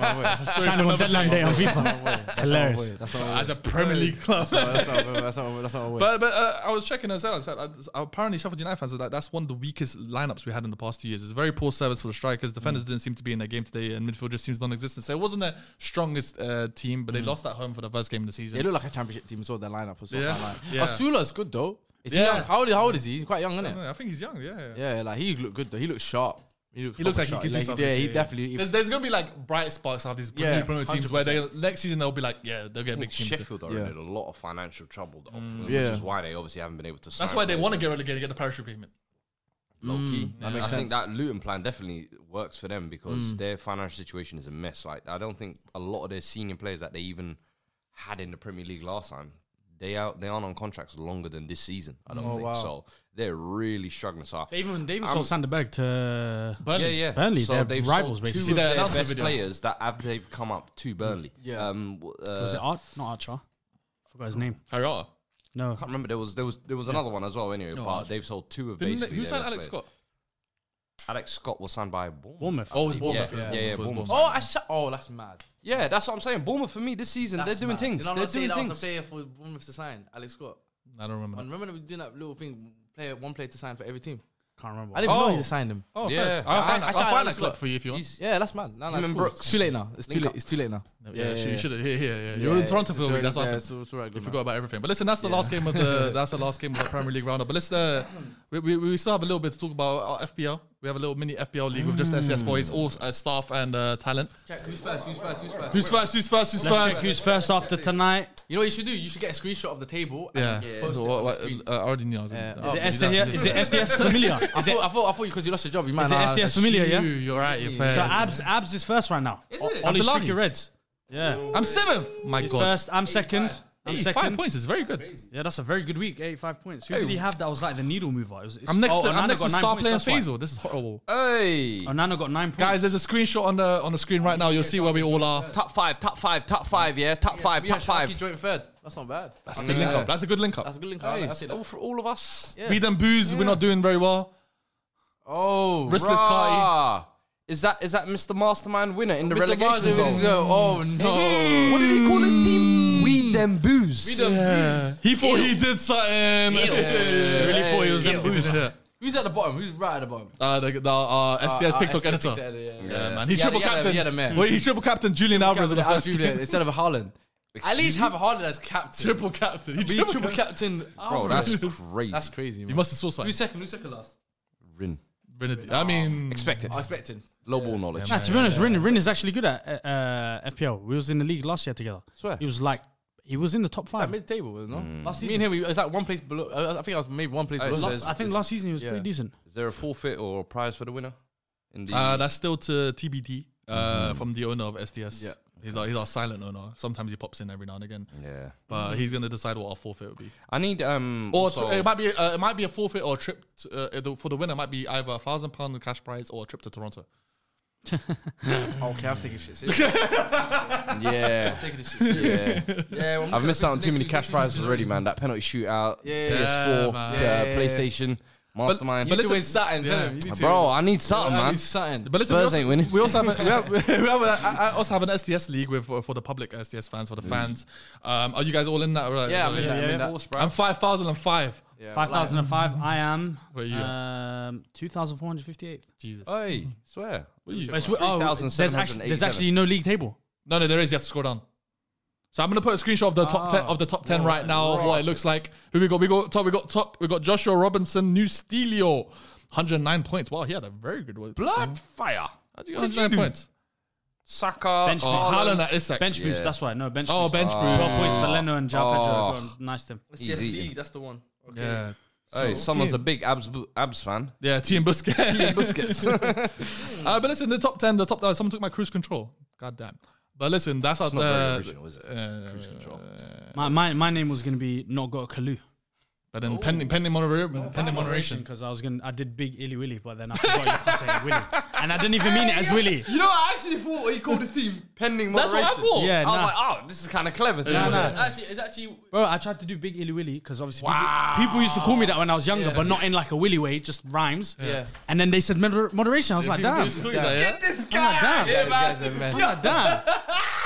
[SPEAKER 3] my boy. That's
[SPEAKER 2] Signed him on deadline day on
[SPEAKER 3] not
[SPEAKER 2] FIFA.
[SPEAKER 3] my boy. That's not my boy.
[SPEAKER 2] Hilarious.
[SPEAKER 3] That's not my boy.
[SPEAKER 1] As a Premier League club.
[SPEAKER 3] That's not my boy. That's not my boy. That's not my boy.
[SPEAKER 1] But but uh, I was checking as well. it's like, uh, apparently, Sheffield United fans are like that's one of the weakest lineups we had in the past two years. It's very poor service for the strikers. Defenders didn't seem to be in their game today, and midfield just seems non-existent. So it wasn't their strongest uh, team, but they lost at home for the first game of the season.
[SPEAKER 3] They look like a championship team, so their lineup as well.
[SPEAKER 1] Yeah.
[SPEAKER 3] Yeah. Like,
[SPEAKER 1] Yeah.
[SPEAKER 3] Asula's good though. Is he
[SPEAKER 1] Yeah.
[SPEAKER 3] young? How old, how old is he? He's quite young, isn't
[SPEAKER 1] Yeah, I think he's young. Yeah, yeah.
[SPEAKER 3] Yeah, like he looked good though. He looked sharp. He,
[SPEAKER 1] He looks like he
[SPEAKER 3] proper
[SPEAKER 1] could do
[SPEAKER 3] sharp.
[SPEAKER 1] something.
[SPEAKER 3] Yeah, he
[SPEAKER 1] yeah.
[SPEAKER 3] definitely.
[SPEAKER 1] There's, there's gonna be like bright sparks out of these
[SPEAKER 3] Yeah,
[SPEAKER 1] new Premier teams where they next season they'll be like, yeah, they'll get big teams.
[SPEAKER 4] Sheffield are
[SPEAKER 3] Yeah.
[SPEAKER 4] in a lot of financial trouble, though, which
[SPEAKER 3] Yeah.
[SPEAKER 4] is why they obviously haven't been able to sign.
[SPEAKER 1] Mm. That's why they
[SPEAKER 4] players.
[SPEAKER 1] want to get relegated, get the parachute payment.
[SPEAKER 4] low key. I think that Luton plan definitely works for them because their financial situation is a mess. Like I don't think a lot of their senior players that they even had in the Premier League last time. They are they aren't on contracts longer than this season. I don't think so. They're really struggling. So I-
[SPEAKER 2] They even
[SPEAKER 1] Um,
[SPEAKER 2] they even
[SPEAKER 4] I'm-
[SPEAKER 2] sold Sandberg to
[SPEAKER 4] yeah, yeah.
[SPEAKER 2] Burnley.
[SPEAKER 4] So
[SPEAKER 2] they're
[SPEAKER 4] they've
[SPEAKER 2] rivals,
[SPEAKER 4] sold two
[SPEAKER 2] basically.
[SPEAKER 4] of
[SPEAKER 1] See that
[SPEAKER 4] their
[SPEAKER 1] announcement
[SPEAKER 4] best
[SPEAKER 1] video?
[SPEAKER 4] players that have they've come up to Burnley.
[SPEAKER 3] Yeah.
[SPEAKER 4] Um, w- uh,
[SPEAKER 2] Was it Art? Not Archer. Forgot his name.
[SPEAKER 1] Herrera.
[SPEAKER 2] No.
[SPEAKER 4] I can't remember. There was there was there was another one as well. Anyway,
[SPEAKER 1] No,
[SPEAKER 4] but
[SPEAKER 1] I-
[SPEAKER 4] they've sold two
[SPEAKER 1] Didn't
[SPEAKER 4] of
[SPEAKER 1] they,
[SPEAKER 4] basically.
[SPEAKER 1] who
[SPEAKER 4] their
[SPEAKER 1] signed
[SPEAKER 4] best
[SPEAKER 1] Alex
[SPEAKER 4] players.
[SPEAKER 1] Scott?
[SPEAKER 4] Alex Scott was signed by Bournemouth.
[SPEAKER 2] Bournemouth.
[SPEAKER 1] Oh, it's
[SPEAKER 4] Yeah,
[SPEAKER 1] Bournemouth.
[SPEAKER 4] yeah, yeah, Bournemouth.
[SPEAKER 3] Oh, I sh- oh, that's mad.
[SPEAKER 4] Yeah, that's what I'm saying. Bournemouth for me this season,
[SPEAKER 3] That's
[SPEAKER 4] they're doing
[SPEAKER 3] mad.
[SPEAKER 4] things.
[SPEAKER 3] Did I not
[SPEAKER 4] They're
[SPEAKER 3] say
[SPEAKER 4] doing
[SPEAKER 3] that
[SPEAKER 4] things.
[SPEAKER 3] was a player for Bournemouth to sign? Alex Scott.
[SPEAKER 1] I don't remember.
[SPEAKER 3] And remember they were doing that little thing, player one player to sign for every team.
[SPEAKER 2] Can't remember.
[SPEAKER 3] I didn't
[SPEAKER 1] Oh.
[SPEAKER 3] know he signed him.
[SPEAKER 1] Oh,
[SPEAKER 4] Yeah.
[SPEAKER 1] yeah.
[SPEAKER 4] I-
[SPEAKER 1] I'll find,
[SPEAKER 3] I
[SPEAKER 1] I'll
[SPEAKER 3] shout
[SPEAKER 1] find
[SPEAKER 3] Alex
[SPEAKER 1] Alex Scott
[SPEAKER 3] Scott.
[SPEAKER 1] for you if you want.
[SPEAKER 3] Yeah, that's mad. No, no,
[SPEAKER 4] Him
[SPEAKER 3] it's
[SPEAKER 4] and
[SPEAKER 3] cool.
[SPEAKER 4] Brooks.
[SPEAKER 3] It's too late now. It's too
[SPEAKER 4] Link
[SPEAKER 3] late.
[SPEAKER 4] up.
[SPEAKER 3] It's too late now.
[SPEAKER 1] Yeah, yeah, you should have. Yeah, yeah, yeah. You were
[SPEAKER 3] Yeah,
[SPEAKER 1] in Toronto for
[SPEAKER 3] it's
[SPEAKER 1] the week.
[SPEAKER 3] already-
[SPEAKER 1] That's what
[SPEAKER 3] yeah,
[SPEAKER 1] happened.
[SPEAKER 3] it's- it's already
[SPEAKER 1] You
[SPEAKER 3] gone
[SPEAKER 1] forgot about everything. But listen, that's the last game of the. That's the last game of the Premier League roundup. But let's. Uh, we, we, we still have a little bit to talk about uh, our FPL. We have a little mini FPL league with just SES boys, all uh, staff and uh, talent.
[SPEAKER 3] Check who's first, who's first, who's first.
[SPEAKER 1] Who's first? Who's first? Who's
[SPEAKER 2] Let's
[SPEAKER 1] first?
[SPEAKER 2] check who's first after tonight.
[SPEAKER 3] You know what you should do? You should get a screenshot of the table. And
[SPEAKER 1] Yeah.
[SPEAKER 3] then
[SPEAKER 1] yeah.
[SPEAKER 3] post it
[SPEAKER 1] What-
[SPEAKER 3] on
[SPEAKER 1] what-
[SPEAKER 3] the screen.
[SPEAKER 1] uh, I already knew. I was gonna do that. Oh,
[SPEAKER 2] Is it
[SPEAKER 1] You
[SPEAKER 2] SDS?
[SPEAKER 1] don't have to do
[SPEAKER 2] Is
[SPEAKER 1] that.
[SPEAKER 2] it SDS familiar?
[SPEAKER 3] I,
[SPEAKER 2] Is it,
[SPEAKER 3] thought, I thought I thought because you lost your job, you might
[SPEAKER 2] is it
[SPEAKER 3] not-
[SPEAKER 2] SDS familiar?
[SPEAKER 1] You,
[SPEAKER 2] Yeah.
[SPEAKER 1] you're right. You're
[SPEAKER 2] So
[SPEAKER 1] fair.
[SPEAKER 2] Abs Abs is first right now. Is
[SPEAKER 3] it?
[SPEAKER 2] Ollie's
[SPEAKER 1] Abdullahi.
[SPEAKER 2] tricky reds. Yeah.
[SPEAKER 3] Oh,
[SPEAKER 1] I'm seventh. My
[SPEAKER 2] He's
[SPEAKER 1] God.
[SPEAKER 2] first. I'm second. I'm
[SPEAKER 1] 85
[SPEAKER 2] second.
[SPEAKER 1] points is very good.
[SPEAKER 2] Yeah, that's a very good week. 85 points. Who did he have that was like the needle mover? It was, it's-
[SPEAKER 1] I'm next.
[SPEAKER 2] oh,
[SPEAKER 1] to, I'm
[SPEAKER 2] Onana
[SPEAKER 1] next to
[SPEAKER 2] got nine
[SPEAKER 1] star
[SPEAKER 2] points,
[SPEAKER 1] player
[SPEAKER 2] that's why.
[SPEAKER 1] Faisal. This is horrible,
[SPEAKER 4] Hey,
[SPEAKER 2] Onana got nine points.
[SPEAKER 1] guys. There's a screenshot on the on the screen right now. You'll see where we all are.
[SPEAKER 4] top five, top five, top five. Yeah, top five,
[SPEAKER 3] We are
[SPEAKER 4] top
[SPEAKER 3] Sharky
[SPEAKER 4] five.
[SPEAKER 3] joint third. That's not bad.
[SPEAKER 1] That's a good link up. That's a good link up.
[SPEAKER 3] That's a good link. I
[SPEAKER 4] Hey,
[SPEAKER 3] like- I see that.
[SPEAKER 4] all for all of us.
[SPEAKER 1] We them booze. We're not doing very well.
[SPEAKER 3] Oh,
[SPEAKER 1] Wristless Carti.
[SPEAKER 4] Ah, is that is that Mr. Mastermind winner in the
[SPEAKER 3] Mr. Barnes
[SPEAKER 4] relegation
[SPEAKER 3] is in
[SPEAKER 4] zone?
[SPEAKER 3] his zone. Oh no!
[SPEAKER 4] What did he call his team? We them booze.
[SPEAKER 1] Yeah. He thought he did something.
[SPEAKER 2] really thought he was them booze.
[SPEAKER 1] Yeah.
[SPEAKER 3] Who's at the bottom? Who's right at the bottom?
[SPEAKER 1] Uh, the, the uh, SDS
[SPEAKER 3] uh,
[SPEAKER 1] TikTok
[SPEAKER 3] SDS
[SPEAKER 1] editor.
[SPEAKER 3] TikTok editor, yeah.
[SPEAKER 1] Yeah, man. He
[SPEAKER 3] Yeah,
[SPEAKER 1] triple
[SPEAKER 3] yeah,
[SPEAKER 1] captain.
[SPEAKER 3] yeah, the man.
[SPEAKER 1] Wait, he triple captain Julian Alvarez on the
[SPEAKER 3] Al
[SPEAKER 1] first
[SPEAKER 3] Julia
[SPEAKER 1] team.
[SPEAKER 3] instead of Haaland. At least have Haaland as captain.
[SPEAKER 1] Triple captain. He
[SPEAKER 3] Be
[SPEAKER 1] triple,
[SPEAKER 3] triple
[SPEAKER 1] captain.
[SPEAKER 3] captain.
[SPEAKER 4] Bro,
[SPEAKER 3] Alvarez.
[SPEAKER 4] that's crazy.
[SPEAKER 3] that's crazy.
[SPEAKER 1] He
[SPEAKER 3] Man.
[SPEAKER 1] must have saw
[SPEAKER 3] Who's
[SPEAKER 1] something.
[SPEAKER 3] second? Who's second last?
[SPEAKER 4] Rin.
[SPEAKER 1] Benedict. I mean, uh,
[SPEAKER 4] Expected.
[SPEAKER 3] I expected.
[SPEAKER 4] Low ball knowledge.
[SPEAKER 2] Nah, to be honest, Rin, Rin is actually good at uh, uh, FPL. We was in the league last year together.
[SPEAKER 4] Swear.
[SPEAKER 2] He was like, he was in the top five.
[SPEAKER 3] Mid table, you know.
[SPEAKER 2] Last
[SPEAKER 3] Me and him, we, it's like one place below. uh, I, I think I was maybe one place
[SPEAKER 4] Hey,
[SPEAKER 3] below.
[SPEAKER 4] Mm. so
[SPEAKER 3] Last-
[SPEAKER 4] it's-
[SPEAKER 2] I think last season he was
[SPEAKER 3] yeah.
[SPEAKER 2] pretty decent.
[SPEAKER 4] Is there a forfeit or a prize for the winner? In the
[SPEAKER 1] uh, that's still to TBD uh, from the owner of SDS.
[SPEAKER 3] Yeah.
[SPEAKER 1] He's our, he's our silent owner. Sometimes he pops in every now and again,
[SPEAKER 4] yeah.
[SPEAKER 1] but he's gonna decide what our forfeit would be.
[SPEAKER 4] I need um.
[SPEAKER 1] Or
[SPEAKER 4] also-
[SPEAKER 1] to, it might be uh, it might be a forfeit or a trip to, uh, it'll- for the winner. Might be either a thousand pound cash prize or a trip to Toronto.
[SPEAKER 3] okay, I'm taking shit. seriously.
[SPEAKER 4] yeah.
[SPEAKER 3] I'm taking this shit. seriously.
[SPEAKER 4] yeah.
[SPEAKER 3] Yeah, when we
[SPEAKER 4] I've
[SPEAKER 3] cut
[SPEAKER 4] missed out on
[SPEAKER 3] this
[SPEAKER 4] too many
[SPEAKER 3] next
[SPEAKER 4] cash
[SPEAKER 3] week,
[SPEAKER 4] prizes
[SPEAKER 3] next
[SPEAKER 4] already,
[SPEAKER 3] week.
[SPEAKER 4] man. That penalty shootout,
[SPEAKER 3] Yeah.
[SPEAKER 4] PS4,
[SPEAKER 1] Yeah,
[SPEAKER 4] uh,
[SPEAKER 3] man. Yeah.
[SPEAKER 4] PlayStation, Mastermind.
[SPEAKER 3] You need to
[SPEAKER 1] listen-
[SPEAKER 3] win something. Tell
[SPEAKER 1] Yeah.
[SPEAKER 3] him. You need to
[SPEAKER 4] Bro, I need something,
[SPEAKER 3] I
[SPEAKER 4] man.
[SPEAKER 3] need something.
[SPEAKER 1] But listen,
[SPEAKER 4] Spurs
[SPEAKER 1] we also,
[SPEAKER 4] ain't winning.
[SPEAKER 1] We also have, a, we have, we have a, I, I also have an SDS league with uh, for, for the public SDS fans for the fans. Um, are you guys all in that? Right?
[SPEAKER 3] Mm. Yeah, I'm in that. I'm in that.
[SPEAKER 1] I'm five thousand and five.
[SPEAKER 3] Yeah,
[SPEAKER 2] Five thousand and five. I am.
[SPEAKER 1] Where you
[SPEAKER 2] Um, two thousand four hundred fifty-eight.
[SPEAKER 1] Jesus.
[SPEAKER 4] Hey, swear.
[SPEAKER 2] There's
[SPEAKER 1] oh,
[SPEAKER 2] actually, there's actually no league table.
[SPEAKER 1] No, no, there is. You have to scroll down. So I'm gonna put a screenshot of the top
[SPEAKER 3] Ah.
[SPEAKER 1] ten of the top ten right now of what it looks like. Who we got? We got top. We got top. We got Joshua Robinson, New Stelio, 109 points. Wow, he had a very good Mm-hmm. one.
[SPEAKER 4] blood fire.
[SPEAKER 1] How'd you get 109 points.
[SPEAKER 4] Saka,
[SPEAKER 2] Bench
[SPEAKER 4] oh,
[SPEAKER 2] boost.
[SPEAKER 1] Haaland at Isak.
[SPEAKER 2] Bench boost. That's right. No bench.
[SPEAKER 1] Oh,
[SPEAKER 2] boost.
[SPEAKER 1] bench boost.
[SPEAKER 2] Twelve points for Leno and Jao Pedro.
[SPEAKER 4] Oh.
[SPEAKER 2] Got a Nice to him.
[SPEAKER 3] Yes,
[SPEAKER 4] eating.
[SPEAKER 3] league, that's the one. Okay.
[SPEAKER 1] Yeah.
[SPEAKER 4] Hey, someone's a big abs abs fan.
[SPEAKER 1] Yeah, Team Busquets. Team Busquets. uh, but listen, the top 10, the top uh, someone took my cruise control. God damn. But listen, that's
[SPEAKER 4] It's
[SPEAKER 1] not
[SPEAKER 4] not very
[SPEAKER 1] the.
[SPEAKER 4] original, is it?
[SPEAKER 1] uh,
[SPEAKER 4] Cruise control.
[SPEAKER 2] My, my my name was gonna be not got a Kalu.
[SPEAKER 1] but then pending, pending, moderation, Oh. pending moderation.
[SPEAKER 2] because I was gonna I did big illy willy, but then I forgot you can't say willy, and I didn't even mean it as willy.
[SPEAKER 4] You know, I actually thought he called his team pending
[SPEAKER 1] That's what I
[SPEAKER 4] moderation.
[SPEAKER 1] thought.
[SPEAKER 2] Yeah,
[SPEAKER 4] I was
[SPEAKER 2] nah.
[SPEAKER 4] like, oh, this is kind of clever.
[SPEAKER 3] Nah,
[SPEAKER 4] dude.
[SPEAKER 3] nah, Actually, it's actually.
[SPEAKER 2] Bro, I tried to do big illy willy because obviously people, people used to call me that when I was younger, but not in like a willy way, just rhymes.
[SPEAKER 3] Yeah.
[SPEAKER 2] And then they said moder- moderation. I was like,
[SPEAKER 1] People
[SPEAKER 2] damn.
[SPEAKER 1] just tweet that, yeah?
[SPEAKER 4] This
[SPEAKER 2] I was like,
[SPEAKER 4] guy.
[SPEAKER 2] damn.
[SPEAKER 3] Yeah, guys are mad.
[SPEAKER 2] I was like, damn.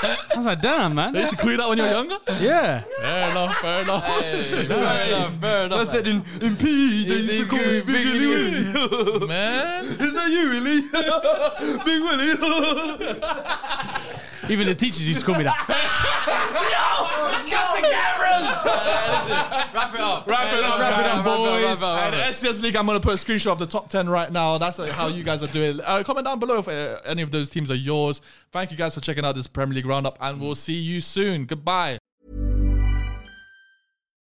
[SPEAKER 2] I was like, damn,
[SPEAKER 1] They
[SPEAKER 2] man.
[SPEAKER 1] used to call you that when you were Oh, younger?
[SPEAKER 2] Yeah.
[SPEAKER 1] fair enough, fair enough.
[SPEAKER 3] Fair enough, fair enough.
[SPEAKER 4] said in, in PE, they used to call me Big Willy Willy.
[SPEAKER 1] Man.
[SPEAKER 4] Is that you, Willy? Big Willy.
[SPEAKER 2] Even the teachers used to call me that.
[SPEAKER 3] Wrap it up.
[SPEAKER 1] Wrap it up,
[SPEAKER 2] wrap it
[SPEAKER 1] guys.
[SPEAKER 2] up, boys.
[SPEAKER 1] And SCS League, I'm going to put a screenshot of the top 10 right now. That's how you guys are doing. Uh, comment down below if uh, any of those teams are yours. Thank you guys for checking out this Premier League roundup, and we'll see you soon. Goodbye.